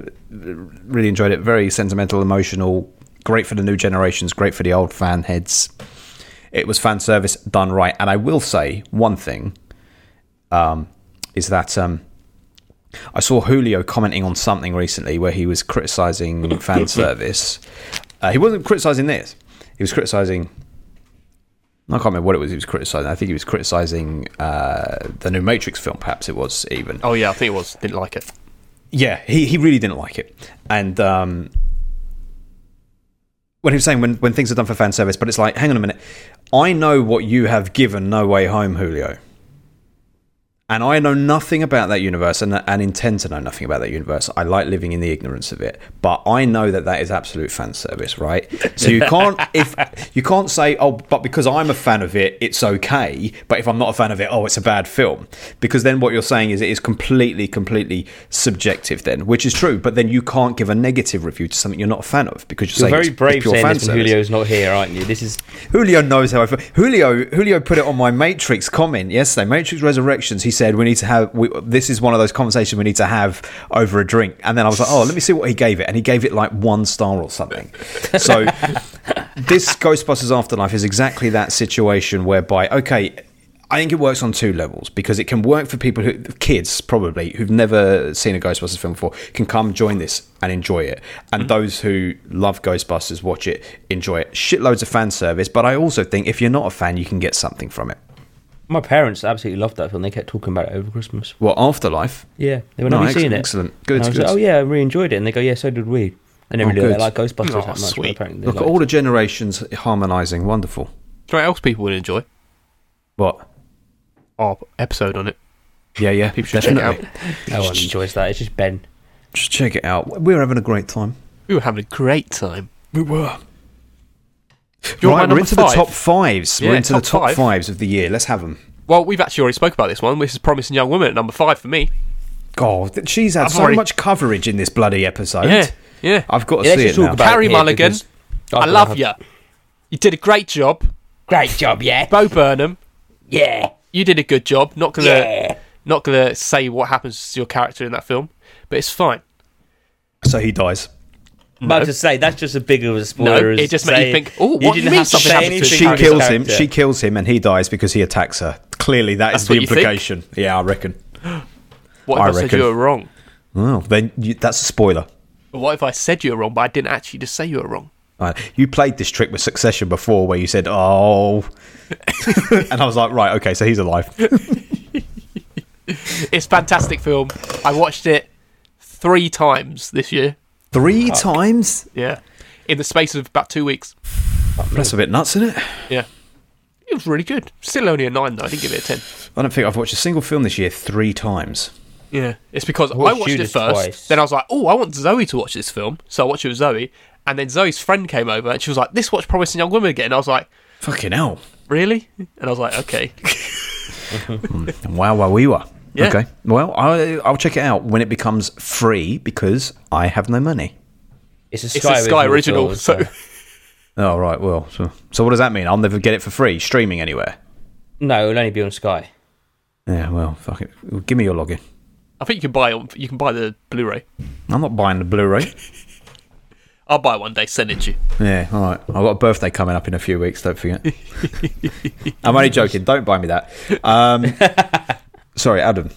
Speaker 5: really enjoyed it. Very sentimental, emotional. Great for the new generations. Great for the old fan heads. It was fan service done right. And I will say one thing um, is that um, I saw Julio commenting on something recently where he was criticizing fan service. Uh, he wasn't criticizing this. He was criticizing. I can't remember what it was he was criticizing. I think he was criticizing uh, the new Matrix film. Perhaps it was even.
Speaker 4: Oh yeah, I think it was. Didn't like it.
Speaker 5: Yeah, he, he really didn't like it. And um, when he was saying when, when things are done for fan service, but it's like, hang on a minute. I know what you have given No Way Home, Julio. And I know nothing about that universe and, and intend to know nothing about that universe. I like living in the ignorance of it. But I know that that is absolute fan service, right? So you can't if you can't say, oh, but because I'm a fan of it, it's okay. But if I'm not a fan of it, oh, it's a bad film. Because then what you're saying is it is completely, completely subjective then, which is true. But then you can't give a negative review to something you're not a fan of because you're,
Speaker 2: You're
Speaker 5: saying
Speaker 2: very
Speaker 5: it's- it's
Speaker 2: brave
Speaker 5: pure
Speaker 2: saying
Speaker 5: fan
Speaker 2: this when
Speaker 5: service.
Speaker 2: Julio's not here, aren't you? This is
Speaker 5: Julio knows how I feel. Julio, Julio put it on my Matrix comment yesterday. Matrix Resurrections. He said we need to have. We, this is one of those conversations we need to have over a drink. And then I was like, oh, let me see what he gave it, and he gave it like one star or something. So this Ghostbusters Afterlife is exactly that situation whereby okay. I think it works on two levels because it can work for people who kids probably who've never seen a Ghostbusters film before can come join this and enjoy it, and
Speaker 4: Mm-hmm.
Speaker 5: those who love Ghostbusters watch it, enjoy it. Shitloads of fan service, but I also think if you're not a fan, you can get something from it.
Speaker 2: My parents absolutely loved that film. They kept talking about it over Christmas.
Speaker 5: Well, Afterlife,
Speaker 2: Yeah, they went,
Speaker 5: No,
Speaker 2: "Have you seen
Speaker 5: excellent,
Speaker 2: it?"
Speaker 5: excellent. Good,
Speaker 2: And I was
Speaker 5: good.
Speaker 2: Like, oh yeah, I really enjoyed it. And they go, "Yeah, so did we." I never
Speaker 5: Oh,
Speaker 2: knew they
Speaker 5: good.
Speaker 2: like Ghostbusters
Speaker 4: Oh,
Speaker 2: that much. But
Speaker 4: sweet.
Speaker 2: apparently, they
Speaker 5: look at
Speaker 2: liked
Speaker 5: all
Speaker 2: it.
Speaker 5: the generations harmonising, wonderful.
Speaker 4: Do you know what else people would enjoy?
Speaker 5: What?
Speaker 4: Our episode on it.
Speaker 5: Yeah, yeah,
Speaker 4: People should check
Speaker 5: definitely.
Speaker 4: it out.
Speaker 2: no one enjoys that. It's just Ben.
Speaker 5: Just check it out. We were having a great time.
Speaker 4: We were having a great time.
Speaker 5: We were.
Speaker 4: you want my
Speaker 5: right, we're
Speaker 4: number
Speaker 5: into
Speaker 4: five?
Speaker 5: the top fives.
Speaker 4: Yeah,
Speaker 5: we're into
Speaker 4: top
Speaker 5: the top
Speaker 4: five.
Speaker 5: fives of the year. Let's have them.
Speaker 4: Well, we've actually already spoke about this one. This is Promising Young Woman at number five for me.
Speaker 5: God, th- she's had
Speaker 4: I've
Speaker 5: so
Speaker 4: already-
Speaker 5: much coverage in this bloody episode.
Speaker 4: Yeah, yeah.
Speaker 5: I've got to
Speaker 2: Yeah, let's
Speaker 5: see
Speaker 2: just
Speaker 5: it
Speaker 2: talk
Speaker 5: now.
Speaker 2: about it
Speaker 4: Carrie
Speaker 2: here
Speaker 4: Mulligan,
Speaker 2: because
Speaker 4: I
Speaker 2: don't
Speaker 4: love
Speaker 2: have-
Speaker 4: you. You did a great job.
Speaker 2: Great job, yeah,
Speaker 4: Bo Burnham,
Speaker 2: yeah,
Speaker 4: you did a good job. Not gonna,
Speaker 2: yeah.
Speaker 4: not gonna say what happens to your character in that film, but it's fine.
Speaker 5: so he dies.
Speaker 2: About to say that's just as big of a spoiler.
Speaker 4: No,
Speaker 2: as
Speaker 4: it just made you
Speaker 2: saying-
Speaker 4: think, "Ooh, what do you
Speaker 2: didn't
Speaker 4: mean
Speaker 2: have to
Speaker 4: something
Speaker 2: say
Speaker 4: happened to
Speaker 2: anything
Speaker 4: She
Speaker 5: She
Speaker 2: about his
Speaker 5: kills him.
Speaker 2: character.
Speaker 5: She kills him, and he dies because he attacks her. Clearly,
Speaker 4: That's
Speaker 5: that's
Speaker 4: what
Speaker 5: the
Speaker 4: you think?
Speaker 5: implication. Yeah, I reckon.
Speaker 4: What if I,
Speaker 5: I
Speaker 4: said
Speaker 5: reckon.
Speaker 4: you were wrong?
Speaker 5: Well, then you, that's a spoiler.
Speaker 4: But what if I said you were wrong, but I didn't actually just say you were wrong?
Speaker 5: Uh, you played this trick with Succession before, where you said, "Oh," and I was like, "Right, okay, so he's alive."
Speaker 4: It's a fantastic film. I watched it three times this year.
Speaker 5: Three times.
Speaker 4: Yeah, in the space of about two weeks.
Speaker 5: That's a bit nuts, isn't it?
Speaker 4: Yeah, it was really good. Still only a nine though. I didn't give it a ten.
Speaker 5: I don't think I've watched a single film this year three times.
Speaker 4: Yeah, it's because I
Speaker 2: watched
Speaker 4: watched, it
Speaker 2: Judas
Speaker 4: first.
Speaker 2: twice.
Speaker 4: Then I was like, "Oh, I want Zoe to watch this film," so I watched it with Zoe. And then Zoe's friend came over, and she was like, "This watch Promising Young Woman again." And I was like,
Speaker 5: Fucking hell!
Speaker 4: "Really?" And I was like, "Okay."
Speaker 5: Wow, wow, we were.
Speaker 4: Yeah.
Speaker 5: Okay. Well, I, I'll check it out when it becomes free because I have no money.
Speaker 2: It's a
Speaker 4: It's a Sky original,
Speaker 2: as
Speaker 4: so
Speaker 2: well.
Speaker 5: Oh right, well, so, so what does that mean? I'll never get it for free streaming anywhere.
Speaker 2: no, it'll only be on Sky.
Speaker 5: Yeah, well, fuck it. Well, Give me your login.
Speaker 4: I think you can buy you can buy the Blu-ray.
Speaker 5: I'm not buying the Blu-ray.
Speaker 4: I'll buy it one day. Send it to you.
Speaker 5: yeah, all right. I've got a birthday coming up in a few weeks. Don't forget. I'm only joking. Don't buy me that. Um, sorry, Adam.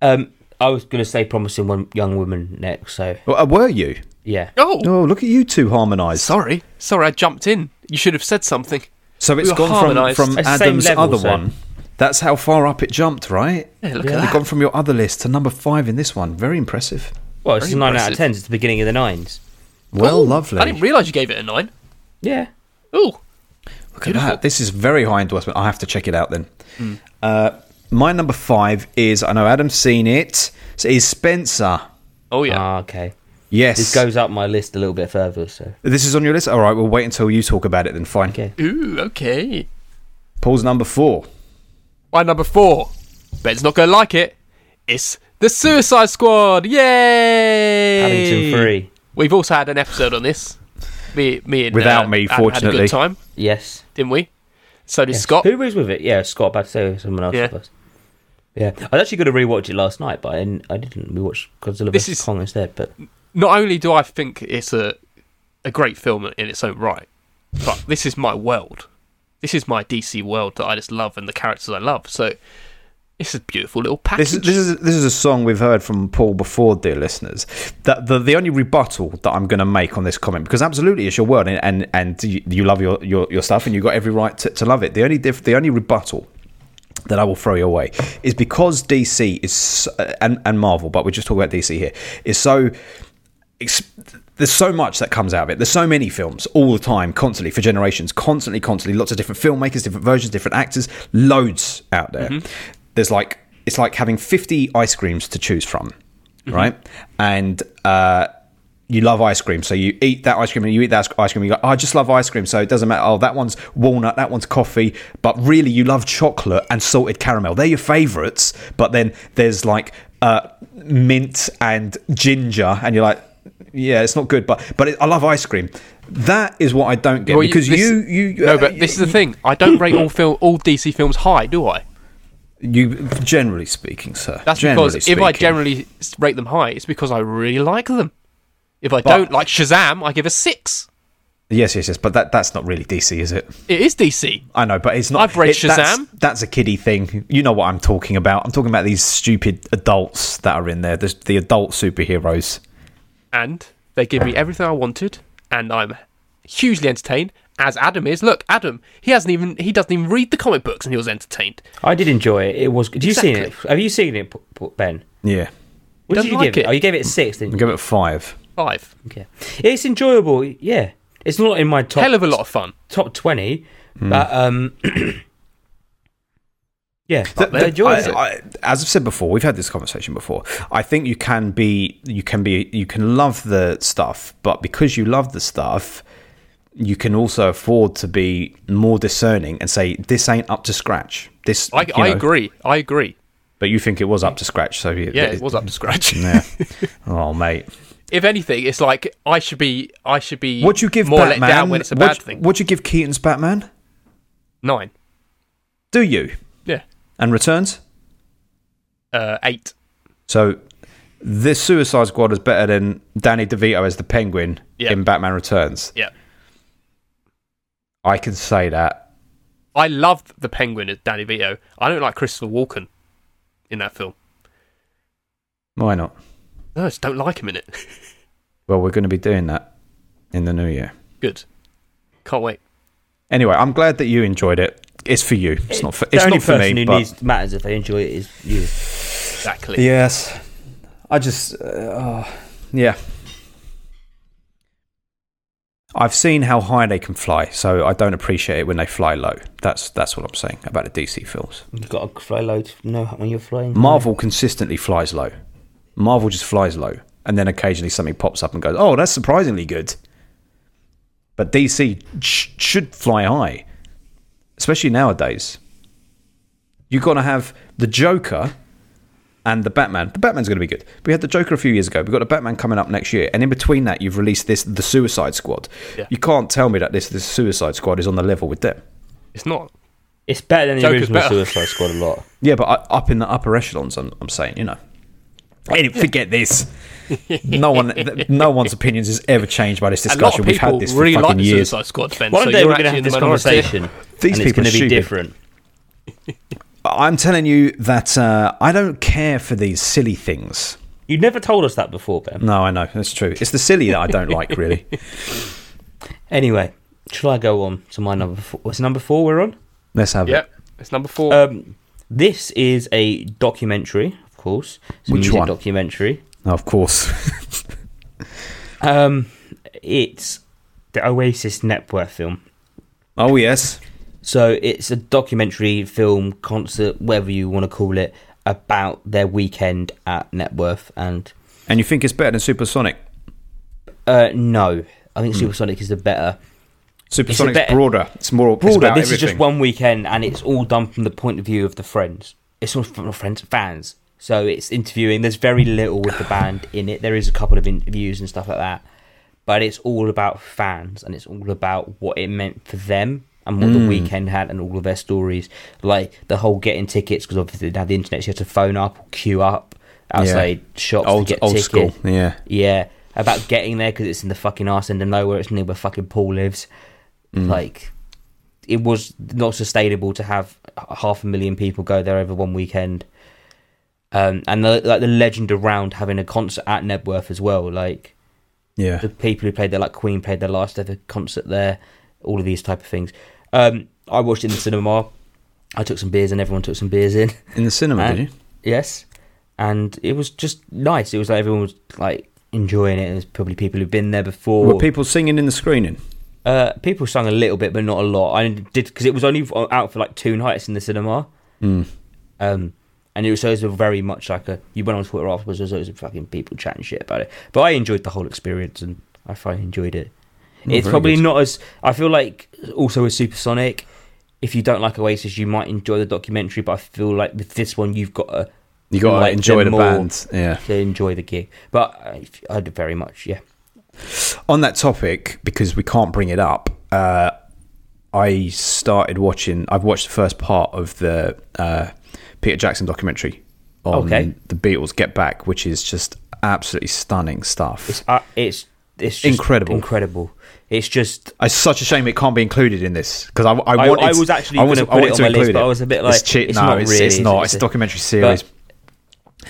Speaker 2: Um, I was going to say promising one young woman next. So
Speaker 5: Well, uh, were you?
Speaker 2: yeah,
Speaker 4: Oh,
Speaker 5: Oh, look at you two harmonised.
Speaker 4: sorry, sorry, I jumped in. You should have said something.
Speaker 5: So it's
Speaker 4: We were
Speaker 5: gone
Speaker 4: harmonised.
Speaker 5: from, from
Speaker 2: It's the same
Speaker 5: Adam's
Speaker 2: level,
Speaker 5: other
Speaker 2: so-
Speaker 5: one. That's how far up it jumped, right?
Speaker 4: Yeah, look
Speaker 5: You've
Speaker 4: at
Speaker 5: gone
Speaker 4: that.
Speaker 5: from your other list to number five in this one. Very impressive.
Speaker 2: well, it's
Speaker 4: Very
Speaker 2: a nine out
Speaker 4: impressive.
Speaker 2: of ten. It's the beginning of the nines.
Speaker 5: Well,
Speaker 4: Ooh,
Speaker 5: lovely.
Speaker 4: I didn't realise you gave it a nine.
Speaker 2: Yeah,
Speaker 4: Ooh,
Speaker 5: Look at that. This is very high endorsement. I have to check it out then.
Speaker 4: Hmm.
Speaker 5: Uh, my number five is I know Adam's seen it. Is Spencer?
Speaker 4: oh yeah.
Speaker 2: Ah, okay.
Speaker 5: Yes.
Speaker 2: This goes up my list a little bit further. So
Speaker 5: This is on your list. All right. We'll wait until you talk about it then. Fine.
Speaker 2: Okay.
Speaker 4: Ooh, okay.
Speaker 5: Paul's number four.
Speaker 4: My number four. Ben's not gonna like it. It's the Suicide Squad. Yay!
Speaker 2: Paddington three.
Speaker 4: We've also had an episode on this. Me, me, and
Speaker 5: Without
Speaker 4: uh,
Speaker 5: me,
Speaker 4: Adam had a
Speaker 5: fortunately.
Speaker 4: good time,
Speaker 2: Yes.
Speaker 4: didn't we? So did
Speaker 2: Yes.
Speaker 4: Scott.
Speaker 2: Who was with it? Yeah, Scott. About to say someone else
Speaker 4: Yeah.
Speaker 2: yeah. first. Yeah, I was actually going to rewatch it last night, but I didn't. I didn't. We watched Godzilla
Speaker 4: This
Speaker 2: vs
Speaker 4: is-
Speaker 2: Kong instead. But
Speaker 4: Not only do I think it's a a great film in its own right, but this is my world. This is my DC world that I just love and the characters I love. So it's a beautiful little package.
Speaker 5: This is this is this is a song we've heard from Paul before, dear listeners. That the, the only rebuttal that I'm going to make on this comment because absolutely it's your world and and, and you, you love your, your your stuff and you've got every right to, to love it. The only diff, the only rebuttal that I will throw your way is because DC is so- and and Marvel, but we're just talking about DC here. Is so ex- there's so much that comes out of it. There's so many films all the time, constantly for generations, constantly, constantly. Lots of different filmmakers, different versions, different actors, loads out there. There's like it's like having 50 ice creams to choose from, right? And uh, you love ice cream, so you eat that ice cream and you eat that ice cream. And you go, "Oh, I just love ice cream, so it doesn't matter. Oh, that one's walnut, that one's coffee, but really you love chocolate and salted caramel. They're your favourites. But then there's like uh, mint and ginger, and you're like, yeah, it's not good, but but it, I love ice cream. That is what I don't get
Speaker 4: Well, you-
Speaker 5: because
Speaker 4: this-
Speaker 5: you you uh,
Speaker 4: no, but this is the thing. I don't rate all film, all DC films high, do I?
Speaker 5: you generally speaking, sir.
Speaker 4: That's
Speaker 5: generally
Speaker 4: because if I
Speaker 5: speaking.
Speaker 4: generally s- rate them high, it's because I really like them. If I
Speaker 5: But-
Speaker 4: don't like Shazam, I give a six.
Speaker 5: Yes, yes, yes. But that, that's not really DC, is it?
Speaker 4: It is DC.
Speaker 5: I know, but it's not.
Speaker 4: I've read
Speaker 5: it- That's,
Speaker 4: Shazam.
Speaker 5: that's a kiddie thing. You know what I'm talking about. I'm talking about these stupid adults that are in there. The, the adult superheroes.
Speaker 4: And they give me everything I wanted, and I'm hugely entertained. As Adam is, look, Adam, he hasn't even he doesn't even read the comic books, and he was entertained.
Speaker 2: I did enjoy it. It was. Did you seen it?
Speaker 4: Exactly.
Speaker 2: Have you seen it, P- P- Ben?
Speaker 5: Yeah.
Speaker 2: What
Speaker 4: Doesn't
Speaker 2: did you
Speaker 4: like
Speaker 2: give it?
Speaker 4: it. Mm-hmm.
Speaker 2: Oh, you gave it a six, didn't you?
Speaker 5: Give it five.
Speaker 4: Five,
Speaker 2: Okay. It's enjoyable. Yeah, it's not in my top
Speaker 4: hell of a lot of fun.
Speaker 2: top twenty,
Speaker 5: Hmm.
Speaker 2: but um, yeah, I enjoyed
Speaker 5: I-
Speaker 2: it.
Speaker 5: I- as I've said before, we've had this conversation before. I think you can be, you can be, you can love the stuff, but because you love the stuff, you can also afford to be more discerning and say this ain't up to scratch. This,
Speaker 4: I,
Speaker 5: you
Speaker 4: I
Speaker 5: know,
Speaker 4: agree. I agree.
Speaker 5: But you think it was up to scratch, so
Speaker 4: Yeah, it was up to scratch.
Speaker 5: Yeah. oh, mate.
Speaker 4: if anything, it's like I should be. I should be.
Speaker 5: What you give
Speaker 4: more
Speaker 5: Batman?
Speaker 4: let down when it's a
Speaker 5: what,
Speaker 4: bad thing?
Speaker 5: What you give Keaton's Batman?
Speaker 4: Nine.
Speaker 5: Do you
Speaker 4: Yeah.
Speaker 5: and returns?
Speaker 4: Uh, eight.
Speaker 5: So this Suicide Squad is better than Danny DeVito as the Penguin
Speaker 4: Yeah.
Speaker 5: in Batman Returns.
Speaker 4: Yeah.
Speaker 5: I can say that.
Speaker 4: I love the Penguin as Danny Vito. I don't like Christopher Walken in that film.
Speaker 5: Why not?
Speaker 4: No, I just don't like him in it.
Speaker 5: Well, we're going to be doing that in the new year.
Speaker 4: Good. Can't wait.
Speaker 5: Anyway, I'm glad that you enjoyed it. It's for you. It's not for. It's
Speaker 2: the only
Speaker 5: not for
Speaker 2: person
Speaker 5: me.
Speaker 2: who
Speaker 5: but
Speaker 2: needs matters if they enjoy it is you.
Speaker 4: Exactly.
Speaker 5: yes, I just. Uh, oh, yeah. I've seen how high they can fly, so I don't appreciate it when they fly low. That's that's what I'm saying about the DC films.
Speaker 2: You've got to fly low to know when you're flying.
Speaker 5: Marvel consistently flies low. Marvel just flies low, and then occasionally something pops up and goes, "Oh, that's surprisingly good." But DC sh- should fly high, especially nowadays. You've got to have the Joker and the Batman. The Batman's going to be good. We had the Joker a few years ago. We've got the Batman coming up next year, and in between that, you've released this the Suicide Squad.
Speaker 4: Yeah.
Speaker 5: You can't tell me that this this Suicide Squad is on the level with them.
Speaker 4: It's not.
Speaker 2: It's better than the
Speaker 4: Joker's
Speaker 2: original
Speaker 4: better.
Speaker 2: Suicide Squad a lot.
Speaker 5: Yeah, but uh, up in the upper echelons, I'm, I'm saying, you know. I didn't forget this. No one, th- no one's opinions has ever changed by this
Speaker 4: A lot
Speaker 5: discussion.
Speaker 4: of
Speaker 5: We've
Speaker 4: people
Speaker 5: had this for
Speaker 4: really like
Speaker 5: fucking
Speaker 4: the
Speaker 5: years.
Speaker 4: Suicide Squad, Ben.
Speaker 2: One
Speaker 4: so
Speaker 2: day
Speaker 4: you're
Speaker 2: we're going to
Speaker 4: actually
Speaker 2: have
Speaker 4: in the
Speaker 2: this
Speaker 4: minority.
Speaker 2: conversation.
Speaker 5: These
Speaker 2: and
Speaker 5: people
Speaker 2: it's
Speaker 5: are
Speaker 2: going to be
Speaker 5: stupid.
Speaker 2: different.
Speaker 5: I'm telling you that uh, I don't care for these silly things.
Speaker 2: You never told us that before, Ben.
Speaker 5: No, I know that's true. It's the silly that I don't like, really.
Speaker 2: Anyway, shall I go on to my number four? What's number four we're on?
Speaker 5: Let's have
Speaker 4: Yep. It's number four.
Speaker 2: Um, this is a documentary, of course. It's a
Speaker 5: Which
Speaker 2: music
Speaker 5: one?
Speaker 2: documentary.
Speaker 5: it. Of course,
Speaker 2: Um, it's the Oasis Network film.
Speaker 5: Oh yes,
Speaker 2: So it's a documentary, film, concert, whatever you want to call it, about their weekend at Networth. And
Speaker 5: and you think it's better than Supersonic?
Speaker 2: uh, no, I think Supersonic is the better.
Speaker 5: Supersonic's
Speaker 2: better-
Speaker 5: broader. It's more it's
Speaker 2: broader.
Speaker 5: about
Speaker 2: This is
Speaker 5: everything.
Speaker 2: just one weekend, and it's all done from the point of view of the friends. It's all from the friends, fans. So it's interviewing. There's very little with the band in it. There is a couple of interviews and stuff like that, but it's all about fans, and it's all about what it meant for them and
Speaker 5: Hmm.
Speaker 2: what the weekend had, and all of their stories. Like the whole getting tickets because obviously they didn't have the internet, so you had to phone up or queue up outside shops
Speaker 5: old,
Speaker 2: to get
Speaker 5: old
Speaker 2: tickets.
Speaker 5: school. Yeah,
Speaker 2: Yeah, about getting there because it's in the fucking arse end of nowhere. It's near where fucking Paul lives.
Speaker 5: Mm.
Speaker 2: Like, it was not sustainable to have h- half a million people go there over one weekend. Um, and the, like the legend around having a concert at Nebworth as well. Like
Speaker 5: yeah.
Speaker 2: the people who played there, like Queen, played their last ever concert there. All of these type of things. Um, I watched it in the cinema. I took some beers and everyone took some beers in.
Speaker 5: In the cinema,
Speaker 2: And-
Speaker 5: did you?
Speaker 2: Yes, and it was just nice. It was like everyone was like enjoying it. It was probably people who've been there before.
Speaker 5: Were people singing in the screening?
Speaker 2: uh, people sung a little bit, but not a lot. I did because it was only f- out for like two nights in the cinema.
Speaker 5: Hmm.
Speaker 2: Um, and it was, so it was a very much like a you went on Twitter afterwards. There was always fucking people chatting shit about it. But I enjoyed the whole experience, and I fucking enjoyed it. it's
Speaker 5: Oh, very
Speaker 2: probably
Speaker 5: good.
Speaker 2: not as I feel like also with Supersonic. If you don't like Oasis, you might enjoy the documentary, but I feel like with this one, you've got a
Speaker 5: You got to
Speaker 2: Like
Speaker 5: enjoy the
Speaker 2: them all.
Speaker 5: band. Yeah.
Speaker 2: to enjoy the gig. But uh, I, I'd very much, yeah.
Speaker 5: on that topic because we can't bring it up uh, i started watching i've watched the first part of the uh, peter jackson documentary on
Speaker 2: Okay.
Speaker 5: the beatles get back which is just absolutely stunning stuff
Speaker 2: Uh, it's it's just
Speaker 5: Incredible.
Speaker 2: Incredible. It's just
Speaker 5: It's such a shame it can't be included in this because I, I,
Speaker 2: I,
Speaker 5: wanted,
Speaker 2: I was actually
Speaker 5: I
Speaker 2: going
Speaker 5: wanted-
Speaker 2: to put
Speaker 5: I wanted
Speaker 2: it on
Speaker 5: to
Speaker 2: my list,
Speaker 5: include
Speaker 2: but
Speaker 5: it.
Speaker 2: I was a bit like,
Speaker 5: it's cheat. No,
Speaker 2: not
Speaker 5: it's,
Speaker 2: really,
Speaker 5: it's
Speaker 2: is
Speaker 5: not.
Speaker 2: it?
Speaker 5: It's a documentary series.
Speaker 2: But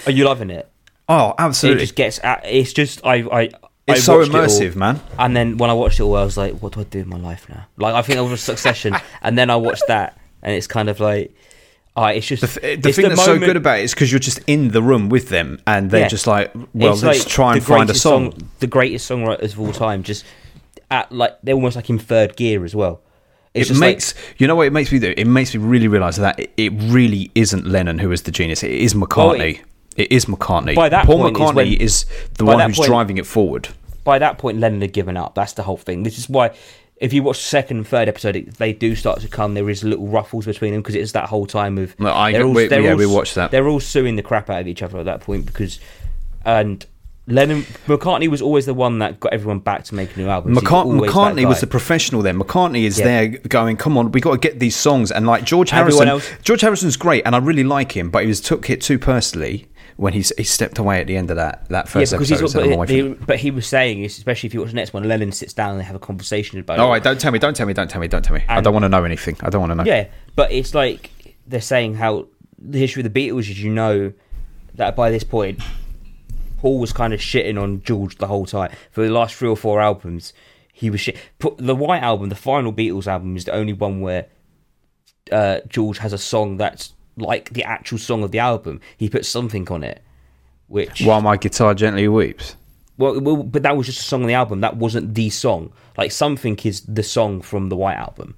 Speaker 2: are you loving it?
Speaker 5: oh,
Speaker 2: It
Speaker 5: absolutely!
Speaker 2: just gets. At, it's just I. I
Speaker 5: It's
Speaker 2: I
Speaker 5: so
Speaker 2: watched it all,
Speaker 5: immersive, man.
Speaker 2: And then when I watched it all, I was like, "What do I do in my life now?" Like I think I was Succession, and then I watched that, and it's kind of like, ah, it's just
Speaker 5: the th- the
Speaker 2: it's
Speaker 5: thing that's so
Speaker 2: moment-
Speaker 5: good about it is because you're just in the room with them, and they're
Speaker 2: Yeah.
Speaker 5: just like, "Well,
Speaker 2: It's
Speaker 5: let's
Speaker 2: like
Speaker 5: try and
Speaker 2: the
Speaker 5: find a
Speaker 2: greatest
Speaker 5: song."
Speaker 2: The greatest songwriters of all time, just at like they're almost like in third gear as well. It's
Speaker 5: It
Speaker 2: just like-
Speaker 5: makes you know what it makes me do. It makes me really realize that it, it really isn't Lennon who is the genius. It is McCartney. it is McCartney.
Speaker 2: By that
Speaker 5: Paul
Speaker 2: point is
Speaker 5: McCartney is,
Speaker 2: when-
Speaker 5: the
Speaker 2: by
Speaker 5: one
Speaker 2: that
Speaker 5: who's
Speaker 2: point-
Speaker 5: driving it forward.
Speaker 2: by that point, Lennon had given up. That's the whole thing. This is why, if you watch the second and third episode, it, they do start to come. There is little ruffles between them because it's that whole time of.
Speaker 5: No, I-
Speaker 2: they're
Speaker 5: we-
Speaker 2: they're
Speaker 5: yeah, we
Speaker 2: s-
Speaker 5: watched that.
Speaker 2: They're all suing the crap out of each other at that point because, and Lennon McCartney was always the one that got everyone back to make new albums. He was
Speaker 5: McCart-
Speaker 2: always that
Speaker 5: McCartney was
Speaker 2: guy.
Speaker 5: the professional there. McCartney is
Speaker 2: Yeah.
Speaker 5: there going, come on, we got to get these songs. And like George
Speaker 2: Everyone
Speaker 5: Harrison,
Speaker 2: else-
Speaker 5: George Harrison's great, and I really like him, but he was took hit too personally when he, s- he stepped away at the end of that that first
Speaker 2: yeah, because
Speaker 5: episode.
Speaker 2: he's,
Speaker 5: said, "I'm away
Speaker 2: but,
Speaker 5: from
Speaker 2: he,
Speaker 5: it."
Speaker 2: but he was saying, especially if you watch the next one, Lennon sits down and they have a conversation about.
Speaker 5: All
Speaker 2: it.
Speaker 5: right, don't tell me, don't tell me, don't tell me, don't tell me. I
Speaker 2: And-
Speaker 5: don't want to know anything. Oh, I don't want to know.
Speaker 2: Yeah, but it's like they're saying how the history of the Beatles is you know that by this point, Paul was kind of shitting on George the whole time for the last three or four albums. He was shit. Put the White album, the final Beatles album, is the only one where uh, George has a song that's like the actual song of the album. He put something on it, which
Speaker 5: While my guitar gently weeps.
Speaker 2: well, well, but that was just a song on the album. That wasn't the song. Like something is the song from the White album,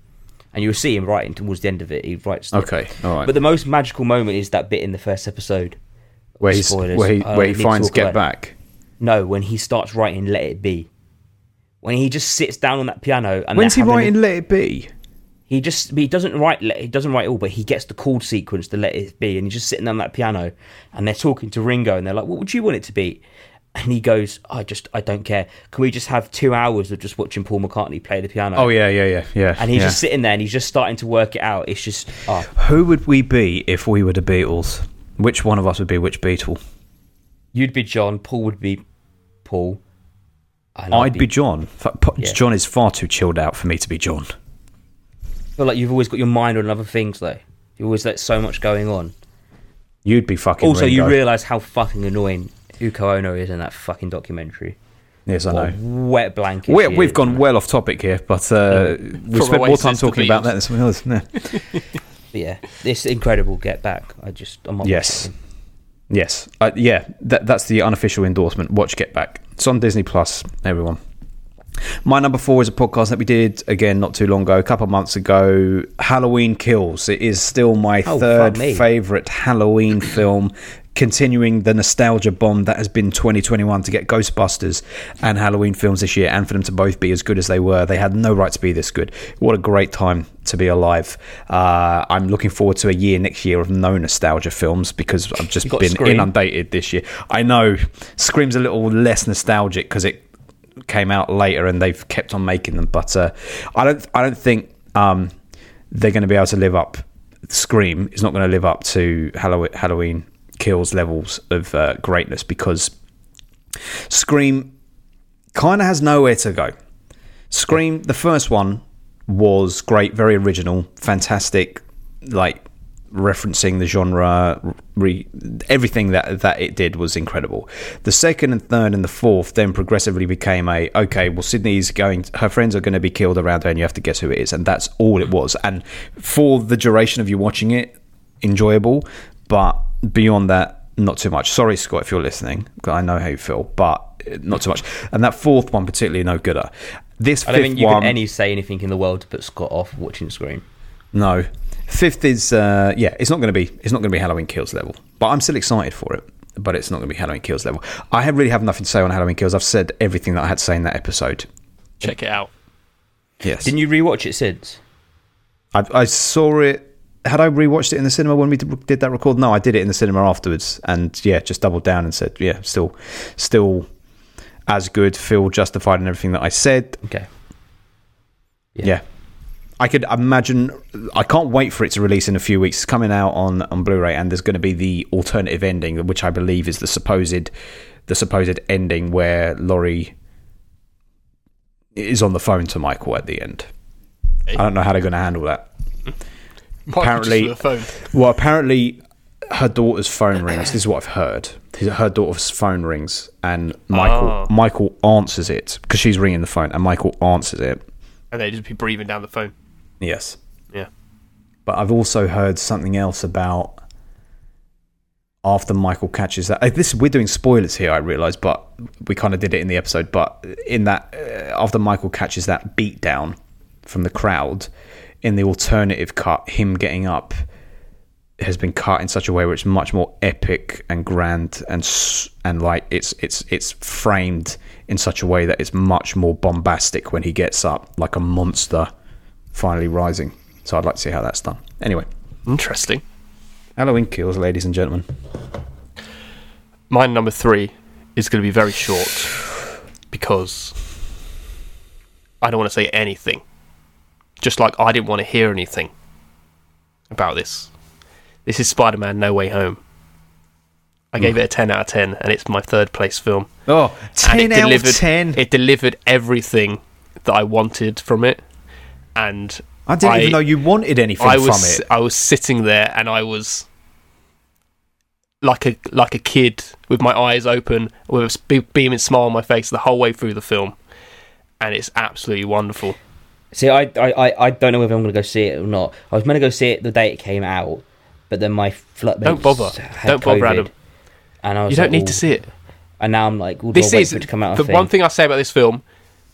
Speaker 2: and you'll see him writing towards the end of it. He writes.
Speaker 5: Okay, all right.
Speaker 2: But the most magical moment is that bit in the first episode.
Speaker 5: Where, he's,
Speaker 2: Spoilers.
Speaker 5: where he,
Speaker 2: I
Speaker 5: where he
Speaker 2: need to
Speaker 5: finds
Speaker 2: talk
Speaker 5: Get
Speaker 2: about
Speaker 5: Back.
Speaker 2: No, when he starts writing "Let It Be," when he just sits down on that piano and
Speaker 5: When's he
Speaker 2: they're having a-
Speaker 5: writing Let It Be?
Speaker 2: he just he doesn't write he doesn't write all, but he gets the chord sequence to let it be, and he's just sitting on that piano, and they're talking to Ringo, and they're like, "What would you want it to be?" And he goes, "I just I don't care. Can we just have two hours of just watching Paul McCartney play the piano?"
Speaker 5: Oh, yeah, yeah, yeah, yeah.
Speaker 2: and he's
Speaker 5: yeah.
Speaker 2: just sitting there, and he's just starting to work it out. It's just oh,
Speaker 5: Who would we be if we were the Beatles? Which one of us would be which Beatle?
Speaker 2: you'd be John, Paul would be Paul. and
Speaker 5: I'd be John. F- p-
Speaker 2: Yeah.
Speaker 5: John is far too chilled out for me to be John.
Speaker 2: I feel like you've always got your mind on other things though. You always let so much going on.
Speaker 5: You'd be fucking.
Speaker 2: also, you
Speaker 5: Ringo.
Speaker 2: realise how fucking annoying Uko Ono is in that fucking documentary.
Speaker 5: Yes, I know.
Speaker 2: Wet blanket.
Speaker 5: We're,
Speaker 2: she
Speaker 5: we've
Speaker 2: is.
Speaker 5: gone well off topic here, but uh, we've
Speaker 4: From
Speaker 5: spent more
Speaker 4: Oasis
Speaker 5: time
Speaker 4: to
Speaker 5: talking about
Speaker 4: Beatles.
Speaker 5: that than something else. Yeah.
Speaker 2: But yeah, this incredible Get Back. I just I'm not
Speaker 5: Yes.
Speaker 2: watching.
Speaker 5: yes, uh, yeah. That, that's the unofficial endorsement. Watch Get Back. It's on Disney Plus. Everyone. My number four is a podcast that we did again not too long ago, a couple of months ago. Halloween Kills. It is still my
Speaker 2: Oh, fuck
Speaker 5: third
Speaker 2: me.
Speaker 5: favorite Halloween film, continuing the nostalgia bomb that has been 2021 to get Ghostbusters and Halloween films this year, and for them to both be as good as they were. They had no right to be this good. What a great time to be alive. Uh, I'm looking forward to a year next year of no nostalgia films because I've just
Speaker 4: You got
Speaker 5: been
Speaker 4: Scream.
Speaker 5: inundated this year. I know Scream's a little less nostalgic because it came out later and they've kept on making them. But uh, I don't I don't think um, they're going to be able to live up. Scream is not going to live up to Hallow- Halloween Kills levels of uh, greatness because Scream kind of has nowhere to go. Scream, the first one was great, very original, fantastic, like referencing the genre, re- everything that that it did was incredible. The second and third and the fourth then progressively became a okay, well Sydney's going her friends are going to be killed around her and you have to guess who it is and that's all it was. And for the duration of you watching it, enjoyable, but beyond that not too much. Sorry, Scott, if you're listening, 'cause I know how you feel, but uh, not too much. And that fourth one, particularly, no gooder. This
Speaker 2: I don't
Speaker 5: fifth
Speaker 2: think you
Speaker 5: one,
Speaker 2: can any say anything in the world to put Scott off watching Scream.
Speaker 5: no. Fifth is uh, yeah, it's not going to be it's not going to be Halloween Kills level, but I'm still excited for it. But it's not going to be Halloween Kills level. I have, really have nothing to say on Halloween Kills. I've said everything that I had to say in that episode.
Speaker 4: Check it out.
Speaker 5: Yes,
Speaker 2: Didn't you rewatch it since?
Speaker 5: I, I saw it. Had I rewatched it in the cinema when we did, did that record? No, I did it in the cinema afterwards, and yeah, just doubled down and said, yeah, still, still as good. Feel justified in everything that I said.
Speaker 2: Okay.
Speaker 5: Yeah. I could imagine. I can't wait for it to release in a few weeks. It's coming out on, on Blu-ray, and there's going to be the alternative ending, which I believe is the supposed the supposed ending where Laurie is on the phone to Michael at the end. I don't know how they're going to handle that. Apparently-
Speaker 4: the phone.
Speaker 5: Well, apparently her daughter's phone rings. This is what I've heard. His- Her daughter's phone rings, and Michael
Speaker 4: Ah.
Speaker 5: Michael answers it because she's ringing the phone, and Michael answers it.
Speaker 4: and they just be breathing down the phone.
Speaker 5: Yes.
Speaker 4: Yeah.
Speaker 5: But I've also heard something else about after Michael catches that. uh, This we're doing spoilers here, I realise, but we kind of did it in the episode. But in that, uh, after Michael catches that beat down from the crowd, in the alternative cut, him getting up has been cut in such a way where it's much more epic and grand and s- and like it's it's it's framed in such a way that it's much more bombastic when he gets up like a monster finally rising. So I'd like to see how that's done. Anyway,
Speaker 4: Interesting.
Speaker 5: Halloween kills, ladies and gentlemen.
Speaker 4: My number three is going to be very short because I don't want to say anything. Just like I didn't want to hear anything about this. This is Spider Man No Way Home. I gave it a 10 out of 10, and it's my third place film.
Speaker 5: Oh,
Speaker 4: and
Speaker 5: 10
Speaker 4: it
Speaker 5: out of
Speaker 4: delivered
Speaker 5: 10.
Speaker 4: it delivered everything that I wanted from it and
Speaker 5: I didn't even know you wanted anything
Speaker 4: I was
Speaker 5: from it.
Speaker 4: I was sitting there and I was like a like a kid with my eyes open with a s- be- beaming smile on my face the whole way through the film and it's absolutely wonderful.
Speaker 2: See, I, I, I- I don't know whether I'm going to go see it or not. I was meant to go see it the day it came out, but then my flatmate
Speaker 4: Don't bother. Don't bother, Adam.
Speaker 2: And I was
Speaker 4: You don't
Speaker 2: like,
Speaker 4: need
Speaker 2: "Well,"
Speaker 4: to see it.
Speaker 2: And now I'm like, well, do
Speaker 4: This
Speaker 2: I wait
Speaker 4: is
Speaker 2: for it to come out. I
Speaker 4: the
Speaker 2: think?
Speaker 4: one thing I say about this film.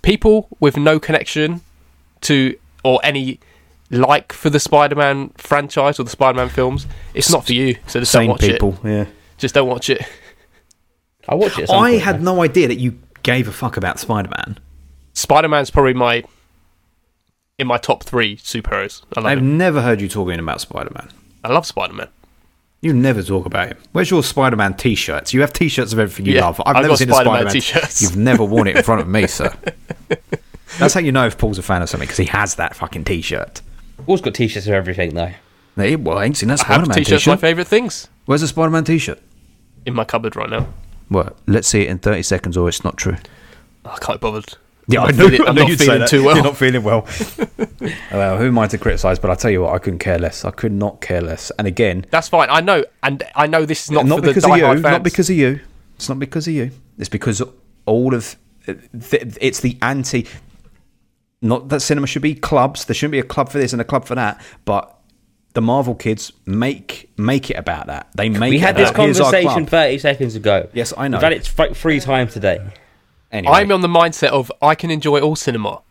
Speaker 4: People with no connection to or any like for the Spider-Man franchise or the Spider-Man films, it's not for you. So just don't
Speaker 5: Same
Speaker 4: watch it.
Speaker 5: people, yeah.
Speaker 4: Just don't watch it.
Speaker 2: I watched it. At some
Speaker 5: I
Speaker 2: point,
Speaker 5: had no idea that you gave a fuck about Spider Man.
Speaker 4: Spider Man's probably my in my top three superheroes. I love
Speaker 5: I've
Speaker 4: him.
Speaker 5: never heard you talking about Spider Man.
Speaker 4: I love Spider Man.
Speaker 5: You never talk about him. Where's your Spider Man t shirts? You have t shirts of everything you
Speaker 4: Yeah,
Speaker 5: love. I've,
Speaker 4: I've
Speaker 5: never
Speaker 4: got
Speaker 5: seen a Spider
Speaker 4: Spider-Man
Speaker 5: Man
Speaker 4: t-shirts.
Speaker 5: You've never worn it in front of me, sir. That's how you know if Paul's a fan of something because he has that fucking t shirt.
Speaker 2: I've always got t-shirts of everything though.
Speaker 5: Well, I ain't seen that
Speaker 4: I have
Speaker 5: Spider Man
Speaker 4: t
Speaker 5: t
Speaker 4: shirts, my
Speaker 5: shirt.
Speaker 4: favourite things
Speaker 5: Where's the Spider Man t shirt?
Speaker 4: in my cupboard right now.
Speaker 5: Well, let's see it in 30 seconds or it's not true.
Speaker 4: I can't be bothered.
Speaker 5: Yeah,
Speaker 4: I'm
Speaker 5: I
Speaker 4: not
Speaker 5: know,
Speaker 4: feeling,
Speaker 5: I
Speaker 4: I'm
Speaker 5: know
Speaker 4: not
Speaker 5: you'd say
Speaker 4: feeling
Speaker 5: that.
Speaker 4: too well.
Speaker 5: You're not feeling well. well, who am I to criticise? But I tell you what, I couldn't care less. I could not care less. And again,
Speaker 4: That's fine. I know, and I know this is not,
Speaker 5: not,
Speaker 4: for
Speaker 5: because
Speaker 4: the
Speaker 5: of
Speaker 4: diehard
Speaker 5: you.
Speaker 4: fans.
Speaker 5: Not because of you. It's not because of you. It's because all of th- it's the anti. Not that cinema should be clubs. There shouldn't be a club for this and a club for that. But the Marvel kids make make it about that. They make
Speaker 2: We
Speaker 5: it
Speaker 2: had this
Speaker 5: about, "Here's our
Speaker 2: conversation
Speaker 5: club."
Speaker 2: 30 seconds ago.
Speaker 5: Yes, I know.
Speaker 2: We've had it f- three times today.
Speaker 5: Anyway.
Speaker 4: I'm on the mindset of I can enjoy all cinema,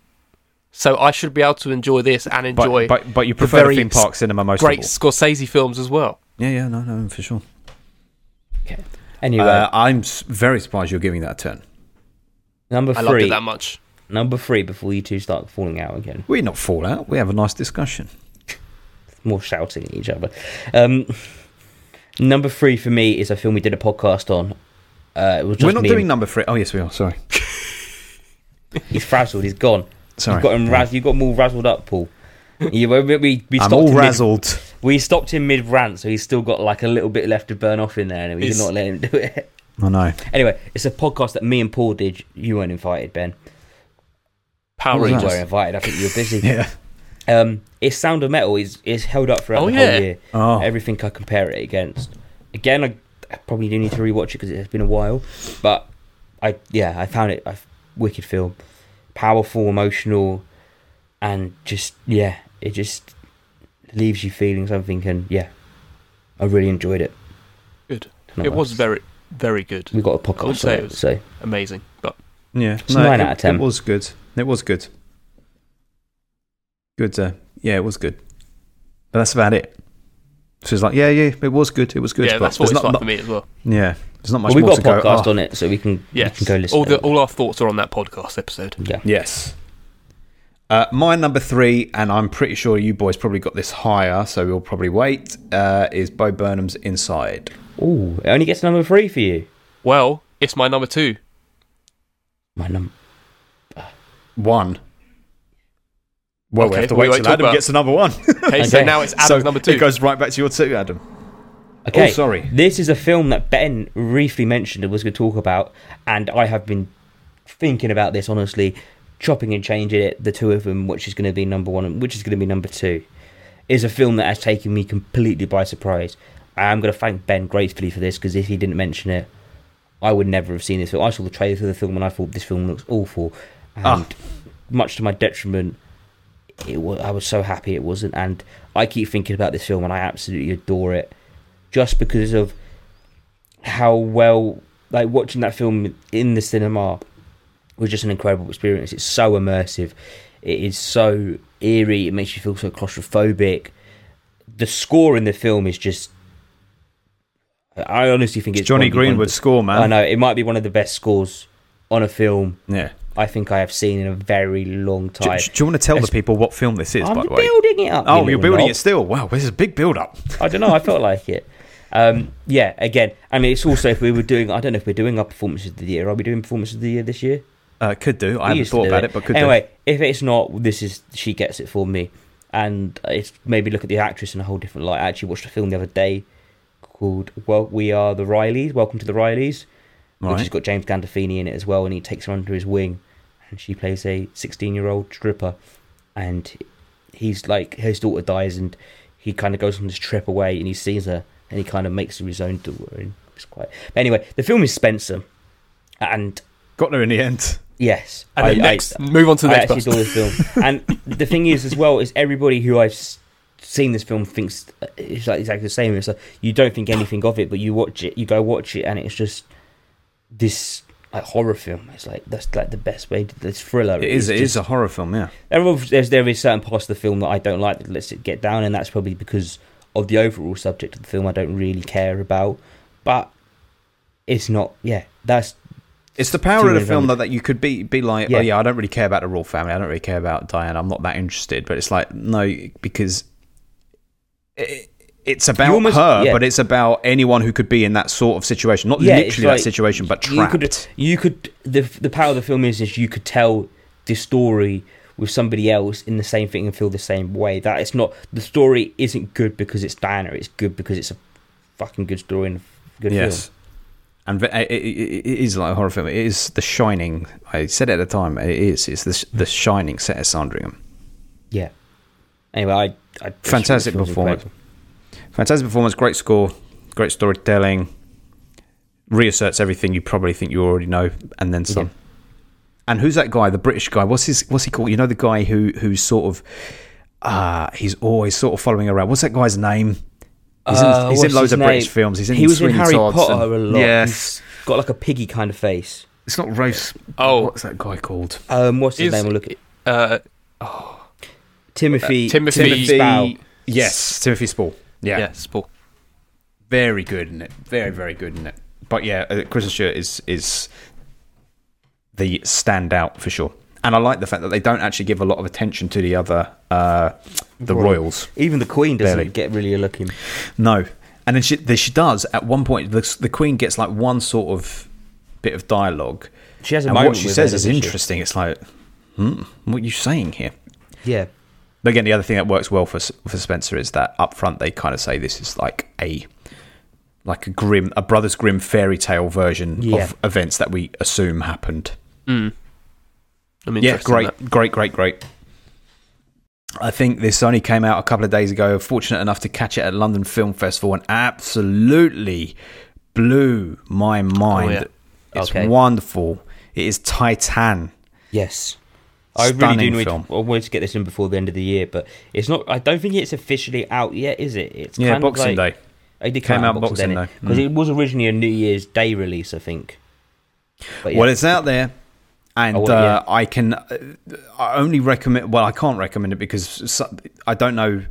Speaker 4: so I should be able to enjoy this and enjoy.
Speaker 5: but- but you
Speaker 4: the
Speaker 5: prefer the
Speaker 4: very
Speaker 5: theme park cinema most of
Speaker 4: Great
Speaker 5: all.
Speaker 4: Scorsese films as well.
Speaker 5: yeah, yeah, no, no, for sure.
Speaker 2: Okay. Anyway,
Speaker 5: Uh, I'm s- very surprised you're giving that a turn.
Speaker 2: number
Speaker 4: I loved
Speaker 2: three.
Speaker 4: it that much.
Speaker 2: Number three. Before you two start falling out again,
Speaker 5: We not fall out. We have a nice discussion.
Speaker 2: more shouting at each other. Um, number three for me is a film we did a podcast on. Uh, it was just
Speaker 5: We're not
Speaker 2: me
Speaker 5: doing
Speaker 2: and-
Speaker 5: number three. Oh yes, we are. Sorry.
Speaker 2: He's frazzled. He's gone.
Speaker 5: Sorry.
Speaker 2: You've got him razz- you got him all razzled up, Paul. You, we, we, we
Speaker 5: I'm
Speaker 2: stopped
Speaker 5: all
Speaker 2: him mid-
Speaker 5: razzled.
Speaker 2: we stopped him mid rant, so he's still got like a little bit left to burn off in there, and we did
Speaker 4: It's-
Speaker 2: not let him do it.
Speaker 5: I know.
Speaker 2: Anyway, it's a podcast that me and Paul did. You weren't invited, Ben.
Speaker 4: Power
Speaker 2: You
Speaker 4: Rangers.
Speaker 2: were invited. I think you were busy.
Speaker 5: Yeah.
Speaker 2: Um, it's Sound of Metal is is held up throughout
Speaker 4: Oh,
Speaker 2: the
Speaker 4: yeah.
Speaker 2: whole year.
Speaker 5: Oh.
Speaker 2: Everything I compare it against. Again, I, I probably do need to rewatch it because it has been a while. But I yeah, I found it a wicked film, powerful, emotional, and just yeah, it just leaves you feeling something. And yeah, I really enjoyed it.
Speaker 4: Good.
Speaker 2: Not
Speaker 4: It was
Speaker 2: us.
Speaker 4: very, very good.
Speaker 5: Mm.
Speaker 2: We got a
Speaker 4: I would
Speaker 2: podcast
Speaker 4: say
Speaker 2: on
Speaker 4: it
Speaker 2: it,
Speaker 4: was-
Speaker 2: so
Speaker 4: Amazing, but
Speaker 5: Yeah.
Speaker 2: It's nine
Speaker 5: it,
Speaker 2: out of ten.
Speaker 5: It was good. It was good. Good. Uh, yeah, it was good. But that's about it. So it's like, yeah, yeah, it was good. It was good.
Speaker 4: yeah,
Speaker 5: but
Speaker 4: that's what
Speaker 5: there's not,
Speaker 4: it's like
Speaker 5: not-
Speaker 4: for me as well.
Speaker 5: Yeah. There's not much
Speaker 2: well, we
Speaker 5: more
Speaker 2: got a
Speaker 5: to go.
Speaker 2: podcast
Speaker 5: Oh,
Speaker 2: on it, so we can you
Speaker 4: Yes,
Speaker 2: can go listen.
Speaker 4: all
Speaker 2: to
Speaker 4: the
Speaker 2: it.
Speaker 4: all our thoughts are on that podcast episode.
Speaker 2: yeah.
Speaker 5: Yes. Uh, my number three, and I'm pretty sure you boys probably got this higher, so we'll probably wait. Uh, is Bo Burnham's Inside?
Speaker 2: Ooh, it only gets number three for you.
Speaker 4: Well, it's my number two.
Speaker 2: My number.
Speaker 5: One. Well, we
Speaker 4: Okay,
Speaker 5: have to
Speaker 4: we
Speaker 5: wait
Speaker 4: won't
Speaker 5: till
Speaker 4: talk
Speaker 5: Adam
Speaker 4: about-
Speaker 5: gets to number one.
Speaker 4: Okay, so
Speaker 2: Okay.
Speaker 4: now it's Adam's number two.
Speaker 5: It goes right back to your two, Adam.
Speaker 2: Okay.
Speaker 5: Oh, sorry.
Speaker 2: This is a film that Ben briefly mentioned and was going to talk about, and I have been thinking about this honestly chopping and changing it, the two of them, which is going to be number one and which is going to be number two, is a film that has taken me completely by surprise. I am going to thank Ben gratefully for this because if he didn't mention it, I would never have seen this film. I saw the trailer for the film and I thought this film looks awful, and
Speaker 5: Ah.
Speaker 2: much to my detriment, it was, I was so happy it wasn't. And I keep thinking about this film and I absolutely adore it, just because of how well like watching that film in the cinema was just an incredible experience. It's so immersive. It is so eerie. It makes you feel so claustrophobic. The score in the film is just. I honestly think it's,
Speaker 5: Johnny
Speaker 2: probably one of
Speaker 5: Greenwood
Speaker 2: the-
Speaker 5: score, man.
Speaker 2: I know it might be one of the best scores on a film
Speaker 5: Yeah.
Speaker 2: I think I have seen in a very long
Speaker 5: Do,
Speaker 2: time.
Speaker 5: do you want to tell the
Speaker 2: It's-
Speaker 5: people what film this is,
Speaker 2: I'm
Speaker 5: by the way?
Speaker 2: building it up.
Speaker 5: Oh,
Speaker 2: you
Speaker 5: you're
Speaker 2: little
Speaker 5: building
Speaker 2: knob.
Speaker 5: it still. Wow, this is a big build up.
Speaker 2: I don't know. I felt like it. Um, yeah. Again, I mean, it's also if we were doing. I don't know if we're doing our performances of the year. Are we doing performances of the year this year?
Speaker 5: Uh, could do. I
Speaker 2: We
Speaker 5: haven't
Speaker 2: used to
Speaker 5: thought
Speaker 2: do
Speaker 5: about it. but could
Speaker 2: anyway, if it's not, this is she gets it for me, and it's maybe look at the actress in a whole different light. I actually watched a film the other day called "Well, We Are the Rileys." Welcome to the Rileys,
Speaker 5: do.
Speaker 2: which has
Speaker 5: Right.
Speaker 2: got James Gandolfini in it as well, and he takes her under his wing, and she plays a sixteen-year-old stripper, and he's like his daughter dies, and he kind of goes on this trip away, and he sees her, and he kind of makes her his own daughter, and it's quite. But anyway, the film is Spencer, and
Speaker 5: Got there in the end.
Speaker 2: yes,
Speaker 4: And then
Speaker 2: I- I-
Speaker 4: next, move on to the
Speaker 2: I
Speaker 4: next
Speaker 2: actually
Speaker 4: bus.
Speaker 2: adore this film. and the thing is, as well, is everybody who I've s- seen this film thinks uh, it's like exactly the same. It's like you don't think anything of it, but you watch it, you go watch it, and it's just this like horror film. It's like that's like the best way. To, this thriller.
Speaker 5: It is. It is
Speaker 2: just-
Speaker 5: a horror film. Yeah.
Speaker 2: there are- there's there is certain parts of the film that I don't like that lets it get down, and that's probably because of the overall subject of the film. I don't really care about, but it's not. Yeah, that's
Speaker 5: It's the power
Speaker 2: Too
Speaker 5: of the
Speaker 2: many
Speaker 5: film though,
Speaker 2: families.
Speaker 5: that you could be be like,
Speaker 2: Yeah.
Speaker 5: oh yeah, I don't really care about the royal family. I don't really care about Diane. I'm not that interested. But it's like no, because it, it's about
Speaker 2: almost-
Speaker 5: her,
Speaker 2: yeah.
Speaker 5: but it's about anyone who could be in that sort of situation. Not
Speaker 2: Yeah, it's
Speaker 5: literally
Speaker 2: like
Speaker 5: that situation, but
Speaker 2: you
Speaker 5: trapped.
Speaker 2: could you could the the power of the film is is you could tell this story with somebody else in the same thing and feel the same way. That it's not the story isn't good because it's Diana. It's good because it's a fucking good story and a good
Speaker 5: yes.
Speaker 2: film.
Speaker 5: And ve- it, it, it is like a horror film. It is The Shining. I said it at the time. It is. It's The, the Shining set at Sandringham.
Speaker 2: Yeah. Anyway, I, I just think
Speaker 5: Fantastic
Speaker 2: the film's
Speaker 5: performance.
Speaker 2: incredible.
Speaker 5: Fantastic performance, great score, great storytelling, reasserts everything you probably think you already know, and then some.
Speaker 2: Yeah.
Speaker 5: And who's that guy? The British guy? What's his? What's he called? You know the guy who who's sort of, uh he's always sort of following around. What's that guy's name? He's in,
Speaker 2: Uh,
Speaker 5: he's in
Speaker 2: what's
Speaker 5: loads
Speaker 2: his
Speaker 5: of British
Speaker 2: name?
Speaker 5: films. He's in
Speaker 2: he was in
Speaker 5: Sweeney
Speaker 2: Harry
Speaker 5: Todd's
Speaker 2: Potter
Speaker 5: and-
Speaker 2: a lot.
Speaker 5: Yes,
Speaker 2: He's got like a piggy kind of face.
Speaker 5: it's not Rafe.
Speaker 4: Oh.
Speaker 5: what's that guy called?
Speaker 2: Um, what's his
Speaker 4: Is-
Speaker 2: name? We'll look at
Speaker 4: Uh,
Speaker 2: Timothy.
Speaker 4: Timothy-
Speaker 2: Spall.
Speaker 5: Yes, Timothy Spall. Yeah,
Speaker 4: yes, Paul.
Speaker 5: very good in it. Very very good in it. But yeah, uh, Kristen Stewart is is the standout for sure. And I like the fact that they don't actually give a lot of attention to the other uh, the Royals.
Speaker 2: Even the Queen doesn't
Speaker 5: Barely.
Speaker 2: get really a look in.
Speaker 5: No, and then she then she does at one point. The, the Queen gets like one sort of bit of dialogue.
Speaker 2: She has a
Speaker 5: and
Speaker 2: moment
Speaker 5: what she
Speaker 2: with
Speaker 5: says
Speaker 2: her,
Speaker 5: is
Speaker 2: doesn't she?
Speaker 5: interesting. It's like, hmm, what are you saying here?
Speaker 2: Yeah.
Speaker 5: But again, the other thing that works well for for Spencer is that up front they kind of say this is like a like a grim a Brothers Grimm fairy tale version
Speaker 2: Yeah.
Speaker 5: of events that we assume happened.
Speaker 4: I'm
Speaker 5: Yeah,
Speaker 4: interested in
Speaker 5: great,
Speaker 4: that.
Speaker 5: great, great, great. I think this only came out a couple of days ago. Fortunate enough to catch it at London Film Festival and absolutely blew my mind.
Speaker 4: yeah.
Speaker 2: Oh,
Speaker 5: It's
Speaker 2: Okay.
Speaker 5: wonderful. It is Titan.
Speaker 2: Yes. I really do
Speaker 5: Stunning
Speaker 2: need
Speaker 5: film.
Speaker 2: To, I wanted to get this in before the end of the year, but it's not. I don't think it's officially out yet, is it? It's
Speaker 5: Yeah, Boxing Day.
Speaker 2: It did
Speaker 5: Came
Speaker 2: come
Speaker 5: out
Speaker 2: out Boxing Day
Speaker 5: Boxing Day. Mm.
Speaker 2: because it was originally a New Year's Day release, I think. But yeah,
Speaker 5: Well, it's out there, and
Speaker 2: I want-
Speaker 5: uh, I can. Uh, I only recommend. Well, I can't recommend it because so- I don't know.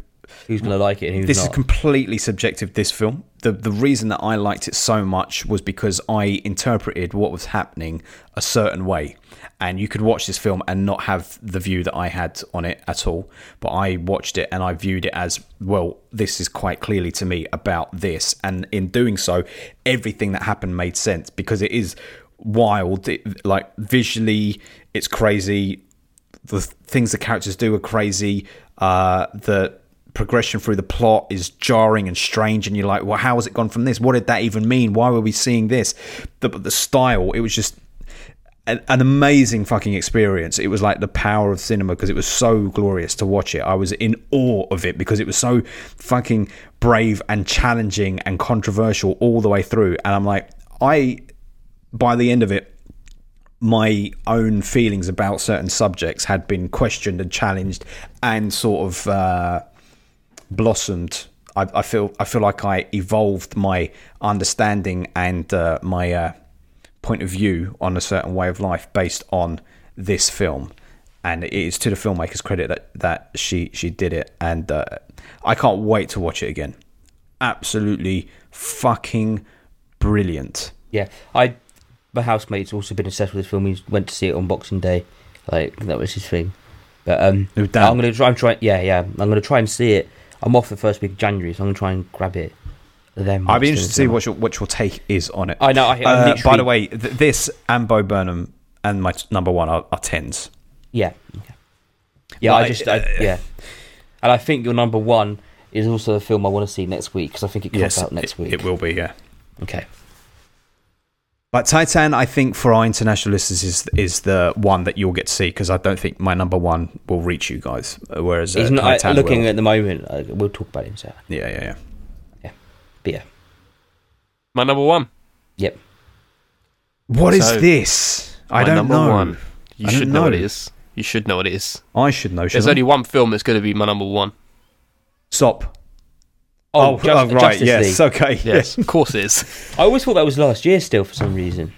Speaker 2: who's going to like it? and Who's
Speaker 5: This
Speaker 2: not?
Speaker 5: is completely subjective. This film. The the reason that I liked it so much was because I interpreted what was happening a certain way, and you could watch this film and not have the view that I had on it at all. But I watched it and I viewed it as well. This is quite clearly to me about this, and in doing so, everything that happened made sense because it is wild. It, like visually, it's crazy. The th- things the characters do are crazy. Uh, the progression through the plot is jarring and strange, and you're like, "Well, how has it gone from this? What did that even mean? Why were we seeing this?" The, but the style, it was just an, an amazing fucking experience. It was like the power of cinema because it was so glorious to watch it. I was in awe of it because it was so fucking brave and challenging and controversial all the way through. And I'm like, I, by the end of it, my own feelings about certain subjects had been questioned and challenged and sort of uh, blossomed. I, I feel I feel like I evolved my understanding and uh, my uh, point of view on a certain way of life based on this film, and it is to the filmmaker's credit that, that she she did it, and uh, I can't wait to watch it again. Absolutely fucking brilliant.
Speaker 2: Yeah, I my housemate's also been obsessed with this film. He went to see it on Boxing Day, like that was his thing. But um,
Speaker 5: Oh, damn.
Speaker 2: I'm gonna try. I'm trying. Yeah, yeah. I'm gonna try and see it. I'm off the first week of January, so I'm gonna try and grab it. Then
Speaker 5: I'd be interested to see what your what your take is on it.
Speaker 2: I know, I- I'm
Speaker 5: Uh, by
Speaker 2: literally-
Speaker 5: the way, th- this and Bo Burnham and my t- number one are, are tens.
Speaker 2: Yeah. Okay. Yeah,
Speaker 5: Well,
Speaker 2: I
Speaker 5: I-
Speaker 2: just, I, yeah, and I think your number one is also a film I want to see next week because I think it comes out next
Speaker 5: it,
Speaker 2: week.
Speaker 5: it will be. Yeah,
Speaker 2: Okay.
Speaker 5: but Titan, I think for our international listeners is is the one that you'll get to see because I don't think my number one will reach you guys. uh, Whereas uh,
Speaker 2: He's not I,
Speaker 5: Titan
Speaker 2: looking
Speaker 5: will.
Speaker 2: at the moment. Uh, we'll talk about it in a second.
Speaker 5: yeah, yeah, yeah.
Speaker 2: But yeah,
Speaker 4: My number one.
Speaker 2: yep.
Speaker 5: What is
Speaker 4: So,
Speaker 5: this? I
Speaker 4: My
Speaker 5: don't
Speaker 4: number
Speaker 5: know.
Speaker 4: One. You
Speaker 5: I
Speaker 4: should
Speaker 5: don't
Speaker 4: know. what
Speaker 5: know.
Speaker 4: it is. You should know what it is.
Speaker 5: I should know.
Speaker 4: There's
Speaker 5: shouldn't
Speaker 4: only one film that's going to be my number one.
Speaker 5: I? stop.
Speaker 2: Oh, Jus-
Speaker 5: oh, right.
Speaker 2: Justice
Speaker 5: Yes.
Speaker 2: League.
Speaker 5: Okay.
Speaker 4: Yes, of course it is.
Speaker 2: I always thought that was last year still for some reason.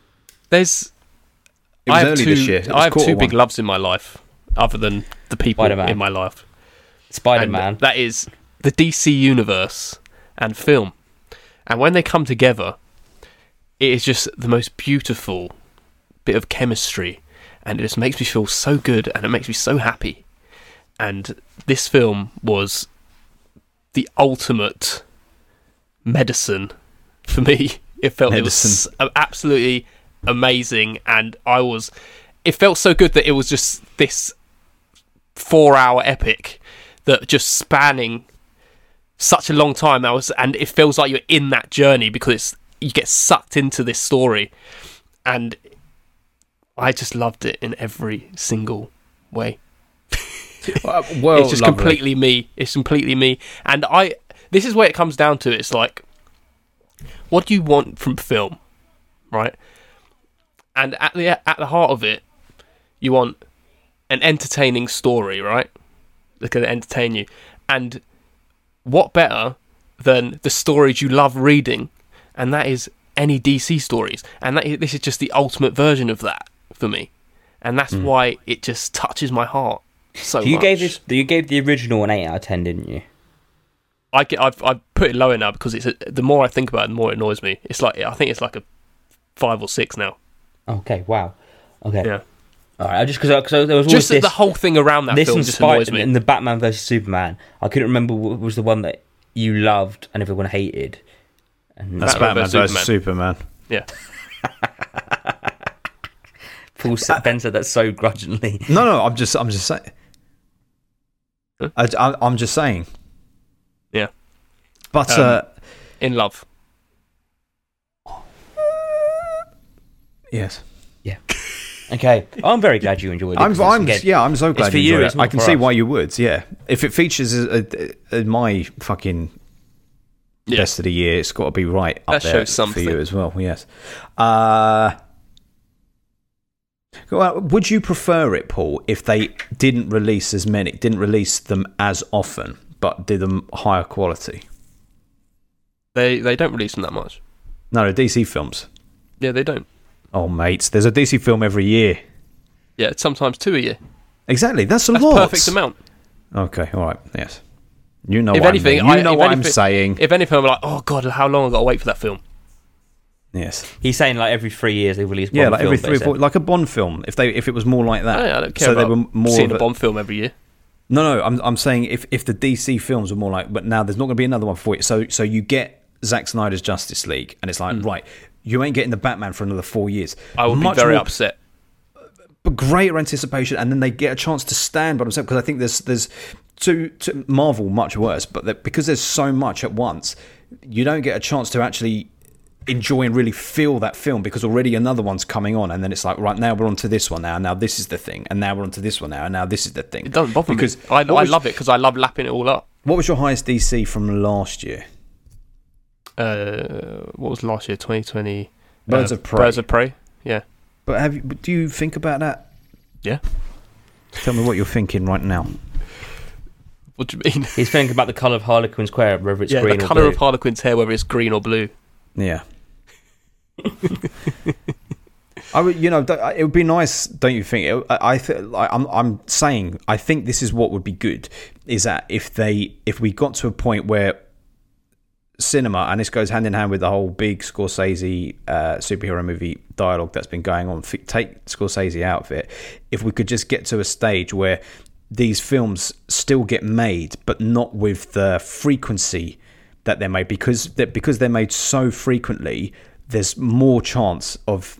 Speaker 4: There's.
Speaker 5: It was
Speaker 4: I have
Speaker 5: early
Speaker 4: two,
Speaker 5: this year. It was
Speaker 4: I have
Speaker 5: quarter
Speaker 4: two big
Speaker 5: one.
Speaker 4: loves in my life, other than the people
Speaker 2: Spider-Man.
Speaker 4: in my life.
Speaker 2: Spider
Speaker 4: And
Speaker 2: Man.
Speaker 4: That is the DC universe and film. And when they come together, it is just the most beautiful bit of chemistry. And it just makes me feel so good and it makes me so happy. And this film was the ultimate medicine for me. It felt
Speaker 5: Medicine.
Speaker 4: it was s- absolutely amazing. And I was. It felt so good that it was just this four hour epic that just spanning such a long time that was and it feels like you're in that journey because it's you get sucked into this story and i just loved it in every single way
Speaker 5: Uh, well,
Speaker 4: it's just
Speaker 5: lovely.
Speaker 4: completely me. It's completely me. And I, this is where it comes down to. It's like, what do you want from film, right? And at the at the heart of it, you want an entertaining story, right? That's going to entertain you. And what better than the stories you love reading? And that is any DC stories. And that is, this is just the ultimate version of that for me. And that's why it just touches my heart so
Speaker 2: Hmm. you
Speaker 4: much.
Speaker 2: gave this. You gave the original an eight out of ten, didn't you?
Speaker 4: I get, I've, I've put it lower now because it's a, the more I think about it, the more it annoys me. It's like I think it's like a five or six now.
Speaker 2: Okay. Wow. Okay.
Speaker 4: Yeah,
Speaker 2: All right. I just because there was always
Speaker 4: just
Speaker 2: this.
Speaker 4: the whole thing around that
Speaker 2: this
Speaker 4: film
Speaker 2: and
Speaker 4: just annoys
Speaker 2: Spider
Speaker 4: me.
Speaker 2: and the Batman versus Superman. I couldn't remember what was the one that you loved and everyone hated. And
Speaker 5: That's
Speaker 4: Batman
Speaker 5: Batman
Speaker 4: versus
Speaker 5: versus Superman.
Speaker 4: yeah,
Speaker 2: Paul said, Ben said that so grudgingly.
Speaker 5: No, no, I'm just, I'm just saying. I, I, am just saying.
Speaker 4: Yeah.
Speaker 5: But
Speaker 4: Um,
Speaker 5: uh,
Speaker 4: in love.
Speaker 5: yes,
Speaker 2: Okay, I'm very glad you enjoyed it.
Speaker 5: I'm,
Speaker 2: 'cause it's
Speaker 5: I'm,
Speaker 2: again-
Speaker 5: yeah, I'm so glad
Speaker 2: for
Speaker 5: you,
Speaker 2: you,
Speaker 5: enjoyed
Speaker 2: it's
Speaker 5: it.
Speaker 2: not
Speaker 5: I can
Speaker 2: for
Speaker 5: see
Speaker 2: us.
Speaker 5: why you would. Yeah, if it features uh, uh, uh, my fucking
Speaker 4: Yeah.
Speaker 5: best of the year, it's got to be right up
Speaker 4: That
Speaker 5: there
Speaker 4: shows
Speaker 5: for you
Speaker 4: something.
Speaker 5: as well. Yes. Uh, well, would you prefer it, Paul, if they didn't release as many, didn't release them as often, but did them higher quality?
Speaker 4: They they don't release them that much.
Speaker 5: No, no, DC films.
Speaker 4: Yeah, they don't.
Speaker 5: Oh, mate, there's a DC film every year.
Speaker 4: Yeah, it's sometimes two a year.
Speaker 5: Exactly, that's a
Speaker 4: That's
Speaker 5: lot.
Speaker 4: perfect amount.
Speaker 5: Okay, all right, yes. You know
Speaker 4: if
Speaker 5: what
Speaker 4: anything,
Speaker 5: I mean. You
Speaker 4: I,
Speaker 5: know
Speaker 4: if
Speaker 5: what I'm
Speaker 4: anything-
Speaker 5: saying.
Speaker 4: If anything, I'm like, oh god, how long I got to wait for that film?
Speaker 5: yes.
Speaker 2: He's saying like every three years they release.
Speaker 5: Yeah,
Speaker 2: one
Speaker 5: like
Speaker 2: film,
Speaker 5: every three, or
Speaker 2: basically.
Speaker 5: four, like a Bond film. If they, if it was more like that,
Speaker 4: I don't, Oh, I don't care
Speaker 5: so
Speaker 4: about
Speaker 5: they were more
Speaker 4: seeing
Speaker 5: of
Speaker 4: a Bond film every year.
Speaker 5: No, no, I'm, I'm saying if, if the DC films were more like, but now there's not going to be another one for you. So so you get Zack Snyder's Justice League, and it's like, right, you ain't getting the Batman for another four years.
Speaker 4: Hmm. I would be
Speaker 5: Much
Speaker 4: very
Speaker 5: more
Speaker 4: upset.
Speaker 5: but greater anticipation, and then they get a chance to stand by themselves because I think there's there's to, to Marvel much worse, but that, because there's so much at once, you don't get a chance to actually enjoy and really feel that film because already another one's coming on, and then it's like, right now we're on to this one now, now this is the thing, and now we're on to this one now, and now this is the thing.
Speaker 4: It doesn't bother
Speaker 5: because
Speaker 4: me. I, I
Speaker 5: what was-
Speaker 4: love it because I love lapping it all up.
Speaker 5: What was your highest DC from last year?
Speaker 4: Uh, what was last year? 2020.
Speaker 5: Birds
Speaker 4: uh,
Speaker 5: of Prey.
Speaker 4: Birds of Prey. Yeah.
Speaker 5: But have you, but do you think about that?
Speaker 4: Yeah.
Speaker 5: Tell me what you're thinking right now.
Speaker 4: What do you mean?
Speaker 2: He's thinking about the colour of Harlequin Square, whether it's
Speaker 4: yeah,
Speaker 2: green
Speaker 4: the
Speaker 2: or
Speaker 4: colour
Speaker 2: blue.
Speaker 4: of Harlequin's hair, whether it's green or blue.
Speaker 5: Yeah. I would, you know, th- it would be nice, don't you think? It- I, I th- like, I'm, I'm saying, I think this is what would be good is that if they, if we got to a point where cinema, and this goes hand in hand with the whole big Scorsese uh, superhero movie dialogue that's been going on, f- take Scorsese out of it. If we could just get to a stage where these films still get made, but not with the frequency that they're made, because that because they're made so frequently, there's more chance of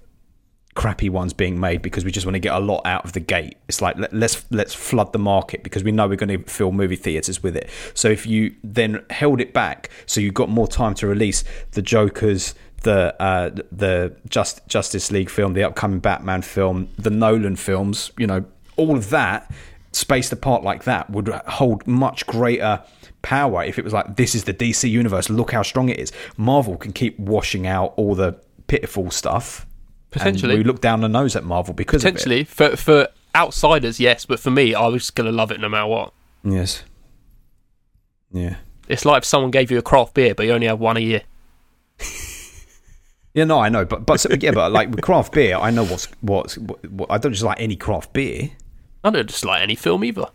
Speaker 5: crappy ones being made because we just want to get a lot out of the gate. It's like let, let's let's flood the market because we know we're going to fill movie theaters with it. So if you then held it back, so you got more time to release the Joker's, the uh, the Just Justice League film, the upcoming Batman film, the Nolan films, you know, all of that spaced apart like that would hold much greater power if it was like this is the DC universe look how strong it is Marvel can keep washing out all the pitiful stuff
Speaker 4: Potentially.
Speaker 5: and we look down the nose at Marvel because of
Speaker 4: Potentially. For, for outsiders, yes, but for me, I was going to love it no matter what.
Speaker 5: it. Yes. Yeah.
Speaker 4: It's like if someone gave you a craft beer, but you only have one a year.
Speaker 5: Yeah, no, I know, but but so- yeah, but like with craft beer, I know what's what's what, what, I don't just like any craft beer.
Speaker 4: I don't dislike any film either.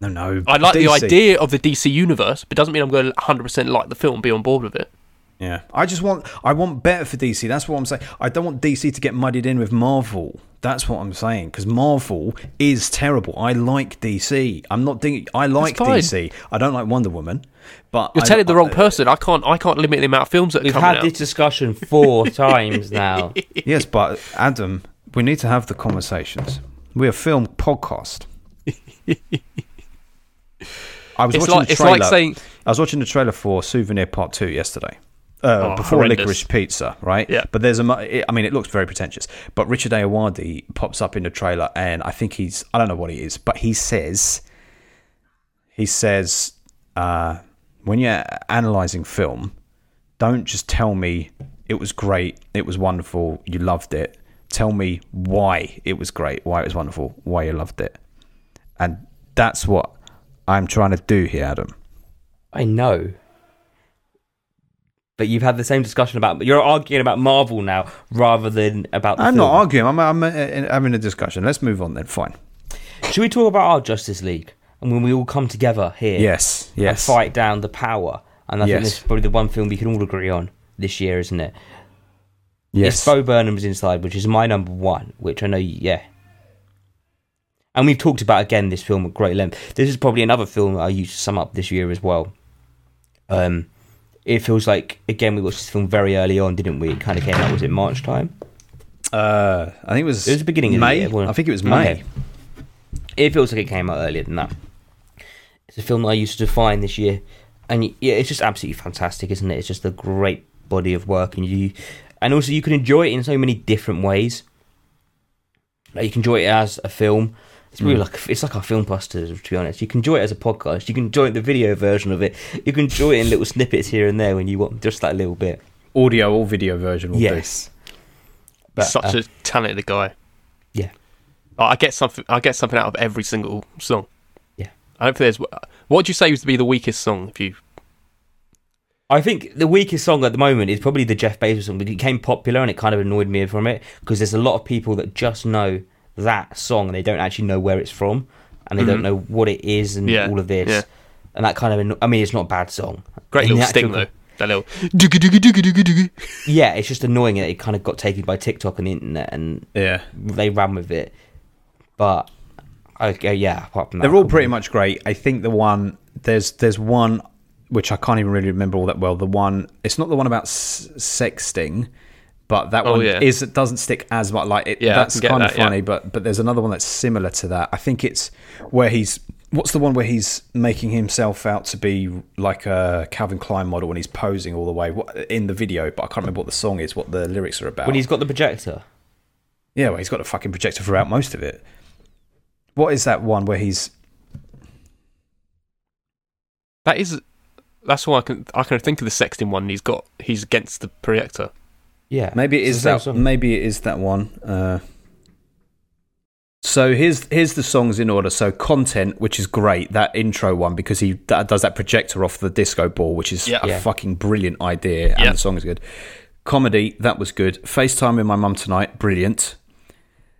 Speaker 5: No, no.
Speaker 4: I like the
Speaker 5: DC.
Speaker 4: idea of the DC universe, but doesn't mean I'm going to 100% like the film and be on board with it.
Speaker 5: Yeah, I just want I want better for DC. That's what I'm saying. I don't want DC to get muddied in with Marvel. That's what I'm saying because Marvel is terrible. I like DC. I'm not thinking. I like
Speaker 4: fine.
Speaker 5: DC. I don't like Wonder Woman, but
Speaker 4: You're
Speaker 5: I-
Speaker 4: telling the
Speaker 5: I-
Speaker 4: wrong person. I can't. I can't limit the amount of films that are
Speaker 2: We've
Speaker 4: coming
Speaker 2: had
Speaker 4: out.
Speaker 2: this discussion four times now.
Speaker 5: yes, but Adam, we need to have the conversations. We're a film podcast. I was
Speaker 4: It's
Speaker 5: watching
Speaker 4: like-
Speaker 5: the
Speaker 4: it's
Speaker 5: trailer.
Speaker 4: like saying-
Speaker 5: Um, I was watching the trailer for Souvenir Part Two yesterday. Uh,
Speaker 4: Oh,
Speaker 5: before
Speaker 4: horrendous.
Speaker 5: Licorice Pizza, right?
Speaker 4: Yeah.
Speaker 5: But there's a. mu- It, I mean, it looks very pretentious. But Richard Ayoade pops up in the trailer, and I think he's. I don't know what he is, but he says. He says, uh, when you're analyzing film, don't just tell me it was great, it was wonderful, you loved it. Tell me why it was great, why it was wonderful, why you loved it. And that's what I'm trying to do here, Adam.
Speaker 2: I know. But you've had the same discussion about. You're arguing about Marvel now rather than about. The
Speaker 5: I'm
Speaker 2: film.
Speaker 5: not arguing. I'm, I'm uh, uh, having a discussion. Let's move on then. Fine.
Speaker 2: Should we talk about our Justice League and when we all come together here?
Speaker 5: Yes. Yes.
Speaker 2: and fight down the power. And I
Speaker 5: Yes.
Speaker 2: think this is probably the one film we can all agree on this year, isn't it? It's
Speaker 5: Yes.
Speaker 2: Bo Burnham's Inside, which is my number one, which I know, yeah. And we've talked about again this film at great length. This is probably another film that I used to sum up this year as well. Um, it feels like again we watched this film very early on, didn't we? It kind of came out was it March time?
Speaker 5: Uh, I think it was.
Speaker 2: It was the beginning of the
Speaker 5: May.
Speaker 2: year, wasn't it?
Speaker 5: I think it was May.
Speaker 2: Okay. It feels like it came out earlier than that. It's a film that I used to find this year, and y- yeah, it's just absolutely fantastic, isn't it? It's just a great body of work, and you, and also you can enjoy it in so many different ways. Like you can enjoy it as a film. It's really
Speaker 4: Mm.
Speaker 2: like it's like our film busters, to be honest. You can enjoy it as a podcast. You can enjoy the video version of it. You can enjoy it in little snippets here and there when you want, just that little bit.
Speaker 5: Audio or video version will
Speaker 2: yes, but
Speaker 4: Such
Speaker 2: uh,
Speaker 4: a talented guy.
Speaker 2: yeah.
Speaker 4: Like, I get something. I get something out of every single song.
Speaker 2: Yeah.
Speaker 4: I don't think there's. What would you say used to be the weakest song? If you
Speaker 2: I think the weakest song at the moment is probably the Jeff Bezos song. It became popular and it kind of annoyed me from it because there's a lot of people that just know that song and they don't actually know where it's from and they don't know what it is and
Speaker 4: Mm-hmm. Yeah,
Speaker 2: all of this.
Speaker 4: yeah.
Speaker 2: And that kind of, anno- I mean, it's not a bad song.
Speaker 4: great
Speaker 2: In the
Speaker 4: little sting
Speaker 2: actual-
Speaker 4: though. That little dooga dooga dooga dooga dooga.
Speaker 2: Yeah, it's just annoying that it kind of got taken by TikTok and the internet and
Speaker 5: do. Yeah.
Speaker 2: they ran with it. But, okay, yeah, apart from that.
Speaker 5: They're all pretty much great. I think the one there's there's one which I can't even really remember all that well. The one it's not the one about s- sexting, but that
Speaker 4: Oh,
Speaker 5: one
Speaker 4: yeah.
Speaker 5: is it doesn't stick as much. Like it,
Speaker 4: Yeah, I
Speaker 5: that's
Speaker 4: can get
Speaker 5: kind of
Speaker 4: that, yeah.
Speaker 5: funny. But but there's another one that's similar to that. I think it's where he's What's the one where he's making himself out to be like a Calvin Klein model and he's posing all the way what, in the video? But I can't remember what the song is, what the lyrics are about.
Speaker 2: When he's got the projector.
Speaker 5: yeah, well, he's got a fucking projector throughout most of it. What is that one where he's
Speaker 4: That is. That's why I can I can think of the Sexton one. He's got he's against the projector.
Speaker 2: Yeah.
Speaker 5: Maybe it
Speaker 2: It's
Speaker 5: is
Speaker 2: the same
Speaker 5: that.
Speaker 2: song.
Speaker 5: Maybe it is that one. Uh, so here's here's the songs in order. So content, which is great, that intro one because he that does that projector off the disco ball, which is
Speaker 4: Yeah.
Speaker 5: a
Speaker 2: Yeah.
Speaker 5: fucking brilliant idea,
Speaker 4: Yeah.
Speaker 5: and the song is good. Comedy, that was good. FaceTime with my mum tonight, brilliant.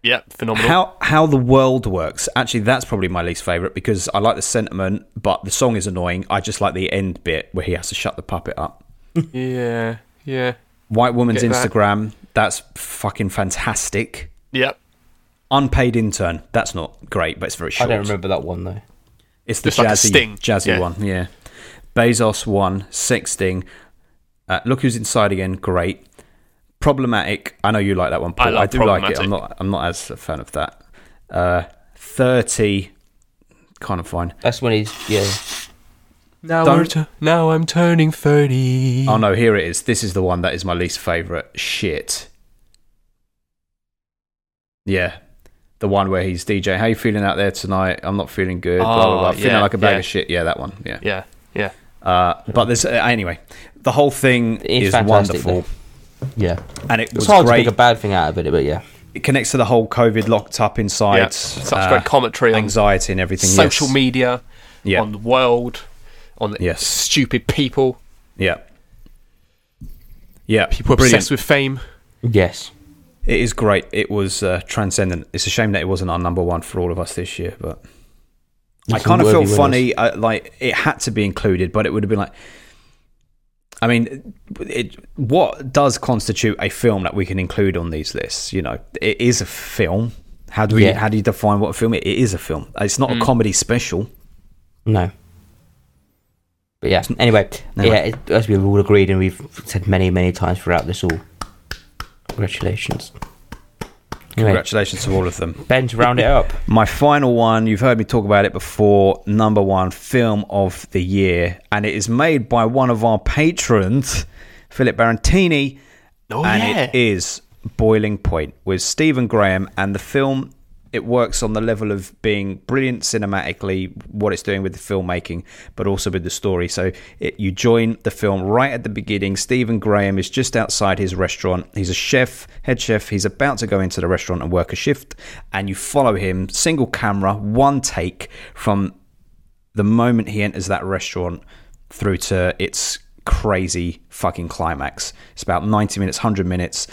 Speaker 4: Yeah, phenomenal.
Speaker 5: How how the world works. Actually, that's probably my least favorite because I like the sentiment, but the song is annoying. I just like the end bit where he has to shut the puppet up.
Speaker 4: Yeah, yeah,
Speaker 5: White woman's
Speaker 4: Get that.
Speaker 5: Instagram, that's fucking fantastic.
Speaker 4: yep.
Speaker 5: Unpaid intern. That's not great, but it's very
Speaker 2: I
Speaker 5: short.
Speaker 2: don't remember that one though.
Speaker 5: It's the
Speaker 4: It's
Speaker 5: jazzy,
Speaker 4: like a sting.
Speaker 5: jazzy
Speaker 4: Yeah.
Speaker 5: one. Yeah. Bezos one, sexting. Uh, look who's inside again. Great. Problematic. I know you like that one. Paul.
Speaker 4: I
Speaker 5: I,
Speaker 4: love
Speaker 5: do like it.
Speaker 4: Problematic.
Speaker 5: I'm not. I'm not as a fan of that. Uh, Thirty. Kind of fine.
Speaker 2: That's when he's yeah.
Speaker 4: Now
Speaker 5: Don't-
Speaker 4: we're tu- now I'm turning thirty.
Speaker 5: Oh no, here it is. This is the one that is my least favorite. Shit. Yeah. The one where he's DJ, how you feeling out there tonight? I'm not feeling good. blah, blah,
Speaker 4: Oh,
Speaker 5: blah. Feeling
Speaker 4: yeah,
Speaker 5: like a bag
Speaker 4: yeah.
Speaker 5: of shit. Yeah, that one. Yeah.
Speaker 4: Yeah, yeah.
Speaker 5: Uh, but this, uh, anyway, the whole thing
Speaker 2: It's
Speaker 5: is
Speaker 2: fantastic,
Speaker 5: wonderful,
Speaker 2: Yeah.
Speaker 5: and it
Speaker 2: It's
Speaker 5: was
Speaker 2: hard
Speaker 5: great.
Speaker 2: to make a bad thing out of it, but yeah.
Speaker 5: it connects to the whole COVID locked up inside.
Speaker 4: Yeah. Such
Speaker 2: uh,
Speaker 4: great commentary on
Speaker 5: anxiety and everything.
Speaker 4: Social
Speaker 5: yes.
Speaker 4: media,
Speaker 5: Yeah.
Speaker 4: on the world, on the
Speaker 5: Yes.
Speaker 4: stupid people,
Speaker 5: Yeah. Yeah.
Speaker 4: people
Speaker 5: Brilliant.
Speaker 4: obsessed with fame.
Speaker 2: Yes.
Speaker 5: It is great. It was uh, transcendent. It's a shame that it wasn't our number one for all of us this year, but I
Speaker 2: Nothing
Speaker 5: kind of feel
Speaker 2: worthy winners.
Speaker 5: funny. Uh, like it had to be included, but it would have been like. I mean, it, what does constitute a film that we can include on these lists? You know, it is a film. How do we?
Speaker 2: Yeah.
Speaker 5: How do you define what a film? It, it is a film. It's not a comedy special.
Speaker 2: No. But yeah. Anyway, yeah, it, as we've all agreed and we've said many, many times throughout this all. Congratulations. Anyway,
Speaker 5: Congratulations to all of them.
Speaker 2: Ben, to round it up.
Speaker 5: My final one, you've heard me talk about it before, number one film of the year, and it is made by one of our patrons, Philip Barantini,
Speaker 4: Oh
Speaker 5: and
Speaker 4: yeah,
Speaker 5: it is Boiling Point with Stephen Graham, and the film it works on the level of being brilliant cinematically, what it's doing with the filmmaking, but also with the story. So it, you join the film right at the beginning. Stephen Graham is just outside his restaurant. He's a chef, head chef. He's about to go into the restaurant and work a shift, and you follow him, single camera, one take from the moment he enters that restaurant through to its crazy fucking climax. It's about 90 minutes, 100 minutes.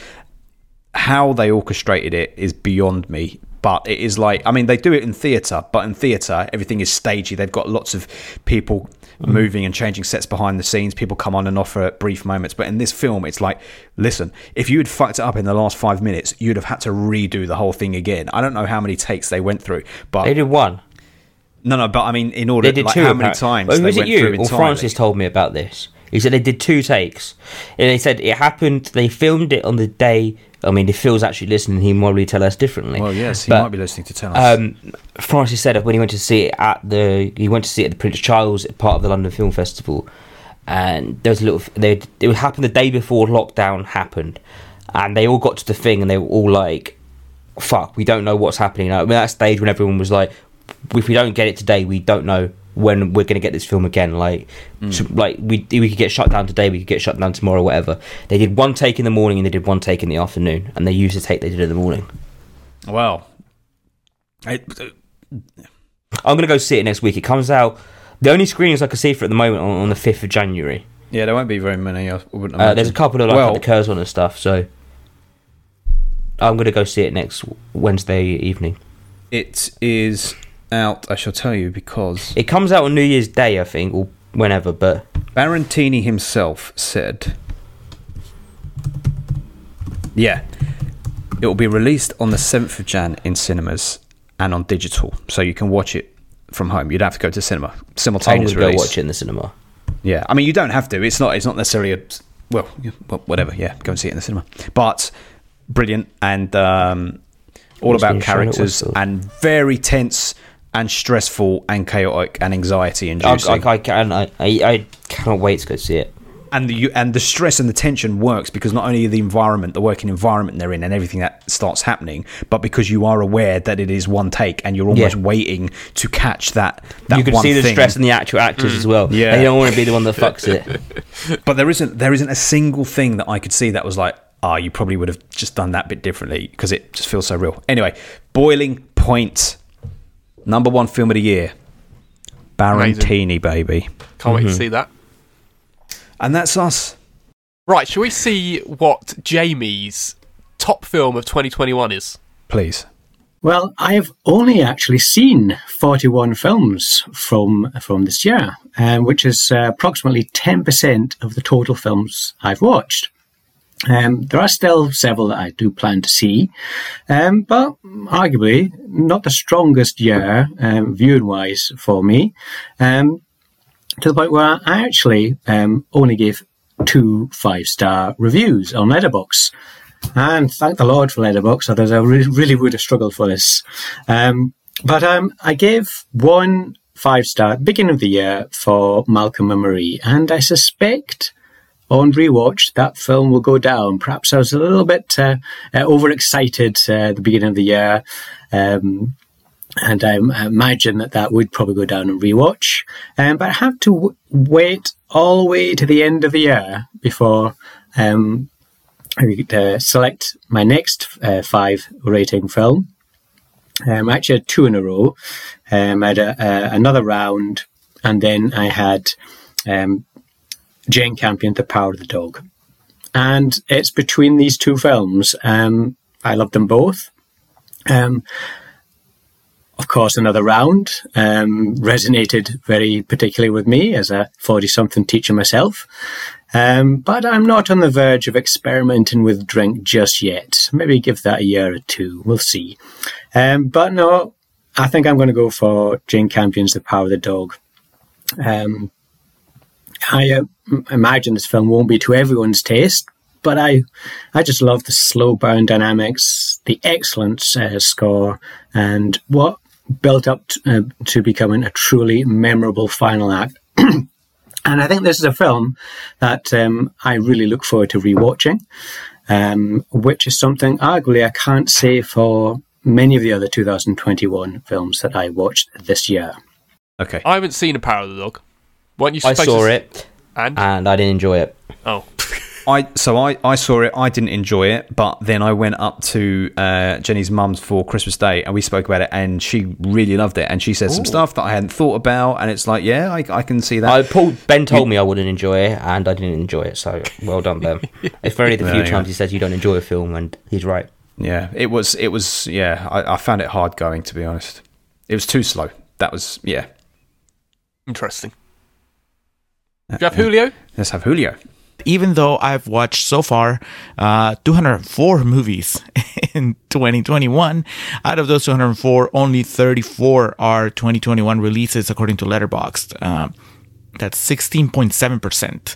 Speaker 5: How they orchestrated it is beyond me. But it is like, I mean, they do it in theatre, but in theatre, everything is stagey. They've got lots of people moving and changing sets behind the scenes. People come on and offer brief moments. But in this film, it's like, listen, if you had fucked it up in the last five minutes, you'd have had to redo the whole thing again. I don't know how many takes they went through, but
Speaker 2: They did one.
Speaker 5: no, no, but I mean, in order,
Speaker 2: They did
Speaker 5: like
Speaker 2: two.
Speaker 5: how many
Speaker 2: apparently.
Speaker 5: times
Speaker 2: Well,
Speaker 5: they
Speaker 2: was it
Speaker 5: went through
Speaker 2: you or
Speaker 5: entirely.
Speaker 2: Francis told me about this? He said they did two takes, and they said it happened. They filmed it on the day. I mean, if Phil's actually listening, he might probably tell us differently.
Speaker 5: Well, yes, he
Speaker 2: But,
Speaker 5: might be listening to tell us.
Speaker 2: Um, Francis said that when he went to see it at the he went to see it at the Prince Charles part of the London Film Festival, and there was a little. They it would happen the day before lockdown happened, and they all got to the thing and they were all like, "Fuck, we don't know what's happening." Like, at that stage when everyone was like, "If we don't get it today, we don't know." When we're going to get this film again, like, so- like we we could get shut down today, we could get shut down tomorrow, whatever. They did one take in the morning and they did one take in the afternoon, and they used the take they did in the morning.
Speaker 5: well, it,
Speaker 2: I'm gonna go see it next week. It comes out. The only screenings I can see for it at the moment are on, on the fifth of January.
Speaker 5: yeah, there won't be very many. I wouldn't
Speaker 2: Uh,
Speaker 5: imagine.
Speaker 2: there's a couple of like
Speaker 5: well,
Speaker 2: the curves on and stuff, so I'm gonna go see it next Wednesday evening.
Speaker 5: it is out. I shall tell you because
Speaker 2: It comes out on New Year's Day, I think, or whenever. But
Speaker 5: Barantini himself said, "Yeah, it will be released on the seventh of Jan in cinemas and on digital, so you can watch it from home. You'd have to go to cinema
Speaker 2: I'm
Speaker 5: simultaneous
Speaker 2: gonna go
Speaker 5: release.
Speaker 2: watch it in the cinema.
Speaker 5: Yeah, I mean, you don't have to. It's not. It's not necessarily a. Well, you- well, whatever. Yeah, go and see it in the cinema. But brilliant and um, all
Speaker 2: It's
Speaker 5: about
Speaker 2: been shown at
Speaker 5: characters
Speaker 2: Westfield.
Speaker 5: and very tense and stressful and chaotic and anxiety
Speaker 2: I,
Speaker 5: inducing.
Speaker 2: I, I can I, I I cannot wait to go see it.
Speaker 5: and the you, and the stress and the tension works because not only the environment, the working environment they're in, and everything that starts happening, but because you are aware that it is one take, and you're almost
Speaker 2: Yeah.
Speaker 5: waiting to catch that. that
Speaker 2: you can
Speaker 5: one
Speaker 2: see the
Speaker 5: thing. Mm.
Speaker 2: stress in the actual actors as well.
Speaker 5: Yeah.
Speaker 2: they don't want to be the one that fucks it.
Speaker 5: But there isn't there isn't a single thing that I could see that was like, ah, you probably would have just done that bit differently because it just feels so real. Anyway, boiling point, number one film of the year, Barantini, baby,
Speaker 4: Can't
Speaker 5: Mm-hmm.
Speaker 4: wait to see that.
Speaker 5: and that's us.
Speaker 4: Right, shall we see what Jamie's top film of 2021 is?
Speaker 5: Please,
Speaker 7: Well, I've only actually seen 41 films from from this year, um, which is uh, approximately 10% of the total films I've watched. Um, there are still several that I do plan to see, um, but arguably not the strongest year um, viewing wise for me, um, to the point where I actually um, only gave two five star reviews on Letterboxd. And thank the Lord for Letterbox, otherwise I re- really would have struggled for this. Um, but um, I gave one five star at the beginning of the year for Malcolm and Marie, and I suspect on rewatch that film will go down. Perhaps I was a little bit uh, uh, overexcited uh, at the beginning of the year. Um, and I m- I imagine that that would probably go down and rewatch. Um, but I have to w- wait all the way to the end of the year before um, I could, uh, select my next uh, five rating film. Um, I actually had two in a row. Um, I had a, a, another round, and then I had um, Jane Campion, The Power of the Dog. And it's between these two films. Um, I love them both. Um, of course, another round um, resonated very particularly with me as a 40 something teacher myself. Um, but I'm not on the verge of experimenting with drink just yet. Maybe give that a year or two. We'll see. Um, but no, I think I'm going to go for Jane Campion's The Power of the Dog. Um, I uh, m- imagine this film won't be to everyone's taste, but I, I just love the slow burn dynamics, the excellent uh, score, and what built up t- uh, to becoming a truly memorable final act. and I think this is a film that um, I really look forward to rewatching, um, which is something arguably I can't say for many of the other 2021 films that I watched this year.
Speaker 5: okay.
Speaker 4: I haven't seen A Power of the Dog. Weren't you
Speaker 2: I
Speaker 4: supposed
Speaker 2: saw
Speaker 4: to...
Speaker 2: it
Speaker 4: And?
Speaker 5: Uh,
Speaker 2: and I didn't enjoy it.
Speaker 4: oh.
Speaker 5: I so I, I saw it. I didn't enjoy it, but then I went up to uh, Jenny's mum's for Christmas Day, and we spoke about it, and she really loved it. And she said some stuff that I hadn't thought about, and it's like, yeah, I, I can see that.
Speaker 2: I Paul Ben told me I wouldn't enjoy it, and I didn't enjoy it. So well done, Ben. it's very the few
Speaker 5: Yeah, yeah.
Speaker 2: times he says you don't enjoy a film, and he's right.
Speaker 5: yeah, it was it was yeah. I, I found it hard going to be honest. It was too slow. That was yeah.
Speaker 4: Interesting. Do you have
Speaker 5: uh,
Speaker 4: Julio?
Speaker 5: Let's have Julio.
Speaker 8: even though I've watched so far uh, 204 movies in 2021, out of those 204, only 34 are 2021 releases according to Letterboxd. Um that's 16.7%.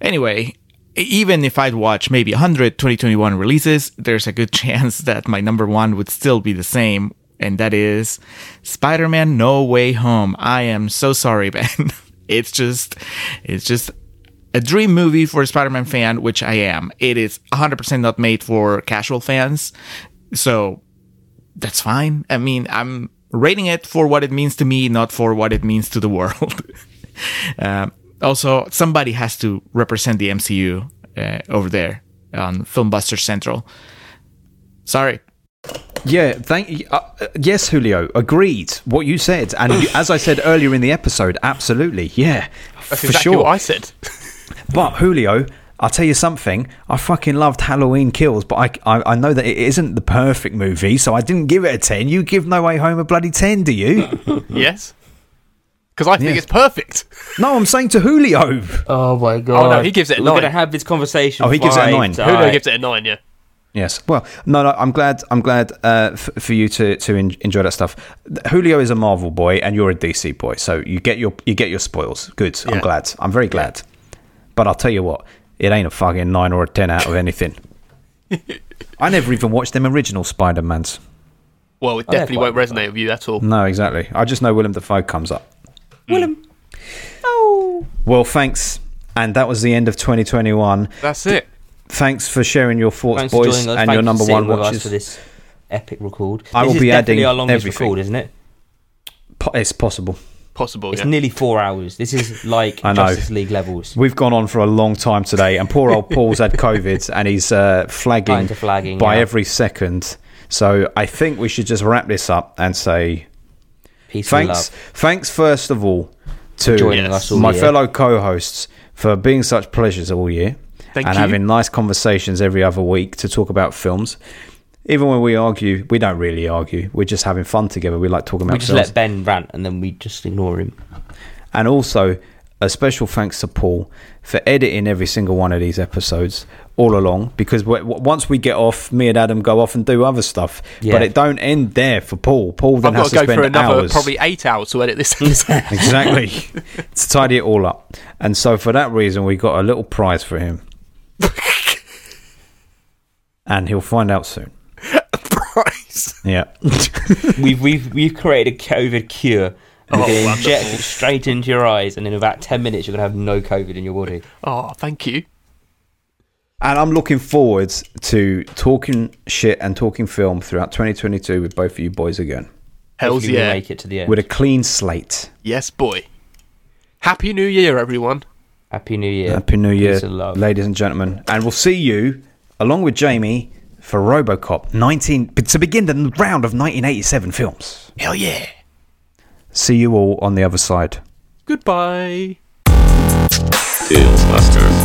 Speaker 8: Anyway, even if I'd watch maybe 100 2021 releases, there's a good chance that my number one would still be the same. And that is Spider Man No Way Home. I am so sorry, Ben. It's just, it's just a dream movie for a Spider-Man fan, which I am. It is 100% not made for casual fans. So that's fine. I mean, I'm rating it for what it means to me, not for what it means to the world. um, also, somebody has to represent the MCU uh, over there on Filmbuster Central. Sorry.
Speaker 5: Yeah, thank you. Uh, uh, yes, Julio, agreed. What you said, and you, as I said earlier in the episode, absolutely, yeah,
Speaker 4: That's
Speaker 5: for
Speaker 4: exactly
Speaker 5: sure.
Speaker 4: what I said.
Speaker 5: But Julio, I'll tell you something. I fucking loved Halloween Kills, but I, I I know that it isn't the perfect movie, so I didn't give it a ten. You give No Way Home a bloody ten, do you?
Speaker 4: yes? Because I think
Speaker 5: Mm. Yeah.
Speaker 4: it's perfect.
Speaker 5: no, I'm saying to Julio.
Speaker 2: Oh my
Speaker 4: Oh,
Speaker 2: god!
Speaker 4: no, he gives it a
Speaker 2: We're
Speaker 4: nine.
Speaker 2: gonna have this conversation.
Speaker 5: Oh, he gives it a
Speaker 2: five
Speaker 5: nine.
Speaker 2: times.
Speaker 4: Julio gives it a nine, yeah.
Speaker 5: Yes. Well, no, no. I'm glad. I'm glad uh, f- for you to to en- enjoy that stuff. Julio is a Marvel boy, and you're a DC boy, so you get your you get your spoils. Good. I'm
Speaker 4: Yeah.
Speaker 5: glad. I'm very glad. But I'll tell you what, it ain't a fucking nine or a ten out of anything. I never even watched them original Spider Mans.
Speaker 4: Well, it
Speaker 2: they're
Speaker 4: definitely
Speaker 2: quite
Speaker 4: won't resonate with you at all.
Speaker 5: No, exactly. I just know Willem Dafoe comes up.
Speaker 2: Mm.
Speaker 5: Oh.
Speaker 2: Willem.
Speaker 5: Well, thanks. And that was the end of 2021.
Speaker 1: That's it.
Speaker 5: Thanks for sharing your thoughts,
Speaker 2: Thanks for
Speaker 5: boys,
Speaker 2: joining us.
Speaker 5: and
Speaker 2: Thank you
Speaker 5: your
Speaker 2: for
Speaker 5: number
Speaker 2: sitting
Speaker 5: one
Speaker 2: with us
Speaker 5: watches.
Speaker 2: for this epic record.
Speaker 5: I
Speaker 2: This
Speaker 5: will
Speaker 2: is
Speaker 5: be
Speaker 2: definitely
Speaker 5: adding
Speaker 2: our longest
Speaker 5: everything.
Speaker 2: record, isn't it?
Speaker 5: Po- It's possible.
Speaker 4: Possible.
Speaker 2: It's
Speaker 4: yeah.
Speaker 2: nearly four hours. This is like
Speaker 5: I know.
Speaker 2: Justice League levels.
Speaker 5: We've gone on for a long time today, and poor old Paul's had COVID, and he's uh, flagging,
Speaker 2: Kind of flagging,
Speaker 5: by
Speaker 2: yeah.
Speaker 5: every second. So I think we should just wrap this up and say
Speaker 2: Peace and
Speaker 5: thanks.
Speaker 2: love.
Speaker 5: Thanks first of all to
Speaker 2: Joining
Speaker 4: Yes.
Speaker 2: us all
Speaker 5: my
Speaker 2: year.
Speaker 5: fellow co-hosts for being such pleasures all year
Speaker 4: Thank
Speaker 5: and
Speaker 4: you.
Speaker 5: having nice conversations every other week to talk about films. Even when we argue, we don't really argue. We're just having fun together. We like talking
Speaker 2: We
Speaker 5: about
Speaker 2: just
Speaker 5: films.
Speaker 2: let Ben rant and then we just ignore him.
Speaker 5: and also, a special thanks to Paul for editing every single one of these episodes all along. Because w- w- once we get off, me and Adam go off and do other stuff.
Speaker 2: Yeah.
Speaker 5: But it don't end there for Paul. Paul
Speaker 4: I've
Speaker 5: then
Speaker 4: got
Speaker 5: has
Speaker 4: to
Speaker 5: to
Speaker 4: go
Speaker 5: spend
Speaker 4: for another
Speaker 5: hours.
Speaker 4: probably eight hours to edit this. episode.
Speaker 5: exactly to tidy it all up. And so for that reason, we got a little prize for him, and he'll find out soon.
Speaker 4: Christ.
Speaker 5: Yeah,
Speaker 2: We've we've we've created a COVID cure. We're
Speaker 4: Oh,
Speaker 2: going to inject
Speaker 4: wonderful.
Speaker 2: it straight into your eyes, and in about ten minutes, you're going to have no COVID in your body.
Speaker 4: Oh, thank you.
Speaker 5: and I'm looking forward to talking shit and talking film throughout 2022 with both of you boys again
Speaker 4: Hell's
Speaker 2: Hopefully we
Speaker 4: yeah.
Speaker 2: make it to the end.
Speaker 5: with a clean slate.
Speaker 4: Yes, boy. Happy New Year, everyone.
Speaker 2: Happy New Year.
Speaker 5: Happy New Year,
Speaker 2: Peace and love.
Speaker 5: ladies and gentlemen, and we'll see you along with Jamie for RoboCop 19 to begin the round of 1987 films.
Speaker 4: Hell yeah.
Speaker 5: See you all on the other side.
Speaker 4: Goodbye.
Speaker 6: Tails Buster.